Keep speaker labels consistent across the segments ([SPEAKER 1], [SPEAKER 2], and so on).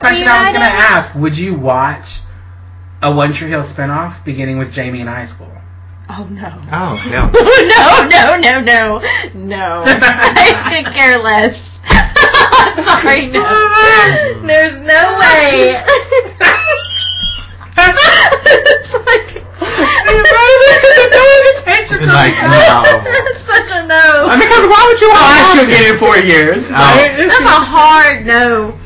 [SPEAKER 1] question I was going to ask. Would you watch a One Tree Hill spinoff beginning with Jamie in high school?
[SPEAKER 2] Oh no.
[SPEAKER 3] Oh hell.
[SPEAKER 2] no, no, no, no, no. I could care less. Sorry, no. There's no way. it's like.
[SPEAKER 3] Like, no.
[SPEAKER 2] It's such a no.
[SPEAKER 1] I mean, because why would you watch it again in four years? Like, it's
[SPEAKER 2] That's a
[SPEAKER 1] just-
[SPEAKER 2] hard no.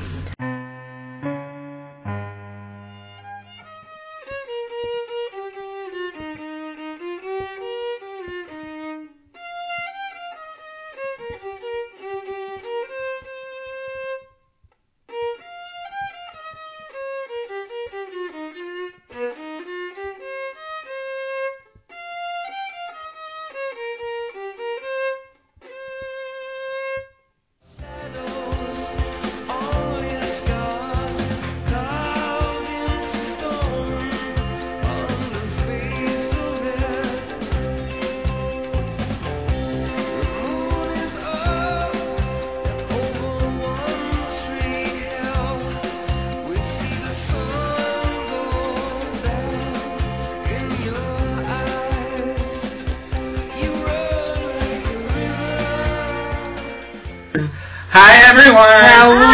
[SPEAKER 1] Hi, everyone.
[SPEAKER 3] Hello.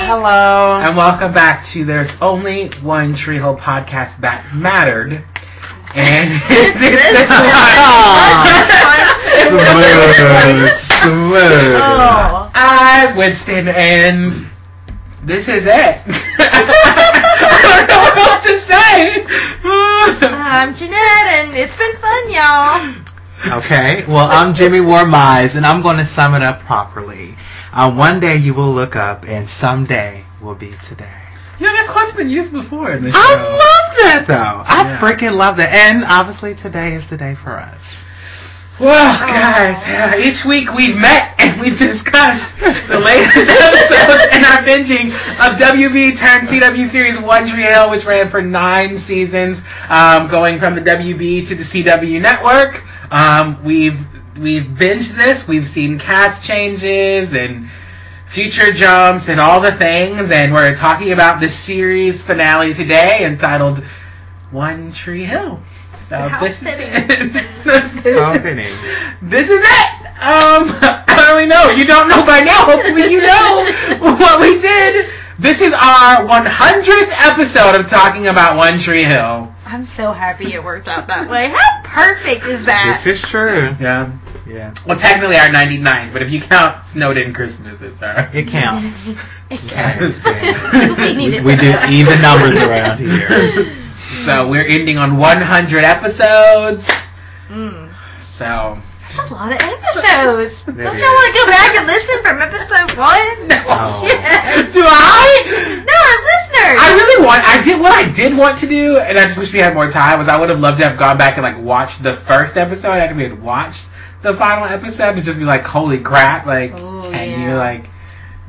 [SPEAKER 2] Hi.
[SPEAKER 3] Hello.
[SPEAKER 1] And welcome back to There's Only One Tree Hill podcast that mattered. And
[SPEAKER 3] Smooth. Smooth.
[SPEAKER 2] Oh.
[SPEAKER 1] I, Winston, and this is it. I don't know what else to say.
[SPEAKER 2] I'm Jeanette, and it's been fun, y'all.
[SPEAKER 3] Okay, well, I'm Jimmy Warmise, and I'm going to sum it up properly. Uh, one day you will look up, and someday will be today.
[SPEAKER 1] You know, that quote's been used before in this
[SPEAKER 3] I
[SPEAKER 1] show.
[SPEAKER 3] love that, though. I
[SPEAKER 1] Yeah.
[SPEAKER 3] freaking love that. And obviously, today is the day for us.
[SPEAKER 2] Oh.
[SPEAKER 1] Well, guys, uh, each week we've met and we've discussed the latest episodes and our binging of WB turned CW series One Tree Hill, which ran for nine seasons, um, going from the WB to the CW network. Um, we've we've binged this. We've seen cast changes and future jumps and all the things, and we're talking about the series finale today, entitled One Tree Hill. So
[SPEAKER 2] How
[SPEAKER 1] this is
[SPEAKER 2] fitting.
[SPEAKER 1] this-
[SPEAKER 3] So fitting.
[SPEAKER 1] this is it. Um, I don't really know. You don't know by now. Hopefully, you know what we did. This is our 100th episode of talking about One Tree Hill.
[SPEAKER 2] I'm so happy it worked out that way. How perfect is that?
[SPEAKER 3] This is true.
[SPEAKER 1] Yeah.
[SPEAKER 3] Yeah,
[SPEAKER 1] Well, technically our 99th, but if you count Snowden Christmas, it's our.
[SPEAKER 3] it counts.
[SPEAKER 1] Yes.
[SPEAKER 2] We need
[SPEAKER 3] We,
[SPEAKER 2] it
[SPEAKER 3] we
[SPEAKER 2] to
[SPEAKER 3] do
[SPEAKER 2] happen.
[SPEAKER 3] even numbers around here.
[SPEAKER 1] So we're ending on 100 episodes.
[SPEAKER 2] Mm.
[SPEAKER 1] So.
[SPEAKER 2] That's a lot of episodes. Don't
[SPEAKER 3] It
[SPEAKER 2] y'all
[SPEAKER 3] is.
[SPEAKER 2] want to go back and listen from episode one?
[SPEAKER 3] Oh.
[SPEAKER 2] Yes.
[SPEAKER 1] Do I?
[SPEAKER 2] No, our listeners.
[SPEAKER 1] I really want. I did what I did want to do, and I just wish we had more time. Was I would have loved to have gone back and like watched the first episode after we had watched the final episode and just be like, "Holy crap!" Like,
[SPEAKER 2] Oh,
[SPEAKER 1] can
[SPEAKER 2] yeah.
[SPEAKER 1] you like,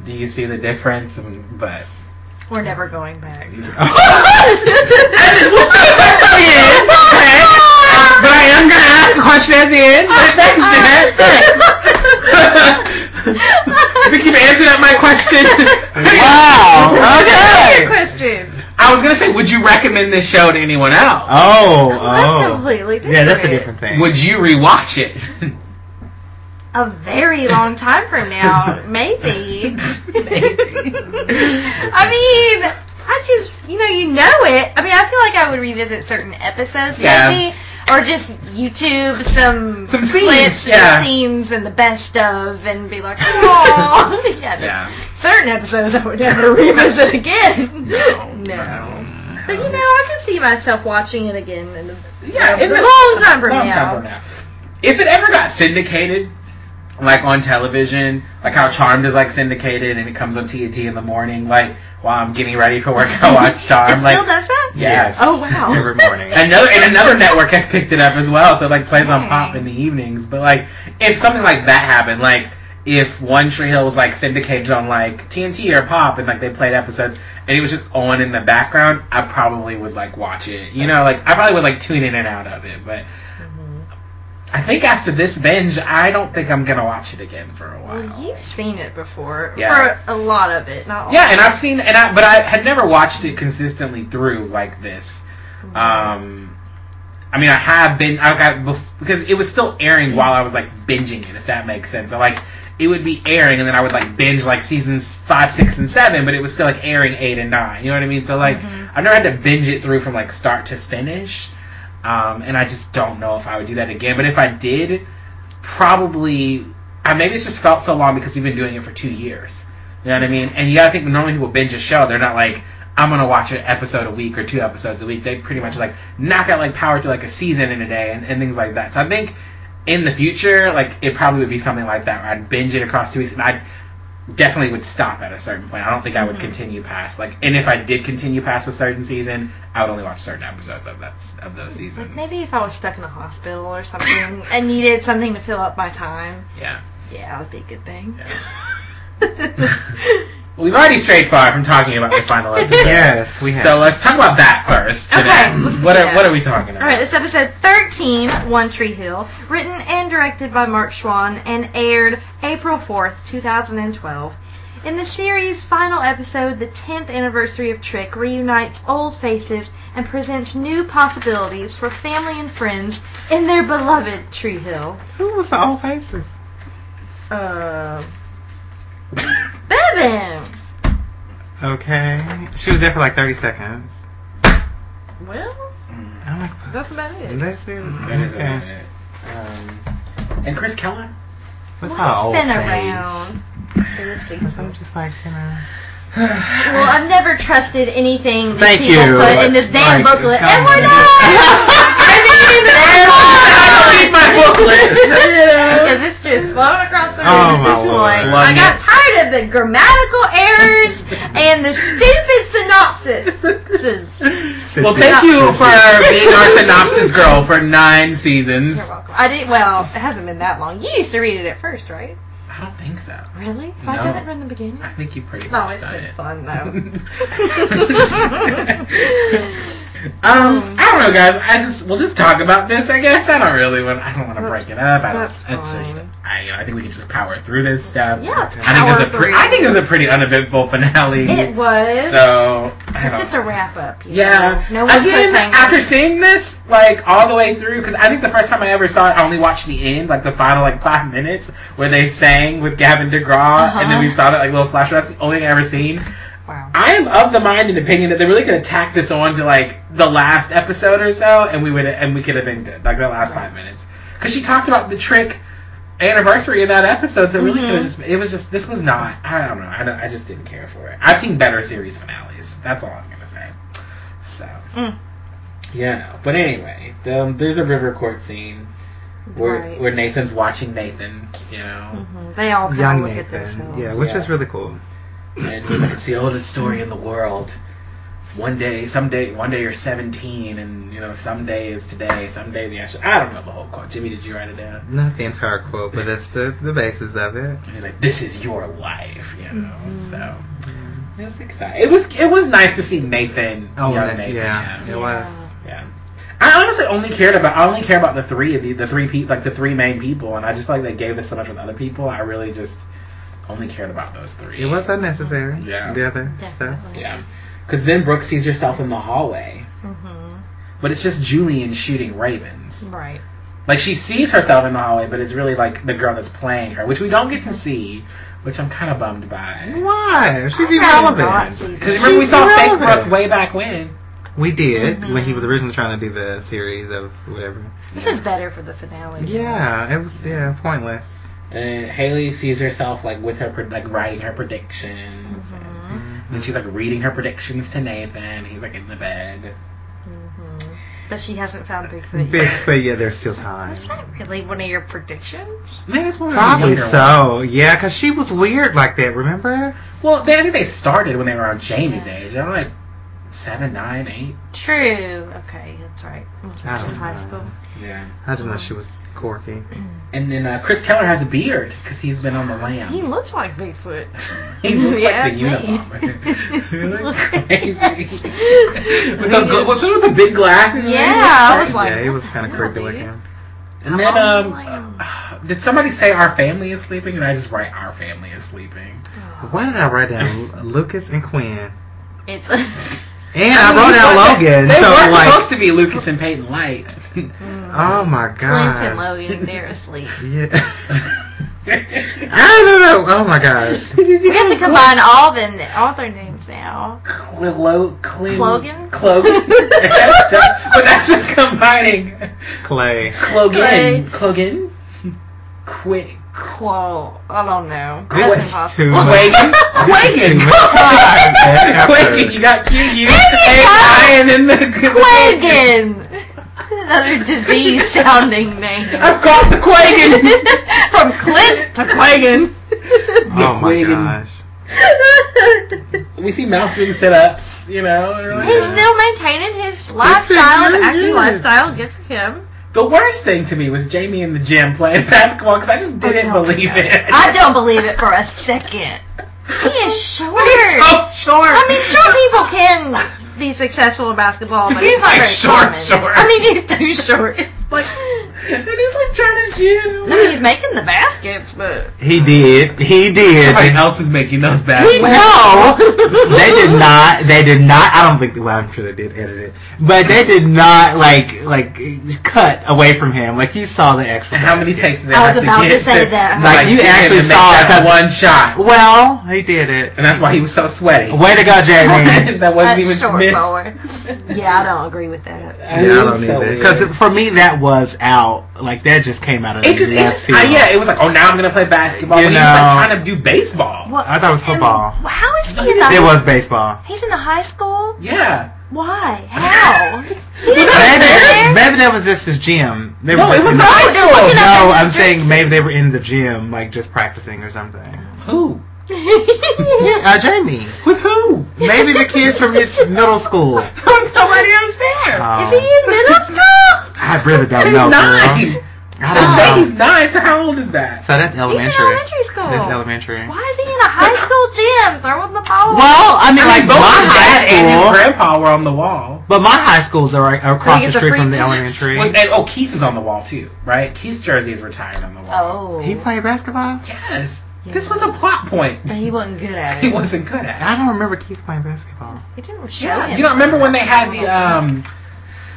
[SPEAKER 1] do you see the difference? And, but
[SPEAKER 2] We're never going back.
[SPEAKER 1] And we'll see at the end. Thanks. But I am gonna ask a question at the end. But thanks, Jeanette. Thanks. I think you've answered up my question.
[SPEAKER 3] Wow.
[SPEAKER 2] Another
[SPEAKER 1] Okay.
[SPEAKER 2] question.
[SPEAKER 1] I was gonna say, would you recommend this show to anyone else?
[SPEAKER 3] Oh,
[SPEAKER 2] That's
[SPEAKER 3] oh.
[SPEAKER 2] completely different.
[SPEAKER 3] Yeah, that's a different thing.
[SPEAKER 1] Would you rewatch it?
[SPEAKER 2] A very long time from now, maybe. I mean, I just, you know, you know it. I mean, I feel like I would revisit certain episodes,
[SPEAKER 1] Yeah.
[SPEAKER 2] maybe, or just YouTube some
[SPEAKER 1] Some scenes,
[SPEAKER 2] clips
[SPEAKER 1] yeah.
[SPEAKER 2] and scenes and the best of, and be like, oh, yeah. there-
[SPEAKER 1] Yeah.
[SPEAKER 2] Certain episodes I would never revisit again. No, But you know, I can see myself watching it again in a,
[SPEAKER 1] Yeah,
[SPEAKER 2] a
[SPEAKER 1] it was-
[SPEAKER 2] long time from
[SPEAKER 1] long
[SPEAKER 2] now.
[SPEAKER 1] time from now. If it ever got syndicated, like on television, like how Charmed is like syndicated and it comes on TNT in the morning, like while I'm getting ready for work, I watch
[SPEAKER 2] It
[SPEAKER 1] Charmed.
[SPEAKER 2] still
[SPEAKER 1] Like
[SPEAKER 2] does that?
[SPEAKER 3] Yes.
[SPEAKER 1] Oh,
[SPEAKER 2] wow.
[SPEAKER 3] Every morning.
[SPEAKER 1] another and another network has picked it up as well, so it, like plays on
[SPEAKER 2] Dang.
[SPEAKER 1] pop in the evenings. But like if something like that happened, like if One Tree Hill was like syndicated on like TNT or pop and like they played episodes and it was just on in the background, I probably would like watch it. You know, like I probably would like tune in and out of it, but I think after this binge, I don't think I'm gonna watch it again for a while.
[SPEAKER 2] Well, you've seen it before.
[SPEAKER 1] Yeah.
[SPEAKER 2] For a lot of it, not all.
[SPEAKER 1] yeah, and I've seen and I, but I had never watched it consistently through like this.
[SPEAKER 2] Mm-hmm.
[SPEAKER 1] Um, I mean, I have been I got bef- because it was still airing while I was like binging it, if that makes sense. So like it would be airing, and then I would like binge like seasons five, six, and seven, but it was still like airing eight and nine. You know what I mean? So like
[SPEAKER 2] Mm-hmm.
[SPEAKER 1] I've never had to binge it through from like start to finish. Um, and I just don't know if I would do that again. But if I did, probably I maybe it's just felt so long because we've been doing it for two years. You know what I mean? And you gotta think normally people binge a show, they're not like, I'm gonna watch an episode a week or two episodes a week. They pretty much like knock out like power to like a season in a day and, and things like that. So I think in the future, like it probably would be something like that where I'd binge it across two weeks and I'd definitely would stop at a certain point. I don't think I would continue past like and if I did continue past a certain season, I would only watch certain episodes of that of those seasons.
[SPEAKER 2] Like maybe if I was stuck in the hospital or something and needed something to fill up my time,
[SPEAKER 1] Yeah.
[SPEAKER 2] yeah, that would be a good thing.
[SPEAKER 1] yeah. Well, we've already strayed far from talking about the final episode.
[SPEAKER 3] Yes, we have.
[SPEAKER 1] So let's talk about that first.
[SPEAKER 2] Okay,
[SPEAKER 1] today.
[SPEAKER 2] let's do
[SPEAKER 1] what are,
[SPEAKER 2] that.
[SPEAKER 1] what are we talking about?
[SPEAKER 2] All right, this episode 13, One Tree Hill, written and directed by Mark Schwann and aired April 4th, 2012. In the series' final episode, the 10th anniversary of Trick reunites old faces and presents new possibilities for family and friends in their beloved Tree Hill.
[SPEAKER 3] Who was the old faces?
[SPEAKER 2] Uh, Bevan!
[SPEAKER 3] Okay. She was there for like 30 seconds.
[SPEAKER 2] Well,
[SPEAKER 3] I'm like,
[SPEAKER 2] that's about it.
[SPEAKER 3] this is.
[SPEAKER 1] That is
[SPEAKER 3] Okay.
[SPEAKER 1] it.
[SPEAKER 3] Um,
[SPEAKER 1] And Chris Keller?
[SPEAKER 3] what's her
[SPEAKER 2] Well,
[SPEAKER 3] old
[SPEAKER 2] it's been
[SPEAKER 3] face?
[SPEAKER 2] around through the
[SPEAKER 3] Because I'm
[SPEAKER 2] seasons.
[SPEAKER 3] just like, you know.
[SPEAKER 2] Well, I've never trusted anything these
[SPEAKER 3] Thank
[SPEAKER 2] people
[SPEAKER 3] you.
[SPEAKER 2] put in this damn
[SPEAKER 3] Like,
[SPEAKER 2] booklet.
[SPEAKER 3] come
[SPEAKER 2] And we're
[SPEAKER 3] on.
[SPEAKER 2] not!
[SPEAKER 1] I don't need my booklet!
[SPEAKER 2] Because it's just flowing across the room
[SPEAKER 3] Oh,
[SPEAKER 2] at
[SPEAKER 3] my
[SPEAKER 2] this
[SPEAKER 3] Lord.
[SPEAKER 2] point.
[SPEAKER 1] Love
[SPEAKER 2] I got
[SPEAKER 1] it.
[SPEAKER 2] tired of the grammatical errors and the stupid synopsis.
[SPEAKER 1] well, thank you for being our synopsis girl for nine seasons.
[SPEAKER 2] You're welcome. I did well. It hasn't been that long. You used to read it at first, right?
[SPEAKER 1] I don't think so.
[SPEAKER 2] Really? Have I
[SPEAKER 1] No.
[SPEAKER 2] done it from the beginning?
[SPEAKER 1] I think you pretty
[SPEAKER 2] No,
[SPEAKER 1] much
[SPEAKER 2] Oh, it's
[SPEAKER 1] done
[SPEAKER 2] been
[SPEAKER 1] it.
[SPEAKER 2] fun
[SPEAKER 1] um,
[SPEAKER 2] though.
[SPEAKER 1] I don't know, guys. I just we'll just talk about this. I guess I don't really want. I don't want to break it up. I don't.
[SPEAKER 2] That's
[SPEAKER 1] it's just.
[SPEAKER 2] fine.
[SPEAKER 1] I, you know, I think we can just power through this stuff.
[SPEAKER 2] Yeah, it's
[SPEAKER 1] I think it was a
[SPEAKER 2] power
[SPEAKER 1] pre-
[SPEAKER 2] through.
[SPEAKER 1] I think it was a pretty uneventful finale.
[SPEAKER 2] It was.
[SPEAKER 1] So I
[SPEAKER 2] it's
[SPEAKER 1] don't
[SPEAKER 2] just a wrap up. you
[SPEAKER 1] yeah.
[SPEAKER 2] know? No one
[SPEAKER 1] Again,
[SPEAKER 2] cliffhanger.
[SPEAKER 1] after seeing this, like all the way through, because I think the first time I ever saw it, I only watched the end, like the final like five minutes where they sang with Gavin DeGraw, and then we
[SPEAKER 2] Uh-huh.
[SPEAKER 1] saw that like little flash. That's the only thing I ever seen.
[SPEAKER 2] Wow.
[SPEAKER 1] I am of the mind and opinion that they really could have tacked this on to like the last episode or so, and we would and we could have been good, like the last five minutes, because she talked about the trick anniversary in that episode. So it really could have
[SPEAKER 2] Mm-hmm.
[SPEAKER 1] just it was just this was not. I don't know. I, don't, I just didn't care for it. I've seen better series finales. That's all I'm gonna say. So
[SPEAKER 2] Mm.
[SPEAKER 1] yeah, no. but anyway, the, there's a river court scene where
[SPEAKER 2] Right.
[SPEAKER 1] where Nathan's watching Nathan, you know,
[SPEAKER 2] Mhm. They all kind
[SPEAKER 3] Young
[SPEAKER 2] of look at
[SPEAKER 3] Nathan.
[SPEAKER 2] themselves.
[SPEAKER 3] Yeah, which
[SPEAKER 1] Yeah.
[SPEAKER 3] is really cool.
[SPEAKER 1] and he's like, it's the oldest story in the world. It's one day, someday, one day you're 17, and you know, someday is today, some days you actually. I don't know the whole quote. Jimmy, did you write it down?
[SPEAKER 3] Not the entire quote, but that's the, the basis of it.
[SPEAKER 1] And he's like, this is your life, you know. So it was exciting. It was it was nice to see Nathan,
[SPEAKER 3] Oh,
[SPEAKER 1] young
[SPEAKER 3] that-
[SPEAKER 1] Nathan.
[SPEAKER 3] yeah. It was.
[SPEAKER 1] Yeah. I honestly only cared about I only care about the three of the, the three pe- like the three main people, and I just feel like they gave us so much with other people. I really just only cared about those three.
[SPEAKER 3] It was unnecessary.
[SPEAKER 1] Yeah.
[SPEAKER 3] The other stuff.
[SPEAKER 2] Definitely.
[SPEAKER 1] yeah, because then Brooke sees herself in the hallway,
[SPEAKER 2] Mm-hmm.
[SPEAKER 1] but it's just Julian shooting ravens.
[SPEAKER 2] Right.
[SPEAKER 1] Like she sees herself in the hallway, but it's really like the girl that's playing her, which we don't get to see, which I'm kind of bummed by.
[SPEAKER 3] Why? She's
[SPEAKER 2] I'd rather not
[SPEAKER 3] irrelevant.
[SPEAKER 2] see
[SPEAKER 1] Because
[SPEAKER 2] this.
[SPEAKER 1] remember we
[SPEAKER 3] She's
[SPEAKER 1] saw fake
[SPEAKER 3] irrelevant. Mm-hmm.
[SPEAKER 1] Brooke way back when.
[SPEAKER 3] We did when he was originally trying to do the series of whatever.
[SPEAKER 2] This is better for the finale.
[SPEAKER 3] Yeah, it was yeah pointless.
[SPEAKER 1] And Uh, Haley sees herself like with her pre- like writing her predictions. and-
[SPEAKER 2] Mm-hmm.
[SPEAKER 1] And she's like reading her predictions to Nathan. He's like in the bed.
[SPEAKER 2] Mm-hmm. But she hasn't found Bigfoot
[SPEAKER 3] Big,
[SPEAKER 2] yet.
[SPEAKER 3] but yeah, there's still time.
[SPEAKER 2] That's not really one of your predictions.
[SPEAKER 1] Maybe it's one of the
[SPEAKER 3] Probably
[SPEAKER 1] younger
[SPEAKER 3] so. Yeah, because she was weird like that. Remember?
[SPEAKER 1] ones. Well, they, I think they started when they were around Jamie's age. They were like seven, nine, eight.
[SPEAKER 2] True. Okay, that's right.
[SPEAKER 3] I don't
[SPEAKER 2] Just high
[SPEAKER 3] know.
[SPEAKER 2] school.
[SPEAKER 1] Yeah.
[SPEAKER 3] I just know she was quirky.
[SPEAKER 1] And then uh, Chris Keller has a beard because he's been on the lamb.
[SPEAKER 2] He looks like Bigfoot.
[SPEAKER 1] He looks
[SPEAKER 2] Yeah,
[SPEAKER 1] like the
[SPEAKER 2] that's me.
[SPEAKER 1] Unabomber. he looks
[SPEAKER 2] Yes.
[SPEAKER 1] crazy. with those, gla- what's with the big glasses? and
[SPEAKER 2] Yeah,
[SPEAKER 1] everything?
[SPEAKER 2] I was like- oh
[SPEAKER 3] yeah, he was kind of creepy
[SPEAKER 2] dude.
[SPEAKER 3] looking.
[SPEAKER 1] And then um, did somebody say our family is sleeping? And I just write our family is sleeping.
[SPEAKER 2] Oh.
[SPEAKER 3] What did I write down? Lucas and Quinn.
[SPEAKER 2] It's
[SPEAKER 1] Oh,
[SPEAKER 3] And I, wrote
[SPEAKER 1] mean,
[SPEAKER 3] out
[SPEAKER 1] they-
[SPEAKER 3] Logan.
[SPEAKER 1] They
[SPEAKER 3] so
[SPEAKER 1] were
[SPEAKER 3] like,
[SPEAKER 1] supposed to be Lucas and Peyton Light.
[SPEAKER 3] oh my
[SPEAKER 2] Clint and
[SPEAKER 3] god.
[SPEAKER 2] Logan. They're asleep.
[SPEAKER 3] Yeah. I don't know. Oh my gosh.
[SPEAKER 2] We have to combine all them, all their names now.
[SPEAKER 1] Clo- Clo-
[SPEAKER 2] Clogan?
[SPEAKER 1] Clogan. but that's just combining
[SPEAKER 3] Clay.
[SPEAKER 2] Clay.
[SPEAKER 1] Clogan. Clogan. Quig.
[SPEAKER 2] Quo. I don't know.
[SPEAKER 3] This
[SPEAKER 2] That's
[SPEAKER 3] is
[SPEAKER 2] impossible.
[SPEAKER 3] too much.
[SPEAKER 1] Quagan. Quagan.
[SPEAKER 3] Too
[SPEAKER 1] Come
[SPEAKER 3] much
[SPEAKER 1] on.
[SPEAKER 3] time.
[SPEAKER 1] Quagan. You got Q U
[SPEAKER 2] There you
[SPEAKER 1] A
[SPEAKER 2] go.
[SPEAKER 1] I and then the
[SPEAKER 2] Quagan. Another disease-sounding name.
[SPEAKER 1] I've got the Quagan.
[SPEAKER 2] From Clint to Quagan.
[SPEAKER 3] Oh my
[SPEAKER 1] Quagan.
[SPEAKER 3] gosh.
[SPEAKER 1] We see Mouse doing sit-ups. You know. and we're like,
[SPEAKER 2] He's still maintaining his lifestyle, his active
[SPEAKER 3] Yes.
[SPEAKER 2] lifestyle. Good for him.
[SPEAKER 1] The worst thing to me was Jamie in the gym playing basketball because I just didn't
[SPEAKER 2] don't
[SPEAKER 1] believe it.
[SPEAKER 2] I don't believe it for a second. He is short.
[SPEAKER 1] He's so short.
[SPEAKER 2] I mean, some people can be successful in basketball, but it's
[SPEAKER 1] He's
[SPEAKER 2] not
[SPEAKER 1] like
[SPEAKER 2] very
[SPEAKER 1] short,
[SPEAKER 2] common.
[SPEAKER 1] short.
[SPEAKER 2] I mean, he's too short.
[SPEAKER 1] like, and he's like trying to shoot.
[SPEAKER 2] I mean, he's making the baskets, but
[SPEAKER 3] He did. He did.
[SPEAKER 1] Somebody else is making those
[SPEAKER 3] We
[SPEAKER 1] baskets.
[SPEAKER 3] know they did not. They did not. I don't think. Well, I'm sure they did edit it, but they did not like like cut away from him. Like you saw the actual.
[SPEAKER 1] And how many
[SPEAKER 3] basket.
[SPEAKER 1] takes did they
[SPEAKER 2] I was
[SPEAKER 1] have to
[SPEAKER 2] about
[SPEAKER 1] get
[SPEAKER 2] to say that.
[SPEAKER 3] Like, you
[SPEAKER 1] get him
[SPEAKER 3] actually
[SPEAKER 1] to make
[SPEAKER 3] saw it
[SPEAKER 1] that
[SPEAKER 3] 'cause-
[SPEAKER 1] one shot,
[SPEAKER 3] Well, he did it.
[SPEAKER 1] and that's why he was so sweaty.
[SPEAKER 3] Way to go, Jamie.
[SPEAKER 1] that wasn't
[SPEAKER 2] that's
[SPEAKER 1] even
[SPEAKER 2] short
[SPEAKER 1] missed.
[SPEAKER 2] forward. Yeah, I don't agree with that.
[SPEAKER 1] I mean, it was so weird.
[SPEAKER 3] Because for me, that was out. Like that just came out of
[SPEAKER 1] it just,
[SPEAKER 3] left
[SPEAKER 1] it's, uh,
[SPEAKER 3] field.
[SPEAKER 1] yeah, it was like, oh, now I'm gonna play basketball.
[SPEAKER 3] You
[SPEAKER 1] when he was
[SPEAKER 3] know.
[SPEAKER 1] like trying to do baseball.
[SPEAKER 2] What?
[SPEAKER 3] I thought it was
[SPEAKER 2] and
[SPEAKER 3] football.
[SPEAKER 2] How is he in the?
[SPEAKER 3] It was baseball.
[SPEAKER 2] He's in the high school.
[SPEAKER 1] Yeah.
[SPEAKER 2] Why? How? he didn't
[SPEAKER 1] Was that
[SPEAKER 3] Maybe,
[SPEAKER 2] there.
[SPEAKER 3] maybe that was just his gym. They
[SPEAKER 1] No,
[SPEAKER 3] were
[SPEAKER 1] it was
[SPEAKER 3] just-
[SPEAKER 1] the high
[SPEAKER 2] they're looking
[SPEAKER 1] school.
[SPEAKER 2] at-
[SPEAKER 3] No,
[SPEAKER 2] Nothing
[SPEAKER 3] I'm
[SPEAKER 2] to
[SPEAKER 3] saying
[SPEAKER 2] drink.
[SPEAKER 3] maybe they were in the gym, like just practicing or something.
[SPEAKER 1] Who?
[SPEAKER 3] Yeah, uh, Jamie.
[SPEAKER 1] With who?
[SPEAKER 3] Maybe the kids from his middle school. Oh,
[SPEAKER 1] There was nobody else there.
[SPEAKER 2] Is he in middle school?
[SPEAKER 3] I really don't
[SPEAKER 1] he's
[SPEAKER 3] know,
[SPEAKER 1] nine.
[SPEAKER 3] girl.
[SPEAKER 1] Say
[SPEAKER 3] I
[SPEAKER 1] he's
[SPEAKER 3] don't know.
[SPEAKER 1] nine. So how old is that?
[SPEAKER 3] So that's
[SPEAKER 2] He's in
[SPEAKER 3] elementary.
[SPEAKER 2] elementary school.
[SPEAKER 3] That's elementary.
[SPEAKER 2] Why is he in a high school gym throwing the ball?
[SPEAKER 3] Well, I mean, like
[SPEAKER 1] both
[SPEAKER 3] my
[SPEAKER 1] his dad and his
[SPEAKER 3] high school,
[SPEAKER 1] grandpa were on the wall.
[SPEAKER 3] but my high schools are, are across
[SPEAKER 2] get
[SPEAKER 3] the
[SPEAKER 2] the
[SPEAKER 3] street
[SPEAKER 2] free
[SPEAKER 3] from the
[SPEAKER 2] pass.
[SPEAKER 3] elementary.
[SPEAKER 1] Wait, and oh, Keith is on the wall too, right? Keith's jersey is retired on the wall.
[SPEAKER 2] Oh.
[SPEAKER 3] He played basketball.
[SPEAKER 1] Yes,
[SPEAKER 2] Yeah.
[SPEAKER 1] this was a plot point.
[SPEAKER 2] But he wasn't good at it.
[SPEAKER 1] He wasn't good at.
[SPEAKER 3] I don't remember Keith playing basketball.
[SPEAKER 2] He didn't show
[SPEAKER 1] Yeah,
[SPEAKER 2] him. Oh.
[SPEAKER 1] you don't remember when they had the um,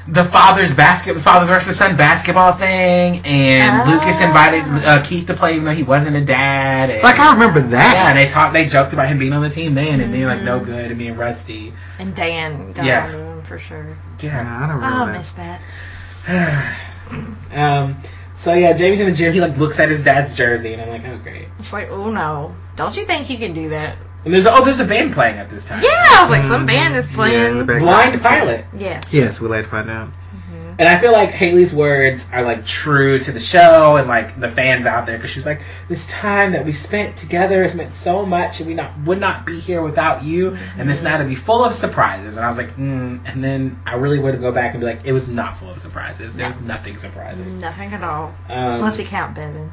[SPEAKER 1] the father's basket, the father versus son basketball thing, and
[SPEAKER 2] Ah.
[SPEAKER 1] Lucas invited uh, Keith to play even though he wasn't a dad. And,
[SPEAKER 3] Like I remember
[SPEAKER 1] yeah, and
[SPEAKER 3] that.
[SPEAKER 1] they talked, they joked about him being on the team then and being like no
[SPEAKER 2] Mm-hmm.
[SPEAKER 1] good and being rusty.
[SPEAKER 2] And Dan got
[SPEAKER 1] Yeah.
[SPEAKER 2] on to him for sure.
[SPEAKER 1] Yeah.
[SPEAKER 3] Nah, I don't
[SPEAKER 2] I'll
[SPEAKER 3] remember
[SPEAKER 2] miss that.
[SPEAKER 1] um. So yeah, Jamie's in the gym. He like looks at his dad's jersey, and I'm like, oh great.
[SPEAKER 2] It's like, oh no. Don't you think you can do that?
[SPEAKER 1] And there's oh, there's a band playing at this time.
[SPEAKER 2] Yeah, I was like,
[SPEAKER 3] Mm,
[SPEAKER 2] some band is
[SPEAKER 3] yeah, the
[SPEAKER 2] playing.
[SPEAKER 3] back-
[SPEAKER 1] Blind Pilot.
[SPEAKER 2] Yeah.
[SPEAKER 3] that. Yes, we later find out.
[SPEAKER 1] And I feel like Haley's words are like true to the show and like the fans out there because she's like, this time that we spent together has meant so much, and we not would not be here without you. And this night would be full of surprises. And I was like, mm. and then I really would go back and be like, it was not full of surprises. There was nothing surprising.
[SPEAKER 2] Nothing at all.
[SPEAKER 1] Um,
[SPEAKER 2] Unless you count Bevan.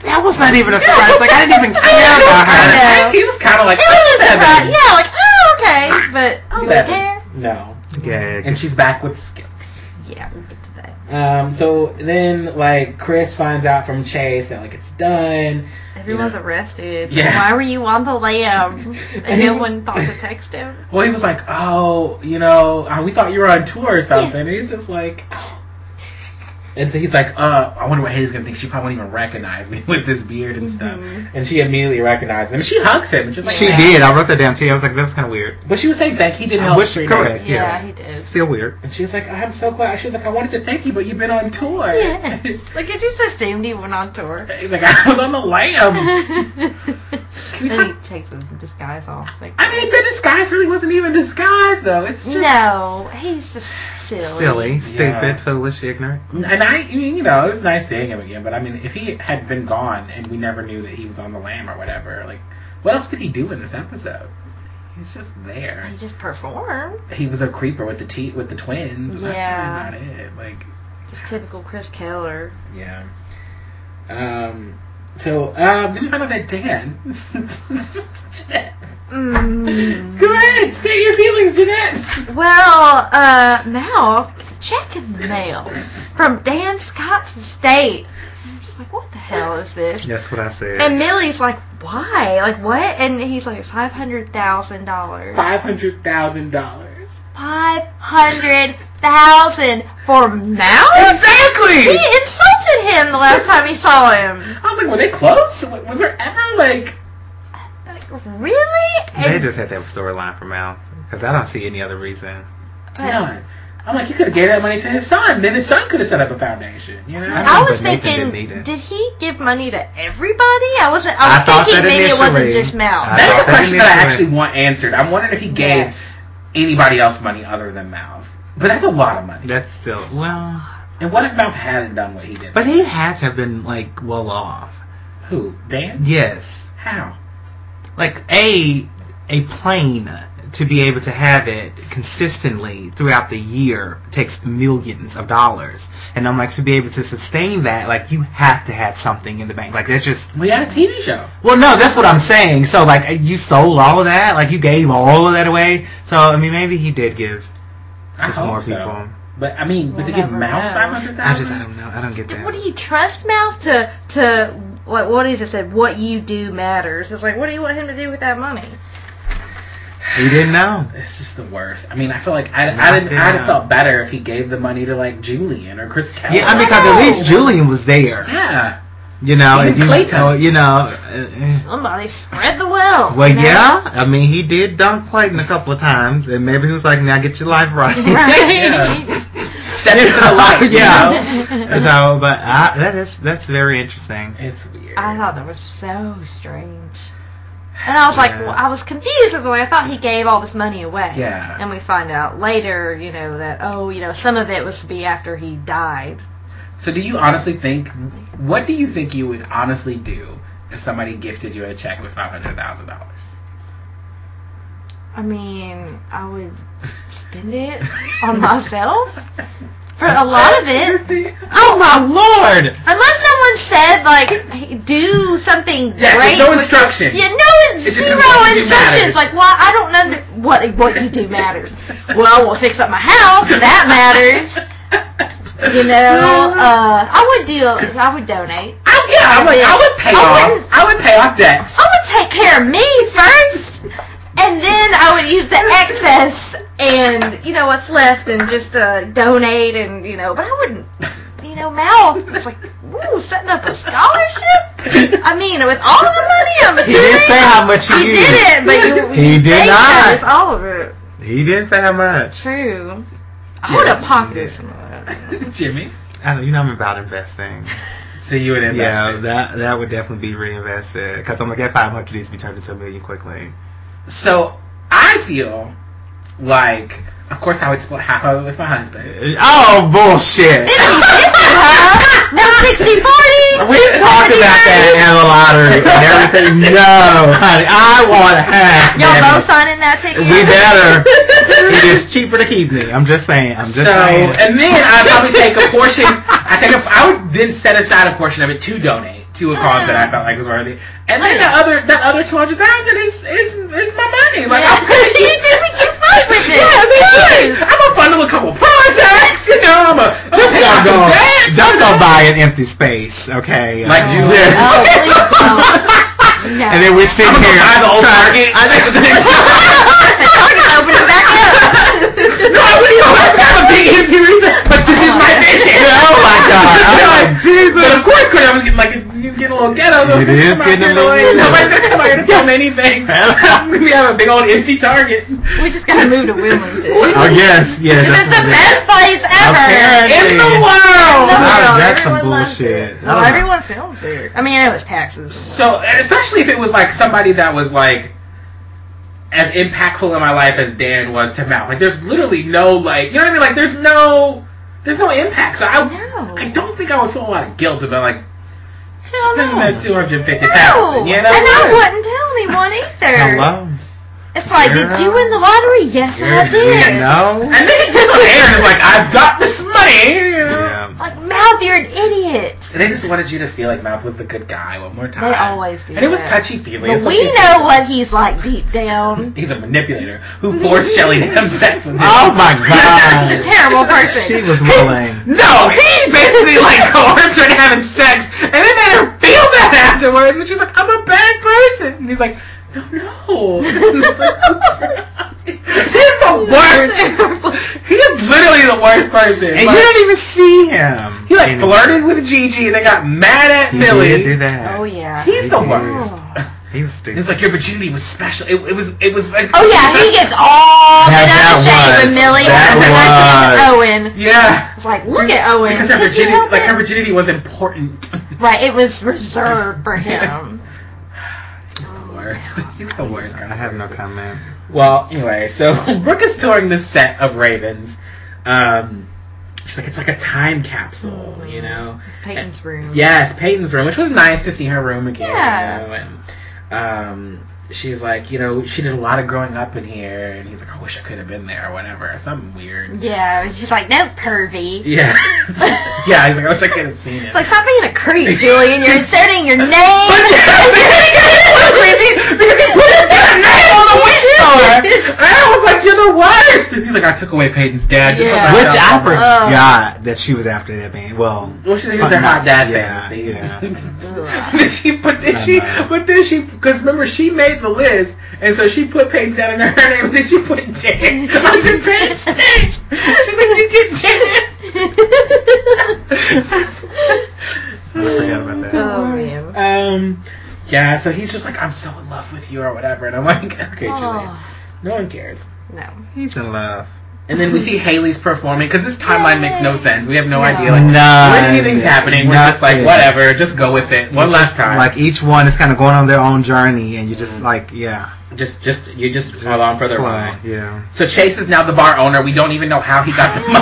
[SPEAKER 3] That was not even a surprise. Like I didn't even care about
[SPEAKER 1] I
[SPEAKER 3] her.
[SPEAKER 1] don't know. he was kind of like,
[SPEAKER 2] It was a
[SPEAKER 1] "Seven."
[SPEAKER 2] surprise. Yeah, like, oh, okay. But do we
[SPEAKER 1] Bevan.
[SPEAKER 2] care?
[SPEAKER 1] No,
[SPEAKER 3] Gag.
[SPEAKER 1] and she's back with Skip.
[SPEAKER 2] Yeah, we'll get to that.
[SPEAKER 1] Um, so then, like, Chris finds out from Chase that, like, it's done.
[SPEAKER 2] Everyone's
[SPEAKER 1] You know.
[SPEAKER 2] arrested.
[SPEAKER 1] Yeah.
[SPEAKER 2] Why were you on the lam?
[SPEAKER 1] And
[SPEAKER 2] And
[SPEAKER 1] he
[SPEAKER 2] no
[SPEAKER 1] was-
[SPEAKER 2] one thought to text him.
[SPEAKER 1] Well, he was like, oh, you know, uh, we thought you were on tour or something. And he's just like, "Oh." and so he's like, uh, I wonder what Haley's gonna think. She probably won't even recognize me with this beard and stuff. And she immediately recognized him. She hugs him. And she's like,
[SPEAKER 3] She
[SPEAKER 1] "Ah."
[SPEAKER 3] did. I wrote that down too. I was like, that's kind of weird.
[SPEAKER 1] But she was saying thank. He did help.
[SPEAKER 3] Which-
[SPEAKER 1] straighten
[SPEAKER 3] correct.
[SPEAKER 1] out.
[SPEAKER 2] Yeah,
[SPEAKER 3] Yeah.
[SPEAKER 2] he did.
[SPEAKER 3] Still weird.
[SPEAKER 1] And she was like, I'm so glad. She was like, I wanted to thank you, but you've been on tour.
[SPEAKER 2] Yeah. Like, I just assumed he went on tour.
[SPEAKER 1] he's like, I was on the
[SPEAKER 2] Um,
[SPEAKER 1] lamb.
[SPEAKER 2] then he takes his disguise off. Like,
[SPEAKER 1] I mean, the disguise really wasn't even disguise though. It's just
[SPEAKER 2] no, he's just silly.
[SPEAKER 3] Silly, stupid,
[SPEAKER 1] Yeah.
[SPEAKER 3] foolish, ignorant.
[SPEAKER 1] And I, I mean, you know, it was nice seeing him again. But I mean, if he had been gone and we never knew that he was on the lam or whatever, like, what else did he do in this episode? He's just there.
[SPEAKER 2] He just performed.
[SPEAKER 1] He was a creeper with the t with the twins. And
[SPEAKER 2] Yeah.
[SPEAKER 1] That's really not it. Like,
[SPEAKER 2] Just typical Chris Keller.
[SPEAKER 1] yeah. Um. So, um, then we found out that Dan. Jeanette.
[SPEAKER 2] Mm.
[SPEAKER 1] Come on, state your feelings, Jeanette.
[SPEAKER 2] Well, uh, Mouth check in the mail from Dan Scott's estate. I'm just like, what the hell is this?
[SPEAKER 3] That's what I said.
[SPEAKER 2] And Millie's like, why? Like, what? And he's like, five hundred thousand dollars.
[SPEAKER 1] Five hundred thousand dollars.
[SPEAKER 2] Five hundred thousand for Mount? He
[SPEAKER 1] Exactly.
[SPEAKER 2] insulted him the last time he saw him.
[SPEAKER 1] I was like, were they close? Was there ever like?
[SPEAKER 2] Like, really?
[SPEAKER 3] they
[SPEAKER 2] And-
[SPEAKER 3] just had that storyline for Mouth because I don't see any other reason.
[SPEAKER 2] but-
[SPEAKER 1] None. I'm like, he could have gave that money to his son. Then his son could have set up a foundation. You know?
[SPEAKER 3] I
[SPEAKER 2] I
[SPEAKER 3] mean,
[SPEAKER 2] was
[SPEAKER 3] but Nathan didn't need
[SPEAKER 2] thinking,
[SPEAKER 3] it.
[SPEAKER 2] did he give money to everybody? I wasn't. I
[SPEAKER 3] I
[SPEAKER 2] was
[SPEAKER 3] thought
[SPEAKER 2] thinking
[SPEAKER 3] that
[SPEAKER 2] maybe it wasn't
[SPEAKER 3] initially.
[SPEAKER 2] just Mal.
[SPEAKER 3] I
[SPEAKER 1] That is a
[SPEAKER 3] thought that
[SPEAKER 1] question that I
[SPEAKER 3] initially-
[SPEAKER 1] actually want answered. I'm wondering if he gave
[SPEAKER 2] Yes.
[SPEAKER 1] anybody else money other than Mouth. But that's a lot of money.
[SPEAKER 3] That's still well,
[SPEAKER 1] And what if Mouth hadn't done what he did?
[SPEAKER 3] but he had to have been like well off.
[SPEAKER 1] who? Dan?
[SPEAKER 3] Yes,
[SPEAKER 1] How?
[SPEAKER 3] like a a plane to be able to have it consistently throughout the year takes millions of dollars, and I'm like to be able to sustain that, like you have to have something in the bank. Like that's just
[SPEAKER 1] We had a TV show.
[SPEAKER 3] Well, no, that's what I'm saying. So, like, you sold all of that, like, you gave all of that away. So, I mean, maybe he did give
[SPEAKER 1] I
[SPEAKER 3] to some
[SPEAKER 1] hope
[SPEAKER 3] more
[SPEAKER 1] so.
[SPEAKER 3] people.
[SPEAKER 1] But I mean,
[SPEAKER 2] We'll
[SPEAKER 1] but to give
[SPEAKER 2] never
[SPEAKER 1] Mouth
[SPEAKER 2] know.
[SPEAKER 1] five hundred
[SPEAKER 3] I just, I
[SPEAKER 1] thousand.
[SPEAKER 3] don't know. I don't get
[SPEAKER 2] Did-
[SPEAKER 3] that.
[SPEAKER 2] What do you trust Mouth to to what what is it that what you do matters? It's like what do you want him to do with that money?
[SPEAKER 3] He didn't know.
[SPEAKER 1] It's just the worst. I mean, I feel like I,
[SPEAKER 3] Not
[SPEAKER 1] I didn't. I'd have
[SPEAKER 3] them.
[SPEAKER 1] felt better if he gave the money to like Julian or Chris Kelly.
[SPEAKER 3] Yeah, I mean, because at least Julian was there.
[SPEAKER 1] yeah.
[SPEAKER 3] You know,
[SPEAKER 1] Even
[SPEAKER 3] and you,
[SPEAKER 1] Clayton.
[SPEAKER 3] so, you know. uh,
[SPEAKER 2] Somebody spread the wealth.
[SPEAKER 3] Well,
[SPEAKER 2] you know?
[SPEAKER 3] yeah. I mean, he did dunk Clayton a couple of times, and maybe he was like, "Now get your life right."
[SPEAKER 2] Right.
[SPEAKER 1] Step into the light.
[SPEAKER 3] Yeah.
[SPEAKER 1] You know?
[SPEAKER 3] so, but I, that is that's very interesting.
[SPEAKER 1] It's weird.
[SPEAKER 2] I thought that was so strange. And I was like,
[SPEAKER 3] Yeah.
[SPEAKER 2] well, I was confused. I was like, I thought he gave all this money away.
[SPEAKER 1] Yeah.
[SPEAKER 2] And we find out later, you know, that oh, you know, some of it was to be after he died.
[SPEAKER 1] So do you honestly think what do you think you would honestly do if somebody gifted you a check with five hundred thousand dollars?
[SPEAKER 2] I mean, I would spend it on myself for a lot of it.
[SPEAKER 3] Oh my lord!
[SPEAKER 2] Unless someone said like, do something
[SPEAKER 1] Yes,
[SPEAKER 2] great.
[SPEAKER 1] there's no
[SPEAKER 2] with-
[SPEAKER 1] instruction.
[SPEAKER 2] yeah, no, it's,
[SPEAKER 1] It just
[SPEAKER 2] zero
[SPEAKER 1] is what you do
[SPEAKER 2] instructions.
[SPEAKER 1] matters.
[SPEAKER 2] Like, why? I don't know what what you do matters. well, we'll fix up my house. That matters. You know, uh, I would do. I would donate.
[SPEAKER 1] I, yeah, I'm like, I would pay
[SPEAKER 2] I
[SPEAKER 1] off. I would pay off debts.
[SPEAKER 2] I would take care of me first, and then I would use the excess and you know what's left and just uh, donate and you know. But I wouldn't. You know, Mal was like, "Ooh, setting up a scholarship." I mean, with all the money, I'm
[SPEAKER 3] He
[SPEAKER 2] assuming
[SPEAKER 3] didn't say how much he,
[SPEAKER 2] you
[SPEAKER 3] used.
[SPEAKER 2] did it, but you,
[SPEAKER 3] He
[SPEAKER 2] you
[SPEAKER 3] did
[SPEAKER 2] think
[SPEAKER 3] not.
[SPEAKER 2] that It's all of it.
[SPEAKER 3] He didn't say how much.
[SPEAKER 2] True. I would have
[SPEAKER 3] Yeah.
[SPEAKER 2] pocketed some of that.
[SPEAKER 1] Jimmy.
[SPEAKER 3] I don't, you know, I'm about investing.
[SPEAKER 1] So you would invest.
[SPEAKER 3] yeah,
[SPEAKER 1] it.
[SPEAKER 3] that that would definitely be reinvested because I'm like that 500 needs to be turned into a million quickly.
[SPEAKER 1] So I feel like of course I would split half of it with my husband.
[SPEAKER 3] Oh bullshit!
[SPEAKER 2] 50 huh? No 60 40?
[SPEAKER 3] We've talked about that at the lottery and everything. No, honey, I want half.
[SPEAKER 2] Y'all
[SPEAKER 3] damn
[SPEAKER 2] both
[SPEAKER 3] it.
[SPEAKER 2] signing that ticket?
[SPEAKER 3] We better. It is cheaper to keep me. I'm just saying. I'm just
[SPEAKER 1] So
[SPEAKER 3] saying.
[SPEAKER 1] and then I'd probably take a portion. I take a, I would then set aside a portion of it to donate to a cause that I felt like was worthy. And then the other that other two hundred thousand is is is my money. Like I'm gonna
[SPEAKER 2] you
[SPEAKER 1] use
[SPEAKER 2] did
[SPEAKER 1] it.
[SPEAKER 2] we can fight with it.
[SPEAKER 1] Yeah, it's I'm gonna bundle a couple projects. You know, I'm a
[SPEAKER 3] Just
[SPEAKER 1] take
[SPEAKER 3] don't
[SPEAKER 1] out some
[SPEAKER 3] go.
[SPEAKER 1] debt, you
[SPEAKER 3] Don't
[SPEAKER 1] know?
[SPEAKER 3] go buy an empty space, okay?
[SPEAKER 1] Like
[SPEAKER 3] Uh,
[SPEAKER 1] Julius.
[SPEAKER 3] yes.
[SPEAKER 2] Oh, please don't. No.
[SPEAKER 3] And then we sit
[SPEAKER 1] I'm gonna
[SPEAKER 3] here.
[SPEAKER 1] go buy the old
[SPEAKER 3] trying-
[SPEAKER 1] Target.
[SPEAKER 3] I think-
[SPEAKER 2] open it back up.
[SPEAKER 1] no, I wouldn't go. I just have a big empty reason. But this is my vision.
[SPEAKER 3] Oh my God.
[SPEAKER 1] You know,
[SPEAKER 3] Oh my Jesus.
[SPEAKER 1] But of course, Cornell was getting like you get a little ghetto. those
[SPEAKER 3] It
[SPEAKER 1] people
[SPEAKER 3] is
[SPEAKER 1] come out
[SPEAKER 3] getting a
[SPEAKER 1] here
[SPEAKER 3] little
[SPEAKER 1] to, like,
[SPEAKER 3] ghetto.
[SPEAKER 1] Nobody's gonna come out here to film anything. we have a big old empty target.
[SPEAKER 2] We just gotta move to Wilmington.
[SPEAKER 3] Oh yes, yeah.
[SPEAKER 2] This is
[SPEAKER 3] that's
[SPEAKER 2] the
[SPEAKER 3] what it is.
[SPEAKER 2] best place ever.
[SPEAKER 3] Apparently.
[SPEAKER 1] It's the
[SPEAKER 2] No,
[SPEAKER 1] world.
[SPEAKER 3] No. Wow, that's
[SPEAKER 2] everyone
[SPEAKER 3] some
[SPEAKER 2] loves
[SPEAKER 3] bullshit.
[SPEAKER 2] it.
[SPEAKER 3] I
[SPEAKER 2] Well,
[SPEAKER 3] don't know.
[SPEAKER 2] everyone films there. I mean, I know it's taxes.
[SPEAKER 1] So especially if it was like somebody that was like as impactful in my life as Dan was to Mal. Like there's literally no like you know what I mean? Like there's no there's no impact. So I
[SPEAKER 2] No.
[SPEAKER 1] I don't think I would feel a lot of guilt about like
[SPEAKER 2] Hell
[SPEAKER 1] spending
[SPEAKER 2] Oh, no.
[SPEAKER 1] that two hundred fifty
[SPEAKER 2] No,
[SPEAKER 1] thousand. You
[SPEAKER 2] and
[SPEAKER 1] know?
[SPEAKER 2] I wouldn't tell anyone either.
[SPEAKER 3] Hello.
[SPEAKER 2] It's like, did you win the lottery? Yes, I
[SPEAKER 3] You
[SPEAKER 2] did.
[SPEAKER 3] know.
[SPEAKER 1] And then he gets on air and is like, I've got this money. You know?
[SPEAKER 3] Yeah. them.
[SPEAKER 2] Like, mouth, you're an idiot.
[SPEAKER 1] They just wanted you to feel like Mouth was the good guy one more time.
[SPEAKER 2] They always do.
[SPEAKER 1] And it was
[SPEAKER 2] that.
[SPEAKER 1] touchy feely.
[SPEAKER 2] But we know what he's like deep down.
[SPEAKER 1] He's a manipulator who forced Shelly to have sex with him.
[SPEAKER 3] Oh my
[SPEAKER 2] He's a
[SPEAKER 3] god.
[SPEAKER 2] terrible person.
[SPEAKER 3] She was willing.
[SPEAKER 1] No, he basically like coerced her to having sex, and then made her feel bad afterwards. But she's like, "I'm a bad person," and he's like, "No, no." he's the worst. He is literally the worst person.
[SPEAKER 3] And you
[SPEAKER 1] Like,
[SPEAKER 3] don't even see him.
[SPEAKER 1] he like
[SPEAKER 3] And
[SPEAKER 1] flirted with Gigi. They got mad at
[SPEAKER 3] He
[SPEAKER 1] Millie.
[SPEAKER 3] did do that.
[SPEAKER 2] oh yeah.
[SPEAKER 1] He's the
[SPEAKER 3] He
[SPEAKER 1] worst.
[SPEAKER 2] Oh.
[SPEAKER 3] He was
[SPEAKER 1] And
[SPEAKER 3] stupid.
[SPEAKER 1] It's like your virginity was special. It, it was. It was like.
[SPEAKER 2] Oh yeah, he gets all
[SPEAKER 3] That-
[SPEAKER 2] bent out of
[SPEAKER 3] that
[SPEAKER 2] shape with
[SPEAKER 3] was-
[SPEAKER 2] Millie
[SPEAKER 3] that
[SPEAKER 2] and Owen.
[SPEAKER 1] Yeah.
[SPEAKER 2] It's like, look at Owen.
[SPEAKER 1] Because her
[SPEAKER 2] Could you
[SPEAKER 1] virginity,
[SPEAKER 2] help
[SPEAKER 1] like
[SPEAKER 2] it?
[SPEAKER 1] her virginity, was important.
[SPEAKER 2] Right, it was reserved for him.
[SPEAKER 1] He's the worst. He's the worst.
[SPEAKER 3] I have no comment.
[SPEAKER 1] Well, anyway, so Brooke is touring this set of Ravens. Um, she's like, it's like a time capsule,
[SPEAKER 2] Mm-hmm.
[SPEAKER 1] you know?
[SPEAKER 2] Peyton's room.
[SPEAKER 1] Yes, Peyton's room, which was nice to see her room again. you
[SPEAKER 2] Yeah.
[SPEAKER 1] know, and, um, she's like, you know, she did a lot of growing up in here, and he's like, I wish I could have been there, or whatever, something weird.
[SPEAKER 2] Yeah, it's just like, no, pervy.
[SPEAKER 1] Yeah. yeah, he's like, I wish I could have seen it.
[SPEAKER 2] It's like, stop being a creep, Julian. You're inserting your name.
[SPEAKER 1] But because because he put his damn name on the wish door. And I was like, you're the worst. And he's like, I took away Peyton's dad. because
[SPEAKER 2] Yeah. Oh.
[SPEAKER 3] Which I
[SPEAKER 1] felt-
[SPEAKER 3] forgot that she was after that man. Well,
[SPEAKER 1] Well, she was their hot dad
[SPEAKER 3] Yeah,
[SPEAKER 1] fantasy.
[SPEAKER 3] yeah.
[SPEAKER 1] then she, but then
[SPEAKER 3] I
[SPEAKER 1] she,
[SPEAKER 3] know.
[SPEAKER 1] but then she, because remember she made the list, and so she put Peyton's dad in her name, and then she put Janet under Peyton's name. She's like, you get Janet.
[SPEAKER 3] I forgot about that.
[SPEAKER 2] Oh, man.
[SPEAKER 1] Um, yeah. So he's just like, I'm so in love with you, or whatever, and I'm like, okay, Julian, no one cares.
[SPEAKER 2] Oh, no.
[SPEAKER 3] he's in love.
[SPEAKER 1] And then we see Haley's performing because this timeline makes no sense. We have no
[SPEAKER 2] No.
[SPEAKER 1] idea like
[SPEAKER 3] None.
[SPEAKER 1] when anything's happening. We're just like
[SPEAKER 3] Nothing.
[SPEAKER 1] whatever, just go with it. One
[SPEAKER 3] It's
[SPEAKER 1] last
[SPEAKER 3] just
[SPEAKER 1] time,
[SPEAKER 3] Like each one is kind of going on their own journey, and you just like, yeah,
[SPEAKER 1] just just you just along for the
[SPEAKER 3] fly.
[SPEAKER 1] ride.
[SPEAKER 3] Yeah.
[SPEAKER 1] So Chase is now the bar owner. We don't even know how he got the
[SPEAKER 2] I know.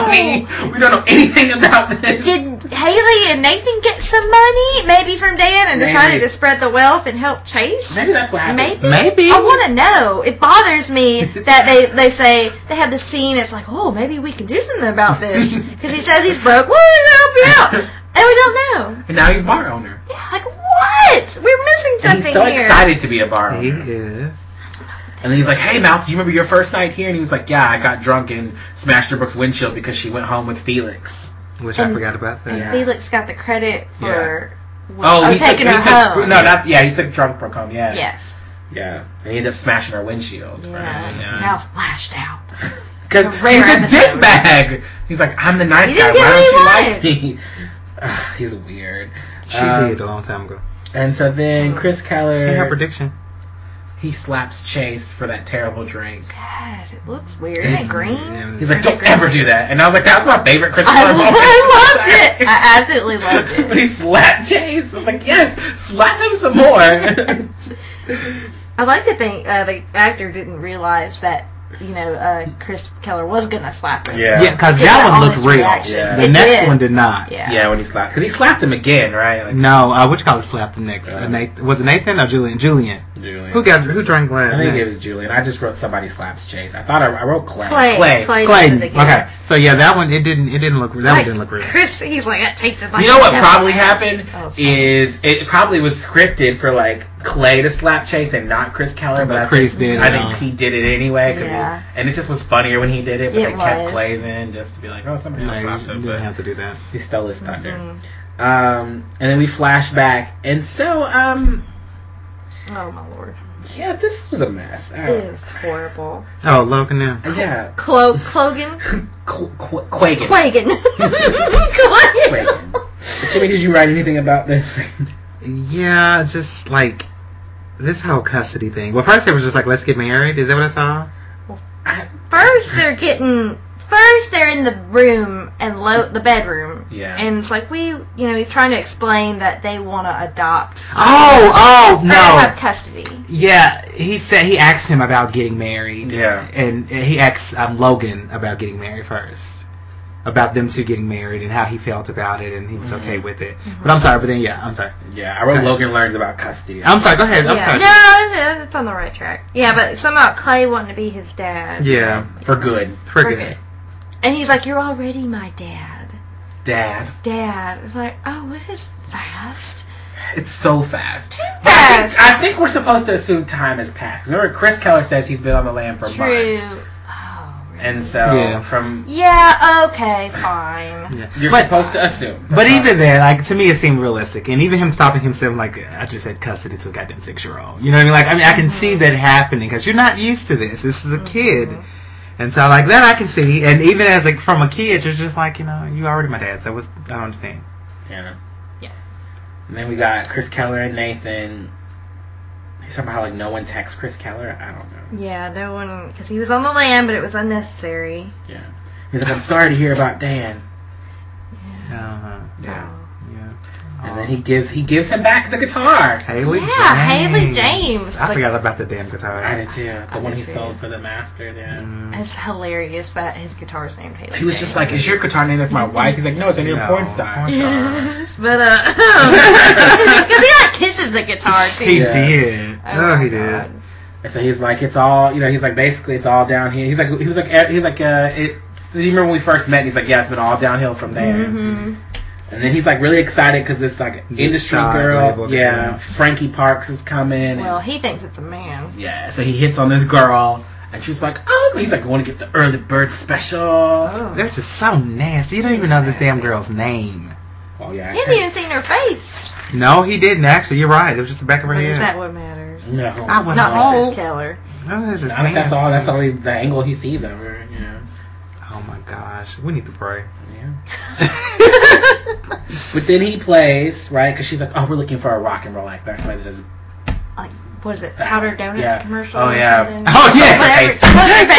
[SPEAKER 1] money. We don't know anything about this.
[SPEAKER 2] Did Haley and Nathan get some money? Maybe from Dan and decided
[SPEAKER 1] Maybe.
[SPEAKER 2] to spread the wealth and help Chase?
[SPEAKER 1] Maybe that's what happened.
[SPEAKER 2] Maybe.
[SPEAKER 3] Maybe.
[SPEAKER 2] I want to know. It bothers me that they, they say they have the scene. It's like, oh, maybe we can do something about this because he says he's broke. Well, we're gonna help you out, and we don't know.
[SPEAKER 1] And now he's bar owner.
[SPEAKER 2] Yeah, like what? We're missing something
[SPEAKER 1] And he's so
[SPEAKER 2] here.
[SPEAKER 1] excited to be a bar
[SPEAKER 3] He
[SPEAKER 1] owner.
[SPEAKER 3] is.
[SPEAKER 1] And then he's like, "Hey, Mouth, do you remember your first night here?" And he was like, "Yeah, I got drunk and smashed her Brooks' windshield because she went home with Felix."
[SPEAKER 3] Which
[SPEAKER 2] And-
[SPEAKER 3] I forgot about that.
[SPEAKER 2] And
[SPEAKER 1] Yeah.
[SPEAKER 2] Felix got the credit for
[SPEAKER 1] Oh,
[SPEAKER 2] oh,
[SPEAKER 1] he
[SPEAKER 2] taking
[SPEAKER 1] took,
[SPEAKER 2] her
[SPEAKER 1] he took-
[SPEAKER 2] home.
[SPEAKER 1] No, not yeah. He took drunk Brooke home. Yeah.
[SPEAKER 2] Yes.
[SPEAKER 1] Yeah, and he ended up smashing her windshield.
[SPEAKER 2] Yeah.
[SPEAKER 1] right?
[SPEAKER 2] Now flashed out.
[SPEAKER 1] Because
[SPEAKER 2] It's a rare
[SPEAKER 1] he's a
[SPEAKER 2] episode.
[SPEAKER 1] dick bag. He's like, I'm the nice
[SPEAKER 2] He
[SPEAKER 1] guy. Why
[SPEAKER 2] didn't
[SPEAKER 1] don't you
[SPEAKER 2] get what he
[SPEAKER 1] like me? Ugh, he's weird.
[SPEAKER 3] She
[SPEAKER 1] Um,
[SPEAKER 3] did a long time ago.
[SPEAKER 1] And so
[SPEAKER 2] Oh.
[SPEAKER 1] then Chris
[SPEAKER 3] And her
[SPEAKER 1] Keller,
[SPEAKER 3] prediction.
[SPEAKER 1] he slaps Chase for that terrible drink.
[SPEAKER 2] Yes, it looks weird. Isn't it green?
[SPEAKER 1] He's like, don't ever do that. And I was like, that was my favorite Chris
[SPEAKER 2] I,
[SPEAKER 1] Keller
[SPEAKER 2] lo-
[SPEAKER 1] moment.
[SPEAKER 2] I loved it. I absolutely loved it.
[SPEAKER 1] when he slapped Chase, I was like, yes, slap him some more.
[SPEAKER 2] I like to think uh, the actor didn't realize that you know uh, Chris Keller was gonna slap him.
[SPEAKER 1] yeah.
[SPEAKER 3] Yeah, because that one looked real.
[SPEAKER 1] Yeah.
[SPEAKER 3] The
[SPEAKER 2] It
[SPEAKER 3] next
[SPEAKER 2] did.
[SPEAKER 3] one did not.
[SPEAKER 2] Yeah.
[SPEAKER 1] Yeah, when he slapped, because he slapped him again, right? Like,
[SPEAKER 3] No, uh, which call it slapped the next? Uh,
[SPEAKER 1] Uh,
[SPEAKER 3] Nathan, was it Nathan or Julian? Julian.
[SPEAKER 1] Julian.
[SPEAKER 3] Who got who drank last?
[SPEAKER 1] I think it
[SPEAKER 3] next?
[SPEAKER 1] was Julian. I just wrote somebody slaps Chase. I thought I, I wrote Clay.
[SPEAKER 2] Clay. Clay.
[SPEAKER 3] Clayton.
[SPEAKER 2] did it again.
[SPEAKER 3] Okay, so yeah, that one it didn't it didn't look that one
[SPEAKER 2] Like,
[SPEAKER 3] didn't look real.
[SPEAKER 2] Chris, he's like that tasted like. Oh,
[SPEAKER 1] You know what
[SPEAKER 2] devil's
[SPEAKER 1] probably
[SPEAKER 2] ass."
[SPEAKER 1] happened
[SPEAKER 2] That was funny.
[SPEAKER 1] is it probably was scripted for like Clay to slap Chase and not Chris Keller, but,
[SPEAKER 3] But
[SPEAKER 1] I
[SPEAKER 3] Chris
[SPEAKER 1] think-
[SPEAKER 3] did
[SPEAKER 1] I
[SPEAKER 3] it
[SPEAKER 1] think
[SPEAKER 3] all.
[SPEAKER 1] he did it anyway, 'cause he-
[SPEAKER 2] Yeah.
[SPEAKER 1] and it just was funnier when he did it. But
[SPEAKER 2] It
[SPEAKER 1] they kept
[SPEAKER 2] was.
[SPEAKER 1] Clay's in just to be like, oh, somebody else
[SPEAKER 3] No, you
[SPEAKER 1] slapped him,
[SPEAKER 3] didn't
[SPEAKER 1] but
[SPEAKER 3] have to do that.
[SPEAKER 1] he stole his thunder.
[SPEAKER 2] Mhm.
[SPEAKER 1] Um, and then we flash back, and so um,
[SPEAKER 2] Oh my lord,
[SPEAKER 1] yeah, this was a mess. I
[SPEAKER 2] it
[SPEAKER 1] don't-
[SPEAKER 2] was horrible.
[SPEAKER 3] Oh, Logan now.
[SPEAKER 1] Yeah,
[SPEAKER 2] Clo Clogan
[SPEAKER 1] Qu- Qu- Quagan.
[SPEAKER 2] Quagan.
[SPEAKER 1] Quagan.
[SPEAKER 2] Quagan.
[SPEAKER 1] Timmy, did you write anything about this?
[SPEAKER 3] Yeah, just like this whole custody thing. Well, first it was just like let's get married. Is that what I saw?
[SPEAKER 2] First they're getting. First they're in the room and lo- the bedroom.
[SPEAKER 1] Yeah.
[SPEAKER 2] And it's like we, you know, he's trying to explain that they want to adopt
[SPEAKER 3] Oh, oh
[SPEAKER 2] or have
[SPEAKER 3] no.
[SPEAKER 2] custody.
[SPEAKER 3] Yeah, he said he asked him about getting married.
[SPEAKER 1] yeah.
[SPEAKER 3] and he asked um, Logan about getting married first, about them two getting married and how he felt about it, and he was okay with it.
[SPEAKER 2] Mm-hmm.
[SPEAKER 3] But I'm sorry, but then yeah, I'm sorry.
[SPEAKER 1] Yeah, I wrote
[SPEAKER 3] Okay.
[SPEAKER 1] Logan learns about custody.
[SPEAKER 2] Um,
[SPEAKER 3] I'm sorry. Go ahead. I'm
[SPEAKER 2] Yeah.
[SPEAKER 3] sorry.
[SPEAKER 2] No, it's, it's on the right track. Yeah, but somehow Clay wanted to be his dad.
[SPEAKER 3] Yeah,
[SPEAKER 1] for good.
[SPEAKER 3] for
[SPEAKER 2] Forget
[SPEAKER 3] good.
[SPEAKER 2] it. And he's like, "You're already my dad."
[SPEAKER 1] Dad.
[SPEAKER 2] Dad. It's like, oh, it is fast.
[SPEAKER 1] It's so fast. I
[SPEAKER 2] Fast.
[SPEAKER 1] think, I think we're supposed to assume time has passed. 'Cause Remember, Chris Keller says he's been on the land for
[SPEAKER 2] True.
[SPEAKER 1] months,
[SPEAKER 2] Oh, really?
[SPEAKER 1] and so
[SPEAKER 3] Yeah.
[SPEAKER 1] from
[SPEAKER 2] yeah. Okay. Fine.
[SPEAKER 3] Yeah.
[SPEAKER 1] you're
[SPEAKER 3] But-
[SPEAKER 1] supposed to assume.
[SPEAKER 3] But even then, like to me, it seemed realistic, and even him stopping himself, like I just had custody to a goddamn six-year-old. You know what I mean? Like I mean, I can
[SPEAKER 1] Mm-hmm.
[SPEAKER 3] see that happening because you're not used to this. This is a kid, and so like that I can see. And even as like from a kid, you're just like you know you already my dad. So what's I don't understand.
[SPEAKER 1] Yeah.
[SPEAKER 2] Yeah.
[SPEAKER 1] And then we got Chris Keller and Nathan. He's talking about how like no one texts Chris Keller. I don't know.
[SPEAKER 2] Yeah. No one, because he was on the land, but it was unnecessary.
[SPEAKER 1] Yeah. He's like, I'm sorry to hear about Dan.
[SPEAKER 3] Uh-huh. Yeah.
[SPEAKER 1] And then he gives he gives him back the guitar.
[SPEAKER 3] Haley James.
[SPEAKER 2] Yeah, Haley James.
[SPEAKER 3] I
[SPEAKER 2] Like-
[SPEAKER 3] forgot about the damn guitar.
[SPEAKER 1] I did too. The
[SPEAKER 2] I
[SPEAKER 1] one
[SPEAKER 2] did
[SPEAKER 1] he
[SPEAKER 2] too.
[SPEAKER 1] sold for the master. Yeah.
[SPEAKER 3] Mm.
[SPEAKER 2] Oh, It's hilarious that his guitar's named Haley.
[SPEAKER 1] He was just
[SPEAKER 2] Jane.
[SPEAKER 1] like, "Is your guitar named after my wife?" He's like, "No, it's named after a
[SPEAKER 3] No,
[SPEAKER 1] porn star."
[SPEAKER 3] porn
[SPEAKER 2] Yes, but uh, because he like kisses the guitar too.
[SPEAKER 3] He
[SPEAKER 1] Yeah.
[SPEAKER 3] did. Oh,
[SPEAKER 2] my God.
[SPEAKER 3] he did.
[SPEAKER 1] And so he's like, "It's all you know." He's like, "Basically, it's all down here." He's like, "He was like, eh, he's like, uh, it." Do you remember when we first met? He's like, "Yeah, it's been all downhill from there."
[SPEAKER 2] Mhm.
[SPEAKER 1] And then he's like really excited because this like
[SPEAKER 3] Big
[SPEAKER 1] industry
[SPEAKER 3] side
[SPEAKER 1] girl,
[SPEAKER 3] label
[SPEAKER 1] yeah,
[SPEAKER 3] girl.
[SPEAKER 1] Frankie Parks is coming.
[SPEAKER 2] Well,
[SPEAKER 1] and,
[SPEAKER 2] he thinks it's a man.
[SPEAKER 1] yeah. So he hits on this girl, and she's like, "Oh," he's like, "Going to get the early bird special." Oh,
[SPEAKER 2] Oh.
[SPEAKER 3] They're just so nasty. You don't even know this damn girl's name.
[SPEAKER 1] Oh, yeah. I
[SPEAKER 2] He hadn't
[SPEAKER 1] can't-
[SPEAKER 2] even seen her face.
[SPEAKER 3] No, he didn't actually. You're right. It was just the back of her
[SPEAKER 2] But is
[SPEAKER 3] head.
[SPEAKER 2] that what matters?
[SPEAKER 1] No.
[SPEAKER 3] I would
[SPEAKER 2] Not
[SPEAKER 3] Oh.
[SPEAKER 2] to Chris Keller.
[SPEAKER 3] No, this is
[SPEAKER 1] I think that's
[SPEAKER 3] nasty.
[SPEAKER 1] all. That's only the angle he sees of her. You know.
[SPEAKER 3] Oh my gosh, we need to pray.
[SPEAKER 1] Yeah. But then he plays right because she's like, "Oh, we're looking for a rock and roll act." That's why does.
[SPEAKER 2] like, was it powder donut
[SPEAKER 1] Yeah.
[SPEAKER 2] commercial?
[SPEAKER 1] Oh,
[SPEAKER 2] or
[SPEAKER 1] yeah.
[SPEAKER 2] Something?
[SPEAKER 3] oh yeah.
[SPEAKER 2] Whatever.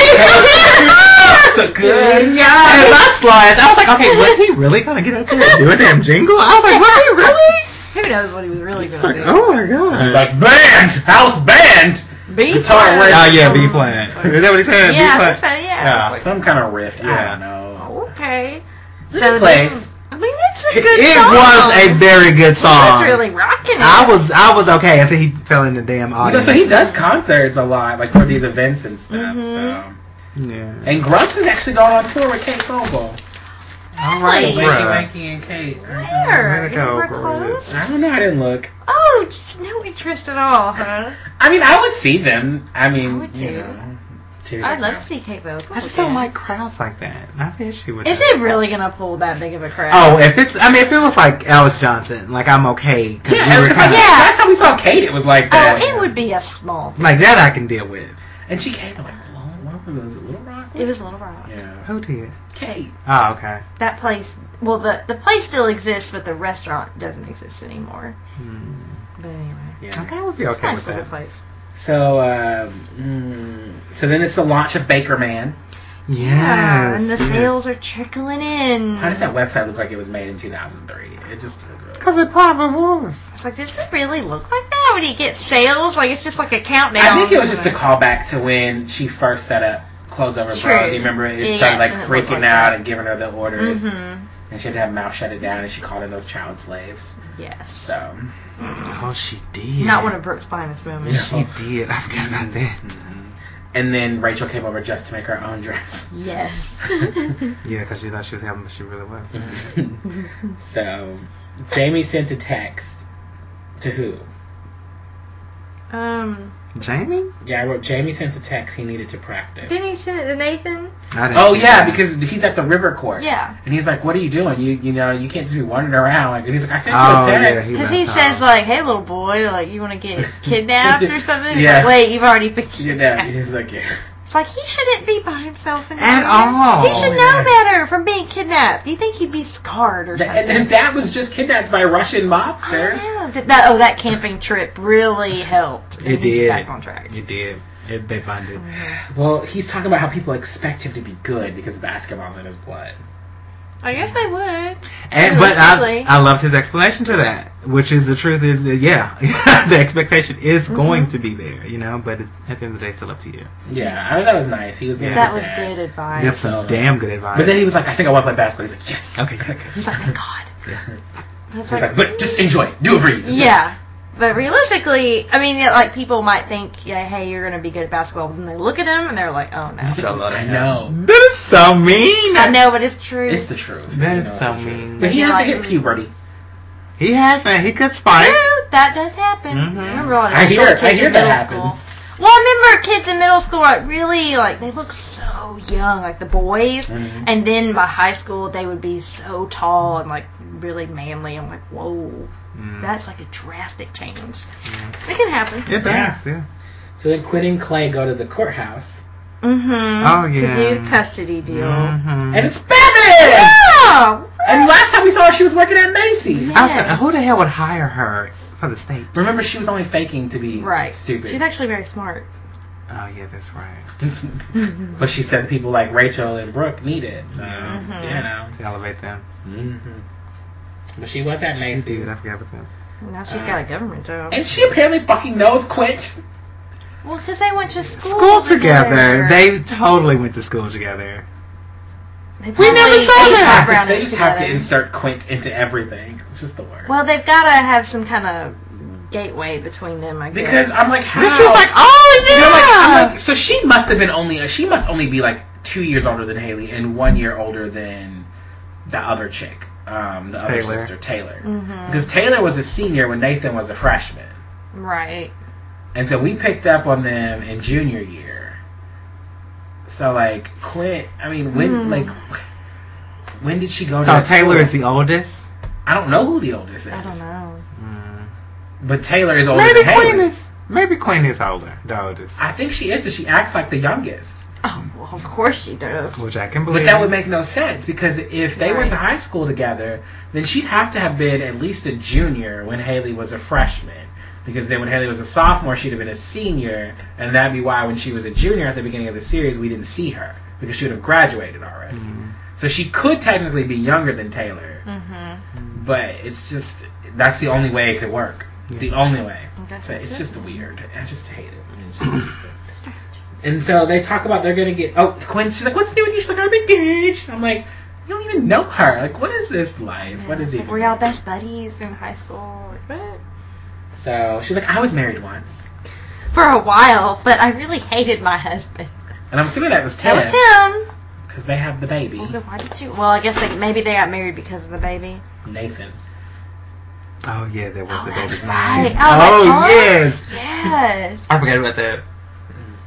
[SPEAKER 1] That's a good.
[SPEAKER 3] And my slides, I was like, okay, was he really gonna get out there and do a damn jingle? I was like, was he really?
[SPEAKER 2] Who knows what he was really
[SPEAKER 3] It's
[SPEAKER 2] gonna
[SPEAKER 3] like,
[SPEAKER 2] do?
[SPEAKER 3] oh my god.
[SPEAKER 1] He's like band, house band,
[SPEAKER 2] B
[SPEAKER 1] guitar
[SPEAKER 2] flat.
[SPEAKER 1] work.
[SPEAKER 3] Oh yeah, B flat. Is that what he said?
[SPEAKER 2] Yeah,
[SPEAKER 3] B
[SPEAKER 2] I think
[SPEAKER 3] flat.
[SPEAKER 2] so, yeah.
[SPEAKER 3] Yeah.
[SPEAKER 2] I was like,
[SPEAKER 1] some kind of riff. Yeah. I don't
[SPEAKER 3] Yeah.
[SPEAKER 1] know.
[SPEAKER 2] okay.
[SPEAKER 1] Good place.
[SPEAKER 2] then- I mean, it's a
[SPEAKER 3] It,
[SPEAKER 2] good
[SPEAKER 3] it
[SPEAKER 2] song.
[SPEAKER 3] was a very good song.
[SPEAKER 2] That's really rocking. it.
[SPEAKER 3] I was I was okay until he fell in the damn
[SPEAKER 1] You know,
[SPEAKER 3] audience.
[SPEAKER 1] so he does concerts a lot, like for these events and stuff. So.
[SPEAKER 2] Mhm.
[SPEAKER 3] yeah.
[SPEAKER 1] And Grunts is actually going on tour with Kate Sobel.
[SPEAKER 3] All right,
[SPEAKER 2] Really?
[SPEAKER 3] bruh.
[SPEAKER 1] Wanky Wanky and Kate.
[SPEAKER 2] Where?
[SPEAKER 3] Way to go,
[SPEAKER 2] Anywhere
[SPEAKER 3] bro.
[SPEAKER 2] close?
[SPEAKER 1] I don't know. I didn't look.
[SPEAKER 2] Oh, just no interest at all, huh?
[SPEAKER 1] I mean, I would see them. I mean,
[SPEAKER 2] I would
[SPEAKER 1] you
[SPEAKER 2] too.
[SPEAKER 1] know. Cheers,
[SPEAKER 2] I'd love
[SPEAKER 1] Grunts.
[SPEAKER 2] to see Kate Vogue.
[SPEAKER 3] I just don't like crowds like that. I have an issue with
[SPEAKER 2] Is
[SPEAKER 3] that.
[SPEAKER 2] it really gonna pull that big of a crowd?
[SPEAKER 3] Oh, if it's I mean if it was like Alice Johnson, like I'm okay. 'cause
[SPEAKER 1] Yeah,
[SPEAKER 3] we
[SPEAKER 1] it
[SPEAKER 3] were
[SPEAKER 1] was like,
[SPEAKER 3] kinda,
[SPEAKER 2] yeah.
[SPEAKER 1] last time we saw Kate, it was like that.
[SPEAKER 2] Oh, it would be a small.
[SPEAKER 3] like that I can deal with.
[SPEAKER 1] And she came to like Lone Rock. Was it Little Rock?
[SPEAKER 2] It was a Little Rock.
[SPEAKER 1] Yeah.
[SPEAKER 3] Who did?
[SPEAKER 1] Kate.
[SPEAKER 3] Oh, okay.
[SPEAKER 2] That place. Well, the the place still exists, but the restaurant doesn't exist anymore.
[SPEAKER 3] Hmm.
[SPEAKER 2] But anyway,
[SPEAKER 1] Yeah.
[SPEAKER 3] Okay, I would be
[SPEAKER 2] it's a
[SPEAKER 3] okay
[SPEAKER 2] nice
[SPEAKER 3] with
[SPEAKER 2] little
[SPEAKER 3] that.
[SPEAKER 2] place.
[SPEAKER 1] So, um, mm, so then it's the launch of Baker Man.
[SPEAKER 3] Yes.
[SPEAKER 2] Yeah, and the
[SPEAKER 3] yes.
[SPEAKER 2] sales are trickling in.
[SPEAKER 1] How does that website look like it was made in 2003? It just.
[SPEAKER 3] Cause it probably was.
[SPEAKER 2] It's like, does it really look like that? Would he get sales? Like, it's just like a countdown.
[SPEAKER 1] I think it was just a callback to when she first set up Closeover
[SPEAKER 2] True.
[SPEAKER 1] Bros. You remember it
[SPEAKER 2] Yes,
[SPEAKER 1] started like
[SPEAKER 2] and it looked
[SPEAKER 1] freaking
[SPEAKER 2] like
[SPEAKER 1] out
[SPEAKER 2] that.
[SPEAKER 1] and giving her the orders,
[SPEAKER 2] Mm-hmm.
[SPEAKER 1] and she had to have mouth shut it down, and she called in those child slaves.
[SPEAKER 2] Yes.
[SPEAKER 1] So,
[SPEAKER 3] Oh, she did.
[SPEAKER 2] Not one of Brooke's finest moments.
[SPEAKER 3] She did. I forgot about that.
[SPEAKER 1] mhm. and then Rachel came over just to make her own dress.
[SPEAKER 2] Yes.
[SPEAKER 3] Yeah, because she thought she was having, but she really wasn't. Mm-hmm.
[SPEAKER 1] so, Jamie sent a text to who?
[SPEAKER 2] um,
[SPEAKER 3] Jamie?
[SPEAKER 1] Yeah, I wrote Jamie sent a text he needed to practice.
[SPEAKER 2] didn't he send it to Nathan?
[SPEAKER 3] I didn't
[SPEAKER 1] Oh
[SPEAKER 3] see
[SPEAKER 1] yeah,
[SPEAKER 3] that.
[SPEAKER 1] because he's at the river court.
[SPEAKER 2] Yeah.
[SPEAKER 1] And he's like, "What are you doing? You you know you can't just be wandering around." Like, and he's like, "I sent you
[SPEAKER 3] Oh
[SPEAKER 1] a
[SPEAKER 3] yeah,
[SPEAKER 1] text."
[SPEAKER 3] he
[SPEAKER 2] Because he
[SPEAKER 3] left
[SPEAKER 2] says
[SPEAKER 3] off.
[SPEAKER 2] like, "Hey, little boy, like you want to get kidnapped or something?" He's
[SPEAKER 1] Yeah.
[SPEAKER 2] like, Wait, you've already been
[SPEAKER 1] You know,
[SPEAKER 2] kidnapped.
[SPEAKER 1] he's like, yeah.
[SPEAKER 2] It's like he shouldn't be by himself in
[SPEAKER 3] At
[SPEAKER 2] there.
[SPEAKER 3] all.
[SPEAKER 2] He should
[SPEAKER 1] Yeah.
[SPEAKER 2] know better from being kidnapped. You think he'd be scarred or
[SPEAKER 1] Th-
[SPEAKER 2] something?
[SPEAKER 1] and his dad was just kidnapped by Russian
[SPEAKER 2] I don't
[SPEAKER 1] mobsters.
[SPEAKER 2] know. Did that, oh, that camping trip really helped. And
[SPEAKER 3] It
[SPEAKER 2] he's
[SPEAKER 3] did.
[SPEAKER 2] Back on track.
[SPEAKER 3] You did. It, they bonded.
[SPEAKER 1] Well, he's talking about how people expect him to be good because basketball's in his blood.
[SPEAKER 2] I guess they would.
[SPEAKER 3] And
[SPEAKER 2] Yeah,
[SPEAKER 3] but I,
[SPEAKER 2] totally.
[SPEAKER 3] I loved his explanation to that, which is the truth is that yeah, the expectation is
[SPEAKER 2] Mm-hmm.
[SPEAKER 3] going to be there, you know. But it, at the end of the day, it's still up to you.
[SPEAKER 1] Yeah, I thought that was nice. He was being
[SPEAKER 2] That
[SPEAKER 1] a
[SPEAKER 2] was
[SPEAKER 1] dad.
[SPEAKER 2] good advice.
[SPEAKER 3] That's some damn good advice.
[SPEAKER 1] But then he was like, "I think I want to play basketball." He's like, "Yes."
[SPEAKER 3] okay, yeah, okay.
[SPEAKER 2] He's like, "Thank God. "Mm, That's
[SPEAKER 1] He's like, "But just enjoy it. Do it for you."
[SPEAKER 2] Yeah. But realistically, I mean, yeah, like people might think, yeah, hey, you're going to be good at basketball. But then they look at him and they're like, oh no.
[SPEAKER 3] It's a lot of
[SPEAKER 1] I
[SPEAKER 3] help.
[SPEAKER 1] know.
[SPEAKER 3] That is so mean.
[SPEAKER 2] I know, but it's true.
[SPEAKER 4] It's the truth.
[SPEAKER 3] That
[SPEAKER 4] You
[SPEAKER 3] is
[SPEAKER 4] know,
[SPEAKER 3] so
[SPEAKER 4] it's the truth.
[SPEAKER 1] But
[SPEAKER 3] mean.
[SPEAKER 1] he hasn't
[SPEAKER 2] Like-
[SPEAKER 1] hit puberty.
[SPEAKER 3] He hasn't. He could
[SPEAKER 2] True,
[SPEAKER 3] spike.
[SPEAKER 2] that does happen.
[SPEAKER 3] Mhm.
[SPEAKER 2] I remember all the
[SPEAKER 1] I hear-
[SPEAKER 2] short
[SPEAKER 1] I
[SPEAKER 2] kids
[SPEAKER 1] hear
[SPEAKER 2] in
[SPEAKER 1] that
[SPEAKER 2] middle
[SPEAKER 1] happens.
[SPEAKER 2] school. Well, I remember kids in middle school like really like they look so young, like the boys,
[SPEAKER 1] Mm. Mm-hmm.
[SPEAKER 4] Mhm.
[SPEAKER 2] and then by high school they would be so tall and like really manly. I'm like, whoa,
[SPEAKER 3] Mm.
[SPEAKER 2] that's like a drastic change.
[SPEAKER 3] Yeah.
[SPEAKER 2] It can happen.
[SPEAKER 3] It
[SPEAKER 4] Yeah.
[SPEAKER 3] does. Yeah.
[SPEAKER 4] So then Quinn and Clay go to the courthouse,
[SPEAKER 2] Mm-hmm.
[SPEAKER 3] Oh, yeah.
[SPEAKER 2] To do the custody deal.
[SPEAKER 1] Mm-hmm.
[SPEAKER 3] Mhm.
[SPEAKER 4] and it's Bevan.
[SPEAKER 2] Yeah.
[SPEAKER 1] And last time we saw her, she was working at Macy's.
[SPEAKER 2] Yeah.
[SPEAKER 3] I was like,
[SPEAKER 2] Yes.
[SPEAKER 3] who the hell would hire her for the state? Oh
[SPEAKER 1] Remember, she was only faking to be
[SPEAKER 2] Right.
[SPEAKER 1] stupid.
[SPEAKER 2] She's actually very smart.
[SPEAKER 3] Oh, yeah, that's right.
[SPEAKER 4] but she said people like Rachel and Brooke need it. So
[SPEAKER 3] Mhm.
[SPEAKER 4] you know.
[SPEAKER 3] To elevate them.
[SPEAKER 4] Mm-hmm. But she was at
[SPEAKER 3] She did.
[SPEAKER 4] Macy's.
[SPEAKER 3] I forgot about them.
[SPEAKER 2] Now she's got a government job.
[SPEAKER 1] And she apparently fucking knows Quint.
[SPEAKER 2] Well, because they went to school.
[SPEAKER 3] School together. They totally went to school together.
[SPEAKER 2] They
[SPEAKER 3] We never
[SPEAKER 2] probably
[SPEAKER 3] saw
[SPEAKER 2] ate
[SPEAKER 3] that.
[SPEAKER 2] hot
[SPEAKER 4] Just-
[SPEAKER 2] brownies
[SPEAKER 4] they just have to
[SPEAKER 2] together.
[SPEAKER 4] insert Quint into everything, which is the worst.
[SPEAKER 2] Well, they've got to have some kind of gateway between them, I guess.
[SPEAKER 1] Because I'm like, how?
[SPEAKER 3] And she was like, oh
[SPEAKER 1] You know, like, I'm
[SPEAKER 3] yeah.
[SPEAKER 1] like, so she must have been only she must only be like two years older than Haley and one year older than the other chick, um, the other
[SPEAKER 3] Taylor.
[SPEAKER 1] sister Taylor,
[SPEAKER 2] hmm
[SPEAKER 1] because Taylor was a senior when Nathan was a freshman,
[SPEAKER 2] Right.
[SPEAKER 1] and so we picked up on them in junior year. So like Quint, I mean, when
[SPEAKER 2] Hmm.
[SPEAKER 1] like when did she go? to
[SPEAKER 3] so
[SPEAKER 1] that
[SPEAKER 3] Taylor
[SPEAKER 1] school?
[SPEAKER 3] is the oldest.
[SPEAKER 1] I don't know who the oldest is,
[SPEAKER 2] I don't know.
[SPEAKER 3] Mm.
[SPEAKER 1] but Taylor is older
[SPEAKER 3] Maybe
[SPEAKER 1] than Haley.
[SPEAKER 3] Queen is. Maybe Queen is older. The oldest.
[SPEAKER 1] I think she is, but she acts like the youngest.
[SPEAKER 2] Oh, well, of course she does.
[SPEAKER 3] Which I can believe.
[SPEAKER 1] But that would make no sense because if they went to
[SPEAKER 2] Right.
[SPEAKER 1] high school together, then she'd have to have been at least a junior when Haley was a freshman. Because then when Haley was a sophomore, she'd have been a senior, and that'd be why when she was a junior at the beginning of the series, we didn't see her because she would have graduated already.
[SPEAKER 3] Mm.
[SPEAKER 1] So she could technically be younger than Taylor,
[SPEAKER 2] Mm-hmm.
[SPEAKER 1] but it's just that's the only way it could work. The only way.
[SPEAKER 2] Okay.
[SPEAKER 1] So it's just weird. I just hate it. I mean, it's just- and so they talk about they're gonna get. Oh, Quinn. She's like, "What's new with you?" She's like, "I'm engaged." I'm like, "You don't even know her. Like, what is this life? What is
[SPEAKER 2] It's like,
[SPEAKER 1] even?"
[SPEAKER 2] Were y'all best buddies in high school? Like, what?
[SPEAKER 1] So she's like, "I was married once,"
[SPEAKER 2] For a while, but I really hated my husband.
[SPEAKER 1] and I'm assuming that was
[SPEAKER 2] That
[SPEAKER 1] Tim
[SPEAKER 2] was Tim. Oh,
[SPEAKER 1] because they have the baby,
[SPEAKER 2] Well, then why did you? Well, I guess they, maybe they got married because of the baby.
[SPEAKER 1] Nathan.
[SPEAKER 3] Oh yeah, there was
[SPEAKER 2] Oh,
[SPEAKER 3] the
[SPEAKER 2] that's
[SPEAKER 3] baby's
[SPEAKER 2] right.
[SPEAKER 3] name.
[SPEAKER 2] Oh,
[SPEAKER 3] Oh,
[SPEAKER 2] my God.
[SPEAKER 3] yes.
[SPEAKER 1] Oh,
[SPEAKER 2] oh, Yes.
[SPEAKER 3] I forgot about that.
[SPEAKER 1] Mm,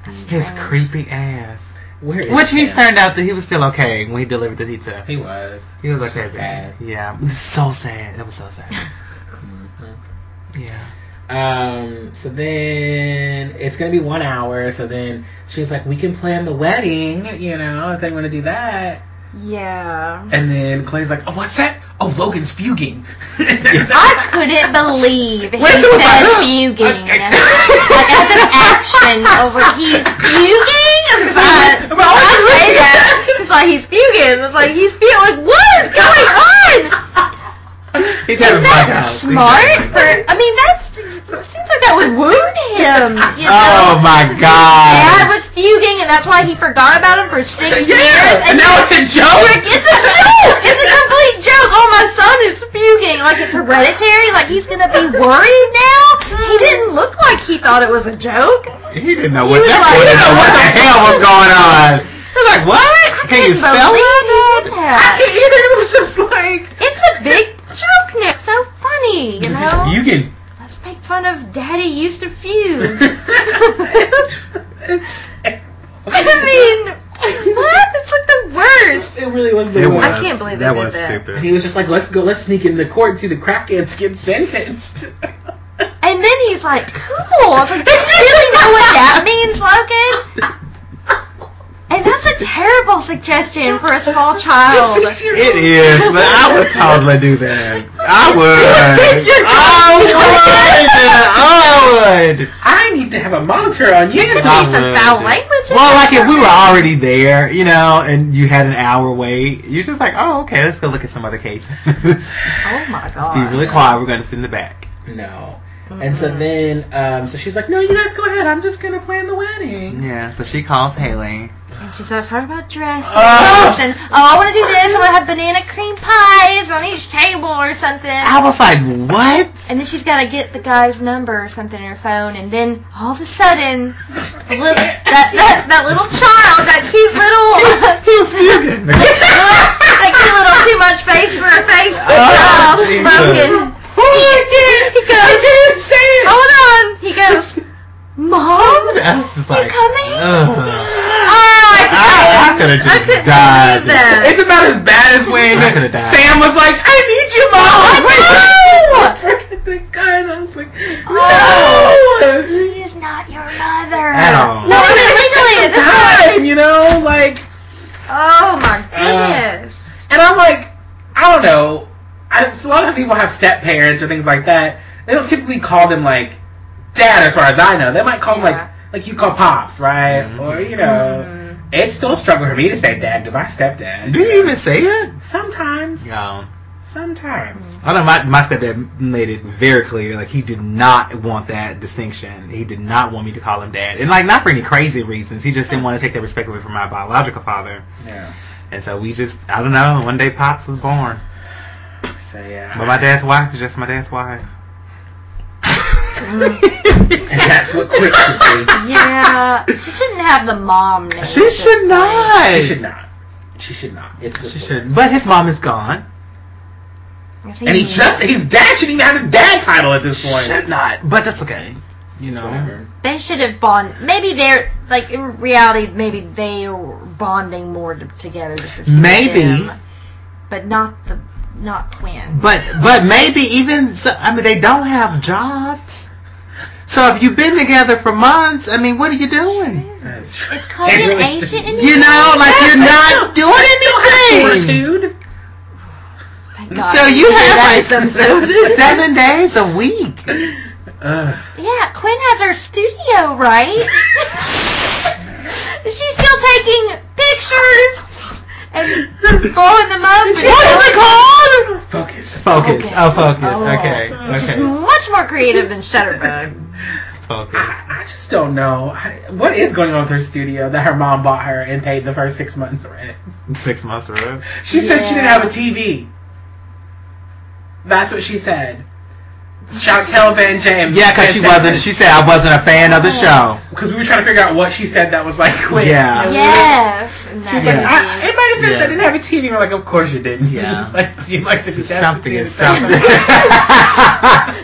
[SPEAKER 3] His
[SPEAKER 2] Strange.
[SPEAKER 3] creepy ass.
[SPEAKER 4] Where is
[SPEAKER 3] Which he's
[SPEAKER 4] Tim?
[SPEAKER 3] turned out that he was still okay when he delivered the pizza.
[SPEAKER 4] He was.
[SPEAKER 3] He was okay.
[SPEAKER 4] Sad.
[SPEAKER 3] Yeah. So sad. That was so sad. Yeah.
[SPEAKER 4] Um, so then it's gonna be one hour. So then she's like, "We can plan the wedding," you know, if they want to do that.
[SPEAKER 2] Yeah.
[SPEAKER 1] And then Clay's like, "Oh, what's that? Oh, Logan's fuging."
[SPEAKER 2] I couldn't believe he
[SPEAKER 1] Wait, it was
[SPEAKER 2] said
[SPEAKER 1] like-
[SPEAKER 2] fuging.
[SPEAKER 1] Okay.
[SPEAKER 2] Like as an action over he's fuging. It's like,
[SPEAKER 1] But I was
[SPEAKER 2] when I say
[SPEAKER 1] reading
[SPEAKER 2] that,
[SPEAKER 1] that.
[SPEAKER 2] it's like he's fuging. It's like he's fuging. Like what is going on?
[SPEAKER 3] He's
[SPEAKER 2] Is
[SPEAKER 3] having
[SPEAKER 2] that
[SPEAKER 3] blackouts.
[SPEAKER 2] smart? Or, I mean, that's it seems like that would wound him. You know?
[SPEAKER 3] Oh my
[SPEAKER 2] Dad
[SPEAKER 3] god.
[SPEAKER 2] was fuging, and that's why he forgot about him for six years.
[SPEAKER 1] yeah. And
[SPEAKER 2] And
[SPEAKER 1] now it's a joke.
[SPEAKER 2] It's a joke. It's a complete joke. Oh, my son is fuging. Like it's hereditary. Like he's gonna be worried now. He didn't look like he thought it was a joke.
[SPEAKER 3] He didn't know what
[SPEAKER 2] was
[SPEAKER 3] that
[SPEAKER 2] like-
[SPEAKER 3] boy didn't know what the hell was going on. He's
[SPEAKER 2] I
[SPEAKER 3] like, what? Can you
[SPEAKER 2] couldn't
[SPEAKER 3] spell
[SPEAKER 2] believe
[SPEAKER 3] it?
[SPEAKER 2] he did that.
[SPEAKER 1] it was just like
[SPEAKER 2] It's a big joke now. So funny, you know.
[SPEAKER 1] you can.
[SPEAKER 2] Let's make fun of Daddy used to fugue.
[SPEAKER 1] it's
[SPEAKER 2] I mean, what? That's like the worst.
[SPEAKER 4] It really was the
[SPEAKER 3] It
[SPEAKER 4] worst.
[SPEAKER 2] I can't
[SPEAKER 3] was.
[SPEAKER 2] believe they
[SPEAKER 3] that
[SPEAKER 2] did
[SPEAKER 3] was
[SPEAKER 2] that.
[SPEAKER 4] And
[SPEAKER 3] stupid.
[SPEAKER 4] He was just like, "Let's go. Let's sneak in the court and see the crackheads get sentenced."
[SPEAKER 2] And then he's like, cool. I was like, do you really know what that means, Logan? And that's a terrible suggestion for a small child.
[SPEAKER 3] It is, but I would totally do that. I
[SPEAKER 1] Take your
[SPEAKER 3] would. I would. I would.
[SPEAKER 1] I need to have a monitor on you.
[SPEAKER 2] There's
[SPEAKER 3] I
[SPEAKER 2] gonna be some
[SPEAKER 3] would.
[SPEAKER 2] foul language. in
[SPEAKER 3] Well,
[SPEAKER 2] that
[SPEAKER 3] like if we were
[SPEAKER 2] program.
[SPEAKER 3] already there, you know, and you had an hour wait, you're just like, oh, okay, let's go look at some other cases.
[SPEAKER 2] Oh my
[SPEAKER 3] Let's be really
[SPEAKER 2] god.
[SPEAKER 3] quiet. We're going to sit in the back.
[SPEAKER 4] no. And so then, um, so she's like, "No, you guys go ahead. I'm just gonna plan the wedding."
[SPEAKER 3] Yeah, so she calls Haley.
[SPEAKER 2] And she says, "What about dresses?
[SPEAKER 1] Ah.
[SPEAKER 2] and oh, I want to do this. I want to have banana cream pies on each table or something."
[SPEAKER 3] I was like, what?
[SPEAKER 2] And then she's got to get the guy's number or something in her phone, and then all of a sudden, the little, that, that that little child, that cute little,
[SPEAKER 3] He was
[SPEAKER 2] Oh,
[SPEAKER 3] is like.
[SPEAKER 2] coming?
[SPEAKER 3] Ugh. I- I
[SPEAKER 2] I,
[SPEAKER 3] coulda just
[SPEAKER 2] couldn't
[SPEAKER 3] died.
[SPEAKER 2] believe that.
[SPEAKER 5] It's about as bad as when
[SPEAKER 3] I could've died.
[SPEAKER 5] Sam was like, "I need you, mom."
[SPEAKER 1] Freaking the gun. I was like,
[SPEAKER 2] Oh. He is not your mother.
[SPEAKER 3] At all.
[SPEAKER 2] Oh, No,
[SPEAKER 3] No,
[SPEAKER 2] I'm
[SPEAKER 5] It's
[SPEAKER 2] legally.
[SPEAKER 5] time, you know, like,
[SPEAKER 2] Oh my goodness.
[SPEAKER 1] and I'm like, I don't know. I, so a lot of people have step parents or things like that. They don't typically call them like dad, as far as I know. They might call
[SPEAKER 2] Yeah.
[SPEAKER 1] them like like you call pops, right?
[SPEAKER 3] Mm-hmm.
[SPEAKER 1] Or you know,
[SPEAKER 2] Mhm.
[SPEAKER 1] it's still a struggle for me to say dad to my stepdad.
[SPEAKER 3] Do you even say it?
[SPEAKER 1] Sometimes,
[SPEAKER 3] No.
[SPEAKER 1] sometimes.
[SPEAKER 3] I know my, my stepdad made it very clear, like he did not want that distinction. He did not want me to call him dad, and like not for any crazy reasons. He just didn't want to take that respect away from my biological father,
[SPEAKER 1] Yeah.
[SPEAKER 3] and so we just I don't know. One day pops was born,
[SPEAKER 1] So yeah.
[SPEAKER 3] but my dad's wife is just my dad's wife.
[SPEAKER 2] Mm.
[SPEAKER 1] And that's what quit should be.
[SPEAKER 2] Yeah. She shouldn't have the mom name.
[SPEAKER 3] she should not.
[SPEAKER 1] She should not. She should not. It's
[SPEAKER 3] She
[SPEAKER 1] just
[SPEAKER 3] should. But his mom is gone.
[SPEAKER 1] And he just his dad shouldn't even have his dad title at this point.
[SPEAKER 3] Should not. But that's okay. You know.
[SPEAKER 1] Whatever.
[SPEAKER 2] They should have bond. Maybe they're like in reality. Maybe they were bonding more to, together. Just the two of
[SPEAKER 3] Maybe.
[SPEAKER 2] them. but not the not twin.
[SPEAKER 3] But but maybe even so, I mean they don't have jobs. So if you've been together for months, I mean what are you doing?
[SPEAKER 1] That's true.
[SPEAKER 2] Is cousin
[SPEAKER 1] Can't really
[SPEAKER 2] ancient?
[SPEAKER 1] do-
[SPEAKER 2] In
[SPEAKER 3] You know, like you're not doing anything.
[SPEAKER 1] Fortitude.
[SPEAKER 2] Thank God.
[SPEAKER 3] So you
[SPEAKER 2] We did that
[SPEAKER 3] have
[SPEAKER 2] episode.
[SPEAKER 3] like seven days a week.
[SPEAKER 1] Ugh.
[SPEAKER 2] Yeah, Quinn has her studio, right? She's still taking pictures and blowing them up. and-
[SPEAKER 3] What is it called?
[SPEAKER 1] Focus.
[SPEAKER 3] Focus. Oh, focus.
[SPEAKER 2] Oh.
[SPEAKER 3] Okay.
[SPEAKER 2] Which is
[SPEAKER 3] Okay.
[SPEAKER 2] much more creative than Shutterbug.
[SPEAKER 3] Focus.
[SPEAKER 1] I, I just don't know. I, what is going on with her studio that her mom bought her and paid the first six months rent?
[SPEAKER 3] Six months ago.
[SPEAKER 1] She said she
[SPEAKER 2] Yeah.
[SPEAKER 1] didn't have a TV. That's what she said. Chantel Van James.
[SPEAKER 3] Yeah, because she wasn't. She said I wasn't a fan of the show.
[SPEAKER 1] Because we were trying to figure out what she said that was like quick.
[SPEAKER 3] Yeah.
[SPEAKER 2] Yes. and
[SPEAKER 1] She was
[SPEAKER 2] that
[SPEAKER 1] like, I,
[SPEAKER 2] is-
[SPEAKER 1] in my defense,
[SPEAKER 3] Yeah.
[SPEAKER 1] I didn't have a TV. We're like, of course you didn't.
[SPEAKER 3] Yeah.
[SPEAKER 1] Just like, you like to just have to
[SPEAKER 3] Something
[SPEAKER 1] see
[SPEAKER 3] is
[SPEAKER 1] the
[SPEAKER 3] something.
[SPEAKER 2] That's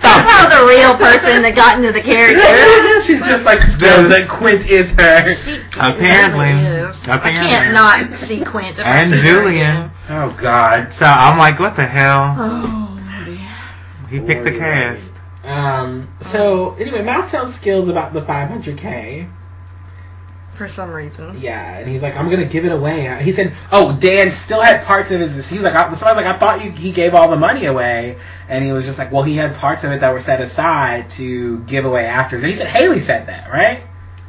[SPEAKER 2] how
[SPEAKER 3] Stop.
[SPEAKER 2] the real person that got into the character.
[SPEAKER 1] She's just like knows that Quint is her.
[SPEAKER 2] She
[SPEAKER 3] Apparently.
[SPEAKER 2] really is. I
[SPEAKER 3] Apparently.
[SPEAKER 2] can't not see Quint. if I
[SPEAKER 3] And
[SPEAKER 2] see her
[SPEAKER 3] Julian.
[SPEAKER 2] again.
[SPEAKER 1] Oh God.
[SPEAKER 3] So I'm like, what the hell?
[SPEAKER 2] Oh, dear.
[SPEAKER 3] He picked the
[SPEAKER 1] Lordy.
[SPEAKER 3] cast.
[SPEAKER 1] Um. So anyway, Mal tells Skills about the 500k.
[SPEAKER 2] For some reason.
[SPEAKER 1] Yeah, and he's like, I'm gonna give it away. He said, Oh, Dan still had parts of his. He was like, I, somebody's like, I thought you, he gave all the money away, and he was just like, Well, he had parts of it that were set aside to give away after. And he said Haley said that, right?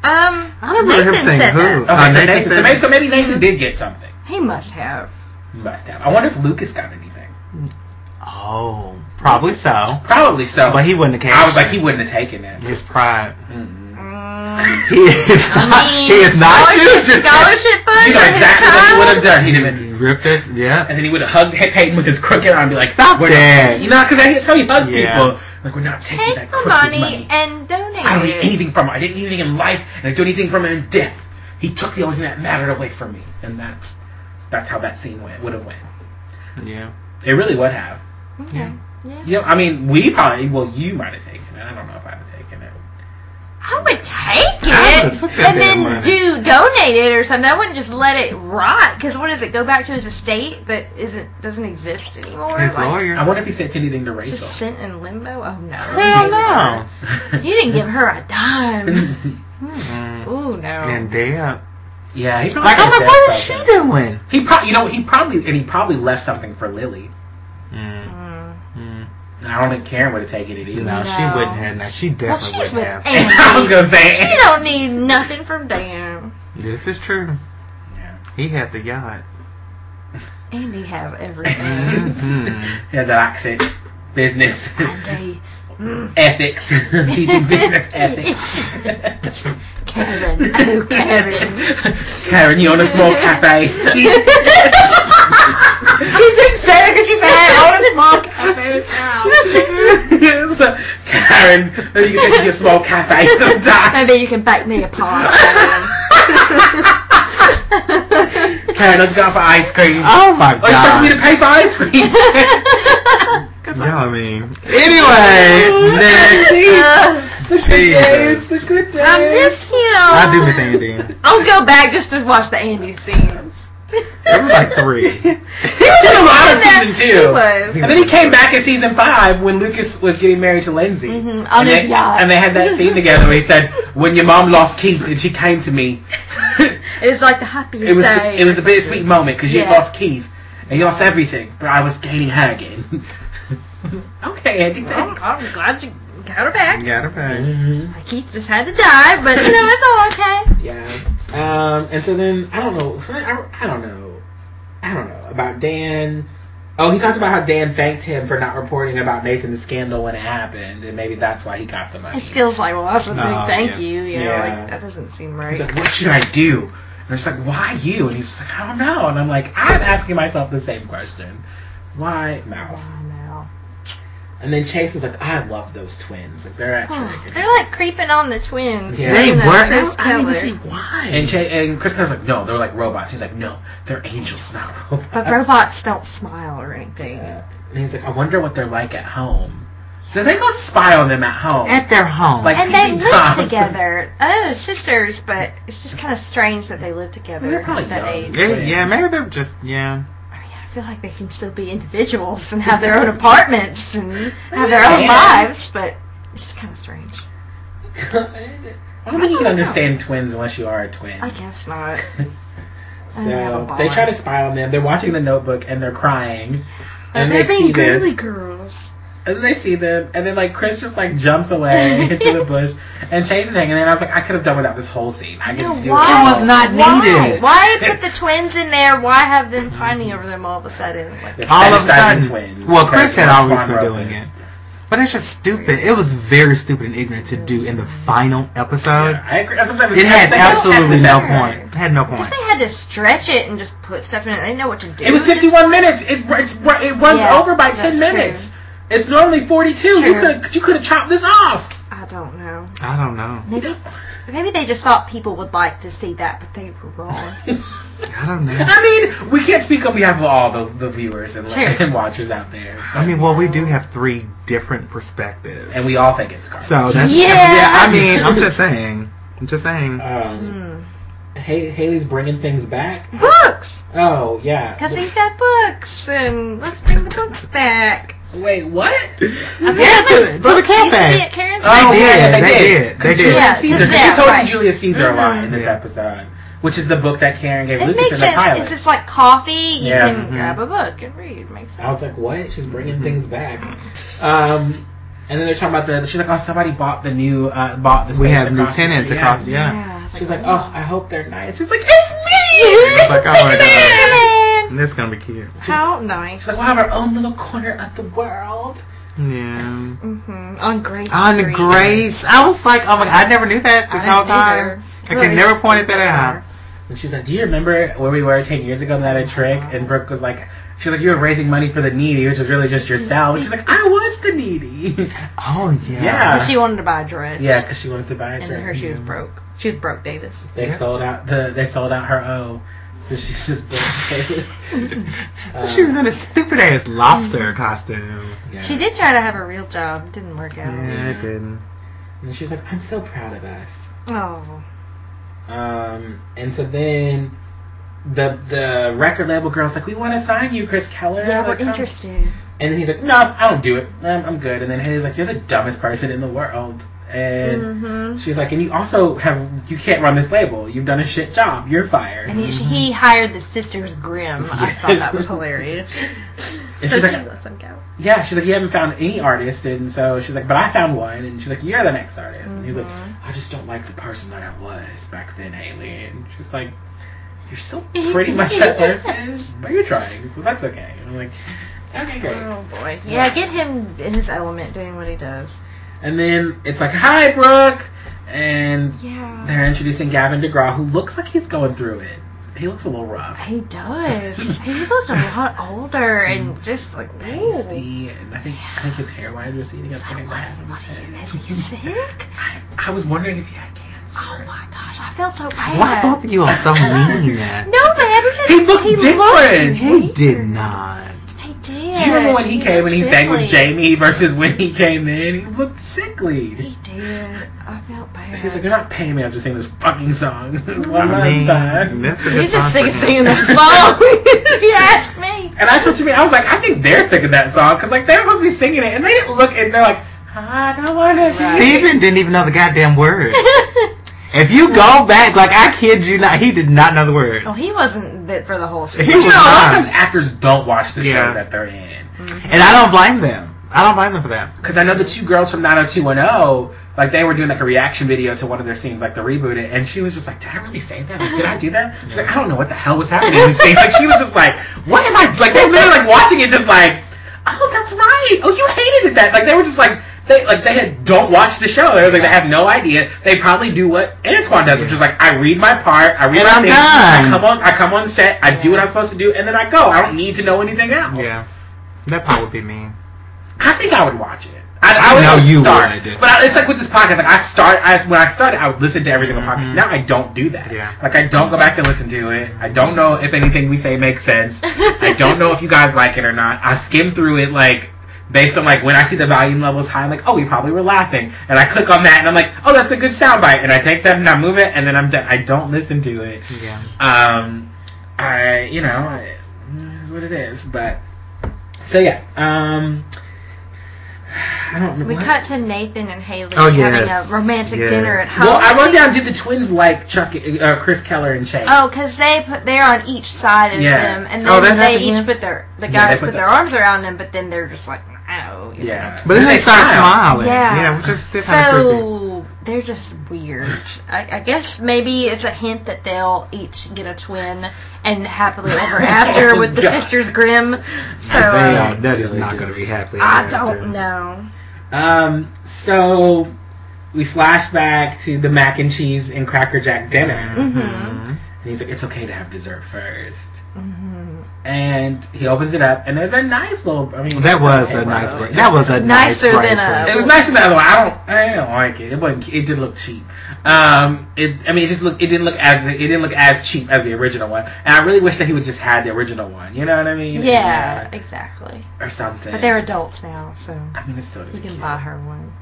[SPEAKER 2] Um, I
[SPEAKER 3] don't remember him saying who.
[SPEAKER 1] Okay,
[SPEAKER 3] Uh,
[SPEAKER 1] so,
[SPEAKER 3] Nathan
[SPEAKER 1] Nathan, so
[SPEAKER 3] said- Mm-hmm.
[SPEAKER 1] maybe, so maybe Nathan did get something.
[SPEAKER 2] He must have.
[SPEAKER 1] Must have. I wonder if Lucas got anything.
[SPEAKER 3] Oh, probably so.
[SPEAKER 1] Probably so.
[SPEAKER 3] But he wouldn't have.
[SPEAKER 1] I was like, he wouldn't have taken it.
[SPEAKER 3] His pride.
[SPEAKER 1] Mm-mm.
[SPEAKER 2] Mm,
[SPEAKER 3] He is not.
[SPEAKER 2] I mean,
[SPEAKER 3] he is not.
[SPEAKER 2] scholarship,
[SPEAKER 3] choosing.
[SPEAKER 2] scholarship fund
[SPEAKER 1] You know
[SPEAKER 2] for his
[SPEAKER 1] exactly what he
[SPEAKER 2] child?
[SPEAKER 1] would have done. He'd have been,
[SPEAKER 3] He ripped it. Yeah.
[SPEAKER 1] and then he would have hugged Hey- Peyton with his crooked arm and be like,
[SPEAKER 3] Stop
[SPEAKER 1] we're not-
[SPEAKER 3] that.
[SPEAKER 1] you know, because that's how you hug
[SPEAKER 3] Yeah.
[SPEAKER 1] people. Like, we're not taking
[SPEAKER 2] Take
[SPEAKER 1] that
[SPEAKER 2] the
[SPEAKER 1] crooked
[SPEAKER 2] money,
[SPEAKER 1] money.
[SPEAKER 2] and donate
[SPEAKER 1] I don't need
[SPEAKER 2] it.
[SPEAKER 1] anything from him. I didn't need anything in life, and I don't need anything from him in death. He took the only thing that mattered away from me, and that's that's how that scene went. Would have went.
[SPEAKER 3] Yeah.
[SPEAKER 1] It really would have.
[SPEAKER 2] Okay.
[SPEAKER 3] Yeah.
[SPEAKER 2] Yeah.
[SPEAKER 1] You know, I mean, we probably. Well, you might have taken it. I don't know if I'd have taken it.
[SPEAKER 2] I would take
[SPEAKER 3] I would've
[SPEAKER 2] it
[SPEAKER 3] took that
[SPEAKER 2] and
[SPEAKER 3] damn
[SPEAKER 2] then
[SPEAKER 3] money.
[SPEAKER 2] do donate it or something. I wouldn't just let it rot because what does it go back to his estate that isn't doesn't exist anymore?
[SPEAKER 3] His
[SPEAKER 2] Like,
[SPEAKER 3] lawyer.
[SPEAKER 1] I wonder if he sent anything to
[SPEAKER 2] it's just
[SPEAKER 1] Rachel.
[SPEAKER 2] sent in limbo. Oh no!
[SPEAKER 3] Hell no.
[SPEAKER 2] You didn't give her a dime. Hmm.
[SPEAKER 3] Mm.
[SPEAKER 2] Ooh no!
[SPEAKER 3] And Deb.
[SPEAKER 1] yeah, he probably.
[SPEAKER 3] Like I'm
[SPEAKER 1] sent
[SPEAKER 3] like,
[SPEAKER 1] Deb
[SPEAKER 3] what is she
[SPEAKER 1] something.
[SPEAKER 3] doing?
[SPEAKER 1] He probably, you know, he probably, and he probably left something for Lily.
[SPEAKER 3] Mm.
[SPEAKER 2] Mm.
[SPEAKER 3] Mm.
[SPEAKER 1] And I don't think Karen would have taken it
[SPEAKER 3] No,
[SPEAKER 1] either.
[SPEAKER 3] she
[SPEAKER 2] No.
[SPEAKER 3] wouldn't have. No, she
[SPEAKER 2] Well,
[SPEAKER 3] definitely
[SPEAKER 2] she's with
[SPEAKER 3] wouldn't have.
[SPEAKER 2] Andy.
[SPEAKER 1] I was gonna say.
[SPEAKER 2] She don't need nothing from Dan.
[SPEAKER 3] This is true.
[SPEAKER 1] Yeah.
[SPEAKER 3] He had the yacht.
[SPEAKER 2] Andy has everything.
[SPEAKER 3] Mhm.
[SPEAKER 1] Mm-hmm. yeah, that accent, business,
[SPEAKER 2] Andy. Mm.
[SPEAKER 1] ethics, teaching business ethics.
[SPEAKER 2] Karen. Oh, Karen.
[SPEAKER 1] Karen, you own a small cafe. he didn't say it because she said
[SPEAKER 2] "Oh,
[SPEAKER 1] I own a small cafe in town. So, Karen, maybe you can take me to a small cafe sometime.
[SPEAKER 2] Maybe you can bake me a pie.
[SPEAKER 1] Karen, let's go out for ice cream.
[SPEAKER 3] Oh
[SPEAKER 1] Are
[SPEAKER 3] my
[SPEAKER 1] you expecting me to
[SPEAKER 3] god.
[SPEAKER 1] pay for ice cream?
[SPEAKER 3] Yeah, I mean. Anyway, next.
[SPEAKER 2] Uh,
[SPEAKER 1] The good days, the good days.
[SPEAKER 2] I'm just, you know.
[SPEAKER 3] I do with Andy.
[SPEAKER 2] I'll go back just to watch the Andy scenes.
[SPEAKER 3] It was like three.
[SPEAKER 1] He was in a lot of season
[SPEAKER 2] He
[SPEAKER 1] two.
[SPEAKER 2] was.
[SPEAKER 1] And then he came back in season five when Lucas was getting married to Lindsay.
[SPEAKER 2] hmm On
[SPEAKER 1] and,
[SPEAKER 2] his
[SPEAKER 1] they,
[SPEAKER 2] yacht.
[SPEAKER 1] and they had that scene together where he said, "When your mom lost Keith and she came to me,
[SPEAKER 2] it was like the happiest
[SPEAKER 1] it was
[SPEAKER 2] day.
[SPEAKER 1] it was a bittersweet moment because you
[SPEAKER 2] Yeah.
[SPEAKER 1] lost Keith and you lost everything, but I was gaining her again." okay, Andy.
[SPEAKER 2] I'm, I'm glad you got her back.
[SPEAKER 3] Got her back.
[SPEAKER 1] Mm-hmm.
[SPEAKER 2] Keith just had to die, but you know, it's all okay.
[SPEAKER 1] Yeah. Um, and so then I don't know. So then I, I don't know. I don't know about Dan. Oh, he talked about how Dan thanked him for not reporting about Nathan's scandal when it happened, and maybe that's why he got the money.
[SPEAKER 2] It feels like, well, that's a big
[SPEAKER 3] Oh,
[SPEAKER 2] thank
[SPEAKER 3] yeah.
[SPEAKER 2] you. You know,
[SPEAKER 1] Yeah.
[SPEAKER 2] like, that doesn't seem
[SPEAKER 1] He's
[SPEAKER 2] right.
[SPEAKER 1] like, "What should I do?" And I'm just like, "Why you?" And he's just like, "I don't know." And I'm like, "I'm asking myself the same question. Why mouth?"
[SPEAKER 2] Why now?
[SPEAKER 1] And then Chase is like, "I love those twins. Like they're actually."
[SPEAKER 2] They're like creeping on the twins.
[SPEAKER 1] Yeah.
[SPEAKER 3] They
[SPEAKER 2] you know,
[SPEAKER 3] were.
[SPEAKER 2] Chris
[SPEAKER 3] I don't even
[SPEAKER 2] Keller.
[SPEAKER 3] see why.
[SPEAKER 1] And Chase and Chris Connor's like, "No, they're like robots." He's like, "No, they're angels, not robots."
[SPEAKER 2] But robots don't smile or anything.
[SPEAKER 1] Yeah. And he's like, "I wonder what they're like at home." So they go spy on them at home.
[SPEAKER 3] at their home.
[SPEAKER 1] Like-
[SPEAKER 2] And they
[SPEAKER 1] Peeping
[SPEAKER 2] live
[SPEAKER 1] Toms.
[SPEAKER 2] together. Oh, sisters, but it's just kind of strange that they live together
[SPEAKER 1] They're probably
[SPEAKER 2] at that
[SPEAKER 1] young.
[SPEAKER 2] age.
[SPEAKER 3] yeah, yeah, maybe they're just yeah.
[SPEAKER 2] I mean, I feel like they can still be individuals and have their own apartments and have their own
[SPEAKER 1] Yeah.
[SPEAKER 2] lives, but it's just kind of strange.
[SPEAKER 1] I don't think you can understand twins unless you are a twin.
[SPEAKER 2] I guess not. And they have a
[SPEAKER 1] So
[SPEAKER 2] bond.
[SPEAKER 1] they try to spy on them. They're watching the notebook and they're crying. And
[SPEAKER 2] They're
[SPEAKER 1] they
[SPEAKER 2] being
[SPEAKER 1] see them.
[SPEAKER 2] girly girls.
[SPEAKER 1] And then they see them, and then like Chris just like jumps away into the bush, and Chase is hanging. there, And I was like, I could have done without this whole scene. I
[SPEAKER 2] No,
[SPEAKER 1] didn't do
[SPEAKER 2] why?
[SPEAKER 3] It was not
[SPEAKER 2] Why?
[SPEAKER 3] needed.
[SPEAKER 2] Why put the twins in there? Why have them pining over them all of a sudden? Like,
[SPEAKER 1] They're
[SPEAKER 3] All of a
[SPEAKER 1] fetishizing
[SPEAKER 3] sudden-
[SPEAKER 1] twins.
[SPEAKER 3] well,
[SPEAKER 1] That's
[SPEAKER 3] Chris had
[SPEAKER 1] what
[SPEAKER 3] always
[SPEAKER 1] Juan
[SPEAKER 3] been
[SPEAKER 1] wrote
[SPEAKER 3] doing
[SPEAKER 1] this.
[SPEAKER 3] it. But it's just stupid. It was very stupid and ignorant to do in the final episode.
[SPEAKER 1] Yeah, I agree. That's what I'm saying.
[SPEAKER 3] It had
[SPEAKER 1] They don't have
[SPEAKER 3] absolutely
[SPEAKER 1] this
[SPEAKER 3] no
[SPEAKER 1] episode.
[SPEAKER 3] point. It had no
[SPEAKER 2] if
[SPEAKER 3] point.
[SPEAKER 2] they had to stretch it and just put stuff in it, they didn't know what to do.
[SPEAKER 1] It was
[SPEAKER 2] Just-
[SPEAKER 1] 51 minutes. It it's, it runs
[SPEAKER 2] Yeah,
[SPEAKER 1] over by
[SPEAKER 2] that's
[SPEAKER 1] 10
[SPEAKER 2] true.
[SPEAKER 1] minutes. It's normally 42. You
[SPEAKER 2] True.
[SPEAKER 1] could you could have chopped this off.
[SPEAKER 2] I don't know.
[SPEAKER 3] I don't know.
[SPEAKER 2] Maybe maybe they just thought people would like to see that, but they were wrong.
[SPEAKER 3] I don't know.
[SPEAKER 1] I mean, we can't speak on behalf of all the, the viewers and,
[SPEAKER 2] True.
[SPEAKER 1] and watchers out there.
[SPEAKER 3] I mean, well, we do have three different perspectives,
[SPEAKER 1] and we all think it's garbage.
[SPEAKER 3] So that's
[SPEAKER 2] Yeah.
[SPEAKER 3] I mean, I'm just saying. I'm just saying.
[SPEAKER 1] um,
[SPEAKER 2] Hmm.
[SPEAKER 1] Hay- Haley's bringing things back.
[SPEAKER 2] Books,
[SPEAKER 1] Oh yeah.
[SPEAKER 2] because he said books, and let's bring the books back.
[SPEAKER 1] Wait, what?
[SPEAKER 2] I mean,
[SPEAKER 3] Yeah, to-
[SPEAKER 2] like,
[SPEAKER 3] to the
[SPEAKER 2] books used to be
[SPEAKER 3] cafe.
[SPEAKER 2] at Karen's
[SPEAKER 3] Oh,
[SPEAKER 2] house.
[SPEAKER 3] did,
[SPEAKER 1] yeah,
[SPEAKER 3] they did,
[SPEAKER 1] 'Cause
[SPEAKER 3] they did.
[SPEAKER 1] Julius
[SPEAKER 2] Yeah, 'cause
[SPEAKER 1] Caesar.
[SPEAKER 2] yeah,
[SPEAKER 1] She's holding
[SPEAKER 2] right.
[SPEAKER 1] Julius Caesar alive in
[SPEAKER 2] Mhm.
[SPEAKER 1] this
[SPEAKER 3] Yeah.
[SPEAKER 1] episode, which is the book that Karen gave
[SPEAKER 2] It
[SPEAKER 1] Lucas
[SPEAKER 2] makes
[SPEAKER 1] in the
[SPEAKER 2] sense. If
[SPEAKER 1] pilot.
[SPEAKER 2] it's like coffee, you
[SPEAKER 1] Yeah. mm-hmm.
[SPEAKER 2] can
[SPEAKER 3] Mhm.
[SPEAKER 2] grab a book and read. Makes sense.
[SPEAKER 1] I was like, what? She's bringing things back. Um, and then they're talking about the. She's like, oh, somebody bought the new, uh, bought the.
[SPEAKER 3] we
[SPEAKER 1] space
[SPEAKER 3] have
[SPEAKER 1] across the
[SPEAKER 3] lieutenants
[SPEAKER 1] street.
[SPEAKER 3] across. Yeah.
[SPEAKER 2] Yeah, it's
[SPEAKER 1] She's like, oh, I hope they're nice. She's like, it's
[SPEAKER 2] me!
[SPEAKER 3] It's like, oh my god,
[SPEAKER 2] Man,
[SPEAKER 3] and that's gonna be cute.
[SPEAKER 2] how nice.
[SPEAKER 1] She's like, we'll have our own little corner of the world.
[SPEAKER 3] Yeah.
[SPEAKER 2] Mm-hmm. On Grace
[SPEAKER 3] On
[SPEAKER 2] Street.
[SPEAKER 3] Grace, I was like, oh my god, I never knew that this
[SPEAKER 2] I
[SPEAKER 3] whole
[SPEAKER 2] didn't
[SPEAKER 3] time.
[SPEAKER 2] either.
[SPEAKER 3] I could never point that out.
[SPEAKER 1] And she's like, do you remember where we were ten years ago and that a trick? And Brooke was like, she's like, you were raising money for the needy, which is really just yourself. And she's like, I was the needy.
[SPEAKER 3] Oh yeah.
[SPEAKER 1] Yeah.
[SPEAKER 2] But she wanted to buy a dress.
[SPEAKER 1] yeah, because she wanted to buy a
[SPEAKER 2] And
[SPEAKER 1] drink.
[SPEAKER 2] her she was broke. She was broke, Davis.
[SPEAKER 1] They
[SPEAKER 3] Yeah.
[SPEAKER 1] sold out the. They sold out her O, so she's just broke.
[SPEAKER 3] she was in a stupid ass lobster
[SPEAKER 2] Mm-hmm.
[SPEAKER 3] costume.
[SPEAKER 1] Yeah.
[SPEAKER 2] She did try to have a real job. Didn't work out.
[SPEAKER 3] Yeah, it didn't.
[SPEAKER 1] And she's like, "I'm so proud of us."
[SPEAKER 2] Oh.
[SPEAKER 1] Um, and so then the the record label girl's like, "We want to sign you, Chris Keller."
[SPEAKER 2] Yeah, we're
[SPEAKER 1] Like, come-
[SPEAKER 2] interested.
[SPEAKER 1] And then he's like, "No, I don't do it. I'm, I'm good." And then Haley's like, "You're the dumbest person in the world." And
[SPEAKER 2] Mm-hmm.
[SPEAKER 1] she's like, "And you also have you can't run this label. You've done a shit job. You're fired."
[SPEAKER 2] And he, he hired the sisters Grimm. I thought that was hilarious.
[SPEAKER 1] And
[SPEAKER 2] so
[SPEAKER 1] she's
[SPEAKER 2] she
[SPEAKER 1] like,
[SPEAKER 2] lets him go.
[SPEAKER 1] Yeah, she's like, you haven't found any artist, and so she's like, but I found one, and she's like, you're the next artist. And he's like,
[SPEAKER 2] Mhm.
[SPEAKER 1] I just don't like the person that I was back then, Haley. And she's like, you're still pretty much that person, but you're trying, so that's okay. And I'm like, okay, great.
[SPEAKER 2] Oh boy. Yeah, get him in his element doing what he does.
[SPEAKER 1] And then it's like, hi, Brooke, and
[SPEAKER 2] Yeah.
[SPEAKER 1] they're introducing Gavin DeGraw, who looks like he's going through it. He looks a little rough.
[SPEAKER 2] He does. he looked a lot older and just like ooh.
[SPEAKER 1] Pasty, and I think I think his hair lines are receding. That's
[SPEAKER 2] Like,
[SPEAKER 1] getting
[SPEAKER 2] what,
[SPEAKER 1] bad.
[SPEAKER 2] what are you, is he sick?
[SPEAKER 1] I, I was wondering if he had cancer.
[SPEAKER 2] Oh my gosh, I felt so bad.
[SPEAKER 3] Why both of you are so mean?
[SPEAKER 2] No, man, it was just,
[SPEAKER 1] He looked different.
[SPEAKER 3] he did not.
[SPEAKER 2] He did. did.
[SPEAKER 1] Do you remember when he came and he sang with
[SPEAKER 2] Sickly.
[SPEAKER 1] Jamie versus when he came in? He looked sickly.
[SPEAKER 2] He did. I felt bad.
[SPEAKER 1] He's like, they're not paying me. I'm just singing this fucking song. One
[SPEAKER 3] I mean,
[SPEAKER 1] time.
[SPEAKER 3] that's a good
[SPEAKER 2] He's just
[SPEAKER 3] song for
[SPEAKER 2] singing,
[SPEAKER 3] him.
[SPEAKER 2] singing the song. he asked me.
[SPEAKER 1] And that's what you mean. I was like, I think they're sick of that song because like they're supposed to be singing it, and they didn't look, and they're like, I don't want to sing.
[SPEAKER 3] Steven didn't even know the goddamn word. If you go back, like I kid you not, he did not know the word.
[SPEAKER 2] well, Oh, he wasn't bit for the whole
[SPEAKER 3] He
[SPEAKER 2] season.
[SPEAKER 1] But you
[SPEAKER 3] was
[SPEAKER 1] know, a lot
[SPEAKER 3] not.
[SPEAKER 1] of times actors don't watch the
[SPEAKER 3] Yeah.
[SPEAKER 1] show that they're in.
[SPEAKER 3] And I don't blame them. I don't blame them for that.
[SPEAKER 1] Because I know the two girls from 90210, like they were doing like a reaction video to one of their scenes, like the reboot it, and she was just like, "Did I really say that? Like, did I do that?" She's like, "I don't know what the hell was happening in this scene." Like she was just like, "What am I?" Like they were literally like watching it, just like, "Oh, that's right. Oh, you hated it that." Like they were just like. They like they had don't watch the show. They were like they have no idea. They probably do what Antoine does, which is like I read my part, I read
[SPEAKER 3] And
[SPEAKER 1] my
[SPEAKER 3] I'm
[SPEAKER 1] thing, I
[SPEAKER 3] done.
[SPEAKER 1] come on, I come on set, I do what I'm supposed to do, and then I go. I don't need to know anything else.
[SPEAKER 3] Yeah, that part would be mean.
[SPEAKER 1] I think I would watch it. I,
[SPEAKER 3] I
[SPEAKER 1] I, would
[SPEAKER 3] know you
[SPEAKER 1] start,
[SPEAKER 3] would.
[SPEAKER 1] but I, it's like with this podcast. Like I start, I, when I started, I would listen to every single
[SPEAKER 3] Mhm.
[SPEAKER 1] podcast. Now I don't do that.
[SPEAKER 3] Yeah.
[SPEAKER 1] Like I don't go back and listen to it. I don't know if anything we say makes sense. I don't know if you guys like it or not. I skim through it like based on like when I see the volume levels high. I'm like, oh, we probably were laughing, and I click on that, and I'm like, oh, that's a good soundbite, and I take that and I move it, and then I'm done. I don't listen to it.
[SPEAKER 3] Yeah.
[SPEAKER 1] Um, I, you know, I, it's what it is. But so yeah. Um, I don't know.
[SPEAKER 2] We
[SPEAKER 1] what-
[SPEAKER 2] cut to Nathan and Haley
[SPEAKER 3] Oh, yes.
[SPEAKER 2] having a romantic
[SPEAKER 3] Yes.
[SPEAKER 2] dinner at home.
[SPEAKER 1] Well, I wrote down. Did the twins like Chuck, uh, Chris Keller, and Chase?
[SPEAKER 2] Oh, because they put they're on each side of
[SPEAKER 1] Yeah.
[SPEAKER 2] them, and then
[SPEAKER 3] Oh, that
[SPEAKER 2] they
[SPEAKER 3] happened,
[SPEAKER 2] each
[SPEAKER 3] yeah.
[SPEAKER 2] put their the guys
[SPEAKER 1] Yeah, they
[SPEAKER 2] put,
[SPEAKER 1] put
[SPEAKER 2] their
[SPEAKER 1] the-
[SPEAKER 2] arms around them, but then they're just like, oh, you
[SPEAKER 1] yeah.
[SPEAKER 3] But then they start
[SPEAKER 1] smile.
[SPEAKER 3] smiling.
[SPEAKER 2] Yeah.
[SPEAKER 3] Yeah, which is still kind of creepy.
[SPEAKER 2] So they're just weird. I, I guess maybe it's a hint that they'll each get a twin and happily ever after
[SPEAKER 1] Oh,
[SPEAKER 2] with the
[SPEAKER 1] God.
[SPEAKER 2] sisters Grimm. So
[SPEAKER 3] But they are,
[SPEAKER 2] uh,
[SPEAKER 3] that is
[SPEAKER 1] Really
[SPEAKER 3] not
[SPEAKER 1] do.
[SPEAKER 3] going to be happy.
[SPEAKER 2] I
[SPEAKER 3] ever after.
[SPEAKER 2] don't know.
[SPEAKER 1] Um. So we flash back to the mac and cheese and cracker jack dinner, and
[SPEAKER 2] Mm-hmm.
[SPEAKER 1] he's like, "It's okay to have dessert first.
[SPEAKER 2] hmm
[SPEAKER 1] And he opens it up, and there's a nice little. I mean,
[SPEAKER 3] That was a
[SPEAKER 1] Okay,
[SPEAKER 3] nice
[SPEAKER 1] wow.
[SPEAKER 3] break. That was a
[SPEAKER 2] Nicer
[SPEAKER 3] nice
[SPEAKER 2] than a-
[SPEAKER 3] break.
[SPEAKER 1] It was nicer than the other one. I don't, I didn't like it. It wasn't. It did look cheap. Um, it. I mean, it just looked. It didn't look as. It didn't look as cheap as the original one. And I really wish that he would just had the original one. You know what I mean?
[SPEAKER 2] Yeah, exactly.
[SPEAKER 1] Or something.
[SPEAKER 2] But they're adults now, so
[SPEAKER 1] I mean, it's still.
[SPEAKER 2] you
[SPEAKER 1] cute.
[SPEAKER 2] can buy her one.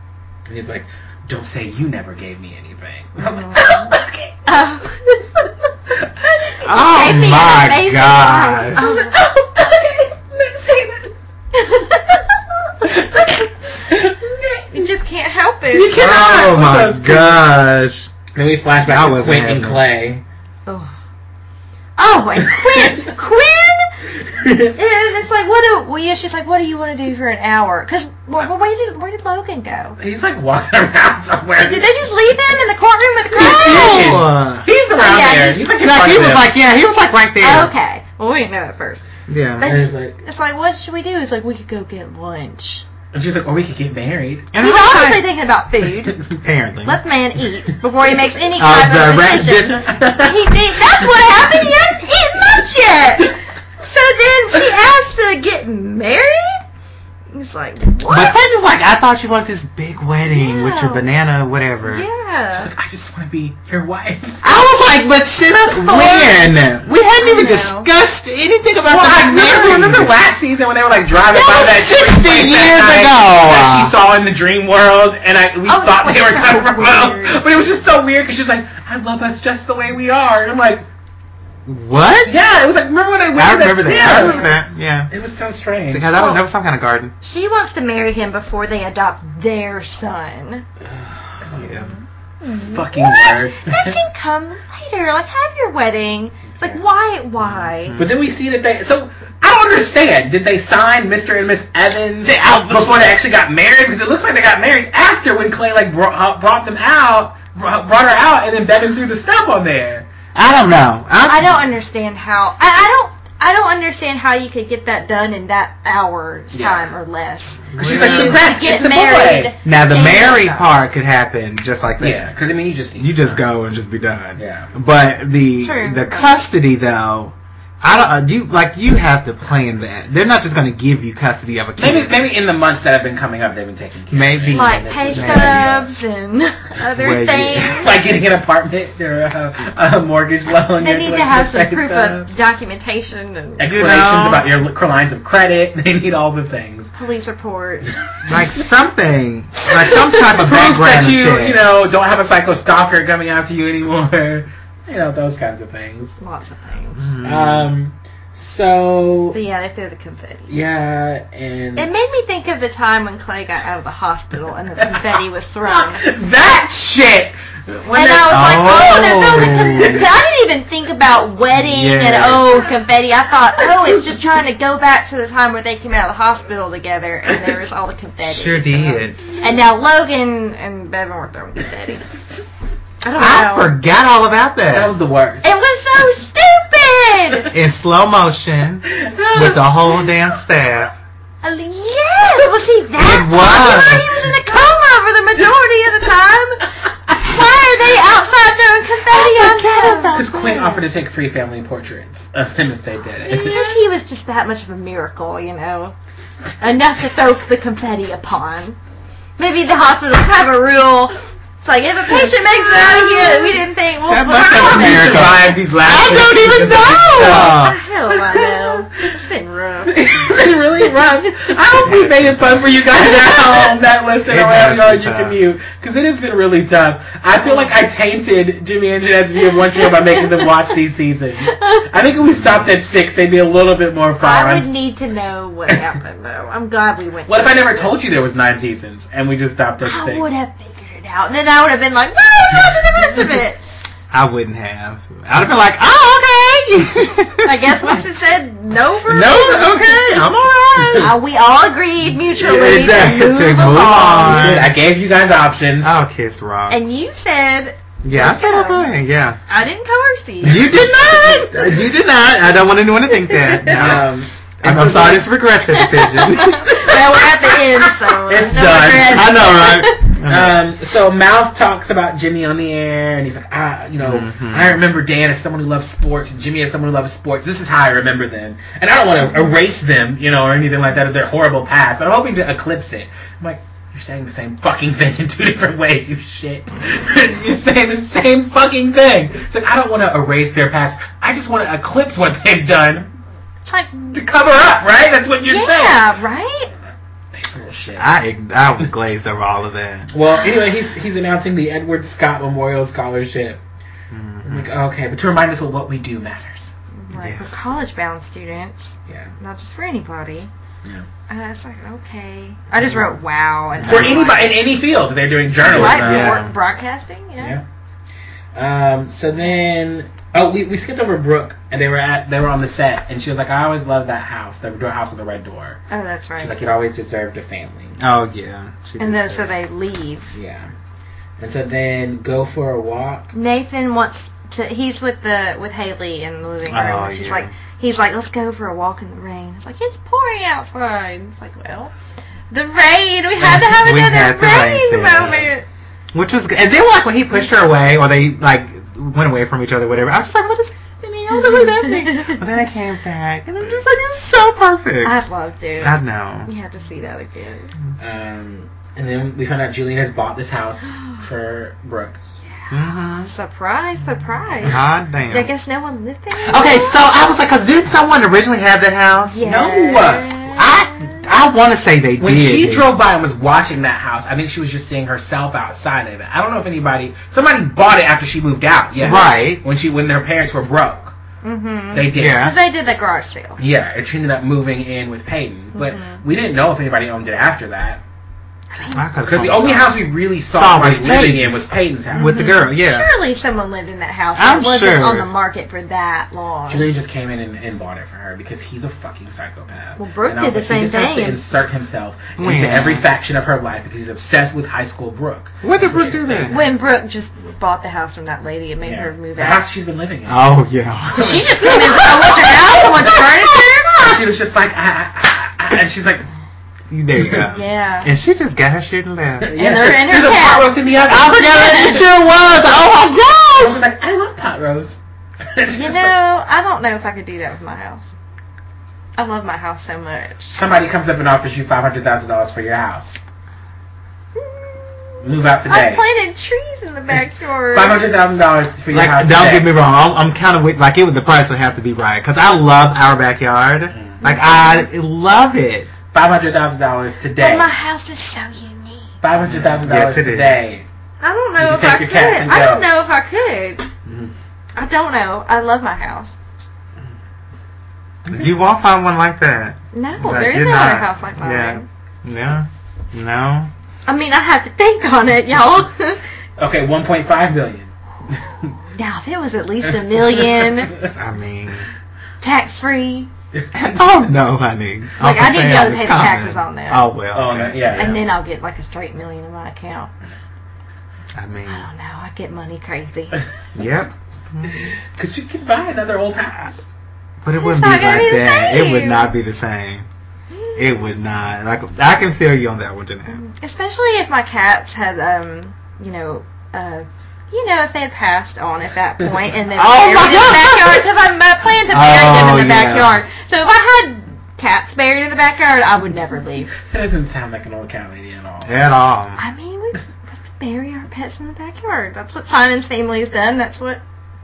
[SPEAKER 1] And he's like, "Don't say you never gave me anything." I was like,
[SPEAKER 2] Mhm.
[SPEAKER 1] okay.
[SPEAKER 2] Oh.
[SPEAKER 3] Oh
[SPEAKER 2] Gave me an
[SPEAKER 3] my
[SPEAKER 2] amazing
[SPEAKER 3] god!
[SPEAKER 2] life.
[SPEAKER 1] I was like, "Oh, okay. Let's say that."
[SPEAKER 2] you just can't help
[SPEAKER 1] You
[SPEAKER 2] it.
[SPEAKER 1] cannot.
[SPEAKER 3] Oh my
[SPEAKER 1] Those-
[SPEAKER 3] gosh!
[SPEAKER 1] Then we flash
[SPEAKER 3] I
[SPEAKER 1] back to
[SPEAKER 3] wasn't
[SPEAKER 1] Quint and
[SPEAKER 3] having it.
[SPEAKER 1] Clay.
[SPEAKER 2] Oh, oh and Quinn, Quinn. And it's like, what do we? She's like, what do you want to do for an hour? Because well, where did where did Logan go?
[SPEAKER 1] He's like walking around somewhere.
[SPEAKER 2] Did they just leave him in the courtroom with
[SPEAKER 1] Yeah.
[SPEAKER 2] Quinn?
[SPEAKER 3] Oh.
[SPEAKER 1] He's around
[SPEAKER 2] Yeah,
[SPEAKER 1] there.
[SPEAKER 2] he's-
[SPEAKER 1] He's like in
[SPEAKER 3] Like
[SPEAKER 1] front
[SPEAKER 3] he
[SPEAKER 1] of
[SPEAKER 3] was
[SPEAKER 1] them.
[SPEAKER 3] like, yeah, he was like right there.
[SPEAKER 2] Okay. Well, we didn't know at first.
[SPEAKER 3] Yeah.
[SPEAKER 1] And he's like,
[SPEAKER 2] It's like, what should we do? It's like, we could go get lunch.
[SPEAKER 1] and she was like, or we could get married.
[SPEAKER 3] And
[SPEAKER 2] He's
[SPEAKER 3] I was
[SPEAKER 2] obviously
[SPEAKER 3] like-
[SPEAKER 2] thinking about food.
[SPEAKER 3] apparently.
[SPEAKER 2] Let the man eat before he makes any
[SPEAKER 3] Uh,
[SPEAKER 2] kind
[SPEAKER 3] the
[SPEAKER 2] of
[SPEAKER 3] rat
[SPEAKER 2] decision. He, he, that's what happened. He hasn't eaten lunch yet. So then she asked to get married. He's like,
[SPEAKER 3] But
[SPEAKER 2] what?
[SPEAKER 3] Clint is like, I thought you wanted this big wedding with your
[SPEAKER 2] Yeah.
[SPEAKER 3] banana, whatever.
[SPEAKER 1] She's
[SPEAKER 2] Yeah.
[SPEAKER 1] like, I just want to be your wife.
[SPEAKER 3] I was like, but since when? We hadn't even
[SPEAKER 2] I know.
[SPEAKER 3] discussed anything about
[SPEAKER 1] Well, I
[SPEAKER 3] the
[SPEAKER 1] remember, remember
[SPEAKER 3] marriage.
[SPEAKER 1] last season when they were like driving
[SPEAKER 3] That
[SPEAKER 1] by
[SPEAKER 3] was
[SPEAKER 1] that dream
[SPEAKER 3] 60
[SPEAKER 1] place
[SPEAKER 3] years
[SPEAKER 1] that night
[SPEAKER 3] ago.
[SPEAKER 1] that she saw in the dream world, and I we
[SPEAKER 2] Oh, that
[SPEAKER 1] thought
[SPEAKER 2] was
[SPEAKER 1] they were
[SPEAKER 2] so
[SPEAKER 1] kind of
[SPEAKER 2] weird.
[SPEAKER 1] remote, but it was just so weird because she's like, I love us just the way we are. And I'm like,
[SPEAKER 3] What?
[SPEAKER 1] yeah, it was like remember when I went
[SPEAKER 3] I
[SPEAKER 1] to
[SPEAKER 3] remember that. I
[SPEAKER 1] gym?
[SPEAKER 3] remember that. Yeah.
[SPEAKER 1] It was so strange.
[SPEAKER 3] Because I don't know some kind of garden.
[SPEAKER 2] She wants to marry him before they adopt their son.
[SPEAKER 3] Yeah.
[SPEAKER 1] Fucking
[SPEAKER 2] What?
[SPEAKER 1] worst.
[SPEAKER 2] That can come later. Like, have your wedding. It's like, why? Why?
[SPEAKER 1] But then we see that they. So I don't understand. Did they sign Mr. and Miss Evans
[SPEAKER 3] They out-
[SPEAKER 1] before they actually got married? Because it looks like they got married after when Clay like brought, uh, brought them out, uh, brought brought her out, and then bed him through the stuff on there.
[SPEAKER 3] I don't know.
[SPEAKER 2] I don't understand how. I, I don't. I don't understand how you could get that done in that hour's
[SPEAKER 1] Yeah.
[SPEAKER 2] time or less.
[SPEAKER 1] 'Cause she's
[SPEAKER 3] Well-
[SPEAKER 1] like
[SPEAKER 2] You
[SPEAKER 1] the best.
[SPEAKER 2] get
[SPEAKER 1] it's a
[SPEAKER 2] married.
[SPEAKER 1] boy.
[SPEAKER 3] Now the
[SPEAKER 2] Yeah.
[SPEAKER 3] married part could happen just like that.
[SPEAKER 1] Yeah, because I mean you just
[SPEAKER 3] You just go and just be done.
[SPEAKER 1] Yeah.
[SPEAKER 3] But the
[SPEAKER 2] True.
[SPEAKER 3] the custody though, I don't. uh, You like you have to plan that. They're not just going to give you custody of a kid.
[SPEAKER 1] Maybe maybe in the months that have been coming up, they've been taking care of
[SPEAKER 3] Maybe.
[SPEAKER 1] it.
[SPEAKER 2] Like
[SPEAKER 1] And this
[SPEAKER 2] pay
[SPEAKER 1] was-
[SPEAKER 2] stubs and other
[SPEAKER 3] Wait.
[SPEAKER 2] things.
[SPEAKER 1] like getting an apartment or a, a mortgage loan.
[SPEAKER 2] They
[SPEAKER 1] you
[SPEAKER 2] need
[SPEAKER 1] to,
[SPEAKER 2] to
[SPEAKER 1] like, uh,
[SPEAKER 2] have some
[SPEAKER 1] pay
[SPEAKER 2] proof
[SPEAKER 1] stubs.
[SPEAKER 2] of documentation and
[SPEAKER 1] explanations
[SPEAKER 3] know?
[SPEAKER 1] about your li- lines of credit. They need all the things.
[SPEAKER 2] police reports.
[SPEAKER 3] like something, like some type of
[SPEAKER 1] Proof
[SPEAKER 3] background
[SPEAKER 1] that you,
[SPEAKER 3] check.
[SPEAKER 1] you know, don't have a psycho stalker coming after you anymore. You know, those kinds of things.
[SPEAKER 2] Lots of things.
[SPEAKER 3] Mm.
[SPEAKER 1] Um, so
[SPEAKER 2] But yeah, they threw the confetti.
[SPEAKER 1] yeah, and
[SPEAKER 2] It made me think of the time when Clay got out of the hospital and the confetti was thrown. And
[SPEAKER 1] that shit. When
[SPEAKER 2] I was
[SPEAKER 1] that-
[SPEAKER 2] like, oh, they're throwing the
[SPEAKER 3] Oh.
[SPEAKER 2] confetti. I didn't even think about wedding and
[SPEAKER 3] Yes.
[SPEAKER 2] oh, confetti. I thought, oh, it's just trying to go back to the time where they came out of the hospital together and there was all the confetti.
[SPEAKER 3] Sure did.
[SPEAKER 2] And now Logan and Bevan were throwing confetti. I don't
[SPEAKER 3] I
[SPEAKER 2] know.
[SPEAKER 3] forgot all about
[SPEAKER 1] that was
[SPEAKER 3] that.
[SPEAKER 1] the worst.
[SPEAKER 2] It was so stupid.
[SPEAKER 3] In slow motion with the whole damn staff.
[SPEAKER 2] Uh, Yeah, well, see that
[SPEAKER 3] It was.
[SPEAKER 2] You're not even in a coma for the majority of the time. Why are they outside throwing confetti on them?
[SPEAKER 1] Because Quinn offered to take free family portraits of him if they did it.
[SPEAKER 2] Because he was just that much of a miracle, you know, enough to throw the confetti upon. Maybe the hospitals have a rule. It's like if a patient makes it out of here that we didn't think, well,
[SPEAKER 3] That
[SPEAKER 2] we're
[SPEAKER 3] must have
[SPEAKER 2] out
[SPEAKER 3] been
[SPEAKER 2] of
[SPEAKER 3] Uh. a miracle.
[SPEAKER 2] here.
[SPEAKER 3] I these last
[SPEAKER 2] I don't even
[SPEAKER 3] know.
[SPEAKER 2] Hell, I know. It's been rough.
[SPEAKER 1] it's been really rough. I hope we made it fun for you guys at home that listen
[SPEAKER 3] It
[SPEAKER 1] or wherever
[SPEAKER 3] has
[SPEAKER 1] you are in
[SPEAKER 3] been
[SPEAKER 1] your
[SPEAKER 3] tough.
[SPEAKER 1] commute because it has been really tough. I feel like I tainted Jimmy and Jeanette's view of once year by making them watch these seasons. I think if we stopped at six, they'd be a little bit more
[SPEAKER 2] I would
[SPEAKER 1] fun.
[SPEAKER 2] need to know what happened, though. I'm glad we went.
[SPEAKER 1] What if I never told you there was nine seasons and we just stopped at
[SPEAKER 2] I
[SPEAKER 1] six?
[SPEAKER 2] would have figured it out, and then I would have been like, "No, you guys are the rest of
[SPEAKER 3] I wouldn't have. I'd have been like, oh, okay.
[SPEAKER 2] it." I guess once it said no for
[SPEAKER 3] No, okay, I'm alright.
[SPEAKER 2] Uh, we all agreed mutually
[SPEAKER 3] Yeah, exactly,
[SPEAKER 2] to move
[SPEAKER 3] to move
[SPEAKER 2] along.
[SPEAKER 3] on.
[SPEAKER 1] Good, I gave you guys options.
[SPEAKER 3] Oh, kiss rock.
[SPEAKER 2] And you said
[SPEAKER 3] yeah, I said
[SPEAKER 2] Let's go.
[SPEAKER 3] okay. Yeah,
[SPEAKER 2] I didn't coerce you.
[SPEAKER 3] you did not. Uh, You did not. I don't want anyone to think that. No.
[SPEAKER 1] Um,
[SPEAKER 3] I'm, I'm sorry to regret the decision.
[SPEAKER 2] well, we're at the end, so
[SPEAKER 1] It's
[SPEAKER 2] no
[SPEAKER 1] done.
[SPEAKER 2] regrets.
[SPEAKER 3] I know, right?
[SPEAKER 1] Um, so Mouth talks about Jimmy on the air, and he's like, ah, you know,
[SPEAKER 3] Mhm.
[SPEAKER 1] I remember Dan as someone who loves sports, and Jimmy as someone who loves sports. This is how I remember them, and I don't want to erase them, you know, or anything like that of their horrible past. But I'm hoping to eclipse it. I'm like, you're saying the same fucking thing in two different ways, you shit. you're saying the same fucking thing. It's like I don't want to erase their past. I just want to eclipse what they've done
[SPEAKER 2] It's like,
[SPEAKER 1] to cover up, right? That's what you're saying.
[SPEAKER 2] yeah, right?
[SPEAKER 1] This little shit.
[SPEAKER 3] I ign- I was glazed over all of that.
[SPEAKER 1] Well, anyway, he's he's announcing the Edward Scott Memorial Scholarship. I'm
[SPEAKER 3] Mhm.
[SPEAKER 1] like, okay, but to remind us of what we do matters.
[SPEAKER 2] Like
[SPEAKER 3] Yes.
[SPEAKER 2] for college-bound students,
[SPEAKER 1] Yeah.
[SPEAKER 2] not just for anybody.
[SPEAKER 1] Yeah.
[SPEAKER 2] Uh, it's like okay. I just wrote wow and
[SPEAKER 1] For
[SPEAKER 2] I'm
[SPEAKER 1] anybody in
[SPEAKER 2] like,
[SPEAKER 1] any field, they're doing
[SPEAKER 2] right?
[SPEAKER 1] journalism.
[SPEAKER 3] Yeah.
[SPEAKER 2] broad- Broadcasting, you know?
[SPEAKER 1] Yeah. Um, so then, oh, we, we skipped over Brooke, and they were at they were on the set, and she was like, I always loved that house, the door house with the red door.
[SPEAKER 2] Oh, that's right.
[SPEAKER 1] She's like, it always deserved a family.
[SPEAKER 3] Oh yeah. She
[SPEAKER 2] And
[SPEAKER 3] did
[SPEAKER 2] then
[SPEAKER 3] say
[SPEAKER 2] so they leave.
[SPEAKER 1] Yeah. And so then go for a walk.
[SPEAKER 2] Nathan wants to. He's with the with Haley in the living room.
[SPEAKER 3] Oh,
[SPEAKER 2] and she's
[SPEAKER 3] yeah.
[SPEAKER 2] like, he's like, let's go for a walk in the rain. It's like it's pouring outside. It's like, well, the rain. We had to have
[SPEAKER 3] We
[SPEAKER 2] another
[SPEAKER 3] had the rain
[SPEAKER 2] rain,
[SPEAKER 3] scene.
[SPEAKER 2] moment.
[SPEAKER 3] Which was good. And then like when he pushed her away or they like went away from each other, whatever, I was just like, What is happening? I was like, What is happening? but then I came back and I'm just like, This is so perfect. I,
[SPEAKER 2] I loved it.
[SPEAKER 3] know.
[SPEAKER 2] we had to see that again.
[SPEAKER 1] Um, and then we found out Julian has bought this house for Brooke.
[SPEAKER 3] Mm-hmm.
[SPEAKER 2] Surprise, surprise.
[SPEAKER 3] God damn.
[SPEAKER 2] I guess no one lived there.
[SPEAKER 3] Okay, so I was like, cause didn't someone originally have that house?
[SPEAKER 2] Yeah.
[SPEAKER 1] No, uh,
[SPEAKER 3] I I want to say they
[SPEAKER 1] When
[SPEAKER 3] did.
[SPEAKER 1] she drove by and was watching that house, I think she was just seeing herself outside of it. I don't know if anybody, somebody bought it after she moved out. Yeah,
[SPEAKER 3] Right.
[SPEAKER 1] When she, when her parents were broke,
[SPEAKER 2] Mm-hmm.
[SPEAKER 1] they did.
[SPEAKER 3] Yeah.
[SPEAKER 2] Because they did the garage sale.
[SPEAKER 1] Yeah, and she ended up moving in with Peyton, but
[SPEAKER 2] Mhm.
[SPEAKER 1] we didn't know if anybody owned it after that because
[SPEAKER 3] because
[SPEAKER 1] the only house we really saw,
[SPEAKER 3] Saw
[SPEAKER 1] somebody
[SPEAKER 3] was
[SPEAKER 1] living
[SPEAKER 3] Peyton's.
[SPEAKER 1] in was Peyton's house.
[SPEAKER 3] with the girl, yeah.
[SPEAKER 2] Surely someone lived in that house.
[SPEAKER 3] I'm
[SPEAKER 2] it wasn't
[SPEAKER 3] sure.
[SPEAKER 2] on the market for that long.
[SPEAKER 1] Julian just came in and, and bought it for her because he's a fucking psychopath.
[SPEAKER 2] Well, Brooke
[SPEAKER 1] And I was
[SPEAKER 2] did the
[SPEAKER 1] like,
[SPEAKER 2] same
[SPEAKER 1] he just has
[SPEAKER 2] thing.
[SPEAKER 1] to insert himself
[SPEAKER 3] Yeah.
[SPEAKER 1] into every faction of her life because he's obsessed with high school Brooke.
[SPEAKER 3] What did
[SPEAKER 1] That's
[SPEAKER 3] Brooke
[SPEAKER 1] she
[SPEAKER 3] do
[SPEAKER 1] said.
[SPEAKER 3] then?
[SPEAKER 2] When Brooke just bought the house from that lady, it made
[SPEAKER 1] Yeah.
[SPEAKER 2] her move
[SPEAKER 1] the
[SPEAKER 2] out.
[SPEAKER 1] house she's been living in.
[SPEAKER 3] Oh yeah.
[SPEAKER 2] She just came in so much out with the furniture.
[SPEAKER 1] she was just like, ah, ah, ah, ah, and she's like,
[SPEAKER 3] there you go.
[SPEAKER 2] Yeah.
[SPEAKER 3] And she just got her shit and left.
[SPEAKER 1] yeah,
[SPEAKER 2] they're in her Oh,
[SPEAKER 1] there's a
[SPEAKER 2] cat.
[SPEAKER 1] pot roast in the oven.
[SPEAKER 3] I forgot that it
[SPEAKER 1] I
[SPEAKER 3] sure was. Oh my gosh.
[SPEAKER 1] was like, I love pot roast. It's
[SPEAKER 2] You
[SPEAKER 1] just
[SPEAKER 2] know, I don't know if I could do that with my house. I love my house so much.
[SPEAKER 1] somebody comes up and offers you five hundred thousand dollars for your house. Move out
[SPEAKER 2] I
[SPEAKER 1] today.
[SPEAKER 2] planted trees in the backyard.
[SPEAKER 1] Five hundred thousand dollars for your
[SPEAKER 3] Like,
[SPEAKER 1] house.
[SPEAKER 3] don't
[SPEAKER 1] today.
[SPEAKER 3] get me wrong. I'm, I'm kind of with like it. The price would have to be right because I love our backyard.
[SPEAKER 1] Mhm.
[SPEAKER 3] Like I love it.
[SPEAKER 1] Five hundred thousand dollars
[SPEAKER 2] But
[SPEAKER 1] today.
[SPEAKER 2] Oh, my house is so unique.
[SPEAKER 1] Five hundred thousand dollars
[SPEAKER 3] Yes, it is.
[SPEAKER 1] today.
[SPEAKER 2] I don't
[SPEAKER 1] You
[SPEAKER 2] know
[SPEAKER 1] can
[SPEAKER 2] if
[SPEAKER 1] take
[SPEAKER 2] I
[SPEAKER 1] your
[SPEAKER 2] could.
[SPEAKER 1] cats and
[SPEAKER 2] I
[SPEAKER 1] go.
[SPEAKER 2] don't know if I could.
[SPEAKER 3] Mm-hmm.
[SPEAKER 2] I don't know. I love my house.
[SPEAKER 3] You won't find one like that.
[SPEAKER 2] No,
[SPEAKER 3] Like,
[SPEAKER 2] there is
[SPEAKER 3] you're
[SPEAKER 2] no other
[SPEAKER 3] not-
[SPEAKER 2] house like mine.
[SPEAKER 3] yeah. No, no.
[SPEAKER 2] I mean, I have to think on it, y'all.
[SPEAKER 1] Okay, one point five million.
[SPEAKER 2] now, if it was at least a million,
[SPEAKER 3] I mean,
[SPEAKER 2] tax free,
[SPEAKER 3] oh no, honey.
[SPEAKER 2] Like, I need
[SPEAKER 3] Uncle
[SPEAKER 2] y'all to
[SPEAKER 3] Sam
[SPEAKER 2] pay
[SPEAKER 3] is
[SPEAKER 2] the taxes
[SPEAKER 3] coming.
[SPEAKER 2] on that.
[SPEAKER 3] Oh well.
[SPEAKER 1] oh, no,
[SPEAKER 3] okay.
[SPEAKER 1] yeah.
[SPEAKER 2] and then I'll get like a straight million in my account.
[SPEAKER 3] I
[SPEAKER 2] I don't
[SPEAKER 3] mean,
[SPEAKER 2] know. I get money crazy.
[SPEAKER 3] yep.
[SPEAKER 1] Cause you could buy another old house.
[SPEAKER 3] But it
[SPEAKER 2] It's
[SPEAKER 3] wouldn't be
[SPEAKER 2] not
[SPEAKER 3] like
[SPEAKER 2] gonna be the
[SPEAKER 3] that. It would
[SPEAKER 2] same.
[SPEAKER 3] not be the same. It would not. Like I can feel you on that one, Jeanette.
[SPEAKER 2] Especially if my cats had, um, you know, uh, you know, if they had passed on at that point and they were
[SPEAKER 3] Oh
[SPEAKER 2] buried
[SPEAKER 3] my
[SPEAKER 2] in the
[SPEAKER 3] God.
[SPEAKER 2] backyard because I, I plan to bury them
[SPEAKER 3] Oh,
[SPEAKER 2] in the
[SPEAKER 3] yeah.
[SPEAKER 2] backyard. So if I had cats buried in the backyard, I would never leave.
[SPEAKER 1] That doesn't sound like an old cat lady at all.
[SPEAKER 3] At all.
[SPEAKER 2] I mean, we have to bury our pets in the backyard. That's what Simon's family has done. That's what.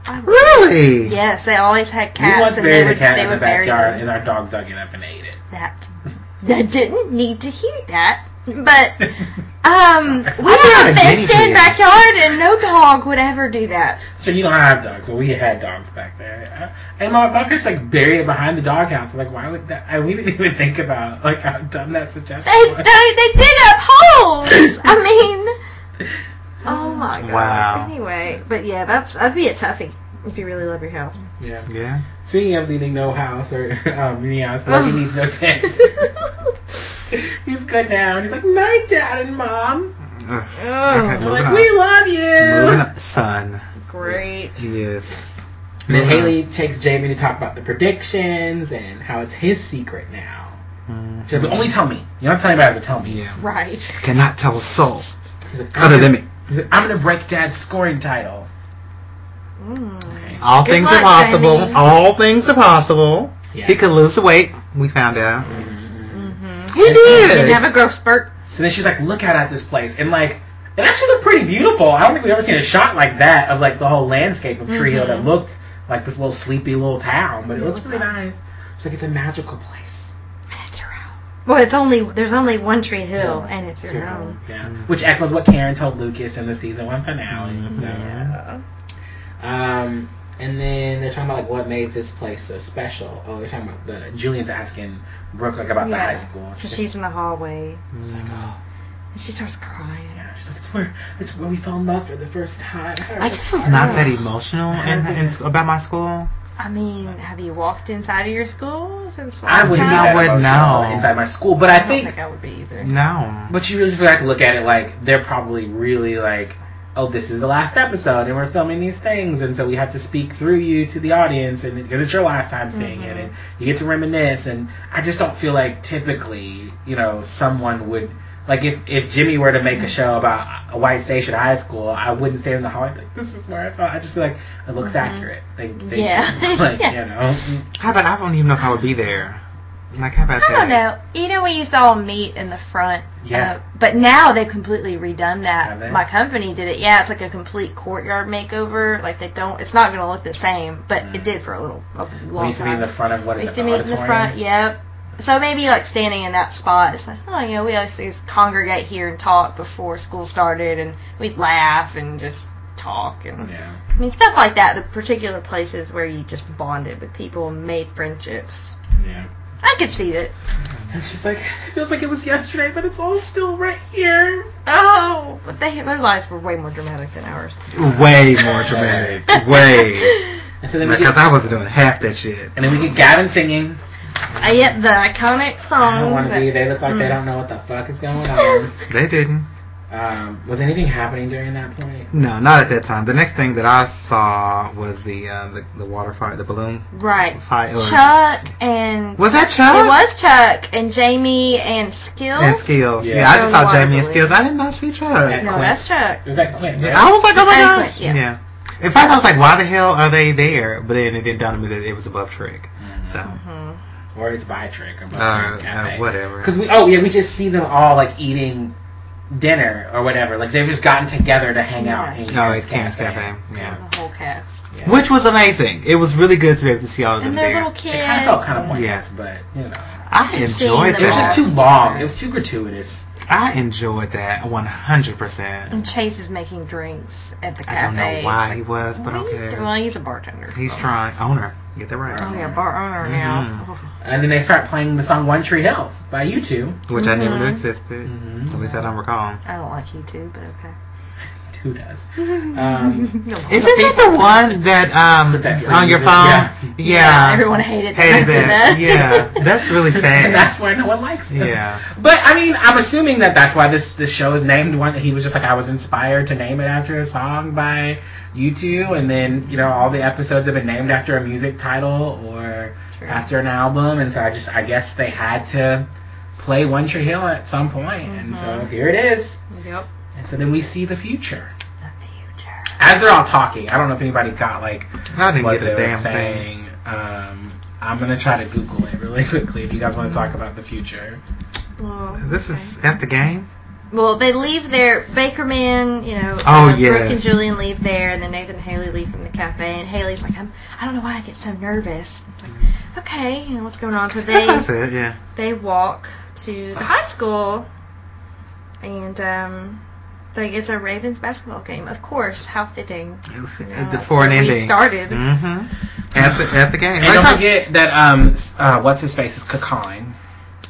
[SPEAKER 2] I would do.
[SPEAKER 3] Really?
[SPEAKER 2] Yes, they always had
[SPEAKER 1] We once
[SPEAKER 2] cats, and they
[SPEAKER 1] buried a
[SPEAKER 2] would,
[SPEAKER 1] cat
[SPEAKER 2] they
[SPEAKER 1] in the
[SPEAKER 2] would bury
[SPEAKER 1] backyard,
[SPEAKER 2] them.
[SPEAKER 1] and our dog dug it up and ate it.
[SPEAKER 2] That, I didn't need to hear that, but Um, we have
[SPEAKER 3] a
[SPEAKER 2] a
[SPEAKER 3] guinea
[SPEAKER 2] fenced-in
[SPEAKER 3] pig.
[SPEAKER 2] backyard, and no dog would ever do that.
[SPEAKER 1] so you don't have dogs, but we had dogs back there. Uh, And my, my parents like bury it behind the doghouse. I'm like, why would that? I, we didn't even think about like how dumb that suggestion
[SPEAKER 2] They they,
[SPEAKER 1] was.
[SPEAKER 2] they dig up holes. I mean, oh my god.
[SPEAKER 3] Wow.
[SPEAKER 2] Anyway, but yeah, that's that'd be a toughie if you really love your house.
[SPEAKER 1] Yeah.
[SPEAKER 3] Yeah.
[SPEAKER 1] Speaking of needing no house or um, any house, Logan needs no tent. he's good now, and he's like, my dad and mom.
[SPEAKER 3] Ugh.
[SPEAKER 2] Oh,
[SPEAKER 3] Okay,
[SPEAKER 1] I'm
[SPEAKER 3] moving
[SPEAKER 1] like,
[SPEAKER 3] on.
[SPEAKER 1] we love you.
[SPEAKER 3] Moving on. Son.
[SPEAKER 2] great.
[SPEAKER 3] Yes.
[SPEAKER 1] And then
[SPEAKER 3] Moving on.
[SPEAKER 1] Haley takes Jamie to talk about the predictions and how it's his secret now.
[SPEAKER 3] Mhm.
[SPEAKER 1] She's like, "But only tell me. You don't tell anybody, but tell me.
[SPEAKER 3] Yeah.
[SPEAKER 2] Right.
[SPEAKER 3] Cannot tell a soul
[SPEAKER 1] He's like,
[SPEAKER 3] other
[SPEAKER 1] "I'm
[SPEAKER 3] than
[SPEAKER 1] gonna-
[SPEAKER 3] me.
[SPEAKER 1] he's like, I'm gonna break dad's scoring title.
[SPEAKER 2] Mm.
[SPEAKER 3] All
[SPEAKER 2] Good
[SPEAKER 3] things
[SPEAKER 2] luck,
[SPEAKER 3] are possible.
[SPEAKER 2] Jamie.
[SPEAKER 3] All things are possible.
[SPEAKER 1] Yeah.
[SPEAKER 3] He could lose the weight. We found out.
[SPEAKER 2] Mm-hmm.
[SPEAKER 3] He did.
[SPEAKER 2] Didn't have a growth spurt.
[SPEAKER 1] So then she's like, look out at this place. And like, it actually looked pretty beautiful. I don't think we've ever seen a shot like that of like the whole landscape of Tree Hill that
[SPEAKER 2] Mhm.
[SPEAKER 1] looked like this little sleepy little town, but Mm-hmm. it,
[SPEAKER 2] It
[SPEAKER 1] looks
[SPEAKER 2] was
[SPEAKER 1] really
[SPEAKER 2] nice.
[SPEAKER 1] nice. It's like it's a magical place.
[SPEAKER 2] Well, it's only there's only one Tree Hill, and it's your
[SPEAKER 1] Yeah.
[SPEAKER 2] own.
[SPEAKER 1] Yeah.
[SPEAKER 3] Mm.
[SPEAKER 1] Which echoes what Karen told Lucas in the season one finale.
[SPEAKER 3] Mhm.
[SPEAKER 1] So,
[SPEAKER 3] Yeah.
[SPEAKER 1] Um, and then they're talking about like what made this place so special. Oh, they're talking about the Julian's asking Brooke like about the
[SPEAKER 2] Yeah.
[SPEAKER 1] high school.
[SPEAKER 2] Because she's in the hallway,
[SPEAKER 3] Mm-hmm.
[SPEAKER 1] She's like, oh,
[SPEAKER 2] and she starts crying.
[SPEAKER 1] yeah. She's like, it's where it's where we fell in love for the first time.
[SPEAKER 3] I just was not that emotional in, in, about my school.
[SPEAKER 2] I mean, have you walked inside of your school since last
[SPEAKER 1] I would
[SPEAKER 2] time?
[SPEAKER 3] not
[SPEAKER 1] not
[SPEAKER 3] would
[SPEAKER 1] would
[SPEAKER 3] know.
[SPEAKER 1] inside my school, but I,
[SPEAKER 2] don't
[SPEAKER 1] think,
[SPEAKER 2] think I would be either.
[SPEAKER 3] No.
[SPEAKER 1] but you really have to look at it like they're probably really like, oh, this is the last episode and we're filming these things, and so we have to speak through you to the audience, and because it's your last time seeing it,
[SPEAKER 2] Mhm.
[SPEAKER 1] and you get to reminisce, and I just don't feel like typically, you know, someone would. Like if, if Jimmy were to make a show about a White Station High School, I wouldn't stand in the hallway and be like, "This is where I thought." I just feel like it looks
[SPEAKER 2] Mhm.
[SPEAKER 1] accurate. They, they,
[SPEAKER 2] Yeah.
[SPEAKER 1] like
[SPEAKER 2] Yeah.
[SPEAKER 1] you know,
[SPEAKER 3] How about I don't even know if I would be there. Like how about
[SPEAKER 2] I
[SPEAKER 3] that?
[SPEAKER 2] don't know. You know, we used to all meet in the front.
[SPEAKER 1] Yeah.
[SPEAKER 2] uh, but now they've completely redone
[SPEAKER 1] Have they?
[SPEAKER 2] that. My company did it. Yeah, it's like a complete courtyard makeover. Like they don't. It's not going to look the same, but
[SPEAKER 1] Mm.
[SPEAKER 2] it did for a little a long
[SPEAKER 1] we used to be
[SPEAKER 2] time.
[SPEAKER 1] in the front of what
[SPEAKER 2] we
[SPEAKER 1] is
[SPEAKER 2] used
[SPEAKER 1] it,
[SPEAKER 2] to
[SPEAKER 1] the
[SPEAKER 2] meet in the
[SPEAKER 1] auditorium?
[SPEAKER 2] front. Yep. So maybe like standing in that spot, it's like, oh, you know, we always just congregate here and talk before school started, and we'd laugh and just talk and
[SPEAKER 1] Yeah.
[SPEAKER 2] I mean stuff like that. The particular places where you just bonded with people and made friendships.
[SPEAKER 1] Yeah.
[SPEAKER 2] I could see it.
[SPEAKER 1] And she's like, it feels like it was yesterday, but it's all still right here.
[SPEAKER 2] Oh, but they their lives were way more dramatic than ours.
[SPEAKER 3] Way more dramatic. Way.
[SPEAKER 1] And so then we
[SPEAKER 3] Because
[SPEAKER 1] get,
[SPEAKER 3] I wasn't doing half that shit.
[SPEAKER 1] and then we get Gavin singing.
[SPEAKER 2] I get the iconic song.
[SPEAKER 1] I don't want to
[SPEAKER 2] but-
[SPEAKER 1] be. They look like they
[SPEAKER 2] Mm.
[SPEAKER 1] don't know what the fuck is going on.
[SPEAKER 3] They didn't.
[SPEAKER 1] Um, was anything happening during that point?
[SPEAKER 3] No, not at that time. The next thing that I saw was the um, the, the water fire, the balloon
[SPEAKER 2] right.
[SPEAKER 3] fire. or-
[SPEAKER 2] Chuck and
[SPEAKER 3] Was that
[SPEAKER 2] it
[SPEAKER 3] Chuck?
[SPEAKER 2] was Chuck and Jamie and Skill.
[SPEAKER 3] And Skills.
[SPEAKER 1] Yeah.
[SPEAKER 3] Yeah, I
[SPEAKER 2] From
[SPEAKER 3] just saw
[SPEAKER 2] Water
[SPEAKER 3] Jamie and
[SPEAKER 2] Balloon.
[SPEAKER 3] Skills. I did not see Chuck.
[SPEAKER 1] Yeah.
[SPEAKER 2] no, that's Chuck.
[SPEAKER 1] Is that Quinn?
[SPEAKER 3] Yeah, I was like, oh my
[SPEAKER 2] And
[SPEAKER 3] gosh.
[SPEAKER 2] Quinn, yeah.
[SPEAKER 3] yeah. At first, I was like, why the hell are they there? But then it didn't dawn on me that it was above Trick. So,
[SPEAKER 2] Mm-hmm.
[SPEAKER 1] or it's by trick or
[SPEAKER 3] uh, uh, whatever.
[SPEAKER 1] Because we oh yeah we just see them all like eating dinner or whatever like they've just gotten together to hang out.
[SPEAKER 2] Yes.
[SPEAKER 1] in
[SPEAKER 3] Oh,
[SPEAKER 1] Karen's
[SPEAKER 3] it's Karen's Cafe. Yeah.
[SPEAKER 2] The whole cast.
[SPEAKER 1] Yeah.
[SPEAKER 3] Which was amazing. It was really good to be able to see all of them
[SPEAKER 2] And their
[SPEAKER 3] there.
[SPEAKER 2] little
[SPEAKER 1] It
[SPEAKER 2] kids.
[SPEAKER 1] kind of felt kind of
[SPEAKER 3] Yeah.
[SPEAKER 1] pointless, but you know,
[SPEAKER 3] I
[SPEAKER 2] Just seeing
[SPEAKER 3] enjoyed
[SPEAKER 2] them
[SPEAKER 1] it was just
[SPEAKER 3] that.
[SPEAKER 1] too long. It was too gratuitous.
[SPEAKER 3] I enjoyed that 100%.
[SPEAKER 2] And Chase is making drinks at the
[SPEAKER 3] I
[SPEAKER 2] cafe.
[SPEAKER 3] don't know why he was,
[SPEAKER 2] What
[SPEAKER 3] but
[SPEAKER 2] are you doing?
[SPEAKER 3] okay.
[SPEAKER 2] Well, he's a bartender.
[SPEAKER 3] He's trying. Owner. Get that right.
[SPEAKER 2] Oh, yeah, bar owner now.
[SPEAKER 3] mm-hmm.
[SPEAKER 1] And then they start playing the song "One Tree Hill" by U two.
[SPEAKER 3] Which I never knew
[SPEAKER 2] Mhm.
[SPEAKER 3] existed.
[SPEAKER 1] Mhm.
[SPEAKER 3] At least I don't recall.
[SPEAKER 2] I don't like you too, but okay.
[SPEAKER 1] Who does? Um,
[SPEAKER 2] No.
[SPEAKER 3] Isn't that the one that um
[SPEAKER 1] Put that
[SPEAKER 3] on your
[SPEAKER 1] freeze in.
[SPEAKER 3] phone?
[SPEAKER 1] Yeah.
[SPEAKER 3] Yeah.
[SPEAKER 2] Everyone hated that.
[SPEAKER 3] hated that.
[SPEAKER 2] Goodness.
[SPEAKER 3] Yeah, that's really
[SPEAKER 1] and
[SPEAKER 3] sad.
[SPEAKER 1] that's why no one likes it.
[SPEAKER 3] yeah,
[SPEAKER 1] But I mean, I'm assuming that that's why this this show is named one. He was just like I was inspired to name it after a song by you two, and then you know all the episodes have been named after a music title or
[SPEAKER 2] True.
[SPEAKER 1] after an album, and so I just I guess they had to play One Tree Hill at some point, and
[SPEAKER 3] Mm-hmm.
[SPEAKER 1] so here it is.
[SPEAKER 2] Yep.
[SPEAKER 1] And so then we see the future
[SPEAKER 2] The future.
[SPEAKER 1] as they're all talking. I don't know if anybody got like
[SPEAKER 3] I didn't
[SPEAKER 1] what
[SPEAKER 3] get
[SPEAKER 1] they
[SPEAKER 3] a
[SPEAKER 1] were
[SPEAKER 3] damn thing.
[SPEAKER 1] saying. Um, I'm gonna try to Google it really quickly if you guys want to talk about the future.
[SPEAKER 2] Oh,
[SPEAKER 3] This
[SPEAKER 2] okay.
[SPEAKER 3] was at the game.
[SPEAKER 2] Well, they leave their Bakerman, you know.
[SPEAKER 3] Oh,
[SPEAKER 2] uh,
[SPEAKER 3] yes.
[SPEAKER 2] Brooke and Julian leave there, and then Nathan and Haley leave from the cafe, and Haley's like, I'm, I don't know why I get so nervous. It's like, okay, you know what's going on? So
[SPEAKER 3] Mm. That's what I
[SPEAKER 2] they
[SPEAKER 3] said. Yeah,
[SPEAKER 2] they walk to the high school, and um, they, it's a Ravens basketball game, of course. How fitting.
[SPEAKER 3] the
[SPEAKER 2] that's
[SPEAKER 3] foreign
[SPEAKER 2] where we
[SPEAKER 3] ending.
[SPEAKER 2] started.
[SPEAKER 3] Mm-hmm. At the at the game.
[SPEAKER 1] And
[SPEAKER 3] Let's
[SPEAKER 1] don't
[SPEAKER 3] talk-
[SPEAKER 1] forget that um, s- uh, what's his face is Kakine.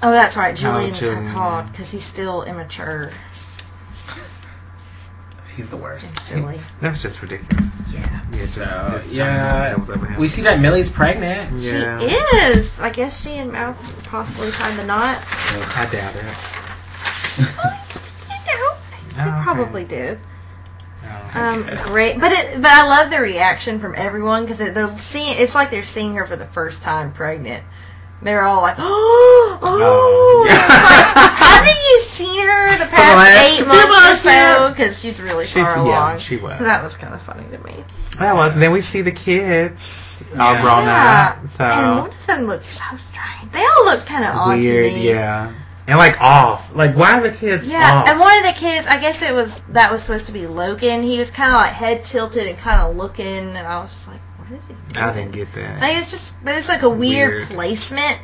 [SPEAKER 2] Oh, that's right, Julian,
[SPEAKER 3] Julian.
[SPEAKER 2] got caught because he's still immature
[SPEAKER 1] He's the
[SPEAKER 2] and
[SPEAKER 1] worst.
[SPEAKER 2] silly.
[SPEAKER 3] That was just ridiculous.
[SPEAKER 2] Yeah.
[SPEAKER 3] Yeah, just,
[SPEAKER 1] So
[SPEAKER 3] just-
[SPEAKER 1] yeah,
[SPEAKER 3] that was over him.
[SPEAKER 1] we see that Millie's pregnant.
[SPEAKER 3] yeah,
[SPEAKER 2] She is. I guess she and Mal possibly tied the knot. Oh,
[SPEAKER 3] I doubt it.
[SPEAKER 2] you know, they
[SPEAKER 3] Oh, okay.
[SPEAKER 2] probably do.
[SPEAKER 3] No.
[SPEAKER 2] Um, great, but it, but I love the reaction from everyone because they're seeing. It's like they're seeing her for the first time, pregnant. They're all like, "Oh, oh!"
[SPEAKER 3] yeah.
[SPEAKER 2] It's like, haven't you seen her the past
[SPEAKER 3] last
[SPEAKER 2] eight
[SPEAKER 3] few
[SPEAKER 2] months or
[SPEAKER 3] months,
[SPEAKER 2] so?
[SPEAKER 3] yeah.
[SPEAKER 2] Because she's really
[SPEAKER 3] She's-
[SPEAKER 2] far
[SPEAKER 3] yeah,
[SPEAKER 2] along.
[SPEAKER 3] she was.
[SPEAKER 2] So that was kind of funny to me.
[SPEAKER 3] That was. Oh, Then we see the kids all
[SPEAKER 1] Yeah.
[SPEAKER 3] grown
[SPEAKER 2] yeah,
[SPEAKER 3] up. So
[SPEAKER 2] and one of them looked so strange. They all looked kind of odd
[SPEAKER 3] weird,
[SPEAKER 2] to me.
[SPEAKER 3] yeah. Oh. And like off. Like why are the kids
[SPEAKER 2] Yeah,
[SPEAKER 3] off?
[SPEAKER 2] and one of the kids, I guess it was that was supposed to be Logan. He was kind of like head tilted and kind of looking, and I was just like, "What is he?" Doing?
[SPEAKER 3] I didn't get
[SPEAKER 2] I
[SPEAKER 3] that.
[SPEAKER 2] think it's just that it's like a weird,
[SPEAKER 3] Weird.
[SPEAKER 2] placement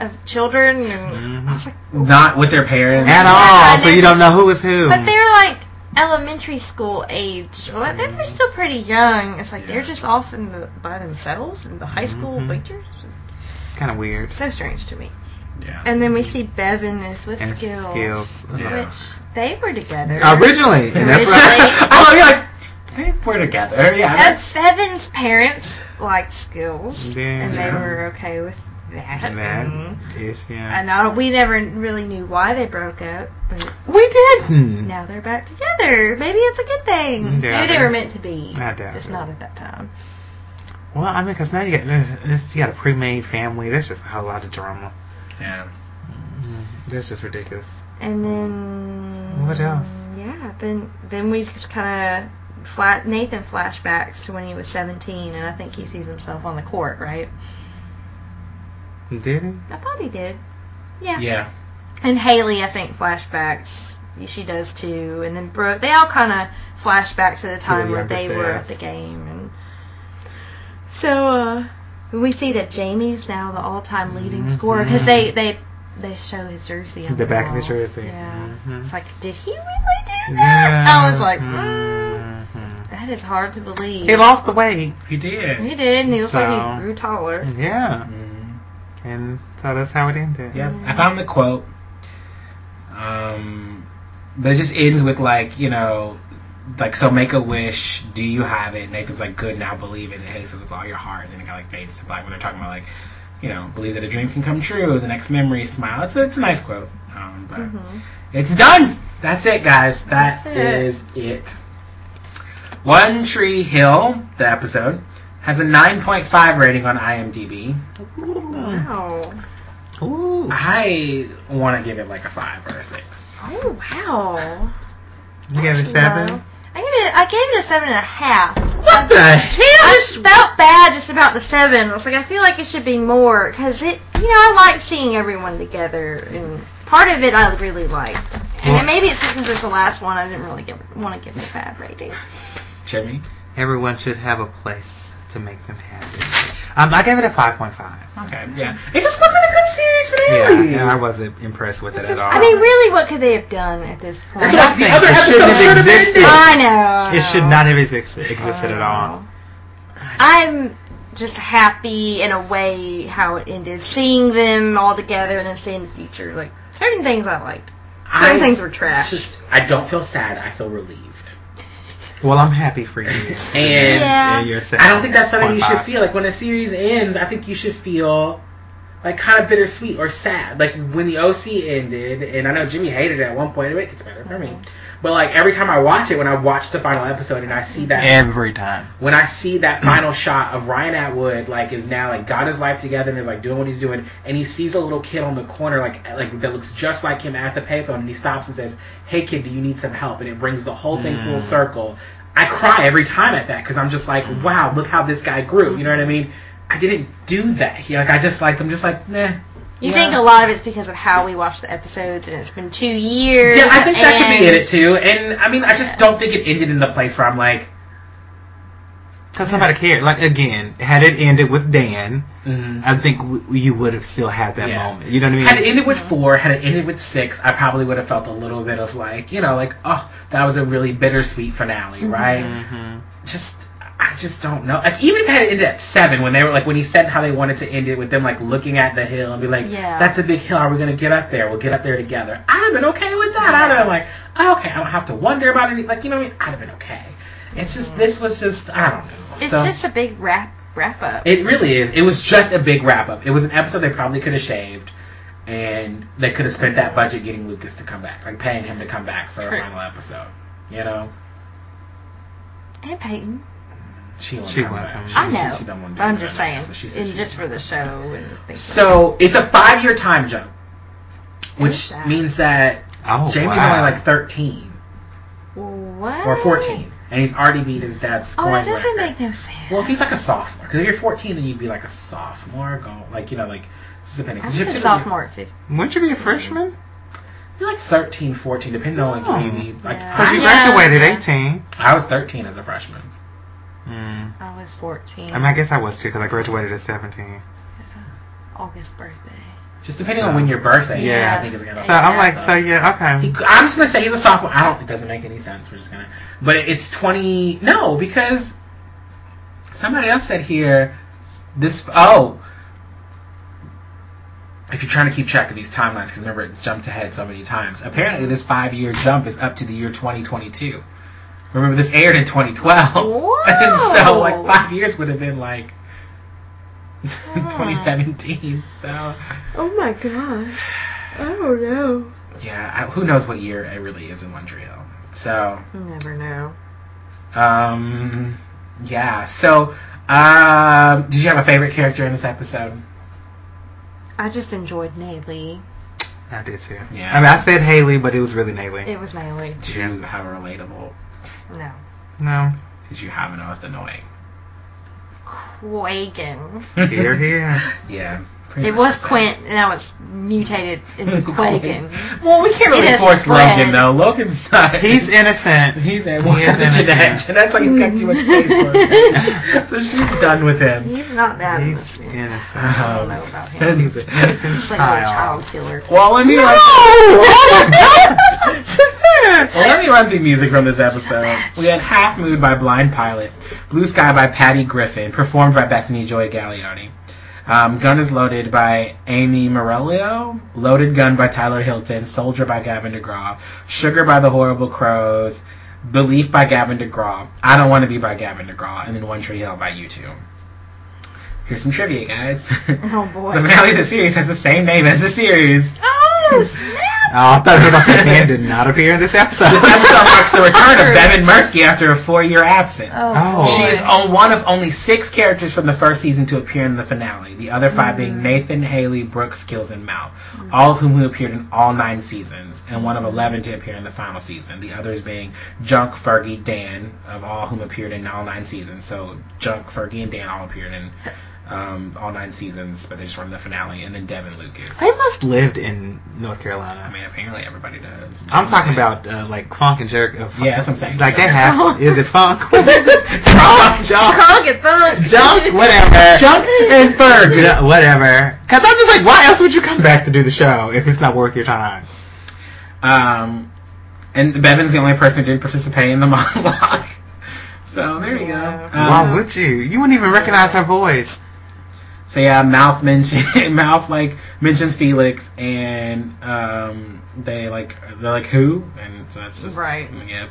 [SPEAKER 2] of children, and I was like,
[SPEAKER 1] Not with their parents.
[SPEAKER 3] At
[SPEAKER 2] I
[SPEAKER 3] all. So you
[SPEAKER 2] never-
[SPEAKER 3] don't know who is who.
[SPEAKER 2] but they're like elementary school age. Like they're, they're still pretty young. It's like they're
[SPEAKER 1] Yeah.
[SPEAKER 2] just off in the, by themselves in the high school
[SPEAKER 3] Mhm.
[SPEAKER 2] bleachers.
[SPEAKER 3] It's kinda weird.
[SPEAKER 2] So strange to me.
[SPEAKER 1] Yeah.
[SPEAKER 2] And then we see Bevan and Swift
[SPEAKER 3] And
[SPEAKER 2] Skills,
[SPEAKER 3] skills.
[SPEAKER 1] Yeah.
[SPEAKER 2] which they were together.
[SPEAKER 3] Originally. And that's
[SPEAKER 2] Originally.
[SPEAKER 3] right.
[SPEAKER 1] oh, you're like they were together. Yeah.
[SPEAKER 2] At Seven's parents liked skills,
[SPEAKER 3] Yeah.
[SPEAKER 2] and they
[SPEAKER 1] Yeah.
[SPEAKER 2] were okay with that.
[SPEAKER 3] And that
[SPEAKER 2] Mhm.
[SPEAKER 3] ish, yeah.
[SPEAKER 2] And I don't, we never really knew why they broke up, but
[SPEAKER 3] We didn't.
[SPEAKER 2] now they're back together. Maybe it's a good thing.
[SPEAKER 3] Mm-hmm. Mm, Yeah,
[SPEAKER 2] Maybe they
[SPEAKER 3] I
[SPEAKER 2] were
[SPEAKER 3] do.
[SPEAKER 2] meant to be.
[SPEAKER 3] I doubt
[SPEAKER 2] It's
[SPEAKER 3] it.
[SPEAKER 2] not at that time.
[SPEAKER 3] Well, I mean, because now you got this, you got a pre-made family. That's just a whole lot of drama.
[SPEAKER 1] yeah.
[SPEAKER 3] Mm, That's just ridiculous.
[SPEAKER 2] And then
[SPEAKER 3] What else?
[SPEAKER 2] Yeah, then then we just kind of flat Nathan flashbacks to when he was 17, and I think he sees himself on the court, right?
[SPEAKER 3] Did it?
[SPEAKER 2] I thought he did.
[SPEAKER 1] Yeah.
[SPEAKER 2] And Haley, I think, flashbacks. She does too. And then Brooke. They all kind of flash back to the time where
[SPEAKER 3] younger
[SPEAKER 2] they were at
[SPEAKER 3] selves.
[SPEAKER 2] the game. And so uh, we see that Jamie's now the all-time leading scorer because they they they show his jersey on
[SPEAKER 3] Mm-hmm. The back of
[SPEAKER 2] wall.
[SPEAKER 3] his jersey.
[SPEAKER 2] Yeah.
[SPEAKER 3] Mhm.
[SPEAKER 2] It's like, did he really do that? I was like, mm,
[SPEAKER 3] Mhm.
[SPEAKER 2] that is hard to believe.
[SPEAKER 3] he lost the weight.
[SPEAKER 1] He did.
[SPEAKER 2] He did, and he looks like
[SPEAKER 3] So-
[SPEAKER 2] he grew taller.
[SPEAKER 3] Yeah,
[SPEAKER 1] Mhm.
[SPEAKER 3] and so that's how it ended.
[SPEAKER 1] Yeah. I found the quote. Um, but it just ends with like you know. Like so, make a wish. Do you have it? Nathan's like, good. Now believe it. And Haley says, with all your heart. And then it kind of like fades to black when they're talking about like, you know, believe that a dream can come true. The next memory, smile. It's a, it's a nice quote. Um, but
[SPEAKER 2] hmm
[SPEAKER 1] It's done. That's it, guys.
[SPEAKER 2] That's
[SPEAKER 1] That
[SPEAKER 2] it.
[SPEAKER 1] is it. One Tree Hill, the episode, has a 9.5 rating on IMDb.
[SPEAKER 3] Mm-hmm.
[SPEAKER 2] Wow.
[SPEAKER 3] Ooh.
[SPEAKER 1] I want to give it like a 5 or a 6.
[SPEAKER 2] Oh wow.
[SPEAKER 3] You gave it a seven.
[SPEAKER 2] I gave it. I gave it a seven and a half.
[SPEAKER 3] What the hell?
[SPEAKER 2] I
[SPEAKER 3] is she-
[SPEAKER 2] felt bad just about the seven. I was like, I feel like it should be more because it, you know, I like seeing everyone together, and part of it I really liked. And then maybe it's because it's the last one. I didn't really give, want to give it a bad rating.
[SPEAKER 1] Jimmy.
[SPEAKER 3] Everyone should have a place to make them happy. Um, I gave it a 5.5.
[SPEAKER 5] Okay, yeah. It just wasn't a good series
[SPEAKER 3] Yeah,
[SPEAKER 5] finale.
[SPEAKER 3] and I wasn't impressed with it at all.
[SPEAKER 2] I mean, really, what could they have done at this point?
[SPEAKER 5] That's what I-
[SPEAKER 2] I
[SPEAKER 5] the
[SPEAKER 3] Nothing.
[SPEAKER 5] other
[SPEAKER 3] it shouldn't
[SPEAKER 5] episode
[SPEAKER 3] have
[SPEAKER 5] should've ended.
[SPEAKER 3] existed.
[SPEAKER 2] know. I know.
[SPEAKER 3] It should not have existed, existed at all.
[SPEAKER 2] I'm just happy in a way how it ended, seeing them all together and then seeing the future. Like certain things I liked, certain
[SPEAKER 1] I
[SPEAKER 2] things were trash.
[SPEAKER 1] just I don't feel sad. I feel relieved.
[SPEAKER 3] Well, I'm happy for you.
[SPEAKER 1] And
[SPEAKER 2] Yeah.
[SPEAKER 3] and yourself.
[SPEAKER 1] I don't think that's something you should
[SPEAKER 3] 0.5.
[SPEAKER 1] feel. Like when a series ends, I think you should feel like kind of bittersweet or sad. Like when the OC ended, and I know Jimmy hated it at one point. It gets better for me. But like every time I watch it, when I watch the final episode and I see that
[SPEAKER 3] Every time.
[SPEAKER 1] when I see that final shot of Ryan Atwood, like, is now like got his life together and is like doing what he's doing, and he sees a little kid on the corner, like, like that looks just like him at the payphone, and he stops and says, "Hey, kid, do you need some help?" And it brings the whole thing full
[SPEAKER 3] Mm.
[SPEAKER 1] circle. I cry every time at that because I'm just like, wow, look how this guy grew. You know what I mean? I didn't do that. here. like, I just like, I'm just like, nah.
[SPEAKER 2] You
[SPEAKER 1] Yeah.
[SPEAKER 2] think a lot of it's because of how we watch the episodes, and it's been two years.
[SPEAKER 1] Yeah, I think that could be
[SPEAKER 2] and-
[SPEAKER 1] it too. And I mean, I just don't think it ended in the place where I'm like,
[SPEAKER 3] Because nobody cared. Like, again, had it ended with Dan,
[SPEAKER 1] mm.
[SPEAKER 3] I think w- you would have still had that
[SPEAKER 1] Yeah.
[SPEAKER 3] moment. You know what I mean?
[SPEAKER 1] Had it ended with four, had it ended with six, I probably would have felt a little bit of like, you know, like, oh, that was a really bittersweet
[SPEAKER 2] Mm-hmm.
[SPEAKER 1] finale, right?
[SPEAKER 3] Mhm.
[SPEAKER 1] Just, I just don't know. Like, even if it had ended at seven, when they were like, when he said how they wanted to end it with them like looking at the hill and be like,
[SPEAKER 2] Yeah.
[SPEAKER 1] that's a big hill. Are we gonna get up there? We'll get up there together. I'd have been okay with that. I'd have been like, oh, okay, I don't have to wonder about any. Like, you know, what I mean? I'd have been okay. It's just this was just, I don't know.
[SPEAKER 2] It's
[SPEAKER 1] So-
[SPEAKER 2] just a big wrap wrap up.
[SPEAKER 1] it really is. It was just a big wrap up. It was an episode they probably could have shaved, and they could have spent that budget getting Lucas to come back, like paying him to come back for
[SPEAKER 2] True.
[SPEAKER 1] a final episode. You know,
[SPEAKER 2] and Peyton,
[SPEAKER 1] she won't
[SPEAKER 3] She
[SPEAKER 1] come
[SPEAKER 3] won't
[SPEAKER 1] back.
[SPEAKER 3] come
[SPEAKER 1] She-
[SPEAKER 2] I
[SPEAKER 1] she-
[SPEAKER 2] know.
[SPEAKER 1] she don't wanna do
[SPEAKER 2] but I'm
[SPEAKER 1] it
[SPEAKER 2] just
[SPEAKER 1] right now,
[SPEAKER 2] saying,
[SPEAKER 1] so she said
[SPEAKER 2] and
[SPEAKER 1] she
[SPEAKER 2] just for
[SPEAKER 1] won't
[SPEAKER 2] the
[SPEAKER 1] come back.
[SPEAKER 2] show and things. like
[SPEAKER 1] So it's a five-year time jump, which
[SPEAKER 2] that?
[SPEAKER 1] means that
[SPEAKER 3] Oh,
[SPEAKER 1] Jamie's
[SPEAKER 3] wow.
[SPEAKER 1] only like thirteen
[SPEAKER 2] that. what?
[SPEAKER 1] or fourteen, and he's already beat his dad's
[SPEAKER 2] Oh,
[SPEAKER 1] scoring
[SPEAKER 2] that doesn't
[SPEAKER 1] record.
[SPEAKER 2] make no sense.
[SPEAKER 1] Well, if he's like a sophomore, because if you're 14, then you'd be like a sophomore, go like you know, like depending.
[SPEAKER 2] I
[SPEAKER 1] 'cause
[SPEAKER 2] was
[SPEAKER 1] you're
[SPEAKER 2] a
[SPEAKER 1] typically-
[SPEAKER 2] sophomore at 15.
[SPEAKER 3] Wouldn't you be a freshman?
[SPEAKER 1] You're like 13, 14, depending on like
[SPEAKER 3] Oh.
[SPEAKER 1] who you meet. Like
[SPEAKER 2] Yeah.
[SPEAKER 3] Because you
[SPEAKER 2] Yeah.
[SPEAKER 3] graduated 18.
[SPEAKER 1] I, I was 13 as a freshman.
[SPEAKER 3] Mm.
[SPEAKER 2] I was 14.
[SPEAKER 3] I mean, I guess I was too because I graduated at 17.
[SPEAKER 2] August birthday.
[SPEAKER 1] Just depending on when your birthday is,
[SPEAKER 3] Yeah.
[SPEAKER 1] I think it's gonna.
[SPEAKER 3] So I'm like, so yeah,
[SPEAKER 1] He-
[SPEAKER 3] okay.
[SPEAKER 1] I'm just gonna say he's a sophomore. I don't. It doesn't make any sense. We're just gonna. But it's 20. No, because somebody else said here. This. Oh. If you're trying to keep track of these timelines, because remember it's jumped ahead so many times. Apparently, this five-year jump is up to the year 2022. Remember, this aired in 2012. and so
[SPEAKER 2] Whoa.
[SPEAKER 1] like five years would have been like 2017 so
[SPEAKER 2] Oh my gosh. I don't know.
[SPEAKER 1] yeah I, who knows what year it really is in montreal so
[SPEAKER 2] You never know.
[SPEAKER 1] um yeah so um did you have a favorite character in this episode
[SPEAKER 2] I just enjoyed Naylee.
[SPEAKER 3] I did too.
[SPEAKER 1] Yeah.
[SPEAKER 3] I mean, I said Haley, but it was really Naylee.
[SPEAKER 2] It was Naylee.
[SPEAKER 1] did you have a relatable
[SPEAKER 2] No.
[SPEAKER 3] no.
[SPEAKER 1] did you have an most annoying
[SPEAKER 2] Quagan.
[SPEAKER 3] Here, here.
[SPEAKER 1] yeah pretty
[SPEAKER 2] It
[SPEAKER 1] much
[SPEAKER 2] was
[SPEAKER 1] the same.
[SPEAKER 2] Quint, now it's mutated into Quagan.
[SPEAKER 1] well we can't
[SPEAKER 2] It
[SPEAKER 1] really
[SPEAKER 2] has
[SPEAKER 1] force
[SPEAKER 2] spread.
[SPEAKER 1] logan though logan's not
[SPEAKER 3] He's innocent.
[SPEAKER 1] He's at war with
[SPEAKER 3] Yeah, then
[SPEAKER 1] Jeanette.
[SPEAKER 3] again.
[SPEAKER 1] Jeanette's like he's got too much space for him. so she's done with him.
[SPEAKER 2] He's not that.
[SPEAKER 3] He's
[SPEAKER 2] innocent.
[SPEAKER 3] innocent.
[SPEAKER 2] I don't
[SPEAKER 1] Um,
[SPEAKER 2] know about him.
[SPEAKER 3] He's an innocent
[SPEAKER 2] He's like a little
[SPEAKER 3] child.
[SPEAKER 2] child killer.
[SPEAKER 1] well, let me run, well, let me run through music from this episode. We had Half Mood by Blind Pilot, Blue Sky by Patty Griffin, performed by Bethany Joy Gagliardi. Um, Gun is Loaded by Amy Morello, Loaded Gun by Tyler Hilton, Soldier by Gavin DeGraw, Sugar by The Horrible Crows, Belief by Gavin DeGraw, I Don't Want to Be by Gavin DeGraw, and then One Tree Hill by U2. Here's some trivia, guys.
[SPEAKER 2] Oh
[SPEAKER 1] The
[SPEAKER 2] boy.
[SPEAKER 1] finale of the series has the same name as the series.
[SPEAKER 2] Oh snap!
[SPEAKER 3] I thought it was like Pan did not appear in this episode.
[SPEAKER 1] This episode marks the return of Bevan Mirsky after a four-year absence.
[SPEAKER 2] Oh,
[SPEAKER 3] Oh.
[SPEAKER 1] She is
[SPEAKER 2] boy.
[SPEAKER 1] on one of only six characters from the first season to appear in the finale, the other
[SPEAKER 2] Mm.
[SPEAKER 1] five being Nathan, Haley, Brooks, Skills, and Mount, all of whom who appeared in all nine seasons, and one of 11 to appear in the final season, the others being Junk, Fergie, Dan, of all whom appeared in all nine seasons. So Junk, Fergie, and Dan all appeared in um, all nine seasons, but they just were in the finale, and then Devin Lucas.
[SPEAKER 3] They must lived in North
[SPEAKER 1] I
[SPEAKER 3] Carolina.
[SPEAKER 1] mean, apparently everybody does.
[SPEAKER 3] I'm talking about uh, like Funk and Jerk. Uh, funk.
[SPEAKER 1] Yeah, that's what I'm saying.
[SPEAKER 3] Like they
[SPEAKER 2] Oh.
[SPEAKER 3] have. is it Funk? Funk, Junk,
[SPEAKER 2] Cog and Funk.
[SPEAKER 3] Junk, whatever.
[SPEAKER 1] Junk and Ferg.
[SPEAKER 3] Ju- whatever. Because I'm just like, why else would you come back to do the show if it's not worth your time?
[SPEAKER 1] Um, and Bevan's the only person who didn't participate in the monologue. So there you go.
[SPEAKER 2] Yeah.
[SPEAKER 1] Um,
[SPEAKER 3] why would you? You wouldn't even recognize her voice.
[SPEAKER 1] so yeah, mouth mention mouth like mentions Felix, and um, they like they're like who, and so that's just
[SPEAKER 2] Right.
[SPEAKER 1] I guess.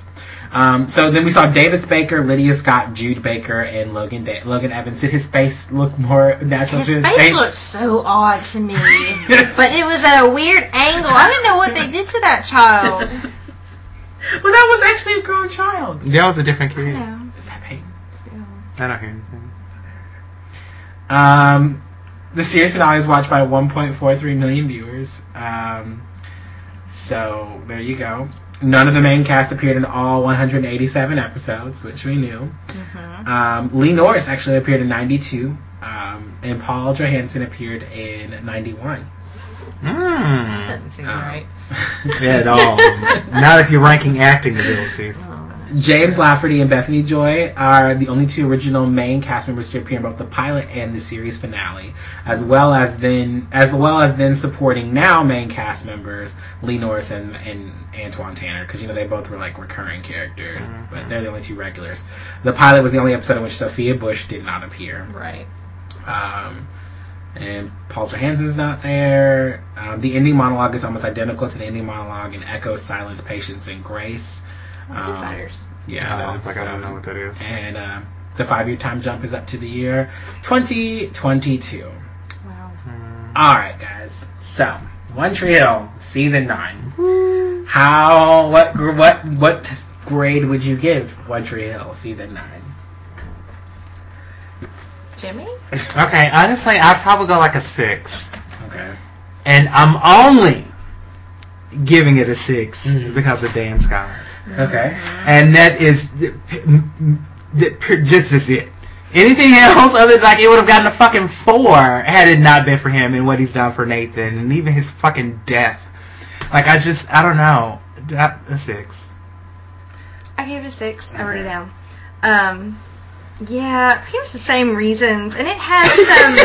[SPEAKER 1] Um, so then we saw Davis Baker, Lydia Scott, Jude Baker, and Logan da- Logan Evans. Did his face look more natural?
[SPEAKER 2] His
[SPEAKER 1] to his
[SPEAKER 2] face looked so odd to me, but it was at a weird angle. I don't know what they did to that child.
[SPEAKER 1] well, that was actually a grown child.
[SPEAKER 3] That was a different kid.
[SPEAKER 2] No,
[SPEAKER 1] Is that Peyton?
[SPEAKER 2] still.
[SPEAKER 3] I don't hear anything.
[SPEAKER 1] Um, the series finale is watched by 1.43 million viewers. Um, so there you go. None of the main cast appeared in all 187 episodes, which we knew.
[SPEAKER 2] Mhm.
[SPEAKER 1] Um, Lee Norris actually appeared in 92, um, and Paul Johansson appeared in 91.
[SPEAKER 3] Mm.
[SPEAKER 2] Doesn't seem
[SPEAKER 3] Oh.
[SPEAKER 1] Um,
[SPEAKER 2] right.
[SPEAKER 3] Hmm. At all. not if you're ranking acting abilities.
[SPEAKER 1] James Lafferty and Bethany Joy are the only two original main cast members to appear in both the pilot and the series finale, as well as then as well as then supporting now main cast members Lee Norris and, and Antoine Tanner because you know they both were like recurring characters, but they're the only two regulars. The pilot was the only episode in which Sophia Bush did not appear.
[SPEAKER 2] Right.
[SPEAKER 1] Um, and Paul Johansson's not there. Um, the ending monologue is almost identical to the ending monologue in Echo, Silence, Patience, and Grace.
[SPEAKER 2] Foo
[SPEAKER 1] Um,
[SPEAKER 2] Fighters.
[SPEAKER 1] yeah, that
[SPEAKER 3] it's like I don't know what that is.
[SPEAKER 1] And uh, the five-year time jump is up to the year 2022.
[SPEAKER 2] Wow.
[SPEAKER 1] All right, guys. So, One Tree Hill, season nine. How? What? gr- What? What grade would you give One Tree Hill season nine?
[SPEAKER 2] Jimmy?
[SPEAKER 3] Hmm. Okay, honestly, I'd probably go like a six.
[SPEAKER 1] Okay.
[SPEAKER 3] And I'm only giving it a 6
[SPEAKER 1] Mhm.
[SPEAKER 3] because of Dan Scott.
[SPEAKER 1] Okay.
[SPEAKER 3] and that is th- p- m- th- p- just is it. Anything else other than like it would have gotten a fucking four had it not been for him and what he's done for Nathan and even his fucking death. Like I just I don't know I- a six.
[SPEAKER 2] I gave it a six. I wrote it down. Um, yeah, pretty much the same reasons, and it had some.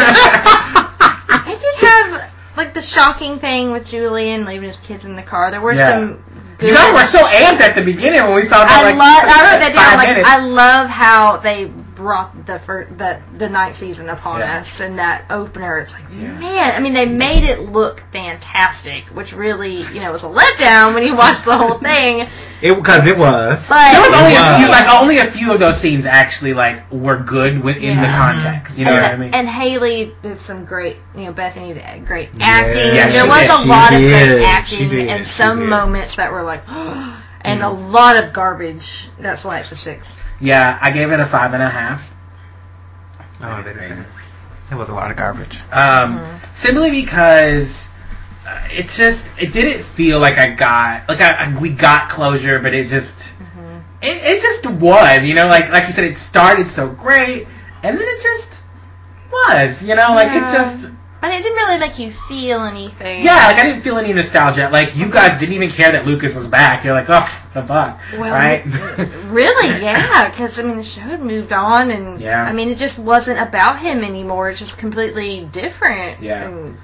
[SPEAKER 2] it did have like the shocking thing with Julian leaving his kids in the car. There were
[SPEAKER 1] Yeah.
[SPEAKER 2] some. Good
[SPEAKER 1] You guys were so amped at the beginning when we saw that.
[SPEAKER 2] I
[SPEAKER 1] like,
[SPEAKER 2] love. I wrote that down.
[SPEAKER 1] five
[SPEAKER 2] Like
[SPEAKER 1] minutes.
[SPEAKER 2] I love how they brought the fir- the the ninth season upon
[SPEAKER 1] Yeah.
[SPEAKER 2] us and that opener. It's like
[SPEAKER 1] Yeah.
[SPEAKER 2] man. I mean, they made it look fantastic, which really you know was a letdown when you watched the whole thing.
[SPEAKER 3] It because it was.
[SPEAKER 2] But
[SPEAKER 1] There Oh, was only a
[SPEAKER 3] Wow.
[SPEAKER 1] few, like oh. only a few of those scenes actually like were good within the
[SPEAKER 2] Yeah.
[SPEAKER 1] context. You know
[SPEAKER 2] and,
[SPEAKER 1] what I mean?
[SPEAKER 2] and Haley did some great, you know, Bethany did great
[SPEAKER 3] Yeah,
[SPEAKER 2] acting.
[SPEAKER 1] yeah,
[SPEAKER 2] there
[SPEAKER 1] she
[SPEAKER 2] was
[SPEAKER 1] did.
[SPEAKER 2] a
[SPEAKER 3] She
[SPEAKER 2] lot of
[SPEAKER 3] did.
[SPEAKER 2] great
[SPEAKER 3] She
[SPEAKER 2] acting
[SPEAKER 3] did.
[SPEAKER 2] and
[SPEAKER 3] She
[SPEAKER 2] some
[SPEAKER 3] did.
[SPEAKER 2] moments that were like, and a
[SPEAKER 1] Mm-hmm.
[SPEAKER 2] lot of garbage. That's why it's a six.
[SPEAKER 1] yeah, I gave it a five and a half.
[SPEAKER 3] Oh, that is- that was a lot of garbage.
[SPEAKER 1] Um, Simply because uh, it just it didn't feel like I got like I, I we got closure, but it just it, it just was. You know, like like you said, it started so great, and then it just was. You know, like
[SPEAKER 2] Yeah.
[SPEAKER 1] it just
[SPEAKER 2] But it didn't really make you feel anything.
[SPEAKER 1] Yeah, like I didn't feel any nostalgia. Like you guys didn't even care that Lucas was back. You're like, oh, the fuck,
[SPEAKER 2] Well,
[SPEAKER 1] right?
[SPEAKER 2] Really, yeah, because I mean the show had moved on, and
[SPEAKER 1] Yeah.
[SPEAKER 2] I mean it just wasn't about him anymore. It's just completely different.
[SPEAKER 1] Yeah.
[SPEAKER 2] And-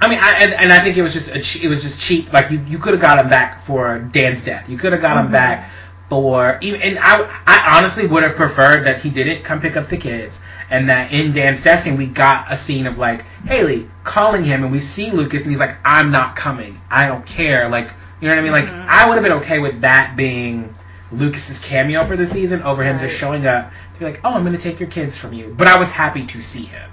[SPEAKER 1] I mean, I, and, and I think it was just a che- it was just cheap. Like you, you could have got him back for Dan's death. You could have got him back for even. And I, I honestly would have preferred that he didn't come pick up the kids, and that in Dan's death scene we got a scene of like Haley calling him, and we see Lucas, and he's like, "I'm not coming. I don't care." Like you know what I mean? Like I would have been okay with that being Lucas's cameo for the season over him
[SPEAKER 2] Right.
[SPEAKER 1] just showing up to be like, "Oh, I'm going to take your kids from you," but I was happy to see him.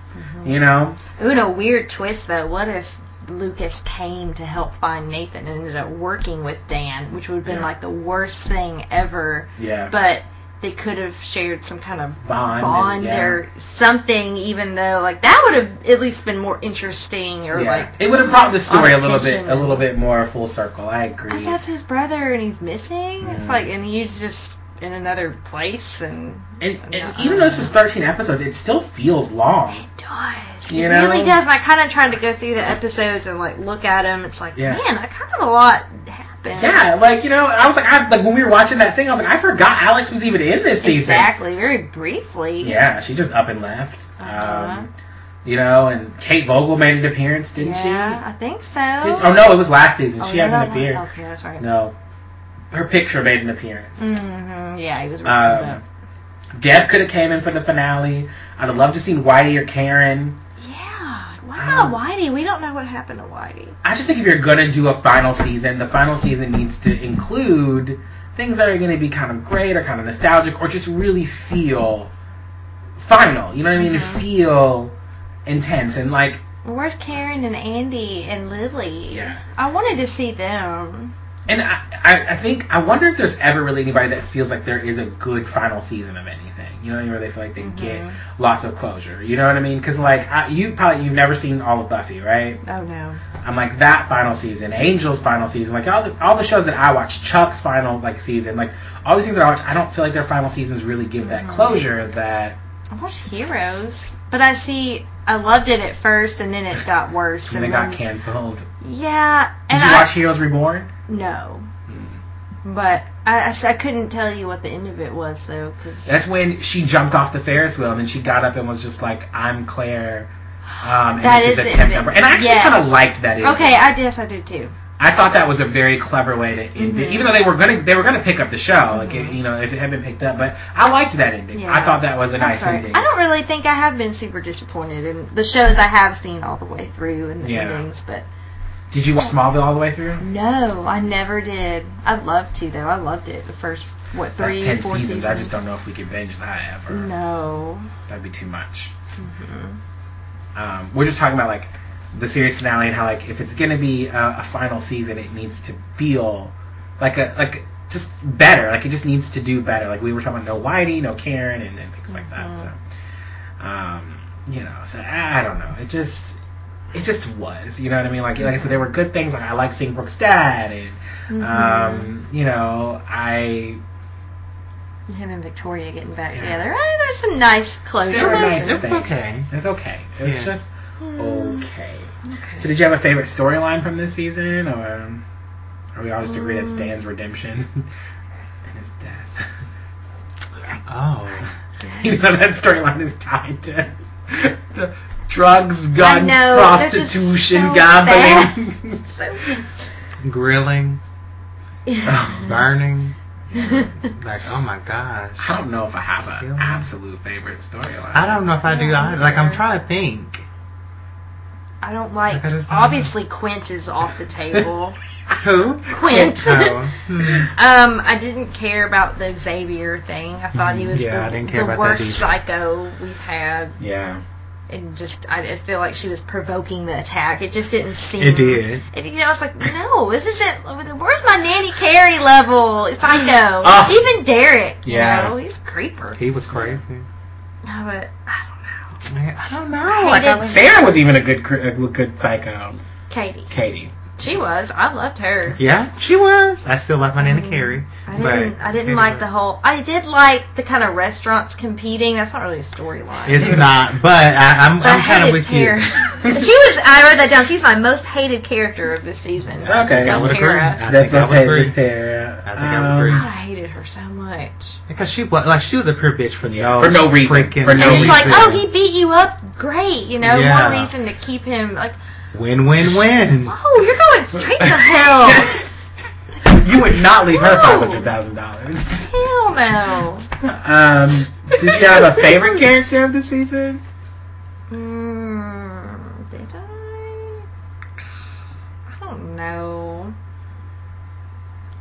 [SPEAKER 1] You know?
[SPEAKER 2] Ooh, and a weird twist though. What if Lucas came to help find Nathan and ended up working with Dan, which would have been
[SPEAKER 1] Yeah.
[SPEAKER 2] like the worst thing ever.
[SPEAKER 1] Yeah.
[SPEAKER 2] But they could have shared some kind of
[SPEAKER 1] Bond.
[SPEAKER 2] bond
[SPEAKER 1] and, yeah.
[SPEAKER 2] or something, even though like that would have at least been more interesting or
[SPEAKER 1] Yeah.
[SPEAKER 2] like
[SPEAKER 1] it would have brought the story a little
[SPEAKER 2] attention.
[SPEAKER 1] bit, a little bit more full circle. I agree.
[SPEAKER 2] I that's his brother and he's missing. It's
[SPEAKER 1] Mhm.
[SPEAKER 2] like and he's just in another place and
[SPEAKER 1] And, and
[SPEAKER 2] Yeah.
[SPEAKER 1] even though this was 13 episodes, it still feels long.
[SPEAKER 2] it does.
[SPEAKER 1] You
[SPEAKER 2] it
[SPEAKER 1] know?
[SPEAKER 2] really does. And I kind of tried to go through the episodes and like look at them. It's like
[SPEAKER 1] Yeah.
[SPEAKER 2] man, I kind of a lot happened.
[SPEAKER 1] Yeah, like you know, I was like, I, like when we were watching that thing, I was like, I forgot Alex was even in this season.
[SPEAKER 2] Exactly, very briefly.
[SPEAKER 1] Yeah, she just up and left.
[SPEAKER 2] Uh-huh.
[SPEAKER 1] Um, you know, and Kate Vogel made an appearance, didn't
[SPEAKER 2] Yeah, I think so.
[SPEAKER 1] she? Did, oh no, it was last season.
[SPEAKER 2] Oh,
[SPEAKER 1] she
[SPEAKER 2] yeah,
[SPEAKER 1] hasn't
[SPEAKER 2] that one.
[SPEAKER 1] appeared.
[SPEAKER 2] Okay, that's right.
[SPEAKER 1] No, her picture made an appearance.
[SPEAKER 2] hmm Yeah, he was. wrapping
[SPEAKER 1] Um, Deb could have came in for the finale. I'd have loved to seen Whitey or Karen.
[SPEAKER 2] up. Yeah. Wow,
[SPEAKER 1] um,
[SPEAKER 2] Whitey. We don't know what happened to Whitey.
[SPEAKER 1] I just think if you're gonna do a final season, the final season needs to include things that are gonna be kind of great or kind of nostalgic or just really feel final. You know what I mean?
[SPEAKER 2] Mhm.
[SPEAKER 1] Feel intense and like
[SPEAKER 2] Where's Karen and Andy and Lily?
[SPEAKER 1] Yeah.
[SPEAKER 2] I wanted to see them.
[SPEAKER 1] and I, I, I think I wonder if there's ever really anybody that feels like there is a good final season of anything. You know, what I mean? where they feel like they
[SPEAKER 2] Mhm.
[SPEAKER 1] get lots of closure. You know what I mean? Because like I, you probably you've never seen all of Buffy, right?
[SPEAKER 2] Oh no.
[SPEAKER 1] I'm like that final season, Angel's final season, like all the, all the shows that I watch, Chuck's final like season, like all these things that I watch, I don't feel like their final seasons really give that
[SPEAKER 2] Mhm.
[SPEAKER 1] closure that
[SPEAKER 2] I watched Heroes, but I see. I loved it at first, and then it got worse.
[SPEAKER 1] when they
[SPEAKER 2] and
[SPEAKER 1] got
[SPEAKER 2] then-
[SPEAKER 1] canceled. Did
[SPEAKER 2] Yeah, and
[SPEAKER 1] you
[SPEAKER 2] I
[SPEAKER 1] watch Hmm. Heroes Reborn?
[SPEAKER 2] no, but I, I s- I couldn't tell you what the end of it was though, because
[SPEAKER 1] That's when she jumped off the Ferris wheel and then she got up and was just like, "I'm Claire." Um, and
[SPEAKER 2] That
[SPEAKER 1] this
[SPEAKER 2] is
[SPEAKER 1] is a
[SPEAKER 2] the
[SPEAKER 1] temp
[SPEAKER 2] invi-
[SPEAKER 1] number. And I actually
[SPEAKER 2] yes.
[SPEAKER 1] kind of liked that. ending.
[SPEAKER 2] okay, I guess I did too.
[SPEAKER 1] I thought that was a very clever way to end
[SPEAKER 2] Mhm.
[SPEAKER 1] it, even though they were gonna they were gonna pick up the show, like
[SPEAKER 2] Mhm.
[SPEAKER 1] you know, if it had been picked up. But I liked that ending.
[SPEAKER 2] Yeah.
[SPEAKER 1] I thought that was a
[SPEAKER 2] I'm
[SPEAKER 1] nice
[SPEAKER 2] sorry.
[SPEAKER 1] ending.
[SPEAKER 2] I don't really think I have been super disappointed in the shows I have seen all the way through and the
[SPEAKER 1] Yeah.
[SPEAKER 2] endings, but
[SPEAKER 1] Did you watch Smallville all the way through?
[SPEAKER 2] no, I never did. I'd love to though. I loved it the first what three,
[SPEAKER 1] That's ten
[SPEAKER 2] four
[SPEAKER 1] seasons.
[SPEAKER 2] seasons.
[SPEAKER 1] I just don't know if we could binge that ever.
[SPEAKER 2] No.
[SPEAKER 1] That'd be too much.
[SPEAKER 2] Mhm.
[SPEAKER 1] Um, we're just talking about like the series finale and how like if it's gonna be a, a final season, it needs to feel like a like just better. Like it just needs to do better. Like we were talking about no Whitey, no Karen, and, and things like that.
[SPEAKER 2] Mhm.
[SPEAKER 1] So,
[SPEAKER 2] Mm-hmm.
[SPEAKER 1] um, you know, so I, I don't know. It just it just was. You know what I mean? Like like I said, there were good things. Like I like seeing Brooks' dad, and
[SPEAKER 2] Mhm.
[SPEAKER 1] um, you know, I
[SPEAKER 2] Him and Victoria getting back
[SPEAKER 1] Yeah.
[SPEAKER 2] together. Eh, there's some nice closure.
[SPEAKER 1] They were nice.
[SPEAKER 3] It was
[SPEAKER 1] things.
[SPEAKER 3] okay.
[SPEAKER 1] It was okay. It was
[SPEAKER 3] Yeah.
[SPEAKER 1] just
[SPEAKER 2] Mm,
[SPEAKER 1] okay.
[SPEAKER 2] okay.
[SPEAKER 1] So did you have a favorite storyline from this season, or are we all just agree that's
[SPEAKER 2] Mm.
[SPEAKER 1] Dan's redemption and his death?
[SPEAKER 3] Oh.
[SPEAKER 1] Even though that storyline is tied to, to drugs,
[SPEAKER 2] I
[SPEAKER 1] guns,
[SPEAKER 2] know, they're just
[SPEAKER 1] prostitution,
[SPEAKER 2] so
[SPEAKER 1] gambling.
[SPEAKER 2] So-
[SPEAKER 3] Grilling, burning. Like, oh my gosh.
[SPEAKER 1] I don't know if I have an
[SPEAKER 3] Feeling.
[SPEAKER 1] absolute favorite storyline.
[SPEAKER 3] I don't know if I do
[SPEAKER 2] Yeah,
[SPEAKER 3] either. Like, I'm
[SPEAKER 2] either.
[SPEAKER 3] trying to think.
[SPEAKER 2] I don't like.
[SPEAKER 3] Like, I just don't
[SPEAKER 2] obviously, Quint is off the table.
[SPEAKER 3] Who?
[SPEAKER 2] Quint.
[SPEAKER 3] Oh, hmm.
[SPEAKER 2] Um, I didn't care about the Xavier thing. I thought he was
[SPEAKER 3] Mm, Yeah,
[SPEAKER 2] the,
[SPEAKER 3] I didn't care
[SPEAKER 2] the
[SPEAKER 3] about that
[SPEAKER 2] worst
[SPEAKER 3] either.
[SPEAKER 2] psycho we've had,
[SPEAKER 1] Yeah.
[SPEAKER 2] and just I, I feel like she was provoking the attack. It just didn't seem.
[SPEAKER 3] It did.
[SPEAKER 2] It, you know, it's like no, this isn't. Where's my nanny Carey level psycho?
[SPEAKER 1] Ah.
[SPEAKER 2] Even Derek, you
[SPEAKER 1] Yeah.
[SPEAKER 2] know, he's a creeper.
[SPEAKER 3] He was crazy.
[SPEAKER 2] No, but I
[SPEAKER 3] Like, I don't know.
[SPEAKER 2] I
[SPEAKER 3] Like,
[SPEAKER 2] hated-
[SPEAKER 3] I was-
[SPEAKER 1] Sarah was even a good cr- a good psycho.
[SPEAKER 2] don't know. Katie,
[SPEAKER 1] Katie.
[SPEAKER 2] she was. I loved her.
[SPEAKER 3] yeah, she was. I still like my Nana
[SPEAKER 2] Mhm.
[SPEAKER 3] Carrie.
[SPEAKER 2] I
[SPEAKER 3] but
[SPEAKER 2] didn't. I didn't
[SPEAKER 3] it
[SPEAKER 2] like
[SPEAKER 3] was-
[SPEAKER 2] the whole. I did like the kind of restaurants competing. That's not really a storyline.
[SPEAKER 3] It's not, but I, I'm,
[SPEAKER 2] But I
[SPEAKER 3] I'm kind
[SPEAKER 2] hated
[SPEAKER 3] of with
[SPEAKER 2] Tara.
[SPEAKER 3] you.
[SPEAKER 2] she was. I wrote that down. She's my most hated character of this season.
[SPEAKER 1] Okay.
[SPEAKER 2] That
[SPEAKER 1] I
[SPEAKER 2] was
[SPEAKER 3] would agree.
[SPEAKER 2] Tara.
[SPEAKER 3] I
[SPEAKER 1] That's
[SPEAKER 3] think I
[SPEAKER 1] that's
[SPEAKER 3] would
[SPEAKER 1] it,
[SPEAKER 3] agree.
[SPEAKER 1] it's Sarah.
[SPEAKER 3] I think I would agree.
[SPEAKER 2] God, I hated her so much.
[SPEAKER 3] Because she was like she was a pure bitch for no
[SPEAKER 1] For no reason.
[SPEAKER 3] freaking
[SPEAKER 1] For no
[SPEAKER 2] And it's
[SPEAKER 1] reason.
[SPEAKER 2] like, oh, he beat you up. Great, you know,
[SPEAKER 3] Yeah.
[SPEAKER 2] more reason to keep him. Like,
[SPEAKER 3] win win win.
[SPEAKER 2] oh, you're going straight to hell.
[SPEAKER 1] You would not leave her
[SPEAKER 2] No.
[SPEAKER 1] five hundred thousand dollars.
[SPEAKER 2] hell no.
[SPEAKER 1] Um, did you have a favorite character of the season?
[SPEAKER 2] Mm, did I? I don't know.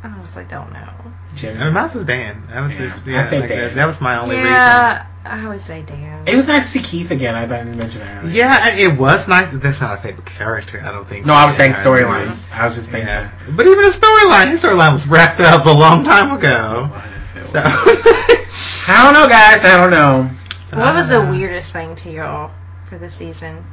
[SPEAKER 2] I honestly don't know.
[SPEAKER 3] I mean, mine was Dan. That was
[SPEAKER 1] Yeah.
[SPEAKER 3] just
[SPEAKER 1] I'd
[SPEAKER 3] yeah.
[SPEAKER 1] say
[SPEAKER 3] like,
[SPEAKER 1] Dan.
[SPEAKER 3] That, that was my only reason.
[SPEAKER 2] yeah, I would say Dan.
[SPEAKER 1] It was nice to see Keith again. I didn't mention that. earlier.
[SPEAKER 3] Yeah, I- it was nice. but That's not a favorite character, I don't think.
[SPEAKER 1] No, I was saying
[SPEAKER 3] Yeah.
[SPEAKER 1] storylines. I was just thinking.
[SPEAKER 3] Yeah, but even his storyline, his storyline was wrapped up a long time ago. So,
[SPEAKER 1] I don't know, guys. I don't know.
[SPEAKER 3] So,
[SPEAKER 2] What was
[SPEAKER 3] I
[SPEAKER 2] the
[SPEAKER 3] don't know.
[SPEAKER 2] weirdest thing to y'all for the season?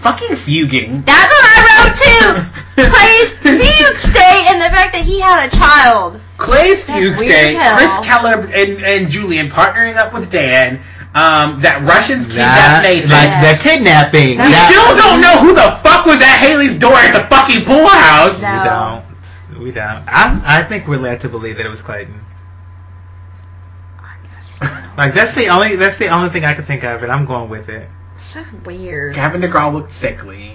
[SPEAKER 1] Fucking fuging.
[SPEAKER 2] That's what I wrote too. Clay's fugue state and the fact that he had a child.
[SPEAKER 1] Clay's
[SPEAKER 2] That's
[SPEAKER 1] fugue
[SPEAKER 2] weird
[SPEAKER 1] stay.
[SPEAKER 2] as hell.
[SPEAKER 1] Chris Keller and, and Julian partnering up with Dan. Um, that Russians
[SPEAKER 3] That,
[SPEAKER 1] kidnapped Nathan.
[SPEAKER 3] like
[SPEAKER 2] Yes.
[SPEAKER 3] the kidnapping.
[SPEAKER 2] That's-
[SPEAKER 1] we
[SPEAKER 3] That-
[SPEAKER 1] still don't know who the fuck was at Haley's door at the fucking pool house.
[SPEAKER 2] No.
[SPEAKER 3] We don't. We don't. I I think we're led to believe that it was Clayton.
[SPEAKER 2] I guess
[SPEAKER 3] Like that's the only that's the only thing I could think of, and I'm going with it.
[SPEAKER 2] so weird.
[SPEAKER 1] Gavin DeGraw looked sickly.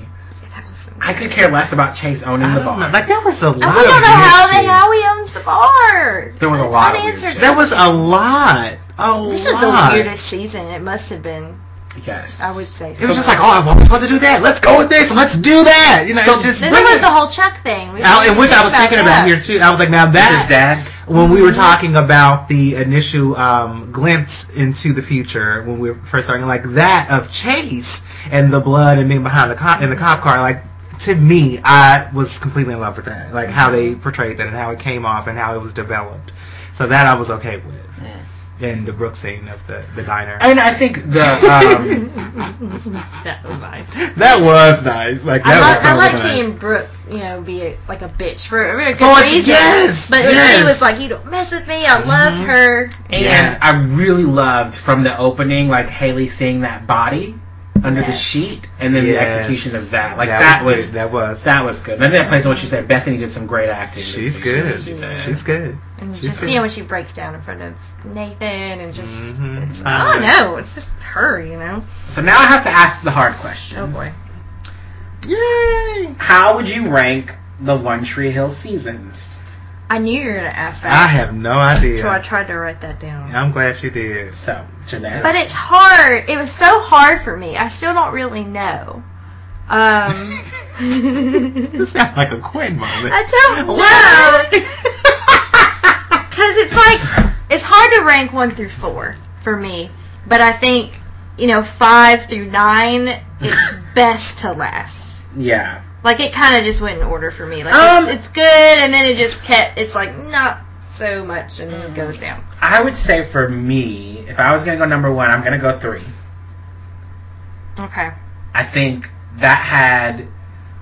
[SPEAKER 2] That was so
[SPEAKER 1] I
[SPEAKER 2] weird.
[SPEAKER 1] could care less about Chase owning
[SPEAKER 3] I
[SPEAKER 1] the
[SPEAKER 3] don't know.
[SPEAKER 1] bar.
[SPEAKER 3] Like there was a lot
[SPEAKER 2] And
[SPEAKER 3] of
[SPEAKER 2] we don't know how
[SPEAKER 3] weird
[SPEAKER 2] they
[SPEAKER 3] shit.
[SPEAKER 2] how he owns the bar.
[SPEAKER 1] There was a
[SPEAKER 2] That's
[SPEAKER 1] lot of
[SPEAKER 2] unanswered
[SPEAKER 1] weird shit.
[SPEAKER 3] There was a lot. A
[SPEAKER 2] This is the
[SPEAKER 3] lot.
[SPEAKER 2] weirdest season. It must have been.
[SPEAKER 1] yes.
[SPEAKER 2] I would say.
[SPEAKER 3] It was just like, oh, I always wanted to do that. Let's go with this. Let's do that. You know,
[SPEAKER 1] So
[SPEAKER 3] it's just.
[SPEAKER 2] Then there was the whole Chuck thing. We
[SPEAKER 3] Now,
[SPEAKER 2] didn't
[SPEAKER 3] in which I
[SPEAKER 2] think
[SPEAKER 3] was thinking about
[SPEAKER 2] that. Mm-hmm.
[SPEAKER 3] here too. I was like, now that
[SPEAKER 1] His dad.
[SPEAKER 3] when we were talking about the initial um, glimpse into the future when we were first starting, like that of Chase and the blood and being behind the cop in the cop car, like to me, I was completely in love with that, like how they
[SPEAKER 2] Mm-hmm.
[SPEAKER 3] portrayed that and how it came off and how it was developed. So that I was okay with, and the Brooke scene of the the diner.
[SPEAKER 1] I mean, I think the um,
[SPEAKER 2] That was nice.
[SPEAKER 3] that was nice. Like
[SPEAKER 2] I,
[SPEAKER 3] that
[SPEAKER 2] like,
[SPEAKER 3] was
[SPEAKER 2] I like
[SPEAKER 3] really nice.
[SPEAKER 2] seeing Brooke, you know, be a, like a bitch for a very good
[SPEAKER 3] Oh,
[SPEAKER 2] reason.
[SPEAKER 3] yes,
[SPEAKER 2] but she
[SPEAKER 3] yes.
[SPEAKER 2] was like, "You don't mess with me. I love
[SPEAKER 3] Mhm.
[SPEAKER 2] her."
[SPEAKER 1] And
[SPEAKER 3] Yeah.
[SPEAKER 1] I really loved from the opening, like Haley seeing that body under the
[SPEAKER 2] Yes.
[SPEAKER 1] sheet, and then the
[SPEAKER 3] Yes.
[SPEAKER 1] execution of that. Like that,
[SPEAKER 3] good.
[SPEAKER 1] was,
[SPEAKER 3] that was
[SPEAKER 1] that was good. And then that plays on what you said. Bethany did some great acting. this
[SPEAKER 3] She's
[SPEAKER 1] season.
[SPEAKER 3] good.
[SPEAKER 1] She did.
[SPEAKER 3] She's good.
[SPEAKER 2] And
[SPEAKER 3] She's
[SPEAKER 2] just
[SPEAKER 3] good.
[SPEAKER 2] you know when she breaks down in front of Nathan and just
[SPEAKER 3] Mhm.
[SPEAKER 2] it's- I don't know, it's just her, you know.
[SPEAKER 1] So now I have to ask the hard
[SPEAKER 2] Oh
[SPEAKER 1] questions.
[SPEAKER 2] boy.
[SPEAKER 3] Yay!
[SPEAKER 1] How would you rank the One Tree Hill seasons?
[SPEAKER 2] I knew you were gonna ask
[SPEAKER 3] I
[SPEAKER 2] that.
[SPEAKER 3] have no
[SPEAKER 2] So I
[SPEAKER 3] idea.
[SPEAKER 2] tried to write that down.
[SPEAKER 3] I'm glad you did.
[SPEAKER 1] So Jeanette,
[SPEAKER 2] But it's hard. It was so hard for me. I still don't really know. Um
[SPEAKER 3] this sounds like a Quinn moment.
[SPEAKER 2] I don't know. Because it's like, it's hard to rank one through four for me. But I think, you know, five through nine, it's best to last.
[SPEAKER 1] yeah,
[SPEAKER 2] Like, it kind of just went in order for me. Like,
[SPEAKER 1] Um,
[SPEAKER 2] it's, it's good, and then it just kept, it's like, not so much, and it goes down.
[SPEAKER 1] I would say for me, if I was gonna go number one, I'm gonna go three.
[SPEAKER 2] Okay.
[SPEAKER 1] I think that had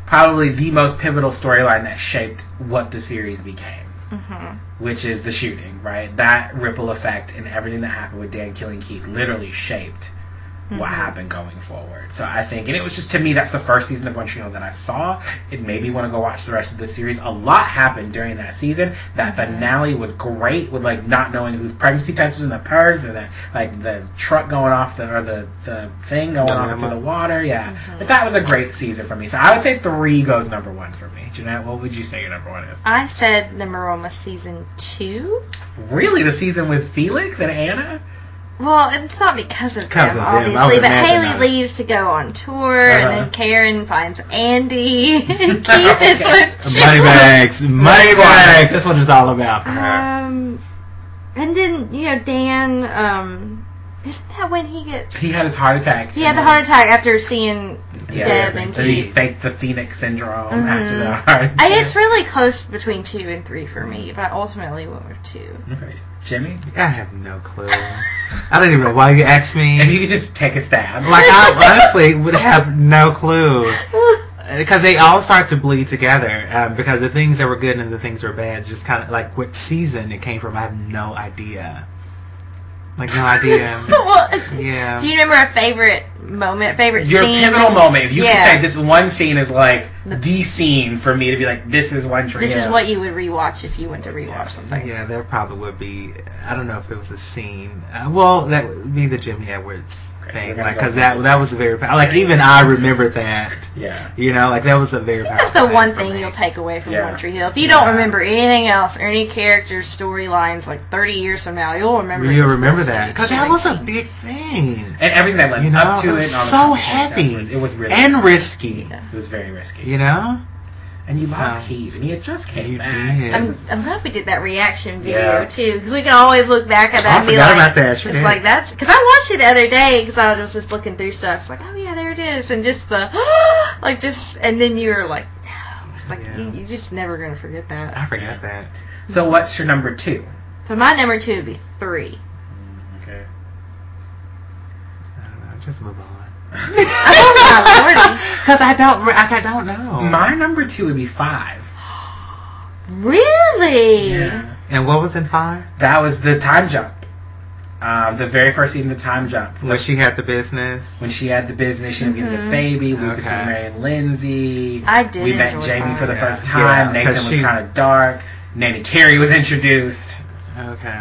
[SPEAKER 1] probably the most pivotal storyline that shaped what the series became,
[SPEAKER 2] Mm-hmm.
[SPEAKER 1] which is the shooting, right? That ripple effect and everything that happened with Dan killing Keith literally shaped what happened going forward. So I think, and it was just to me, that's the first season of One Tree Hill that I saw. It made me want to go watch the rest of the series. A lot happened during that season. That finale was great with like not knowing whose pregnancy test was in the purse and the like the truck going off the or the the thing going
[SPEAKER 3] The
[SPEAKER 1] off into
[SPEAKER 3] limo.
[SPEAKER 1] the water. Yeah, but that was a great season for me. So I would say three goes number one for me. Jeanette, what would you say your number one is?
[SPEAKER 2] I said Numeroma season two.
[SPEAKER 1] Really, the season with Felix and Anna?
[SPEAKER 2] Well, it's not because of
[SPEAKER 3] Because
[SPEAKER 2] them,
[SPEAKER 3] of them, I would
[SPEAKER 2] obviously, but
[SPEAKER 3] imagine
[SPEAKER 2] Haley
[SPEAKER 3] not.
[SPEAKER 2] leaves to go on tour, and
[SPEAKER 1] Uh-huh.
[SPEAKER 2] then Karen finds Andy, and Keith is
[SPEAKER 1] Okay.
[SPEAKER 2] with
[SPEAKER 3] Money bags, money
[SPEAKER 1] Money
[SPEAKER 3] bags. That's what it's all about for her.
[SPEAKER 2] Um, and then you know Dan. Um, isn't that when he gets?
[SPEAKER 1] He had his heart attack.
[SPEAKER 2] He had the
[SPEAKER 1] And-
[SPEAKER 2] heart attack after seeing
[SPEAKER 1] Yeah,
[SPEAKER 2] Deb
[SPEAKER 1] yeah,
[SPEAKER 2] and
[SPEAKER 1] then he
[SPEAKER 2] Keith.
[SPEAKER 1] faked the Phoenix syndrome
[SPEAKER 2] Mhm.
[SPEAKER 1] after the heart.
[SPEAKER 2] I, it's really close between two and three for me, but I ultimately went with two.
[SPEAKER 1] Okay. Jimmy,
[SPEAKER 3] I have no clue. I don't even know why you asked me.
[SPEAKER 1] if you could just take a stab.
[SPEAKER 3] like I honestly would have no clue because they all start to bleed together. Um, because the things that were good and the things that were bad just kind of like what season it came from. I have no idea. Like no idea.
[SPEAKER 2] well,
[SPEAKER 3] Yeah.
[SPEAKER 2] do you remember a favorite moment, favorite
[SPEAKER 1] your
[SPEAKER 2] scene?
[SPEAKER 1] pivotal moment. If you
[SPEAKER 2] Yeah.
[SPEAKER 1] could say this one scene is like the scene for me to be like, this is one tree.
[SPEAKER 2] This is
[SPEAKER 1] Hill.
[SPEAKER 2] what you would rewatch if you went to rewatch something.
[SPEAKER 3] Yeah, there probably would be. I don't know if it was a scene. Uh, well, that would be the Jimmy Edwards
[SPEAKER 1] Okay, so we're
[SPEAKER 3] thing,
[SPEAKER 1] gonna
[SPEAKER 3] like
[SPEAKER 1] go
[SPEAKER 3] because that that was a very pow- like even I remember that.
[SPEAKER 1] Yeah.
[SPEAKER 3] You know, like that was a very.
[SPEAKER 2] That's
[SPEAKER 3] powerful
[SPEAKER 2] the one
[SPEAKER 3] for
[SPEAKER 2] thing
[SPEAKER 3] me.
[SPEAKER 2] you'll take away from
[SPEAKER 1] Yeah.
[SPEAKER 2] One Tree Hill. If you
[SPEAKER 3] Yeah.
[SPEAKER 2] don't remember anything else or any characters, storylines, like 30 years from now, you'll remember.
[SPEAKER 3] You'll
[SPEAKER 2] this
[SPEAKER 3] remember
[SPEAKER 2] person.
[SPEAKER 3] that because that was a big thing.
[SPEAKER 1] And everything that went
[SPEAKER 3] You know,
[SPEAKER 1] up to
[SPEAKER 3] it
[SPEAKER 1] it.
[SPEAKER 3] was
[SPEAKER 1] and all the
[SPEAKER 3] so
[SPEAKER 1] stuff that
[SPEAKER 3] heavy
[SPEAKER 1] was- It was really.
[SPEAKER 3] and risky.
[SPEAKER 2] Yeah.
[SPEAKER 1] it was very risky.
[SPEAKER 3] You know,
[SPEAKER 1] And you lost
[SPEAKER 3] So-
[SPEAKER 1] keys, and you just came
[SPEAKER 3] You
[SPEAKER 1] back.
[SPEAKER 3] did.
[SPEAKER 2] I'm, I'm glad we did that reaction video
[SPEAKER 1] Yeah.
[SPEAKER 2] too, because we can always look back at
[SPEAKER 3] I
[SPEAKER 2] that and be
[SPEAKER 3] forgot
[SPEAKER 2] like,
[SPEAKER 3] about that. Sure
[SPEAKER 2] it's
[SPEAKER 3] did.
[SPEAKER 2] like that's because I watched it the other day because I was just looking through stuff. It's like, oh yeah, there it is, and just the like just, and then you were like, no, it's like
[SPEAKER 3] Yeah.
[SPEAKER 2] you, you're just never gonna forget that.
[SPEAKER 3] I forgot that.
[SPEAKER 1] So what's your number two?
[SPEAKER 2] So my number two would be three.
[SPEAKER 1] Okay.
[SPEAKER 3] I don't
[SPEAKER 1] Uh,
[SPEAKER 3] know. Just move on.
[SPEAKER 2] Oh my lordy,
[SPEAKER 3] Because I don't. re- I, I don't know.
[SPEAKER 1] My number two would be five.
[SPEAKER 2] really?
[SPEAKER 3] And what was in five?
[SPEAKER 1] That was the time jump. Um, the very first scene, of the time jump.
[SPEAKER 3] When she had the business.
[SPEAKER 1] When she had the business, she was getting
[SPEAKER 2] Mhm.
[SPEAKER 1] the baby. Lucas
[SPEAKER 3] Okay.
[SPEAKER 1] was marrying Lindsay.
[SPEAKER 2] I did.
[SPEAKER 1] we met
[SPEAKER 2] enjoy
[SPEAKER 1] Jamie for the
[SPEAKER 3] Yeah.
[SPEAKER 1] first time.
[SPEAKER 3] Yeah, 'cause
[SPEAKER 1] Nathan was
[SPEAKER 3] she-
[SPEAKER 1] kind of dark. Nanny Carey was introduced.
[SPEAKER 3] Okay.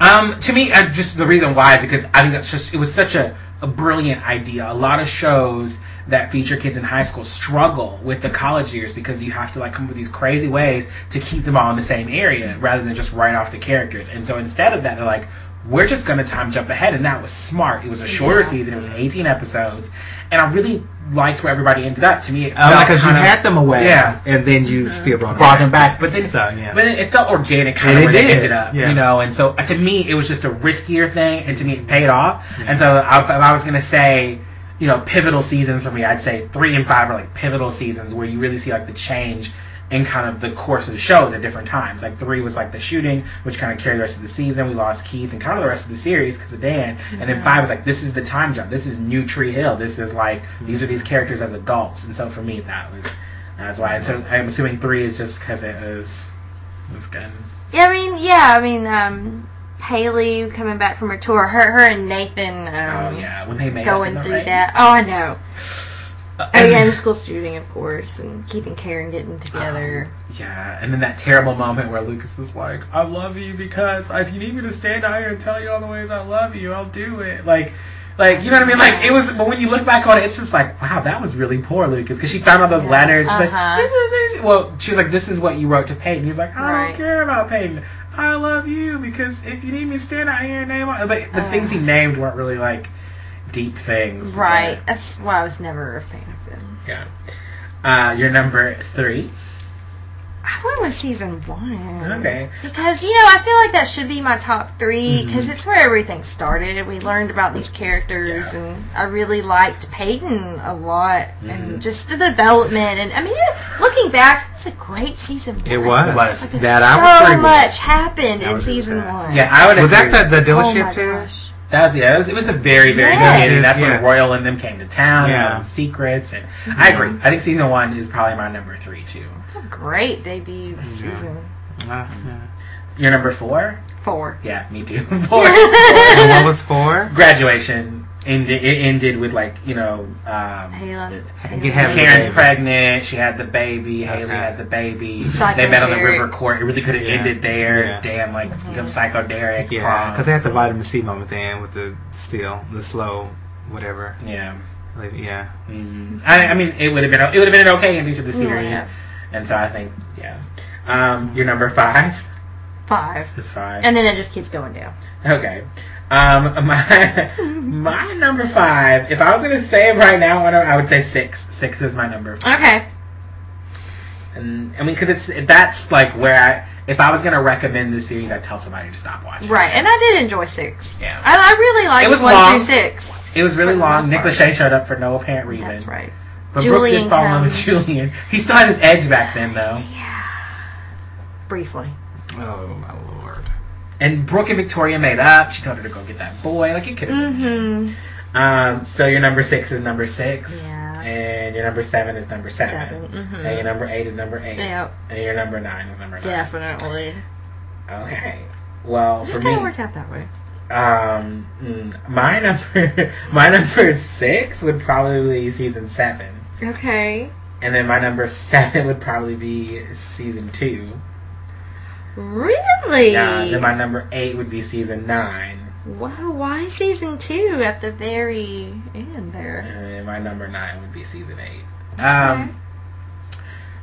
[SPEAKER 1] Um, to me, uh, just the reason why is because I think that's just it was such a, a brilliant idea. A lot of shows that feature kids in high school struggle with the college years because you have to like come up with these crazy ways to keep them all in the same area rather than just write off the characters. And so instead of that, they're like, we're just gonna time jump ahead, and that was smart. It was a shorter
[SPEAKER 2] Yeah.
[SPEAKER 1] season. It was 18 episodes, and I really liked where everybody ended up. To me, it
[SPEAKER 3] Oh,
[SPEAKER 1] felt
[SPEAKER 3] because you
[SPEAKER 1] kind of-
[SPEAKER 3] had them away.
[SPEAKER 1] Yeah.
[SPEAKER 3] And then you still brought them
[SPEAKER 1] brought
[SPEAKER 3] back.
[SPEAKER 1] them back. But then,
[SPEAKER 3] So, yeah.
[SPEAKER 1] but it, it felt organic kind
[SPEAKER 3] And
[SPEAKER 1] of
[SPEAKER 3] it
[SPEAKER 1] where
[SPEAKER 3] did,
[SPEAKER 1] they ended up,
[SPEAKER 3] yeah.
[SPEAKER 1] you know. And so, uh, to me, it was just a riskier thing, and to me, it paid off.
[SPEAKER 3] Yeah.
[SPEAKER 1] And so, I, if I was gonna say, you know, pivotal seasons for me, I'd say three and five are like pivotal seasons where you really see like the change in kind of the course of the shows at different times. Like three was like the shooting, which kind of carried the rest of the season. We lost Keith and kind of the rest of the series because of Dan. And then five was like this is the time jump. This is new Tree Hill. This is like
[SPEAKER 3] Mm-hmm.
[SPEAKER 1] these are these characters as adults. And so for me, that was that's why. And so I'm assuming three is just because it was was good.
[SPEAKER 2] Yeah, I mean, yeah, I mean, um, Haley coming back from her tour, her, her and Nathan, um,
[SPEAKER 1] oh yeah, when they made up in
[SPEAKER 2] going
[SPEAKER 1] the
[SPEAKER 2] through
[SPEAKER 1] rain.
[SPEAKER 2] that. Oh, I
[SPEAKER 1] Uh,
[SPEAKER 2] know. Oh
[SPEAKER 1] and-
[SPEAKER 2] yeah, and the school shooting, of course, and Keith and Karen
[SPEAKER 1] Oh,
[SPEAKER 2] getting together.
[SPEAKER 1] Yeah, and then that terrible moment where Lucas is like, "I love you because if you need me to stand out here and tell you all the ways I love you, I'll do it." Like, like you know what I mean? Like it was, but when you look back on it, it's just like, wow, that was really poor Lucas because she found all those
[SPEAKER 2] Yeah.
[SPEAKER 1] letters. She's
[SPEAKER 2] Uh-huh.
[SPEAKER 1] like, this is this. Well, she was like, "This is what you wrote to Peyton." He was like, "I
[SPEAKER 2] Right.
[SPEAKER 1] don't care about Peyton. I love you because if you need me to stand out here and name," all-" but the
[SPEAKER 2] Uh.
[SPEAKER 1] things he named weren't really like deep things.
[SPEAKER 2] Right. That's why I was never a fan of them.
[SPEAKER 1] But, yeah. Uh, your number three.
[SPEAKER 2] I went with season one.
[SPEAKER 1] Okay. Mm-hmm.
[SPEAKER 2] Because you know, I feel like that should be my top three because it's where everything started. We learned about these characters,
[SPEAKER 1] Yeah.
[SPEAKER 2] and I really liked Peyton a lot,
[SPEAKER 1] Mhm.
[SPEAKER 2] and just the development. And I mean, yeah, looking back, it's a great season. One.
[SPEAKER 3] It was.
[SPEAKER 1] It was.
[SPEAKER 2] Like,
[SPEAKER 3] That
[SPEAKER 2] so
[SPEAKER 3] I would agree with.
[SPEAKER 2] much happened
[SPEAKER 3] I
[SPEAKER 2] in
[SPEAKER 3] would agree with
[SPEAKER 2] season
[SPEAKER 3] that.
[SPEAKER 2] one.
[SPEAKER 1] Yeah, I would.
[SPEAKER 3] Was
[SPEAKER 1] agree.
[SPEAKER 3] that the, the
[SPEAKER 2] Oh
[SPEAKER 3] dealership
[SPEAKER 2] my
[SPEAKER 3] too?
[SPEAKER 2] gosh.
[SPEAKER 1] That was yeah. It was, it was the very very
[SPEAKER 2] Yes.
[SPEAKER 1] beginning. That's
[SPEAKER 3] Yeah.
[SPEAKER 1] when Royal and them came to town.
[SPEAKER 3] Yeah.
[SPEAKER 1] Yeah, secrets and
[SPEAKER 2] Mm-hmm.
[SPEAKER 1] I agree. I think season one is probably my number three too.
[SPEAKER 2] It's a great debut
[SPEAKER 3] Yeah.
[SPEAKER 2] season
[SPEAKER 3] Uh, yeah.
[SPEAKER 1] Your number four?
[SPEAKER 2] four.
[SPEAKER 1] Yeah, me too. four.
[SPEAKER 3] and what was four?
[SPEAKER 1] Graduation ended. It ended with like you know. Um,
[SPEAKER 2] Halen.
[SPEAKER 3] Get happy.
[SPEAKER 2] Halen.
[SPEAKER 1] Karen's
[SPEAKER 3] baby.
[SPEAKER 1] pregnant. She had the baby. Haley
[SPEAKER 3] Okay.
[SPEAKER 1] had the baby.
[SPEAKER 2] Psycho
[SPEAKER 1] they met on the
[SPEAKER 2] Derek.
[SPEAKER 1] river court. It really could have
[SPEAKER 3] Yeah.
[SPEAKER 1] ended there.
[SPEAKER 3] Yeah.
[SPEAKER 1] Damn, like
[SPEAKER 2] Mhm.
[SPEAKER 1] become psycho Derek.
[SPEAKER 3] Yeah,
[SPEAKER 1] prom.
[SPEAKER 3] because they had the vitamin C moment then with the steel, the slow, whatever.
[SPEAKER 1] yeah.
[SPEAKER 3] Like, yeah.
[SPEAKER 1] Mm. I, I mean, it would have been it would have been an okay ending to the
[SPEAKER 2] Yeah.
[SPEAKER 1] series, and so I think yeah. Um, your number five
[SPEAKER 2] Five.
[SPEAKER 1] is fine.
[SPEAKER 2] And then it just keeps going down.
[SPEAKER 1] okay. Um, my my number five. If I was gonna say it right now, I don't- I would say six. Six is my number. Five.
[SPEAKER 2] Okay.
[SPEAKER 1] And I mean, because it's that's like where I if I was gonna recommend this series, I'd tell somebody to stop watching.
[SPEAKER 2] Right. And I did enjoy six.
[SPEAKER 1] Yeah.
[SPEAKER 2] I, I really liked
[SPEAKER 1] It was
[SPEAKER 2] one
[SPEAKER 1] long.
[SPEAKER 2] through six.
[SPEAKER 1] It was really
[SPEAKER 2] For the
[SPEAKER 1] long.
[SPEAKER 2] most
[SPEAKER 1] Nick
[SPEAKER 2] part.
[SPEAKER 1] Lachey showed up for no apparent reason.
[SPEAKER 2] That's right.
[SPEAKER 1] But Brooke
[SPEAKER 2] Julian
[SPEAKER 1] did fall in love with
[SPEAKER 2] comes.
[SPEAKER 1] Julian. He still had his edge back then, though.
[SPEAKER 2] Yeah. Briefly.
[SPEAKER 3] Oh, my lord.
[SPEAKER 1] And Brooke and Victoria made up. She told her to go get that boy. Like it could.
[SPEAKER 2] Mm-hmm.
[SPEAKER 1] Um. So your number six is number six.
[SPEAKER 2] Yeah.
[SPEAKER 1] And your number seven is number seven.
[SPEAKER 2] Seven. Mm-hmm.
[SPEAKER 1] And your number eight is number eight.
[SPEAKER 2] Yep.
[SPEAKER 1] And your number nine is number nine.
[SPEAKER 2] Definitely.
[SPEAKER 1] Okay. Well, for
[SPEAKER 2] Just
[SPEAKER 1] me,
[SPEAKER 2] kind of worked out that way.
[SPEAKER 1] um, mm, my number, my number six would probably be season seven,
[SPEAKER 2] Okay.
[SPEAKER 1] and then my number seven would probably be season two.
[SPEAKER 2] Really?
[SPEAKER 1] Yeah. And then my number eight would be season nine,
[SPEAKER 2] wow. Why season two at the very end there?
[SPEAKER 1] and then my number nine would be season eight.
[SPEAKER 2] Okay.
[SPEAKER 1] Um.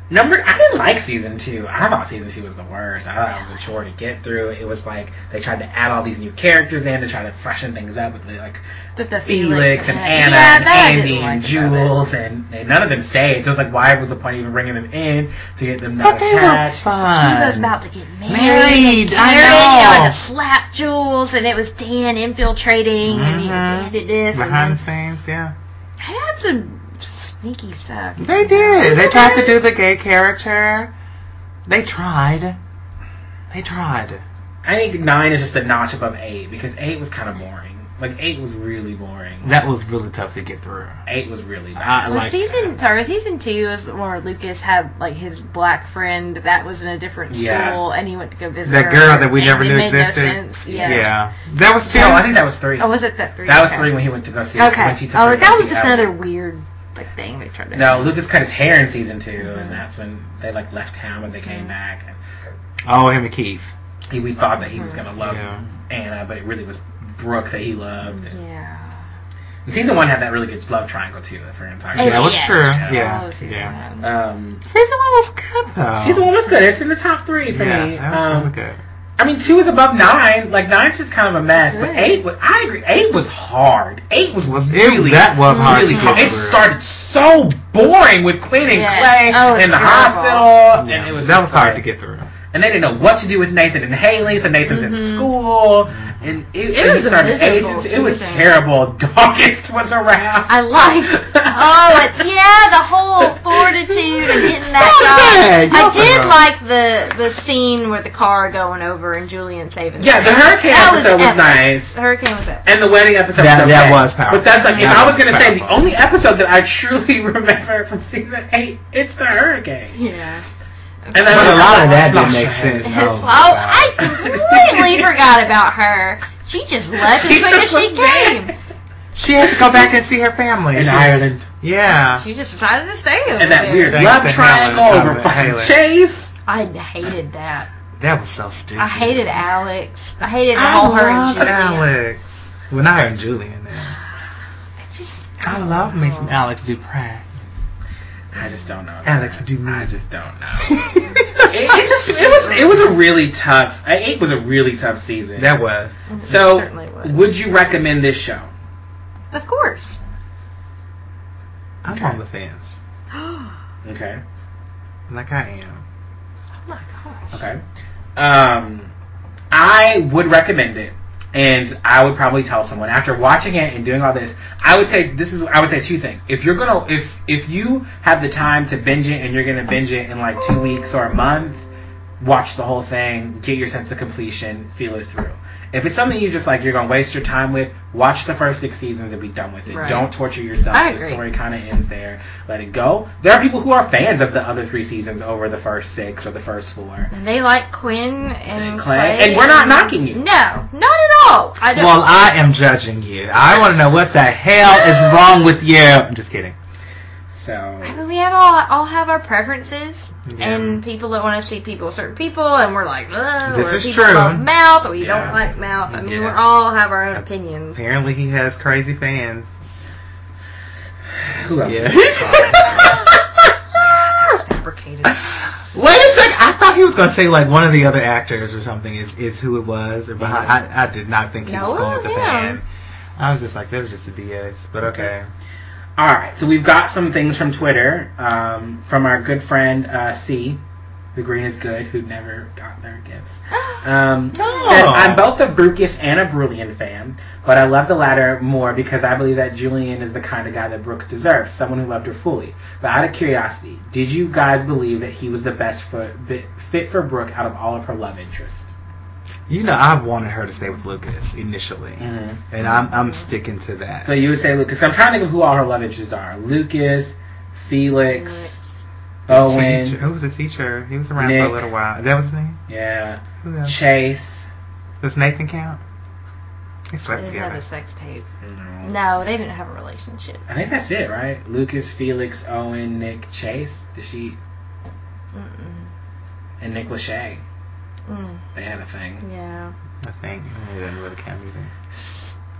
[SPEAKER 1] Number, I didn't like season two. I thought season two was the worst. I thought it was a chore to get through. It was like they tried to add all these new characters in to try to freshen things up with the, like
[SPEAKER 2] But the
[SPEAKER 1] Felix and Anna
[SPEAKER 2] yeah,
[SPEAKER 1] and
[SPEAKER 2] that I
[SPEAKER 1] Andy
[SPEAKER 2] didn't
[SPEAKER 1] and
[SPEAKER 2] like about it.
[SPEAKER 1] Jules and, and none of them stayed. So it's like, why was the point of even bringing them in to get them not
[SPEAKER 3] But they were
[SPEAKER 1] attached?
[SPEAKER 2] He was
[SPEAKER 3] fun.
[SPEAKER 2] about to get married. Married,
[SPEAKER 3] Married, I
[SPEAKER 2] I had
[SPEAKER 3] know.
[SPEAKER 2] to slap Jules, and it was Dan infiltrating, and you know,
[SPEAKER 3] Mhm.
[SPEAKER 2] Dan did this.
[SPEAKER 3] Behind the
[SPEAKER 2] and then,
[SPEAKER 3] scenes, yeah.
[SPEAKER 2] I had some sneaky stuff.
[SPEAKER 3] They did. They tried to do the gay character. They tried. They tried.
[SPEAKER 1] I think nine is just a notch above eight because eight was kind of boring. Like eight was really boring.
[SPEAKER 3] That was really tough to get through.
[SPEAKER 1] Eight was really
[SPEAKER 3] I
[SPEAKER 1] bad.
[SPEAKER 2] Well,
[SPEAKER 3] like
[SPEAKER 2] season sorry, season two is where Lucas had like his black friend that was in a different school,
[SPEAKER 1] Yeah.
[SPEAKER 2] and he went to go visit
[SPEAKER 3] That
[SPEAKER 2] her,
[SPEAKER 3] girl that we
[SPEAKER 2] and
[SPEAKER 3] never
[SPEAKER 2] it
[SPEAKER 3] knew
[SPEAKER 2] made no
[SPEAKER 3] existed.
[SPEAKER 2] sense.
[SPEAKER 1] Yeah.
[SPEAKER 2] Yes.
[SPEAKER 3] Yeah, that was two.
[SPEAKER 1] No, I think that was three.
[SPEAKER 2] Oh, was it that three?
[SPEAKER 1] That was
[SPEAKER 2] Okay.
[SPEAKER 1] three when he went to go see. When she
[SPEAKER 2] Okay.
[SPEAKER 1] took
[SPEAKER 2] Oh,
[SPEAKER 1] her to
[SPEAKER 2] that
[SPEAKER 1] go
[SPEAKER 2] was
[SPEAKER 1] see
[SPEAKER 2] just
[SPEAKER 1] Ellen.
[SPEAKER 2] another weird like thing they tried to.
[SPEAKER 1] No, Lucas cut his hair in season 2
[SPEAKER 2] Mhm.
[SPEAKER 1] and that's when they like left town and they
[SPEAKER 2] Mm-hmm.
[SPEAKER 1] came back. And
[SPEAKER 3] oh, him and Keith.
[SPEAKER 1] he, we thought that he was
[SPEAKER 2] Mm-hmm.
[SPEAKER 1] gonna love
[SPEAKER 3] Yeah.
[SPEAKER 1] Anna, but it really was Brooke that he loved. And
[SPEAKER 2] Yeah. Mm-hmm.
[SPEAKER 1] Season one had that really good love triangle too for him talking.
[SPEAKER 2] Yeah,
[SPEAKER 3] that was
[SPEAKER 2] Oh, yeah.
[SPEAKER 3] true.
[SPEAKER 1] Yeah.
[SPEAKER 3] Yeah,
[SPEAKER 2] Oh, season
[SPEAKER 3] yeah.
[SPEAKER 2] one.
[SPEAKER 1] Um,
[SPEAKER 3] Season one was good though.
[SPEAKER 1] Season one was good. It's in the top three for
[SPEAKER 3] Oh. yeah,
[SPEAKER 1] me.
[SPEAKER 3] that was
[SPEAKER 1] Um,
[SPEAKER 3] really good.
[SPEAKER 1] I mean, two is above nine. Like nine's just kind of a mess. But
[SPEAKER 2] Good.
[SPEAKER 1] eight, was, I agree. Eight was hard. Eight was,
[SPEAKER 3] Was it-
[SPEAKER 1] really
[SPEAKER 3] that was hard
[SPEAKER 1] really
[SPEAKER 3] to get
[SPEAKER 1] hard. It
[SPEAKER 3] through.
[SPEAKER 1] started so boring with Clint and
[SPEAKER 2] Yes.
[SPEAKER 1] Clay
[SPEAKER 2] Oh, it's
[SPEAKER 1] in the
[SPEAKER 2] terrible.
[SPEAKER 1] hospital,
[SPEAKER 3] Yeah,
[SPEAKER 1] and it was
[SPEAKER 3] that was
[SPEAKER 1] just like-
[SPEAKER 3] hard to get through.
[SPEAKER 1] And they didn't know what to do with Nathan and Haley, so Nathan's in
[SPEAKER 2] Mhm.
[SPEAKER 1] school, and it,
[SPEAKER 2] It
[SPEAKER 1] and he
[SPEAKER 2] was a
[SPEAKER 1] started
[SPEAKER 2] miserable
[SPEAKER 1] agency. It was
[SPEAKER 2] season.
[SPEAKER 1] terrible. Darkest was around.
[SPEAKER 2] I like. Oh, it, yeah, the whole fortitude and getting that
[SPEAKER 3] Stop that.
[SPEAKER 2] guy. I
[SPEAKER 3] Y'all
[SPEAKER 2] did
[SPEAKER 3] are-
[SPEAKER 2] like the the scene with the car going over and Julian saving.
[SPEAKER 1] yeah, the hurricane
[SPEAKER 2] That was
[SPEAKER 1] episode was
[SPEAKER 2] epic.
[SPEAKER 1] nice.
[SPEAKER 2] The hurricane was it.
[SPEAKER 1] And the wedding episode
[SPEAKER 3] That-
[SPEAKER 1] was
[SPEAKER 3] that
[SPEAKER 1] okay.
[SPEAKER 3] was powerful.
[SPEAKER 1] But that's like, if
[SPEAKER 3] That
[SPEAKER 1] I was
[SPEAKER 3] was
[SPEAKER 1] going to say the
[SPEAKER 3] powerful.
[SPEAKER 1] only episode that I truly remember from season 8, it's the hurricane.
[SPEAKER 2] Yeah.
[SPEAKER 1] And then
[SPEAKER 3] But a lot of that
[SPEAKER 1] Flush
[SPEAKER 3] didn't make
[SPEAKER 1] ahead.
[SPEAKER 3] sense.
[SPEAKER 2] Oh,
[SPEAKER 3] Oh,
[SPEAKER 2] I completely forgot about her. She just left as
[SPEAKER 1] She
[SPEAKER 2] quick as
[SPEAKER 1] just
[SPEAKER 2] she
[SPEAKER 1] was there.
[SPEAKER 2] came.
[SPEAKER 3] She had to go back and see her family
[SPEAKER 1] In
[SPEAKER 3] She-
[SPEAKER 1] Ireland.
[SPEAKER 3] Yeah.
[SPEAKER 2] She just decided to stay over
[SPEAKER 1] And that
[SPEAKER 2] there.
[SPEAKER 1] weird
[SPEAKER 3] Thanks
[SPEAKER 1] love
[SPEAKER 3] to Helen,
[SPEAKER 1] triangle
[SPEAKER 3] Helen,
[SPEAKER 1] over fucking
[SPEAKER 3] Helen.
[SPEAKER 1] Chase.
[SPEAKER 2] I hated that.
[SPEAKER 3] That was so stupid.
[SPEAKER 2] I hated Alex. I hated the
[SPEAKER 3] I
[SPEAKER 2] whole her and
[SPEAKER 3] love
[SPEAKER 2] Julian.
[SPEAKER 3] Alex. Well, not her and Julian. Then.
[SPEAKER 2] I just
[SPEAKER 3] I love me some Alex Duprat.
[SPEAKER 1] I just don't know.
[SPEAKER 3] Alex Duprat.
[SPEAKER 1] I just don't know. it, it just, it was, it was a really tough, 8 was a really tough season.
[SPEAKER 3] that was.
[SPEAKER 1] so,
[SPEAKER 2] certainly was.
[SPEAKER 1] would you recommend this show?
[SPEAKER 2] Of course.
[SPEAKER 3] I'm
[SPEAKER 1] Okay.
[SPEAKER 3] on the fence.
[SPEAKER 2] oh
[SPEAKER 1] Okay.
[SPEAKER 3] Like I am.
[SPEAKER 2] my gosh.
[SPEAKER 1] Okay. Um, I would recommend it, and I would probably tell someone after watching it and doing all this. I would say this is. I would say two things. If you're gonna, if if you have the time to binge it and you're gonna binge it in like two weeks or a month, watch the whole thing, get your sense of completion, feel it through. If it's something you just like, you're gonna waste your time with. Watch the first six seasons and be done with it.
[SPEAKER 2] Right.
[SPEAKER 1] Don't torture yourself.
[SPEAKER 2] I
[SPEAKER 1] The
[SPEAKER 2] agree.
[SPEAKER 1] story kind of ends there. Let it go. There are people who are fans of the other three seasons over the first six or the first four.
[SPEAKER 2] And they like Quinn and,
[SPEAKER 1] And Clay.
[SPEAKER 2] Clay.
[SPEAKER 1] And we're not knocking you.
[SPEAKER 2] No, not at all. I don't.
[SPEAKER 3] Well, I am judging you. I want to know what the hell is wrong with you. I'm just kidding.
[SPEAKER 2] I
[SPEAKER 1] So
[SPEAKER 2] mean, we have all all have our preferences
[SPEAKER 3] Yeah.
[SPEAKER 2] and people that want to see people certain people and we're like Ugh,
[SPEAKER 3] This
[SPEAKER 2] or
[SPEAKER 3] is
[SPEAKER 2] people
[SPEAKER 3] true.
[SPEAKER 2] love mouth or you
[SPEAKER 1] Yeah.
[SPEAKER 2] don't like mouth I mean we
[SPEAKER 3] Yeah.
[SPEAKER 2] all have our own opinions
[SPEAKER 3] Apparently, he has crazy fans.
[SPEAKER 1] who else?
[SPEAKER 3] Yeah.
[SPEAKER 1] Yeah.
[SPEAKER 3] Wait a second.
[SPEAKER 2] fabricated
[SPEAKER 3] I thought he was gonna say like one of the other actors or something is is who it was. Or behind. I, I did not think he
[SPEAKER 2] No,
[SPEAKER 3] was going to
[SPEAKER 2] yeah.
[SPEAKER 3] fan. I was just like that was just a BS. But okay.
[SPEAKER 1] All right. So we've got some things from Twitter um, from our good friend uh, C, the green is good, who never got their gifts. Um,
[SPEAKER 3] No.
[SPEAKER 1] said, I'm both a Brucus and a Brulian fan, but I love the latter more because I believe that Julian is the kind of guy that Brooks deserves, someone who loved her fully. But out of curiosity, did you guys believe that he was the best for, bit- fit for Brooke out of all of her love interests?
[SPEAKER 3] You know, I wanted her to stay with Lucas initially,
[SPEAKER 1] Mm-hmm.
[SPEAKER 3] and I'm I'm sticking to that.
[SPEAKER 1] So you would say Lucas. I'm trying to think of who all her love interests are. Lucas, Felix,
[SPEAKER 3] The teacher-
[SPEAKER 1] Owen,
[SPEAKER 3] who was the teacher? He was around for
[SPEAKER 1] Nick.
[SPEAKER 3] a little while. That was his name.
[SPEAKER 1] yeah,
[SPEAKER 3] Who else?
[SPEAKER 1] Chase.
[SPEAKER 3] Does Nathan count? They
[SPEAKER 2] they
[SPEAKER 3] slept
[SPEAKER 2] didn't have
[SPEAKER 3] together.
[SPEAKER 2] a sex tape
[SPEAKER 1] No.
[SPEAKER 2] no they didn't have a relationship
[SPEAKER 1] I think that's it, right? Lucas, Felix, Owen, Nick, Chase. Did she
[SPEAKER 2] Mm-mm.
[SPEAKER 1] and Nick Lachey?
[SPEAKER 2] Mm,
[SPEAKER 1] They had a thing.
[SPEAKER 2] yeah
[SPEAKER 3] I think it doesn't really count either.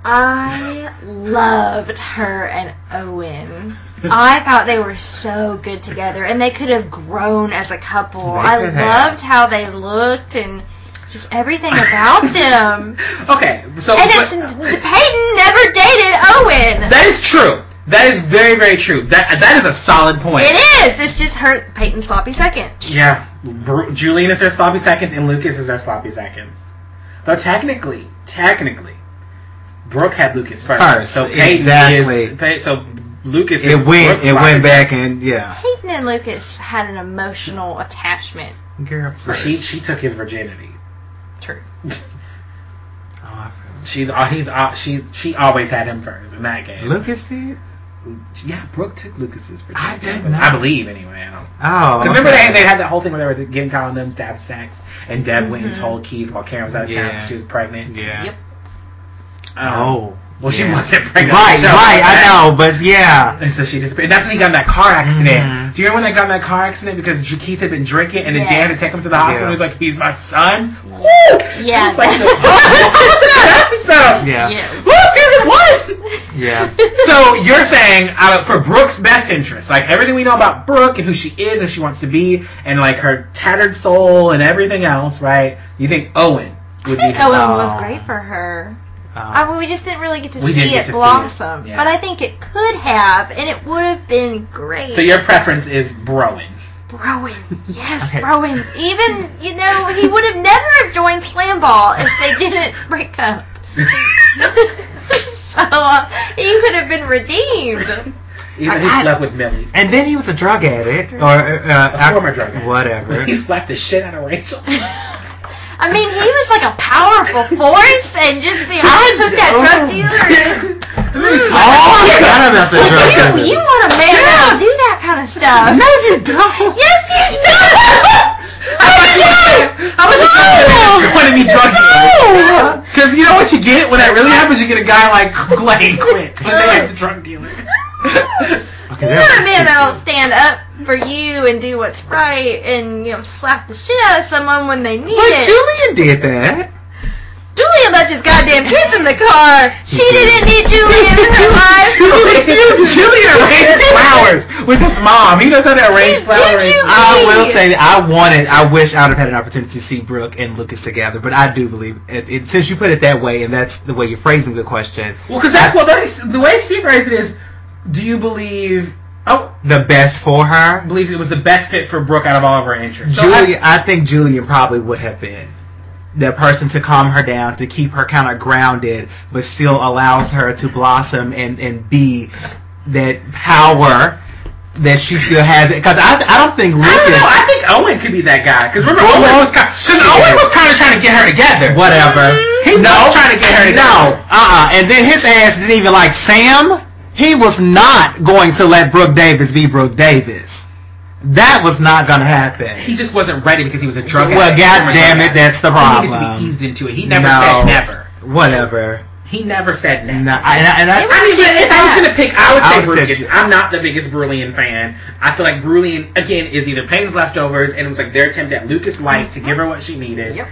[SPEAKER 2] I loved her and Owen. I thought they were so good together, and they could have grown as a couple.
[SPEAKER 3] They
[SPEAKER 2] I
[SPEAKER 3] could have.
[SPEAKER 2] loved how they looked and just everything about them.
[SPEAKER 1] Okay, so
[SPEAKER 2] And
[SPEAKER 1] but-
[SPEAKER 2] it's, Peyton never dated Owen.
[SPEAKER 1] that is true. That is very very true. That that is a solid point.
[SPEAKER 2] it is. It's just her Peyton's sloppy second.
[SPEAKER 1] Yeah, Bru- Julian is our sloppy seconds, and Lucas is our sloppy seconds. Though technically, technically, Brooke had Lucas first.
[SPEAKER 3] First,
[SPEAKER 1] so Peyton
[SPEAKER 3] exactly.
[SPEAKER 1] Is, Pey- so Lucas. is
[SPEAKER 3] It went.
[SPEAKER 1] Brooke's
[SPEAKER 3] It
[SPEAKER 1] sloppy
[SPEAKER 3] went back
[SPEAKER 1] seconds.
[SPEAKER 3] and yeah.
[SPEAKER 2] Peyton and Lucas had an emotional attachment.
[SPEAKER 3] Girl,
[SPEAKER 1] But She
[SPEAKER 3] first.
[SPEAKER 1] she took his virginity.
[SPEAKER 2] True.
[SPEAKER 3] Oh, I forgot.
[SPEAKER 1] She's al- he's al- she she always had him first in that case.
[SPEAKER 3] Lucas did.
[SPEAKER 1] yeah, Brooke took Lucas's virginity.
[SPEAKER 3] I did not.
[SPEAKER 1] I believe anyway. I don't.
[SPEAKER 3] Oh, okay.
[SPEAKER 1] Remember they, they had that whole thing where they were giving Colin them stab sex, and Deb went and told Keith while Karen was out of town
[SPEAKER 3] Yeah.
[SPEAKER 1] that she was pregnant.
[SPEAKER 3] Yeah.
[SPEAKER 2] Yep.
[SPEAKER 1] Um,
[SPEAKER 3] Oh.
[SPEAKER 1] Well, she
[SPEAKER 3] yeah.
[SPEAKER 1] wasn't pregnant.
[SPEAKER 3] Right,
[SPEAKER 1] So-
[SPEAKER 3] right. I know, but yeah.
[SPEAKER 1] And so she disappeared. That's when he got in that car accident.
[SPEAKER 3] Mhm.
[SPEAKER 1] Do you remember when they got in that car accident because J- Keith had been drinking and then
[SPEAKER 2] Yes.
[SPEAKER 1] Dan had to take him to the hospital?
[SPEAKER 3] Yeah.
[SPEAKER 1] and He was like, "He's my son." Woo!
[SPEAKER 2] Yeah.
[SPEAKER 1] It's like the It's an episode.
[SPEAKER 3] Yeah.
[SPEAKER 2] Yeah.
[SPEAKER 1] Woo! Season one.
[SPEAKER 3] Yeah.
[SPEAKER 1] So you're saying uh, for Brooke's best interest, like everything we know about Brooke and who she is and she wants to be, and like her tattered soul and everything else, right? You think Owen would
[SPEAKER 2] I think
[SPEAKER 1] be?
[SPEAKER 2] Owen
[SPEAKER 3] Oh.
[SPEAKER 2] was great for her. I
[SPEAKER 3] Um,
[SPEAKER 2] mean, we just didn't really get to
[SPEAKER 1] We
[SPEAKER 2] see
[SPEAKER 1] didn't get
[SPEAKER 2] it
[SPEAKER 1] to see it.
[SPEAKER 2] blossom.
[SPEAKER 1] Yeah.
[SPEAKER 2] But I think it could have, and it would have been great.
[SPEAKER 1] So your preference is Browen.
[SPEAKER 2] Rowan, yes,
[SPEAKER 3] Okay.
[SPEAKER 2] Rowan. Even you know he would have never have joined Slamball if they didn't break up. so uh, he could have been redeemed.
[SPEAKER 1] Even
[SPEAKER 3] I-
[SPEAKER 1] he
[SPEAKER 3] I-
[SPEAKER 1] slept with Millie.
[SPEAKER 3] and then he was a drug addict, or uh,
[SPEAKER 1] A former drug addict.
[SPEAKER 3] whatever.
[SPEAKER 1] He slapped the shit out of Rachel.
[SPEAKER 2] I mean, he was like a powerful force, and just be I took that drug dealer.
[SPEAKER 3] Oh, I forgot about the drug
[SPEAKER 2] Like,
[SPEAKER 3] dealer.
[SPEAKER 2] you, you want a man that'll do that kind of stuff?
[SPEAKER 3] no, you don't.
[SPEAKER 2] Yes, you do.
[SPEAKER 1] How much you How much you want to be drug dealer? Because you know what you get when that really happens? You get a guy like Glenn quit. And they like the drug dealer.
[SPEAKER 3] Okay,
[SPEAKER 2] You want a man
[SPEAKER 3] that's
[SPEAKER 2] that'll stand up for you and do what's right, and you know slap the shit out of someone when they need
[SPEAKER 3] But
[SPEAKER 2] it.
[SPEAKER 3] Julian did that.
[SPEAKER 2] Julian left his goddamn kids in the car. She didn't need Julian in her life.
[SPEAKER 1] Julian arranged flowers with his mom. He knows how to arrange flowers. Uh,
[SPEAKER 2] Did you-
[SPEAKER 3] I will say that I wanted, I wish I would have had an opportunity to see Brooke and Lucas together, but I do believe, it, it, since you put it that way, and that's the way you're phrasing the question,
[SPEAKER 1] Well, because that's what the way she phrased it is. Do you believe? Oh,
[SPEAKER 3] the best for her,
[SPEAKER 1] believe it was the best fit for Brooke out of all of her interests. So
[SPEAKER 3] Julian, I, think Julian probably would have been the person to calm her down, to keep her kind of grounded, but still allows her to blossom and, and be that power that she still has. Because I, I don't think
[SPEAKER 1] I don't
[SPEAKER 3] Lucas,
[SPEAKER 1] know. I think Owen could be that guy. Because remember, Owen was because
[SPEAKER 3] Bullshit.
[SPEAKER 1] Owen was kind of trying to get her together.
[SPEAKER 3] whatever.
[SPEAKER 1] He was trying to get her
[SPEAKER 3] No,
[SPEAKER 1] together.
[SPEAKER 3] uh, uh and then his ass didn't even like Sam. He was not going to let Brooke Davis be Brooke Davis. That was not going to happen.
[SPEAKER 1] He just wasn't ready because he was a drug.
[SPEAKER 3] Well,
[SPEAKER 1] addict.
[SPEAKER 3] God damn it, that's the
[SPEAKER 1] He needed to
[SPEAKER 3] problem.
[SPEAKER 1] be eased into it. He never
[SPEAKER 3] No.
[SPEAKER 1] said never.
[SPEAKER 3] Whatever.
[SPEAKER 1] He never said never.
[SPEAKER 3] No, I- and I, and I,
[SPEAKER 2] It was-
[SPEAKER 1] I mean, but if I was gonna pick, I would
[SPEAKER 3] I
[SPEAKER 1] say
[SPEAKER 3] would say
[SPEAKER 1] Brulian.
[SPEAKER 3] Ju-
[SPEAKER 1] I'm not the biggest Brulian fan. I feel like Brulian again is either Payne's leftovers, and it was like their attempt at Lucas Light to give her what she needed.
[SPEAKER 2] Yep.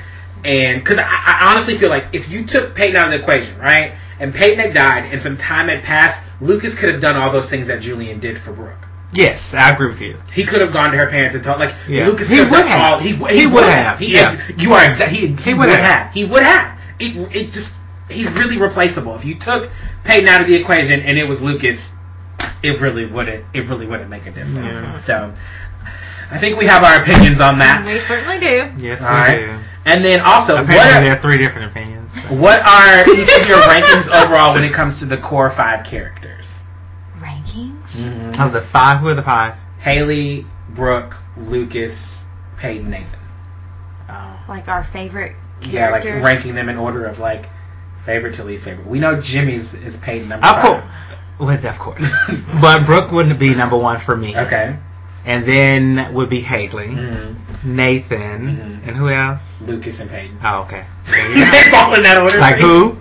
[SPEAKER 1] And because I, I honestly feel like if you took Peyton out of the equation, right, and Peyton had died and some time had passed, Lucas could have done all those things that Julian did for Brooke.
[SPEAKER 3] yes, I agree with you.
[SPEAKER 1] He could have gone to her parents and told, like
[SPEAKER 3] Yeah.
[SPEAKER 1] Lucas.
[SPEAKER 3] He
[SPEAKER 1] could
[SPEAKER 3] would
[SPEAKER 1] done
[SPEAKER 3] have.
[SPEAKER 1] All, he, w-
[SPEAKER 3] He
[SPEAKER 1] he
[SPEAKER 3] would
[SPEAKER 1] would
[SPEAKER 3] have.
[SPEAKER 1] He,
[SPEAKER 3] Yeah.
[SPEAKER 1] You are exactly. He, he
[SPEAKER 3] would
[SPEAKER 1] would
[SPEAKER 3] have.
[SPEAKER 1] have. He would have. It. It just. He's really replaceable. If you took Peyton out of the equation and it was Lucas, it really wouldn't. It really wouldn't make a difference.
[SPEAKER 3] Yeah.
[SPEAKER 1] So, I think we have our opinions on that.
[SPEAKER 2] We certainly do.
[SPEAKER 3] Yes,
[SPEAKER 1] All right. And then also, what
[SPEAKER 3] Apparently, there
[SPEAKER 1] are,
[SPEAKER 3] are three different opinions.
[SPEAKER 1] what are each of your rankings overall when it comes to the core five characters?
[SPEAKER 2] Rankings.
[SPEAKER 3] Of the five, who are the five?
[SPEAKER 1] Haley, Brooke, Lucas, Peyton, Nathan.
[SPEAKER 3] Oh.
[SPEAKER 2] Like our favorite.
[SPEAKER 1] Yeah, like
[SPEAKER 2] characters.
[SPEAKER 1] ranking them in order of like favorite to least favorite. We know Jimmy's is paid number
[SPEAKER 3] Of course.
[SPEAKER 1] five.
[SPEAKER 3] With, of course. but Brooke wouldn't be number one for me.
[SPEAKER 1] Okay. Mm.
[SPEAKER 3] And then would be Haley, Nathan,
[SPEAKER 1] Mhm.
[SPEAKER 3] and who else?
[SPEAKER 1] Lucas and Peyton.
[SPEAKER 3] Oh, okay. There you go.
[SPEAKER 1] they fall in that order.
[SPEAKER 3] Like who?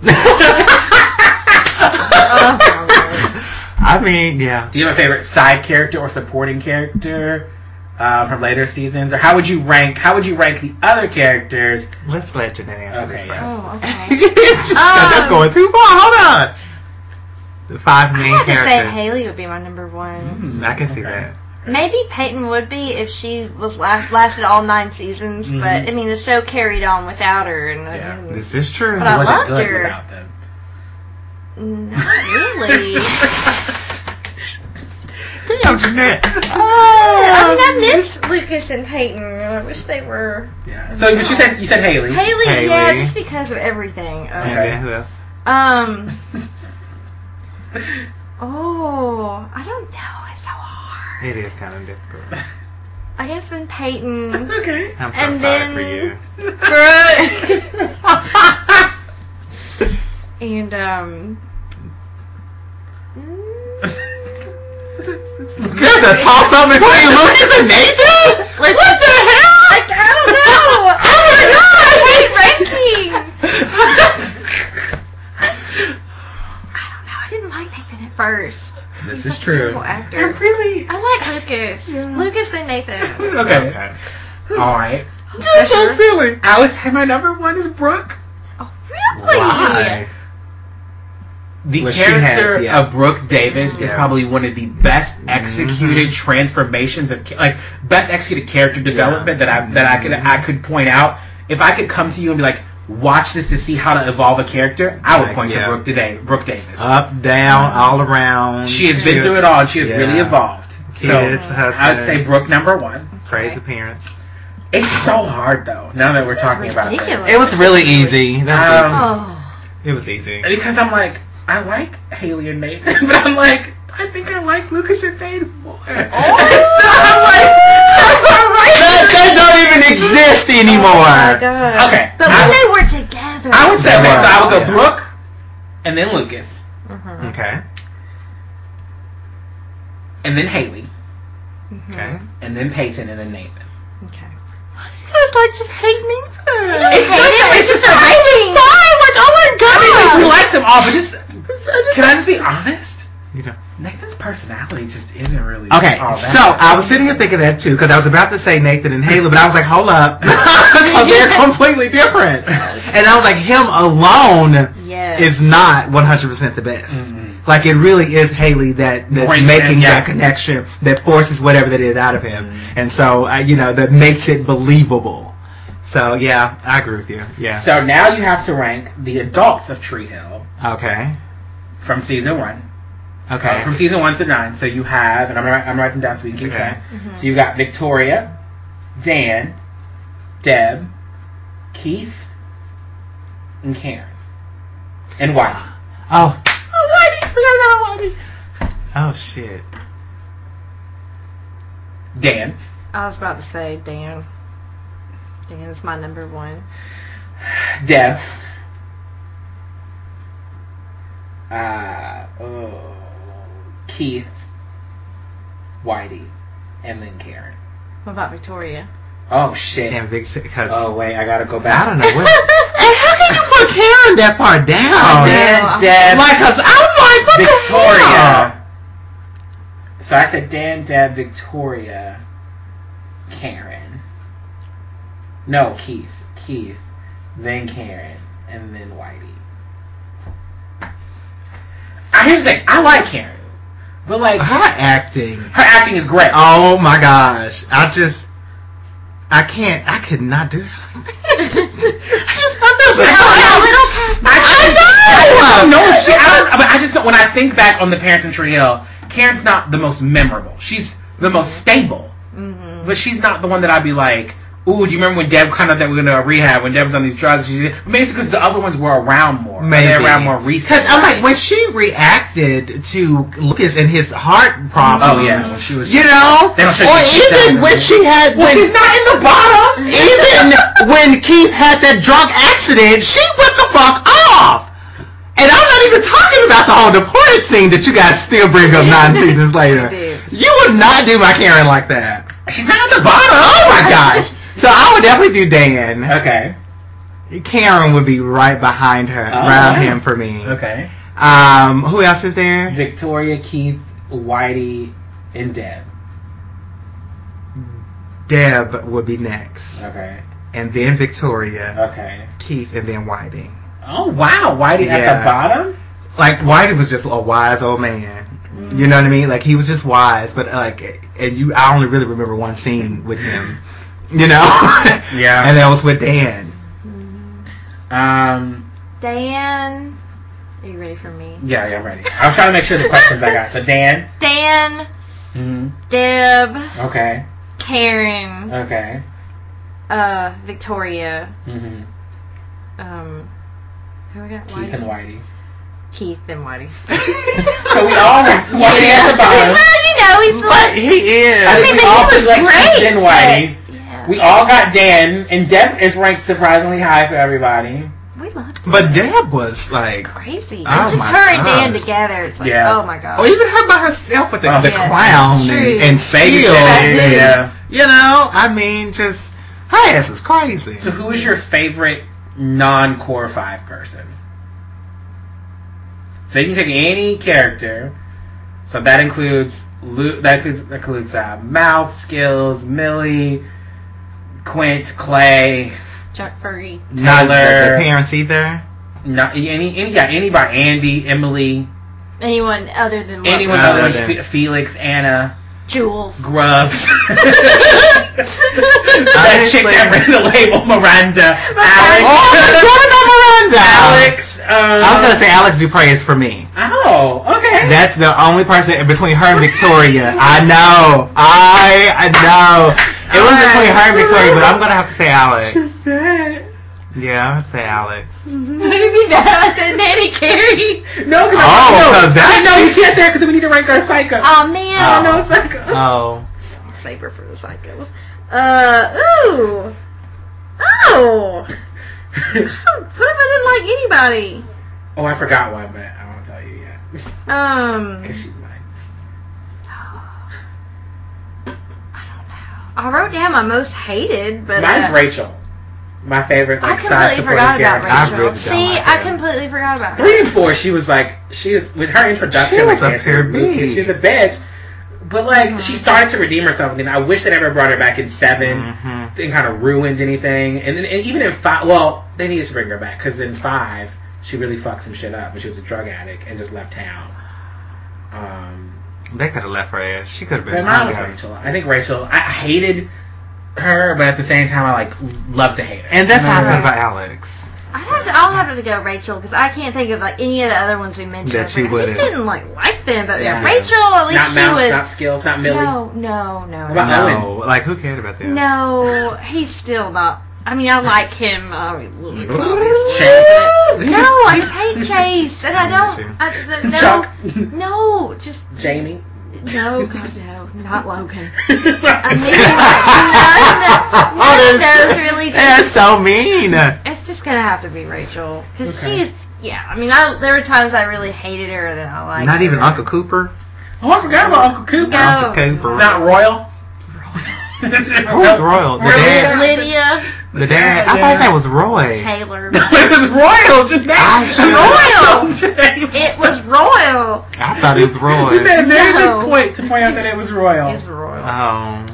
[SPEAKER 2] Oh,
[SPEAKER 3] I mean, yeah.
[SPEAKER 2] Oh,
[SPEAKER 1] Do you have a favorite side character or supporting character? um, from later seasons, or how would you rank? How would you rank the other characters?
[SPEAKER 3] Let's let Jeanette answer
[SPEAKER 1] Okay,
[SPEAKER 3] this
[SPEAKER 1] yeah.
[SPEAKER 3] first.
[SPEAKER 2] Oh, okay.
[SPEAKER 3] That's
[SPEAKER 2] Um,
[SPEAKER 3] going too far. Hold on. The five
[SPEAKER 2] I
[SPEAKER 3] main
[SPEAKER 2] had
[SPEAKER 3] Mm.
[SPEAKER 2] to say
[SPEAKER 3] characters.
[SPEAKER 2] Haley would be my number one.
[SPEAKER 1] Hmm,
[SPEAKER 3] I can see
[SPEAKER 1] Okay.
[SPEAKER 3] that.
[SPEAKER 2] Maybe Peyton would be if she was last, lasted all nine seasons, but I mean the show carried on without her, and uh,
[SPEAKER 1] Yeah.
[SPEAKER 2] I mean,
[SPEAKER 3] Mm-hmm. This is true.
[SPEAKER 2] But I
[SPEAKER 1] wasn't
[SPEAKER 2] loved
[SPEAKER 1] good
[SPEAKER 2] her.
[SPEAKER 1] without them.
[SPEAKER 2] not really.
[SPEAKER 3] Damn, Jeanette.
[SPEAKER 2] I mean, I miss Lucas and Peyton, and I wish they were
[SPEAKER 1] Yeah. So, but you said you said Haley.
[SPEAKER 2] Haley. Yeah,
[SPEAKER 3] Haley.
[SPEAKER 2] just because of everything.
[SPEAKER 3] And
[SPEAKER 2] Okay.
[SPEAKER 3] then who else?
[SPEAKER 2] Um. Oh, I don't know. It's so hard.
[SPEAKER 3] It is kind of difficult.
[SPEAKER 2] I guess when Peyton.
[SPEAKER 1] Okay.
[SPEAKER 3] I'm so
[SPEAKER 2] And
[SPEAKER 3] sorry
[SPEAKER 2] then-
[SPEAKER 3] for you.
[SPEAKER 2] and um. mm,
[SPEAKER 3] Good to toss up between Lucas and Nathan? What the hell?
[SPEAKER 2] I, don't know. Oh my god! Wait, ranking. I don't know. I didn't like Nathan at first.
[SPEAKER 3] This
[SPEAKER 2] He's
[SPEAKER 3] is
[SPEAKER 2] such a
[SPEAKER 3] true.
[SPEAKER 2] terrible actor.
[SPEAKER 1] I'm really
[SPEAKER 2] I like Lucas. Lucas than Nathan.
[SPEAKER 1] okay. All right.
[SPEAKER 3] Just so silly.
[SPEAKER 1] I would say my number one is Brooke.
[SPEAKER 2] Oh, really?
[SPEAKER 3] Why?
[SPEAKER 1] The
[SPEAKER 3] Well, she
[SPEAKER 1] character
[SPEAKER 3] has, yeah.
[SPEAKER 1] of Brooke Davis is
[SPEAKER 3] Yeah. Mm-hmm.
[SPEAKER 1] probably one of the best executed transformations of ca- like best executed character development that I that I could
[SPEAKER 3] Mm-hmm.
[SPEAKER 1] I could point out. If I could come to you and be like, watch this to see how to evolve a character, I would
[SPEAKER 3] Like,
[SPEAKER 1] point
[SPEAKER 3] yeah.
[SPEAKER 1] to Brooke today, Brooke Davis.
[SPEAKER 3] Up, down, all around.
[SPEAKER 1] she has been through it all. and She has
[SPEAKER 3] Yeah.
[SPEAKER 1] really evolved.
[SPEAKER 3] Kids, uh,
[SPEAKER 1] so
[SPEAKER 3] husband,
[SPEAKER 1] I'd say Brooke number one.
[SPEAKER 3] crazy parents.
[SPEAKER 1] It's so hard though. Now that we're talking about
[SPEAKER 2] ridiculous.
[SPEAKER 1] this,
[SPEAKER 3] It was really easy. That was
[SPEAKER 2] Oh.
[SPEAKER 3] easy. Um, It was easy.
[SPEAKER 1] because I'm like, I like Haley and Nathan, but I'm like, I think I like Lucas and Peyton
[SPEAKER 3] Oh!
[SPEAKER 1] more. so I'm like, that's all
[SPEAKER 3] They,
[SPEAKER 1] right.
[SPEAKER 3] they don't even exist anymore.
[SPEAKER 2] Oh my god.
[SPEAKER 1] Okay,
[SPEAKER 2] But when
[SPEAKER 1] I,
[SPEAKER 2] they were together.
[SPEAKER 1] I would say okay, so I would go
[SPEAKER 3] Yeah.
[SPEAKER 1] Brooke, and then Lucas,
[SPEAKER 2] Mhm.
[SPEAKER 3] Okay.
[SPEAKER 1] and then Haley,
[SPEAKER 3] Okay.
[SPEAKER 1] and then Peyton, and then Nathan.
[SPEAKER 2] Mm-hmm. Okay.
[SPEAKER 3] It's like just hate me first.
[SPEAKER 1] It's not that- it's just a
[SPEAKER 2] ranking.
[SPEAKER 3] like oh my
[SPEAKER 1] I mean, like, we like them all, but just can I just be honest?
[SPEAKER 3] You Oh, know.
[SPEAKER 1] Nathan's personality just isn't really
[SPEAKER 3] Okay,
[SPEAKER 1] All that.
[SPEAKER 3] so I was sitting here thinking that too because I was about to say Nathan and Haley, but I was like, hold up, because they're completely different. And I was like, him alone
[SPEAKER 2] Yes.
[SPEAKER 3] is not 100% the best.
[SPEAKER 1] Mhm.
[SPEAKER 3] Like it really is Haley that that's
[SPEAKER 1] Brings it,
[SPEAKER 3] making
[SPEAKER 1] yeah.
[SPEAKER 3] that connection that forces whatever that is out of him,
[SPEAKER 1] Mhm.
[SPEAKER 3] and so uh, you know that makes it believable. So yeah, I agree with you. Yeah.
[SPEAKER 1] So now you have to rank the adults of Tree Hill
[SPEAKER 3] okay.
[SPEAKER 1] from season one. Uh,
[SPEAKER 3] Okay.
[SPEAKER 1] from season one through nine. So you have, and I'm, gonna- I'm writing down so we can keep
[SPEAKER 3] Okay.
[SPEAKER 1] track. So you got Victoria, Dan, Deb, Keith, and Karen, and Whitey.
[SPEAKER 3] Oh. Oh, Whitey, forgot about Whitey. Oh shit.
[SPEAKER 1] Dan.
[SPEAKER 2] I was about to say Dan. Dan is my number one.
[SPEAKER 1] Deb. Uh, oh, Keith, Whitey, and then Karen.
[SPEAKER 2] What about Victoria?
[SPEAKER 1] Oh shit.
[SPEAKER 3] Damn, because
[SPEAKER 1] Oh wait, I gotta go back.
[SPEAKER 3] I don't know what. Oh, hey, how can you put Karen that far down?
[SPEAKER 1] Dan, Deb,
[SPEAKER 3] Like, cause I'm like, what the hell?
[SPEAKER 1] Victoria. So I said Dan, Deb, Victoria, Karen. No, Keith. Keith, then Karen, and then Whitey. Uh, Here's the thing. I like Karen. But, like, her
[SPEAKER 3] Her acting.
[SPEAKER 1] acting is great.
[SPEAKER 3] Oh my gosh, I just, I can't, I could not do it. I just thought that was
[SPEAKER 1] I just,
[SPEAKER 3] I
[SPEAKER 1] I don't
[SPEAKER 3] know.
[SPEAKER 1] know if she. I don't, but I just don't. When I think back on the parents in Tree Hill, Karen's not the most memorable. She's the most stable.
[SPEAKER 2] Mm-hmm.
[SPEAKER 1] But she's not the one that I'd be like, ooh, do you remember when Deb kind of that we were going to rehab when Deb was on these drugs? She did. Maybe it's because the other ones were around more. or They're
[SPEAKER 3] Maybe.
[SPEAKER 1] around more
[SPEAKER 3] Because
[SPEAKER 1] recently.
[SPEAKER 3] I'm like, when she reacted to Lucas and his heart
[SPEAKER 1] oh,
[SPEAKER 3] problems,
[SPEAKER 1] yeah. When she was.
[SPEAKER 3] you know,
[SPEAKER 1] They don't show you
[SPEAKER 3] or
[SPEAKER 1] she's
[SPEAKER 3] even
[SPEAKER 1] down.
[SPEAKER 3] when she had,
[SPEAKER 1] well,
[SPEAKER 3] when
[SPEAKER 1] she's not in the bottom.
[SPEAKER 3] even when Keith had that drunk accident, she went the fuck off. And I'm not even talking about the whole deported scene that you guys still bring up nine seasons later.
[SPEAKER 2] You do.
[SPEAKER 3] You would not do my Karen like that.
[SPEAKER 1] She's not in the
[SPEAKER 3] Oh
[SPEAKER 1] bottom.
[SPEAKER 3] my gosh. So I would definitely do Dan.
[SPEAKER 1] Okay.
[SPEAKER 3] Karen would be right behind her,
[SPEAKER 1] Oh,
[SPEAKER 3] around
[SPEAKER 1] wow.
[SPEAKER 3] him for me.
[SPEAKER 1] Okay.
[SPEAKER 3] Um, who else is there?
[SPEAKER 1] Victoria, Keith, Whitey, and Deb.
[SPEAKER 3] Deb would be next,
[SPEAKER 1] Okay.
[SPEAKER 3] and then Victoria,
[SPEAKER 1] Okay.
[SPEAKER 3] Keith, and then Whiting.
[SPEAKER 1] Oh wow, Whitey at
[SPEAKER 3] Yeah.
[SPEAKER 1] the bottom?
[SPEAKER 3] Like Whiting was just a wise old man. You know what I mean? Like he was just wise, but like, and you, I only really remember one scene with him. You know?
[SPEAKER 1] Yeah.
[SPEAKER 3] and that was with Dan.
[SPEAKER 1] Um.
[SPEAKER 2] Dan, are you ready for me?
[SPEAKER 1] Yeah, yeah, I'm ready. I was trying to make sure the questions I got. So Dan.
[SPEAKER 2] Dan,
[SPEAKER 1] Mm-hmm.
[SPEAKER 2] Deb,
[SPEAKER 1] Okay.
[SPEAKER 2] Karen,
[SPEAKER 1] Okay.
[SPEAKER 2] uh, Victoria,
[SPEAKER 1] Mm-hmm.
[SPEAKER 2] um, who we got?
[SPEAKER 1] Keith and Whitey.
[SPEAKER 2] Keith and Whitey.
[SPEAKER 1] So we all ranked Whitey at the
[SPEAKER 2] well,
[SPEAKER 1] bottom.
[SPEAKER 2] you know, he's
[SPEAKER 3] But
[SPEAKER 2] like,
[SPEAKER 3] he
[SPEAKER 1] I
[SPEAKER 3] is.
[SPEAKER 1] think
[SPEAKER 2] mean,
[SPEAKER 1] we
[SPEAKER 2] but
[SPEAKER 1] all
[SPEAKER 2] he
[SPEAKER 1] picked
[SPEAKER 2] was
[SPEAKER 1] like Keith
[SPEAKER 2] great.
[SPEAKER 1] and Whitey.
[SPEAKER 2] but- yeah.
[SPEAKER 1] We all got Dan, and Deb is ranked surprisingly high for everybody.
[SPEAKER 2] we loved him.
[SPEAKER 3] But Deb was like,
[SPEAKER 2] crazy.
[SPEAKER 3] Oh
[SPEAKER 2] just
[SPEAKER 3] my
[SPEAKER 2] her and Dan
[SPEAKER 3] God.
[SPEAKER 2] together. It's like,
[SPEAKER 1] Yeah.
[SPEAKER 2] oh my god.
[SPEAKER 3] or even her by herself with the,
[SPEAKER 1] Oh,
[SPEAKER 3] the
[SPEAKER 2] yeah.
[SPEAKER 3] clown
[SPEAKER 2] True.
[SPEAKER 3] and, and
[SPEAKER 1] Baby
[SPEAKER 3] seal.
[SPEAKER 2] Baby.
[SPEAKER 1] Shark, Yeah.
[SPEAKER 3] You know, I mean, just her ass is crazy.
[SPEAKER 1] So who is your favorite non-core five person? So you can take any character. So that includes Lu- that includes, that includes uh, mouth skills, Millie, Quint, Clay,
[SPEAKER 2] Chuck Furry.
[SPEAKER 3] Not the, the
[SPEAKER 1] Tyler,
[SPEAKER 3] parents either.
[SPEAKER 1] not any any yeah anybody Andy, Emily,
[SPEAKER 2] Anyone other than what
[SPEAKER 1] anyone
[SPEAKER 2] we-
[SPEAKER 3] Other
[SPEAKER 1] other
[SPEAKER 3] than-
[SPEAKER 1] than Fe- Felix, Anna,
[SPEAKER 2] Jules.
[SPEAKER 1] Grubs. that chick that ran the label Miranda, Alex,
[SPEAKER 3] Oh, my God, Miranda!
[SPEAKER 2] Oh,
[SPEAKER 1] Alex. Um,
[SPEAKER 3] I was gonna say Alex Dupre is for me.
[SPEAKER 1] Oh, okay.
[SPEAKER 3] That's the only person between her and Victoria. I know. I I know. It was between her and Victoria, but I'm gonna have to say Alex.
[SPEAKER 1] sad.
[SPEAKER 3] Yeah, I'm gonna say Alex.
[SPEAKER 2] Would it be that than Nanny Carey?
[SPEAKER 1] No, because
[SPEAKER 3] Oh,
[SPEAKER 1] I, no,
[SPEAKER 3] 'cause that-
[SPEAKER 1] I know you can't say because we need to rank our psycho.
[SPEAKER 2] Oh man.
[SPEAKER 1] I know uh, psycho.
[SPEAKER 3] Oh,
[SPEAKER 2] Save her for the psychos. Uh, ooh. Oh. What if I didn't like anybody?
[SPEAKER 1] oh, I forgot one, but I won't tell you yet
[SPEAKER 2] Um,
[SPEAKER 1] because she's mine.
[SPEAKER 2] I wrote down my most hated, but
[SPEAKER 1] Mine's
[SPEAKER 2] uh,
[SPEAKER 1] Rachel. My favorite.
[SPEAKER 2] I
[SPEAKER 1] Like, side
[SPEAKER 2] completely
[SPEAKER 1] supporting
[SPEAKER 2] forgot about
[SPEAKER 1] character.
[SPEAKER 3] I
[SPEAKER 2] Rachel.
[SPEAKER 3] really don't
[SPEAKER 2] See,
[SPEAKER 3] like
[SPEAKER 2] I
[SPEAKER 3] her.
[SPEAKER 2] completely forgot about her.
[SPEAKER 1] Three and four, she was like she was with her introduction.
[SPEAKER 3] She was
[SPEAKER 1] like,
[SPEAKER 3] a
[SPEAKER 1] dancing with
[SPEAKER 3] pure
[SPEAKER 1] Lucas,
[SPEAKER 3] bitch.
[SPEAKER 1] She's a bitch. But like
[SPEAKER 2] Mm-hmm.
[SPEAKER 1] she started to redeem herself, and then I wish they never brought her back in 7
[SPEAKER 3] Mhm.
[SPEAKER 1] and kind of ruined anything. And, then and even in five, well, they needed to bring her back because in five, she really fucked some shit up, and she was a drug addict and just left town. Um,
[SPEAKER 3] they could have left her ass. She could have
[SPEAKER 1] but
[SPEAKER 3] been.
[SPEAKER 1] mine was
[SPEAKER 3] I don't know.
[SPEAKER 1] Rachel. I think Rachel. I I hated her, but at the same time, I like loved to hate her.
[SPEAKER 3] And that's how I
[SPEAKER 2] Right.
[SPEAKER 3] felt about Alex.
[SPEAKER 2] I have to, I'll have to go Rachel because I can't think of like any of the other ones we mentioned.
[SPEAKER 3] That you
[SPEAKER 2] I just
[SPEAKER 3] wouldn't.
[SPEAKER 2] didn't like like them, but yeah.
[SPEAKER 1] Yeah.
[SPEAKER 2] Rachel at least
[SPEAKER 1] not
[SPEAKER 2] she
[SPEAKER 1] Mal,
[SPEAKER 2] was.
[SPEAKER 1] not skills, not Millie.
[SPEAKER 2] no, no, no,
[SPEAKER 1] What about
[SPEAKER 3] No, like who cared about that?
[SPEAKER 2] no. He's still not. I mean, I like him. Uh, Lewis,
[SPEAKER 1] Chase.
[SPEAKER 2] obviously. but- No, I just hate Chase, and I
[SPEAKER 3] Chase.
[SPEAKER 2] don't. I, th- no,
[SPEAKER 1] Chuck,
[SPEAKER 2] no, just
[SPEAKER 1] Jamie.
[SPEAKER 2] no, God, no, not Logan.
[SPEAKER 1] I
[SPEAKER 2] I mean, like, none, none of
[SPEAKER 3] Oh, that's-
[SPEAKER 2] those really just
[SPEAKER 3] That's so mean.
[SPEAKER 2] It's just gonna have to be Rachel because
[SPEAKER 1] Okay.
[SPEAKER 2] she. Yeah, I mean, I, there were times I really hated her that I liked.
[SPEAKER 3] Not
[SPEAKER 2] her.
[SPEAKER 3] even Uncle Cooper.
[SPEAKER 1] Oh, I forgot about Uncle Cooper.
[SPEAKER 2] No.
[SPEAKER 3] Uncle Cooper.
[SPEAKER 1] Not Royal.
[SPEAKER 3] Who's Royal? The dad.
[SPEAKER 2] Lydia
[SPEAKER 3] the dad. I
[SPEAKER 1] Yeah.
[SPEAKER 3] thought that was Roy.
[SPEAKER 2] Taylor.
[SPEAKER 1] No, it was Royal. Janae.
[SPEAKER 3] I
[SPEAKER 2] should've-
[SPEAKER 1] Royal.
[SPEAKER 2] It was Royal.
[SPEAKER 3] I thought it was
[SPEAKER 1] You made
[SPEAKER 3] Roy.
[SPEAKER 1] a very
[SPEAKER 2] No.
[SPEAKER 1] good point to point out that it was
[SPEAKER 2] It
[SPEAKER 1] Royal.
[SPEAKER 2] was Royal.
[SPEAKER 1] Uh,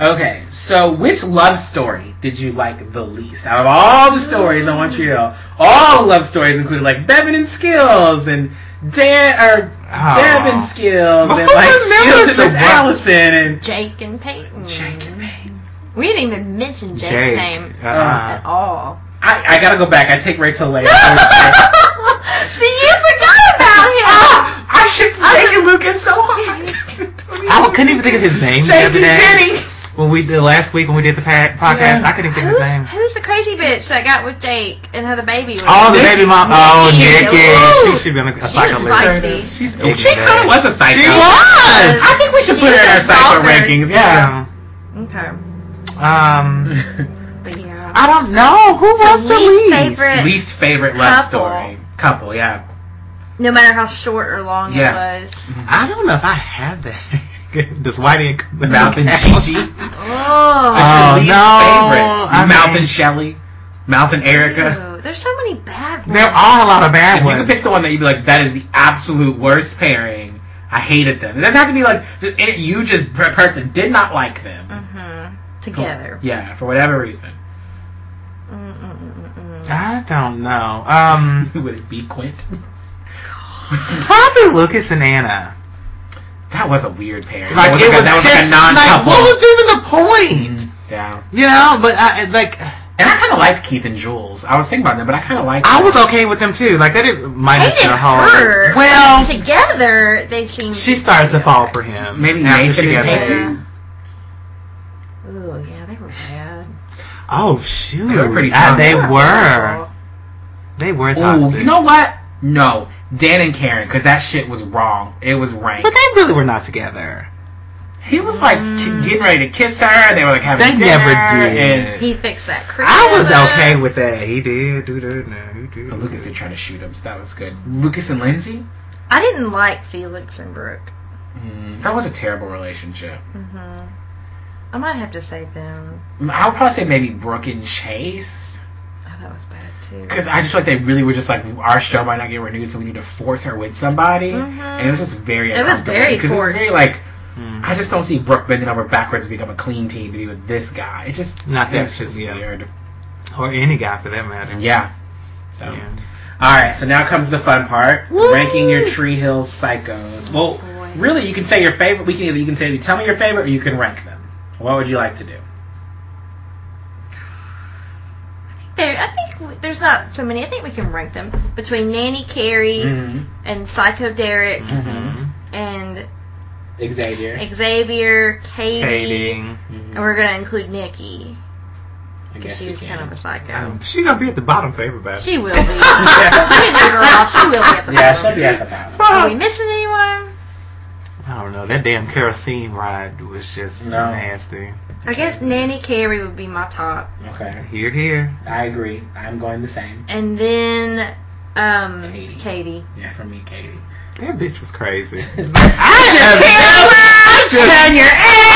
[SPEAKER 3] Oh,
[SPEAKER 1] Okay, so which love story did you like the least out of all the stories on One Tree Hill? All the love stories included like Bevan and Skills and Dan or
[SPEAKER 3] Aw.
[SPEAKER 1] Deb
[SPEAKER 3] Oh.
[SPEAKER 1] and Skills
[SPEAKER 3] Who
[SPEAKER 1] and like
[SPEAKER 3] remembers
[SPEAKER 1] Skills and
[SPEAKER 3] the
[SPEAKER 1] Miss
[SPEAKER 3] one-
[SPEAKER 1] Allison and
[SPEAKER 2] Jake and Peyton.
[SPEAKER 1] Jake and Peyton. Uh,
[SPEAKER 2] We didn't even mention Jake's
[SPEAKER 3] Jake.
[SPEAKER 2] name
[SPEAKER 3] Uh-uh.
[SPEAKER 2] at all.
[SPEAKER 1] I, I gotta go back. I take Rachel later.
[SPEAKER 2] See, you forgot about him.
[SPEAKER 1] I should take it, Lucas so hard.
[SPEAKER 3] I couldn't even think of his name. the
[SPEAKER 1] Jake and
[SPEAKER 3] other day.
[SPEAKER 1] Jenny.
[SPEAKER 3] When we did last week when we did the pa- podcast,
[SPEAKER 1] Yeah.
[SPEAKER 3] I couldn't even think of his
[SPEAKER 2] Who's,
[SPEAKER 3] name.
[SPEAKER 2] who's the crazy bitch that got with Jake and had a baby? With
[SPEAKER 3] Oh, the
[SPEAKER 2] him?
[SPEAKER 3] baby mom. Oh,
[SPEAKER 2] Nikki.
[SPEAKER 3] Nikki.
[SPEAKER 2] Woo!
[SPEAKER 3] She should have been a,
[SPEAKER 2] She
[SPEAKER 3] a
[SPEAKER 2] was
[SPEAKER 3] psychologist.
[SPEAKER 2] feisty.
[SPEAKER 1] She's,
[SPEAKER 3] Big
[SPEAKER 1] she
[SPEAKER 3] bad.
[SPEAKER 1] kind of was a psycho.
[SPEAKER 3] She
[SPEAKER 2] was.
[SPEAKER 1] I think we should put her in our
[SPEAKER 2] She's a
[SPEAKER 1] psycho
[SPEAKER 2] stalker.
[SPEAKER 1] rankings. Yeah.
[SPEAKER 3] Yeah.
[SPEAKER 2] Okay.
[SPEAKER 3] Um,
[SPEAKER 2] But yeah.
[SPEAKER 3] I don't know who
[SPEAKER 2] So
[SPEAKER 3] was the
[SPEAKER 2] least
[SPEAKER 3] least.
[SPEAKER 2] favorite-
[SPEAKER 1] Least favorite love
[SPEAKER 2] Couple.
[SPEAKER 1] story. Couple. Yeah.
[SPEAKER 2] No matter how short or long
[SPEAKER 1] Yeah.
[SPEAKER 2] it was.
[SPEAKER 3] I don't know if I have that. Does Whitey and
[SPEAKER 1] Mouth and Gigi. That's your
[SPEAKER 2] Oh.
[SPEAKER 3] Oh,
[SPEAKER 1] least
[SPEAKER 3] no.
[SPEAKER 1] favorite.
[SPEAKER 3] I
[SPEAKER 1] Mouth
[SPEAKER 3] mean-
[SPEAKER 1] and Shelly. Mouth and Erica.
[SPEAKER 2] Ew, There's so many bad ones.
[SPEAKER 3] There are a lot of bad
[SPEAKER 1] If you could
[SPEAKER 3] ones.
[SPEAKER 1] pick the one that you'd be like, that is the absolute worst pairing. I hated them. It doesn't have to be like you just per- person did not like them.
[SPEAKER 2] Mm-hmm. together.
[SPEAKER 1] Yeah, for whatever reason.
[SPEAKER 2] Mm-mm-mm-mm.
[SPEAKER 3] I don't know. Um,
[SPEAKER 1] Would it be Quint?
[SPEAKER 3] probably Lucas and Anna.
[SPEAKER 1] That was a weird pair.
[SPEAKER 3] Like it was,
[SPEAKER 1] that was like a
[SPEAKER 3] just like,
[SPEAKER 1] non-couple.
[SPEAKER 3] what was even the point?
[SPEAKER 1] yeah.
[SPEAKER 3] Mm-hmm. You know, but I like
[SPEAKER 1] And I kind of liked Keith and Jules. I was thinking about them, but I kind of liked.
[SPEAKER 3] I
[SPEAKER 1] them.
[SPEAKER 3] was okay with them too. Like that didn't minus
[SPEAKER 2] Hated
[SPEAKER 3] the whole.
[SPEAKER 2] her.
[SPEAKER 3] Well,
[SPEAKER 2] together they seem.
[SPEAKER 3] she started to fall for him.
[SPEAKER 1] Maybe
[SPEAKER 3] after
[SPEAKER 1] Nathan
[SPEAKER 3] she
[SPEAKER 1] is
[SPEAKER 3] got
[SPEAKER 2] there.
[SPEAKER 3] married.
[SPEAKER 1] maybe.
[SPEAKER 2] Ooh, yeah, they were bad.
[SPEAKER 3] Oh shoot!
[SPEAKER 1] They were pretty
[SPEAKER 3] Ah, they
[SPEAKER 1] toxic.
[SPEAKER 3] were. They were
[SPEAKER 1] Ooh,
[SPEAKER 3] toxic.
[SPEAKER 1] you know what? No, Dan and Karen, because that shit was wrong. It was rank.
[SPEAKER 3] but they really were not together.
[SPEAKER 1] He was like ki- getting ready to kiss her. and They were like having
[SPEAKER 3] Mm. They
[SPEAKER 1] dinner.
[SPEAKER 3] never did.
[SPEAKER 1] and-
[SPEAKER 2] He fixed that.
[SPEAKER 3] I was
[SPEAKER 2] creative.
[SPEAKER 3] okay with that. He did. Do, do, no, he did.
[SPEAKER 1] But Lucas did try to shoot him, so that was good. Lucas and Lindsay.
[SPEAKER 2] I didn't like Felix and Brooke.
[SPEAKER 1] Mm, that was a terrible relationship.
[SPEAKER 2] hmm I might have to say them.
[SPEAKER 1] I would probably say maybe Brooke and Chase.
[SPEAKER 2] Oh, that was bad too.
[SPEAKER 1] Because I just feel like they really were just like our show might not get renewed, so we need to force her with somebody,
[SPEAKER 2] Mhm.
[SPEAKER 1] and it was just very
[SPEAKER 2] It was
[SPEAKER 1] uncomfortable.
[SPEAKER 2] very
[SPEAKER 1] because it was very
[SPEAKER 2] forced.
[SPEAKER 1] like
[SPEAKER 3] Hmm.
[SPEAKER 1] I just don't see Brooke bending over backwards to become a clean team to be with this guy. It just
[SPEAKER 3] Not that
[SPEAKER 1] it was just
[SPEAKER 3] shit, yeah.
[SPEAKER 1] weird.
[SPEAKER 3] or any guy for that matter.
[SPEAKER 1] Yeah. So
[SPEAKER 3] Yeah.
[SPEAKER 1] all right, so now comes the fun part:
[SPEAKER 3] Woo!
[SPEAKER 1] ranking your Tree Hill psychos. Well,
[SPEAKER 2] Oh, Boy.
[SPEAKER 1] really, you can say your favorite. We can either you can say tell me your favorite, or you can rank them. What would you like to do?
[SPEAKER 2] There, I think w- there's not so many. I think we can rank them between Nanny Carey and Psycho Derek
[SPEAKER 1] Mm-hmm.
[SPEAKER 2] and
[SPEAKER 1] Xavier.
[SPEAKER 2] Xavier, Katie,
[SPEAKER 3] Dating.
[SPEAKER 1] Mhm.
[SPEAKER 2] and we're gonna include Nikki
[SPEAKER 1] I
[SPEAKER 2] because
[SPEAKER 1] guess
[SPEAKER 2] she
[SPEAKER 1] you
[SPEAKER 2] was kind
[SPEAKER 1] can.
[SPEAKER 2] of a psycho.
[SPEAKER 3] Um, she gonna be at the bottom for everybody.
[SPEAKER 2] She will be. I didn't leave her off. She will be at the
[SPEAKER 1] Yeah, she'll
[SPEAKER 2] bottom.
[SPEAKER 1] be at the bottom.
[SPEAKER 2] Are we missing anyone?
[SPEAKER 3] I don't know. That damn kerosene ride was just
[SPEAKER 1] No.
[SPEAKER 3] nasty.
[SPEAKER 2] I guess Nanny Carey would be my top,
[SPEAKER 1] Okay,
[SPEAKER 3] Here, here.
[SPEAKER 1] I agree. I'm going the same.
[SPEAKER 2] and then um,
[SPEAKER 1] Katie.
[SPEAKER 2] Katie.
[SPEAKER 1] Yeah, for me, Katie.
[SPEAKER 3] That bitch was crazy.
[SPEAKER 1] I
[SPEAKER 3] am just-
[SPEAKER 1] your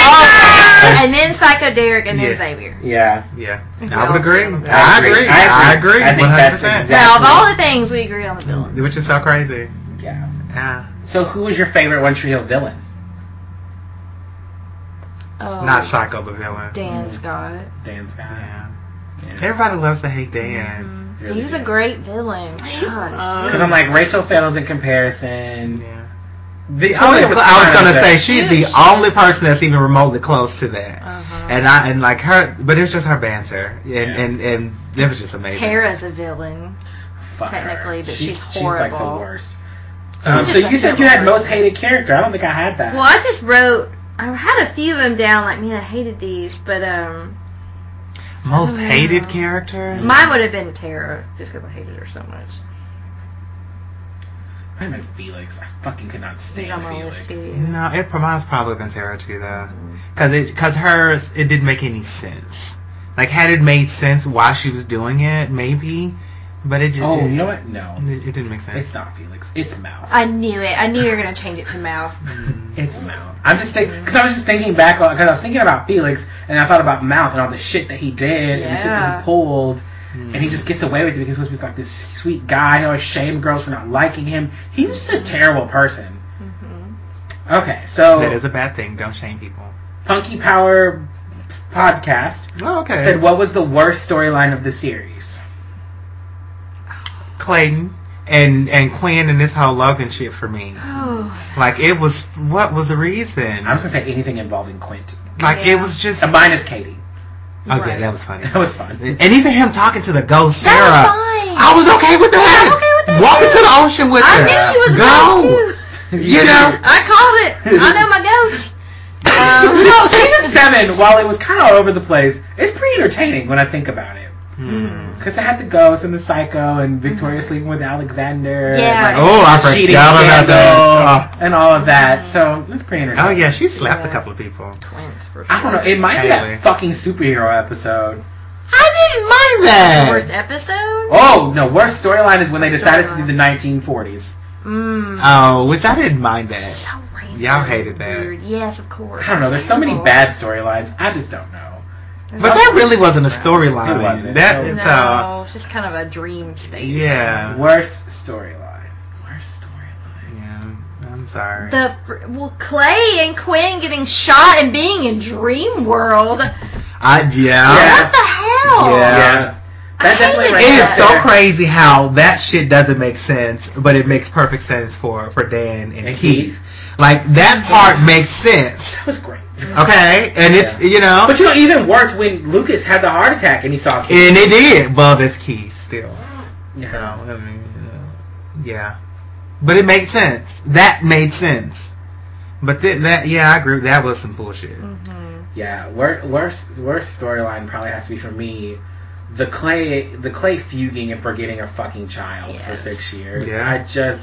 [SPEAKER 3] Oh.
[SPEAKER 2] and then Psycho Derek, and then
[SPEAKER 3] Yeah.
[SPEAKER 2] Xavier.
[SPEAKER 1] Yeah.
[SPEAKER 3] Yeah,
[SPEAKER 2] Okay,
[SPEAKER 3] I would
[SPEAKER 2] I'll
[SPEAKER 3] agree.
[SPEAKER 2] agree with
[SPEAKER 3] I
[SPEAKER 1] that.
[SPEAKER 3] agree.
[SPEAKER 1] I
[SPEAKER 3] I
[SPEAKER 1] agree.
[SPEAKER 3] agree.
[SPEAKER 1] I
[SPEAKER 3] One
[SPEAKER 1] think
[SPEAKER 3] hundred
[SPEAKER 1] that's
[SPEAKER 3] percent.
[SPEAKER 2] Now, of
[SPEAKER 1] Exactly.
[SPEAKER 2] all the things, we agree on the villain.
[SPEAKER 3] Which is so crazy.
[SPEAKER 1] Yeah.
[SPEAKER 3] Yeah.
[SPEAKER 1] So, who was your favorite One Tree Hill villain?
[SPEAKER 2] Oh,
[SPEAKER 3] Not psycho, but villain.
[SPEAKER 2] Dan Scott.
[SPEAKER 1] Dan's guy.
[SPEAKER 3] Yeah.
[SPEAKER 1] Because
[SPEAKER 3] Everybody loves to hate Dan.
[SPEAKER 2] Mhm.
[SPEAKER 1] Really
[SPEAKER 2] He's a
[SPEAKER 1] did.
[SPEAKER 2] great villain. Gosh.
[SPEAKER 1] I'm like Rachel Fennell's in comparison.
[SPEAKER 3] Yeah.
[SPEAKER 1] The
[SPEAKER 3] I was, gonna say she's the
[SPEAKER 2] Huge.
[SPEAKER 3] only person that's even remotely close to that.
[SPEAKER 2] Uh-huh.
[SPEAKER 3] And I and like her, but it was just her banter, and
[SPEAKER 1] Yeah.
[SPEAKER 3] and and that was just amazing.
[SPEAKER 2] Tara's a villain.
[SPEAKER 1] Fuck her.
[SPEAKER 2] technically, but she's
[SPEAKER 1] She's like
[SPEAKER 2] horrible.
[SPEAKER 1] the worst. Um, so you
[SPEAKER 2] just a
[SPEAKER 1] said
[SPEAKER 2] terrible
[SPEAKER 1] you had most
[SPEAKER 2] person.
[SPEAKER 1] hated character. I don't think I had that.
[SPEAKER 2] Well, I just wrote. I had a few of them down. Like, man, I hated these, but um,
[SPEAKER 3] Most
[SPEAKER 2] Oh.
[SPEAKER 3] hated character.
[SPEAKER 2] mine would have been Tara just because I hated her so much.
[SPEAKER 1] I meant Felix. I fucking could not
[SPEAKER 2] She's
[SPEAKER 1] stand
[SPEAKER 2] on my list
[SPEAKER 1] Felix.
[SPEAKER 2] too.
[SPEAKER 3] no, it mine's probably been Tara too though, because it because hers it didn't make any sense. Like had it made sense why she was doing it, maybe, but it just
[SPEAKER 1] Oh,
[SPEAKER 3] it,
[SPEAKER 1] you know what? No,
[SPEAKER 3] It, it didn't make sense.
[SPEAKER 1] it's not Felix. It's Mal.
[SPEAKER 2] I knew it. I knew you were gonna change it to Mouth.
[SPEAKER 3] Mm-hmm.
[SPEAKER 1] It's mouth. I'm just thinking because I was just thinking back on because I was thinking about Felix and I thought about mouth and all the shit that he did and the shit that
[SPEAKER 2] Yeah.
[SPEAKER 1] he pulled and
[SPEAKER 3] Mm-hmm.
[SPEAKER 1] he just gets away with it because he was just like this sweet guy who always shamed girls for not liking him. He was just a terrible person.
[SPEAKER 2] hmm
[SPEAKER 1] Okay, so
[SPEAKER 3] That is a bad thing. Don't shame people.
[SPEAKER 1] Punky Power podcast
[SPEAKER 3] Oh, okay.
[SPEAKER 1] said what was the worst storyline of the series?
[SPEAKER 3] Clayton and and Quinn and this whole Logan shit for me.
[SPEAKER 2] Oh,
[SPEAKER 3] Like it was what was the reason?
[SPEAKER 1] I'm just gonna say anything involving Quint.
[SPEAKER 3] like
[SPEAKER 2] Yeah.
[SPEAKER 3] it was just
[SPEAKER 1] Uh, minus Katie.
[SPEAKER 3] Oh yeah,
[SPEAKER 2] Right.
[SPEAKER 3] that was funny.
[SPEAKER 1] That was fun.
[SPEAKER 3] And even him talking to the ghost Sarah.
[SPEAKER 2] that was fine.
[SPEAKER 3] I was okay with that.
[SPEAKER 2] I'm okay with that,
[SPEAKER 3] Walking
[SPEAKER 2] too.
[SPEAKER 3] to the ocean with
[SPEAKER 2] I
[SPEAKER 3] her.
[SPEAKER 2] knew she was
[SPEAKER 3] Go.
[SPEAKER 2] right, too.
[SPEAKER 3] You know.
[SPEAKER 2] I called it. I know my ghost. Um,
[SPEAKER 1] no, season seven, while it was kind of all over the place, it's pretty entertaining when I think about it.
[SPEAKER 3] Hmm.
[SPEAKER 1] Because I had the ghost and the psycho and Victoria sleeping with Alexander.
[SPEAKER 2] Mm-hmm. Yeah.
[SPEAKER 1] And, like,
[SPEAKER 3] Oh, I
[SPEAKER 1] cheating
[SPEAKER 3] forgot about that.
[SPEAKER 1] scandal And all of
[SPEAKER 2] Mm-hmm.
[SPEAKER 1] that. So it's pretty entertaining.
[SPEAKER 3] Oh yeah, she slapped a
[SPEAKER 2] Yeah.
[SPEAKER 3] couple of people.
[SPEAKER 2] Twins for sure.
[SPEAKER 1] I don't know. It might be
[SPEAKER 3] Anyway.
[SPEAKER 1] that fucking superhero episode.
[SPEAKER 3] I didn't mind that.
[SPEAKER 2] Worst episode.
[SPEAKER 1] Oh, no. Worst storyline is when they
[SPEAKER 2] Worst
[SPEAKER 1] decided to do
[SPEAKER 2] storyline.
[SPEAKER 1] the 1940s.
[SPEAKER 2] Mm.
[SPEAKER 3] Oh, which I didn't mind that.
[SPEAKER 2] So random.
[SPEAKER 3] Y'all hated that.
[SPEAKER 2] Weird. Yes, of course.
[SPEAKER 1] I don't know. There's so many
[SPEAKER 2] Terrible.
[SPEAKER 1] bad storylines. I just don't know.
[SPEAKER 3] But that really wasn't a
[SPEAKER 1] It
[SPEAKER 3] storyline.
[SPEAKER 1] wasn't.
[SPEAKER 3] That
[SPEAKER 1] No.
[SPEAKER 3] it's uh,
[SPEAKER 2] No, it's just kind of a dream state.
[SPEAKER 3] yeah.
[SPEAKER 1] Worst storyline. Worst storyline.
[SPEAKER 3] Yeah, I'm sorry.
[SPEAKER 2] The fr- well, Clay and Quinn getting shot and being in Dream World.
[SPEAKER 3] I, yeah.
[SPEAKER 2] What the hell?
[SPEAKER 3] Yeah.
[SPEAKER 1] Oh, Yeah.
[SPEAKER 2] I
[SPEAKER 1] That definitely
[SPEAKER 2] hated
[SPEAKER 1] right
[SPEAKER 3] It is so
[SPEAKER 1] there.
[SPEAKER 3] crazy how that shit doesn't make sense, but it makes perfect sense for, for Dan and,
[SPEAKER 1] And
[SPEAKER 3] Keith. Like, that part makes sense.
[SPEAKER 1] That was great.
[SPEAKER 3] Uh-huh. Okay? And it's,
[SPEAKER 1] Yeah.
[SPEAKER 3] you know.
[SPEAKER 1] But you know, it even worked when Lucas had the heart attack and he saw Keith.
[SPEAKER 3] and it did. Well, that's Keith still. So,
[SPEAKER 1] Yeah.
[SPEAKER 3] I mean, you know, yeah. But it made sense. That made sense. But then that, yeah, I agree. That was some bullshit.
[SPEAKER 1] Mm-hmm.
[SPEAKER 2] Mhm.
[SPEAKER 1] Yeah, wor- worst worst storyline probably has to be for me the clay the clay fuging and forgetting a fucking child for
[SPEAKER 2] Yes.
[SPEAKER 1] six years.
[SPEAKER 3] Yeah.
[SPEAKER 1] I just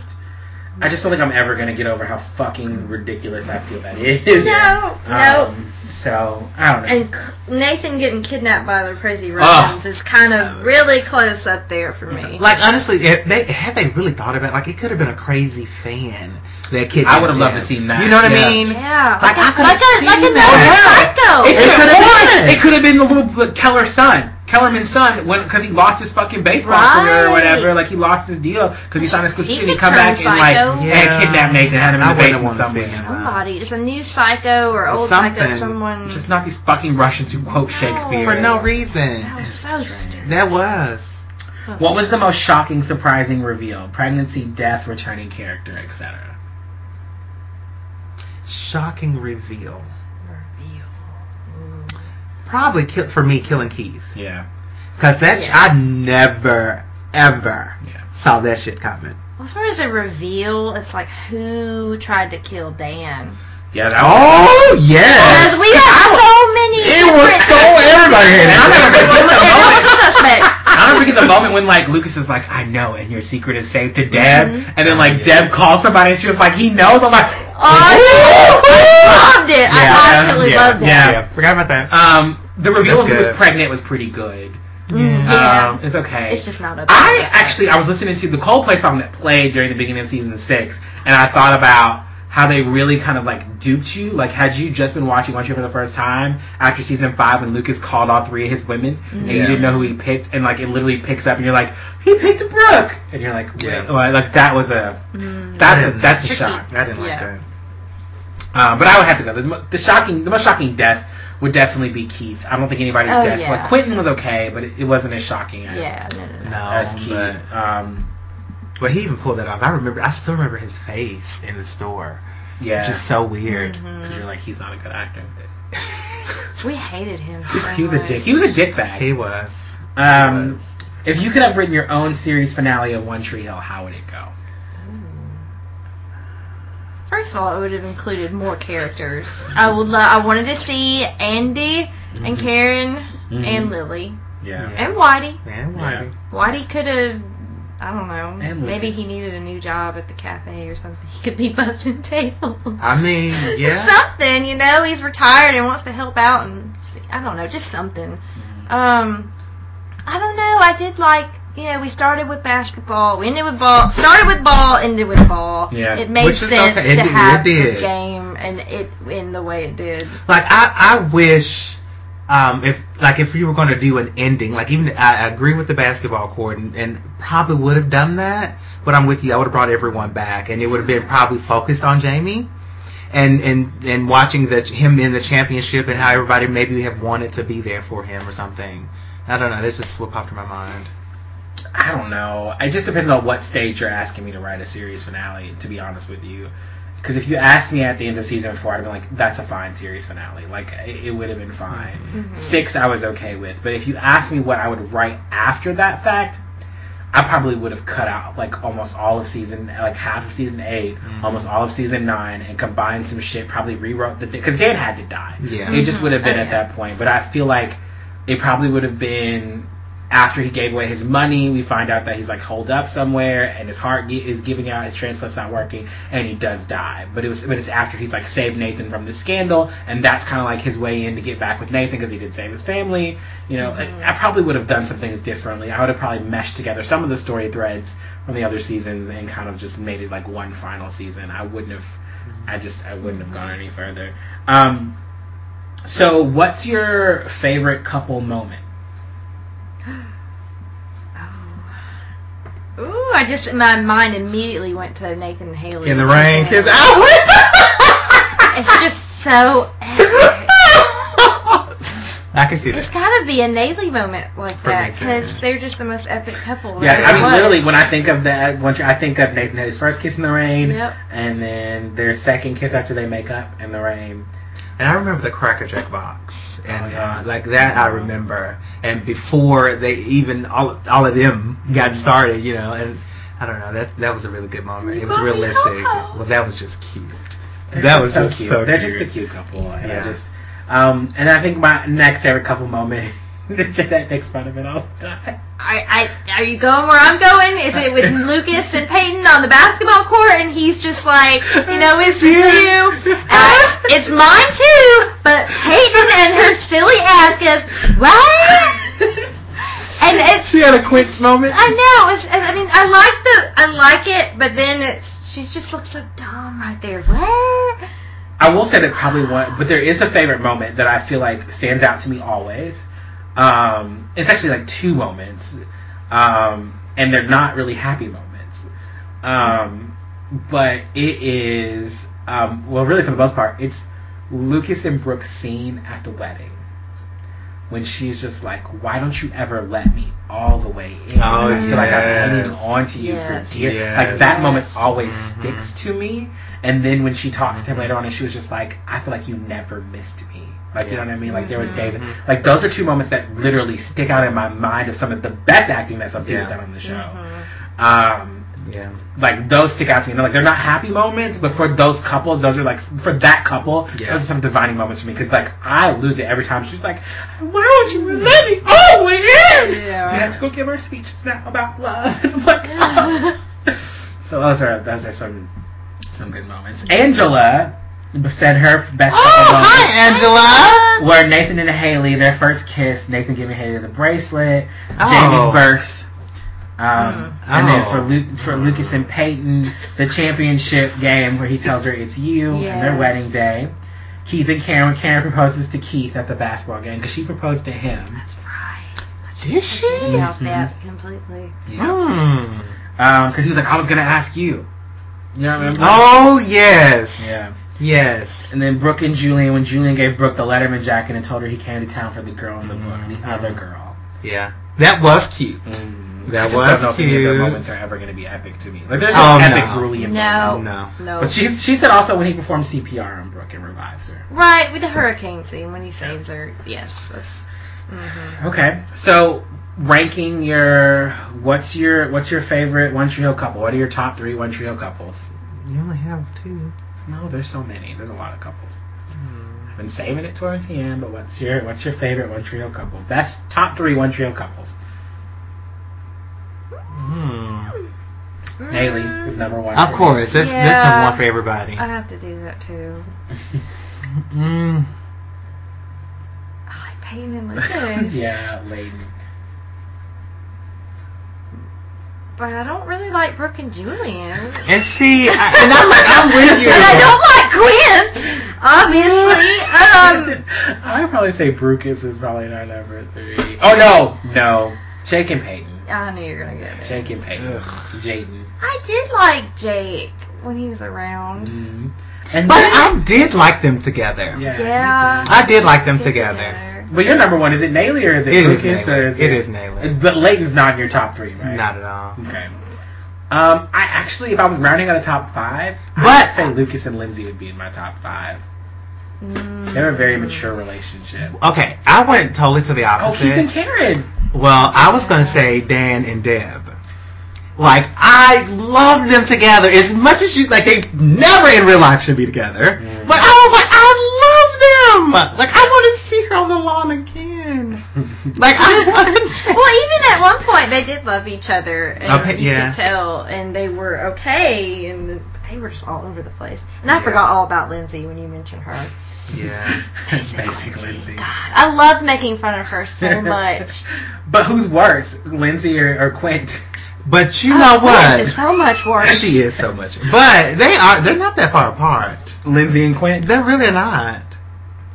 [SPEAKER 1] I just don't think I'm ever gonna get over how fucking ridiculous I feel that is.
[SPEAKER 2] No, no.
[SPEAKER 1] Um, so I don't know.
[SPEAKER 2] And C- Nathan getting kidnapped by the crazy
[SPEAKER 1] Ugh.
[SPEAKER 2] Russians is kind of really close up there for me.
[SPEAKER 3] Like honestly, if they had they really thought about, it, like it could have been a crazy fan that kid.
[SPEAKER 1] I would have loved to seen that.
[SPEAKER 3] You know what
[SPEAKER 1] Yeah.
[SPEAKER 3] I mean?
[SPEAKER 2] yeah,
[SPEAKER 3] Like, I could've
[SPEAKER 2] like a
[SPEAKER 3] seen
[SPEAKER 2] like
[SPEAKER 3] that.
[SPEAKER 2] another psycho.
[SPEAKER 1] it could
[SPEAKER 3] could've
[SPEAKER 1] have
[SPEAKER 3] been.
[SPEAKER 1] been. It could have been the little the Keller's son, Kellerman's son, when because he lost his fucking baseball career or
[SPEAKER 2] Right.
[SPEAKER 1] whatever. Like he lost his deal because he signed his
[SPEAKER 2] He
[SPEAKER 1] school and he
[SPEAKER 2] could
[SPEAKER 1] come
[SPEAKER 2] turn
[SPEAKER 1] back and like
[SPEAKER 2] psycho.
[SPEAKER 3] Yeah.
[SPEAKER 1] and kidnap Nathan, had him in
[SPEAKER 3] I
[SPEAKER 1] the
[SPEAKER 3] wouldn't
[SPEAKER 1] basement
[SPEAKER 3] want to see
[SPEAKER 1] somewhere.
[SPEAKER 3] him.
[SPEAKER 2] Somebody, just a new psycho or old psycho,
[SPEAKER 3] Something.
[SPEAKER 2] someone.
[SPEAKER 1] It's just not these fucking Russians who quote
[SPEAKER 2] No.
[SPEAKER 1] Shakespeare.
[SPEAKER 3] For no reason.
[SPEAKER 2] that was so stupid.
[SPEAKER 3] Oh That was.
[SPEAKER 1] What was the most shocking, surprising reveal? Pregnancy, death, returning character, etc.
[SPEAKER 3] Shocking reveal. Probably kill, for me killing Keith
[SPEAKER 1] Yeah.
[SPEAKER 3] because that
[SPEAKER 2] Yeah.
[SPEAKER 3] I never ever
[SPEAKER 1] Yeah.
[SPEAKER 3] saw that shit coming.
[SPEAKER 2] As far as a reveal, it's like who tried to kill Dan?
[SPEAKER 1] Yeah, that
[SPEAKER 3] Oh yes,
[SPEAKER 2] Because we have so many.
[SPEAKER 3] it was so
[SPEAKER 2] different-
[SPEAKER 3] everybody had.
[SPEAKER 1] I
[SPEAKER 3] it.
[SPEAKER 1] remember
[SPEAKER 2] Look at
[SPEAKER 1] the
[SPEAKER 2] no
[SPEAKER 1] moment.
[SPEAKER 2] one's a suspect.
[SPEAKER 1] I remember the moment when like Lucas is like, I know, and your secret is safe to Deb,
[SPEAKER 2] Mhm.
[SPEAKER 1] and then like
[SPEAKER 3] Yeah.
[SPEAKER 1] Deb calls somebody, and she was like, he knows. I'm like,
[SPEAKER 2] I loved it.
[SPEAKER 3] Yeah,
[SPEAKER 2] I absolutely
[SPEAKER 1] yeah,
[SPEAKER 2] loved it.
[SPEAKER 1] yeah.
[SPEAKER 3] forgot about that.
[SPEAKER 1] um, the reveal
[SPEAKER 3] That's
[SPEAKER 1] of who was
[SPEAKER 3] good.
[SPEAKER 1] pregnant was pretty good.
[SPEAKER 2] Mm,
[SPEAKER 3] Yeah.
[SPEAKER 2] yeah.
[SPEAKER 1] Um, it's okay.
[SPEAKER 2] it's just not up.
[SPEAKER 1] I actually I was listening to the Coldplay song that played during the beginning of season six, and I thought about how they really kind of like duped you. Like, had you just been watching One Tree for the first time after season five when Lucas called all three of his women and you
[SPEAKER 3] Yeah.
[SPEAKER 1] didn't know who he picked, and like it literally picks up and you're like, he picked Brooke, and you're like,
[SPEAKER 3] Yeah. Oh,
[SPEAKER 1] yeah, like that was a
[SPEAKER 2] Mm.
[SPEAKER 1] that's a, that's a
[SPEAKER 2] Tricky.
[SPEAKER 1] shock.
[SPEAKER 3] I didn't
[SPEAKER 2] Yeah.
[SPEAKER 3] like
[SPEAKER 1] Um, but I would have to go. The, mo- the shocking, the most shocking death would definitely be Keith. I don't think anybody's
[SPEAKER 2] Oh,
[SPEAKER 1] death.
[SPEAKER 2] yeah.
[SPEAKER 1] Like Quentin was okay, but it, it wasn't as shocking as,
[SPEAKER 2] Yeah, no, no, no.
[SPEAKER 1] as
[SPEAKER 3] that.
[SPEAKER 1] Keith.
[SPEAKER 3] No, but,
[SPEAKER 1] Um,
[SPEAKER 3] but he even pulled that off. I remember. I still remember his face in the store.
[SPEAKER 1] yeah.
[SPEAKER 3] Just so weird.
[SPEAKER 1] because you're like he's not a good actor.
[SPEAKER 2] Mm-hmm. We hated him.
[SPEAKER 1] He was a dick. He was a dick bag.
[SPEAKER 3] He was.
[SPEAKER 1] Um, if you could have written your own series finale of One Tree Hill, how would it go?
[SPEAKER 2] First of all, it would have included more characters. I would. Lo- I wanted to see Andy
[SPEAKER 1] Mm-hmm.
[SPEAKER 2] and Karen and Lily
[SPEAKER 1] Yeah.
[SPEAKER 2] and Whitey.
[SPEAKER 3] Man,
[SPEAKER 1] Yeah.
[SPEAKER 3] Whitey.
[SPEAKER 2] Whitey could have. I don't know.
[SPEAKER 1] And
[SPEAKER 2] maybe
[SPEAKER 1] Lucas.
[SPEAKER 2] he needed a new job at the cafe or something. He could be busting tables.
[SPEAKER 3] I mean, yeah.
[SPEAKER 2] something. You know, he's retired and wants to help out and see, I don't know, just something.
[SPEAKER 3] Mm-hmm.
[SPEAKER 2] Um, I don't know. I did like. You know, we started with basketball. We ended with ball. Started with ball. Ended with ball.
[SPEAKER 1] Yeah.
[SPEAKER 2] It made
[SPEAKER 3] Which is
[SPEAKER 2] sense
[SPEAKER 3] okay. It
[SPEAKER 2] to
[SPEAKER 3] did- it
[SPEAKER 2] have the
[SPEAKER 3] did.
[SPEAKER 2] game and it in the way it did.
[SPEAKER 3] Like I, I wish. Um, if like if you were going to do an ending, like even I I agree with the basketball court, and, and probably would have done that. But I'm with you. I would have brought everyone back, and it would have been probably focused on Jamie, and and and watching the him in the championship and how everybody maybe have wanted to be there for him or something. I don't know. That's just what popped in my mind.
[SPEAKER 1] I don't know. It just depends on what stage you're asking me to write a series finale. To be honest with you, because if you asked me at the end of season four, I'd be like, "That's a fine series finale. Like it, it would have been fine." Six, I was okay with. But if you asked me what I would write after that fact, I probably would have cut out like almost all of season, like half of season 8
[SPEAKER 3] Mhm.
[SPEAKER 1] almost all of season nine, and combined some shit. Probably rewrote the because Dan had to die.
[SPEAKER 3] Yeah.
[SPEAKER 1] It just would have been
[SPEAKER 2] Oh,
[SPEAKER 1] at
[SPEAKER 2] yeah.
[SPEAKER 1] that point. But I feel like it probably would have been after he gave away his money. We find out that he's like holed up somewhere, and his heart gi- is giving out. His transplant's not working, and he does die. But it was, but it's after he's like saved Nathan from the scandal, and that's kind of like his way in to get back with Nathan because he did save his family. You know, like, I probably would have done some things differently. I would have probably meshed together some of the story threads from the other seasons and kind of just made it like one final season. I wouldn't have. I just I wouldn't have gone any further. Um, so, what's your favorite couple moment?
[SPEAKER 2] Oh. Ooh, I I just my mind immediately went to Nathan Haley
[SPEAKER 3] In the rain, kids out.
[SPEAKER 2] It's just so. accurate.
[SPEAKER 3] I can see
[SPEAKER 2] It's
[SPEAKER 3] that.
[SPEAKER 2] gotta be a Naley moment like
[SPEAKER 3] For
[SPEAKER 2] that
[SPEAKER 3] me too.
[SPEAKER 2] because they're just the most epic couple.
[SPEAKER 1] Yeah,
[SPEAKER 2] there
[SPEAKER 1] I mean,
[SPEAKER 2] was.
[SPEAKER 1] literally, when I think of that, once you- I think of Nathan Haley's first kiss in the rain,
[SPEAKER 2] Yep.
[SPEAKER 1] and then their second kiss after they make up in the rain.
[SPEAKER 3] And I remember the Cracker Jack box, and
[SPEAKER 1] Oh, yeah.
[SPEAKER 3] uh, like that I remember. And before they even all all of them
[SPEAKER 1] Mm-hmm.
[SPEAKER 3] got started, you know, and I don't know that that was a really good moment. It was
[SPEAKER 2] Bobby
[SPEAKER 3] realistic.
[SPEAKER 2] Coco.
[SPEAKER 3] Well, that was just cute.
[SPEAKER 1] They're
[SPEAKER 3] that
[SPEAKER 1] just
[SPEAKER 3] was
[SPEAKER 1] so
[SPEAKER 3] just
[SPEAKER 1] cute.
[SPEAKER 3] so
[SPEAKER 1] They're
[SPEAKER 3] cute.
[SPEAKER 1] just a cute couple, and
[SPEAKER 3] Yeah.
[SPEAKER 1] I just, um, and I think my next favorite couple moment. Jeanette makes fun of it all the time.
[SPEAKER 2] I, I, are you going where I'm going? Is it with Lucas and Peyton on the basketball court? And he's just like, you know, it's you. Ask, it's mine too. But Peyton and her silly ass goes, what? And it's,
[SPEAKER 5] She had a quince moment.
[SPEAKER 2] I know. It's, I mean, I like the, I like it, but then it's, she just looks so dumb right there. What?
[SPEAKER 1] I will say that probably one, but there is a favorite moment that I feel like stands out to me always. Um, it's actually like two moments, um, and they're not really happy moments. Um, but it is, um, well, really for the most part, it's Lucas and Brooke's scene at the wedding when she's just like, "Why don't you ever let me all the way in?
[SPEAKER 3] Oh,
[SPEAKER 1] I feel like I'm holding
[SPEAKER 3] yes.
[SPEAKER 1] on to you
[SPEAKER 2] Yes.
[SPEAKER 1] for dear."
[SPEAKER 3] Yes.
[SPEAKER 1] Like that moment
[SPEAKER 2] Yes.
[SPEAKER 1] always
[SPEAKER 3] Mhm.
[SPEAKER 1] sticks to me. And then when she talks to him
[SPEAKER 3] Mhm.
[SPEAKER 1] later on, and she was just like, "I feel like you never missed me." Like you
[SPEAKER 3] Yeah.
[SPEAKER 1] know what I mean? Like there
[SPEAKER 3] Mm-hmm.
[SPEAKER 1] were days,
[SPEAKER 2] Mhm.
[SPEAKER 1] like those are two moments that literally stick out in my mind of some of the best acting that Sophia's
[SPEAKER 3] Yeah. Mm-hmm.
[SPEAKER 1] done on the show.
[SPEAKER 2] Mhm.
[SPEAKER 1] Um,
[SPEAKER 3] Yeah.
[SPEAKER 1] like those stick out to me. And, like they're not happy moments, but for those couples, those are like for that couple,
[SPEAKER 3] Yeah.
[SPEAKER 1] those are some divining moments for me because like I lose it every time. She's like, "Why would
[SPEAKER 3] Mm-hmm.
[SPEAKER 1] you let me all the way in?"
[SPEAKER 2] Yeah.
[SPEAKER 1] Let's go give her a speech. It's not about love. I'm like, oh. so those are those are some some good moments. Angela said her best
[SPEAKER 3] Oh,
[SPEAKER 1] couple
[SPEAKER 3] hi,
[SPEAKER 1] moments
[SPEAKER 3] Angela.
[SPEAKER 1] were Nathan and Haley, their first kiss. Nathan giving Haley the bracelet.
[SPEAKER 3] Oh.
[SPEAKER 1] Jamie's birth. Um,
[SPEAKER 3] Mm.
[SPEAKER 1] And then for
[SPEAKER 3] Oh.
[SPEAKER 1] Lu- for Lucas and Peyton, the championship game where he tells her it's you and their
[SPEAKER 2] Yes.
[SPEAKER 1] wedding day. Keith and Karen. Karen proposes to Keith at the basketball game because she proposed to him.
[SPEAKER 2] That's right.
[SPEAKER 3] Did she?
[SPEAKER 2] Doubt
[SPEAKER 1] Mhm.
[SPEAKER 2] that completely.
[SPEAKER 3] Mm.
[SPEAKER 1] Um, because he was like, I was gonna ask you. You know what I remember?
[SPEAKER 3] Oh yes.
[SPEAKER 1] Yeah.
[SPEAKER 3] Yes.
[SPEAKER 1] And then Brooke and Julian, when Julian gave Brooke the Letterman jacket and told her he came to town for the girl in the book,
[SPEAKER 3] Mhm.
[SPEAKER 1] the other girl.
[SPEAKER 3] Yeah. That was cute.
[SPEAKER 1] Mm.
[SPEAKER 3] That
[SPEAKER 1] I just
[SPEAKER 3] was
[SPEAKER 1] don't know if any of
[SPEAKER 3] cute.
[SPEAKER 1] their moments are ever going to be epic to me. Like there's no
[SPEAKER 3] Oh,
[SPEAKER 1] epic
[SPEAKER 3] no.
[SPEAKER 1] Brilliant
[SPEAKER 2] No.
[SPEAKER 1] moment.
[SPEAKER 3] Oh no.
[SPEAKER 2] No.
[SPEAKER 1] But she she said also when he performs CPR on Brooke and revives her.
[SPEAKER 2] Right, with the hurricane scene when he saves her. Yes. That's, hmm
[SPEAKER 1] Okay, so ranking your what's your what's your favorite One Tree Hill couple? What are your top three One Tree Hill couples?
[SPEAKER 3] You only have two.
[SPEAKER 1] No, there's so many. There's a lot of couples.
[SPEAKER 3] Hmm.
[SPEAKER 1] I've been saving it towards the end, but what's your what's your favorite One Tree Hill couple? Best top three One Tree Hill couples.
[SPEAKER 3] Hmm.
[SPEAKER 1] Haley is number one.
[SPEAKER 3] Of
[SPEAKER 1] for me.
[SPEAKER 3] course, that's that's
[SPEAKER 2] Mm. Yeah.
[SPEAKER 3] number one for everybody.
[SPEAKER 2] I have to do that too.
[SPEAKER 3] Mm.
[SPEAKER 2] I like Peyton and Lucas.
[SPEAKER 1] yeah, Layden.
[SPEAKER 2] But I don't really like Brooke and Julian.
[SPEAKER 3] And see, I, and I'm like, I'm with you.
[SPEAKER 2] And I don't like Quint, obviously. Um,
[SPEAKER 1] I would probably say Brucus is probably not number three. Oh no, no, Jake and Peyton.
[SPEAKER 2] I knew you were going to get it.
[SPEAKER 1] Jake and Peyton.
[SPEAKER 3] Ugh.
[SPEAKER 1] Jaden.
[SPEAKER 2] I did like Jake when he was around.
[SPEAKER 1] Mm. And
[SPEAKER 3] But
[SPEAKER 1] then-
[SPEAKER 3] I did like them together.
[SPEAKER 1] yeah.
[SPEAKER 2] Yeah.
[SPEAKER 1] you
[SPEAKER 3] I did like them
[SPEAKER 2] Good
[SPEAKER 3] together.
[SPEAKER 1] did. But your number one is it Naylor or is it,
[SPEAKER 3] It is
[SPEAKER 1] Brucus or
[SPEAKER 3] Naylor.
[SPEAKER 1] is
[SPEAKER 3] It is Naylor.
[SPEAKER 1] But Leighton's not in your top three, right?
[SPEAKER 3] Not at all.
[SPEAKER 1] Okay. Um, I actually, if I was rounding out a top five,
[SPEAKER 3] But-
[SPEAKER 1] I'd say Lucas and Lindsay would be in my top five.
[SPEAKER 2] Mm.
[SPEAKER 1] They're a very mature relationship.
[SPEAKER 3] Okay, I went totally to the
[SPEAKER 1] Oh, Keith and
[SPEAKER 3] opposite.
[SPEAKER 1] Karen.
[SPEAKER 3] well, I was gonna say Dan and Deb. Like I love them together as much as you like. They never in real life should be together.
[SPEAKER 1] Mm.
[SPEAKER 3] But I was like, I love them. Like I want to see her on the lawn again. Like I want to.
[SPEAKER 2] Well, even at one point, they did love each other, and
[SPEAKER 3] Okay,
[SPEAKER 2] you
[SPEAKER 3] yeah.
[SPEAKER 2] could tell, and they were okay, and they were just all over the place. And I forgot all about Lindsay when you mentioned her.
[SPEAKER 3] Yeah.
[SPEAKER 1] Basic Lindsay.
[SPEAKER 2] God, I loved making fun of her so much.
[SPEAKER 1] But who's worse, Lindsay or, or Quint?
[SPEAKER 3] But you
[SPEAKER 2] Oh,
[SPEAKER 3] know
[SPEAKER 2] Quint
[SPEAKER 3] what?
[SPEAKER 2] is so much worse.
[SPEAKER 3] she is so much. But they are they're not that far apart.
[SPEAKER 1] Lindsay and Quint.
[SPEAKER 3] They're really not.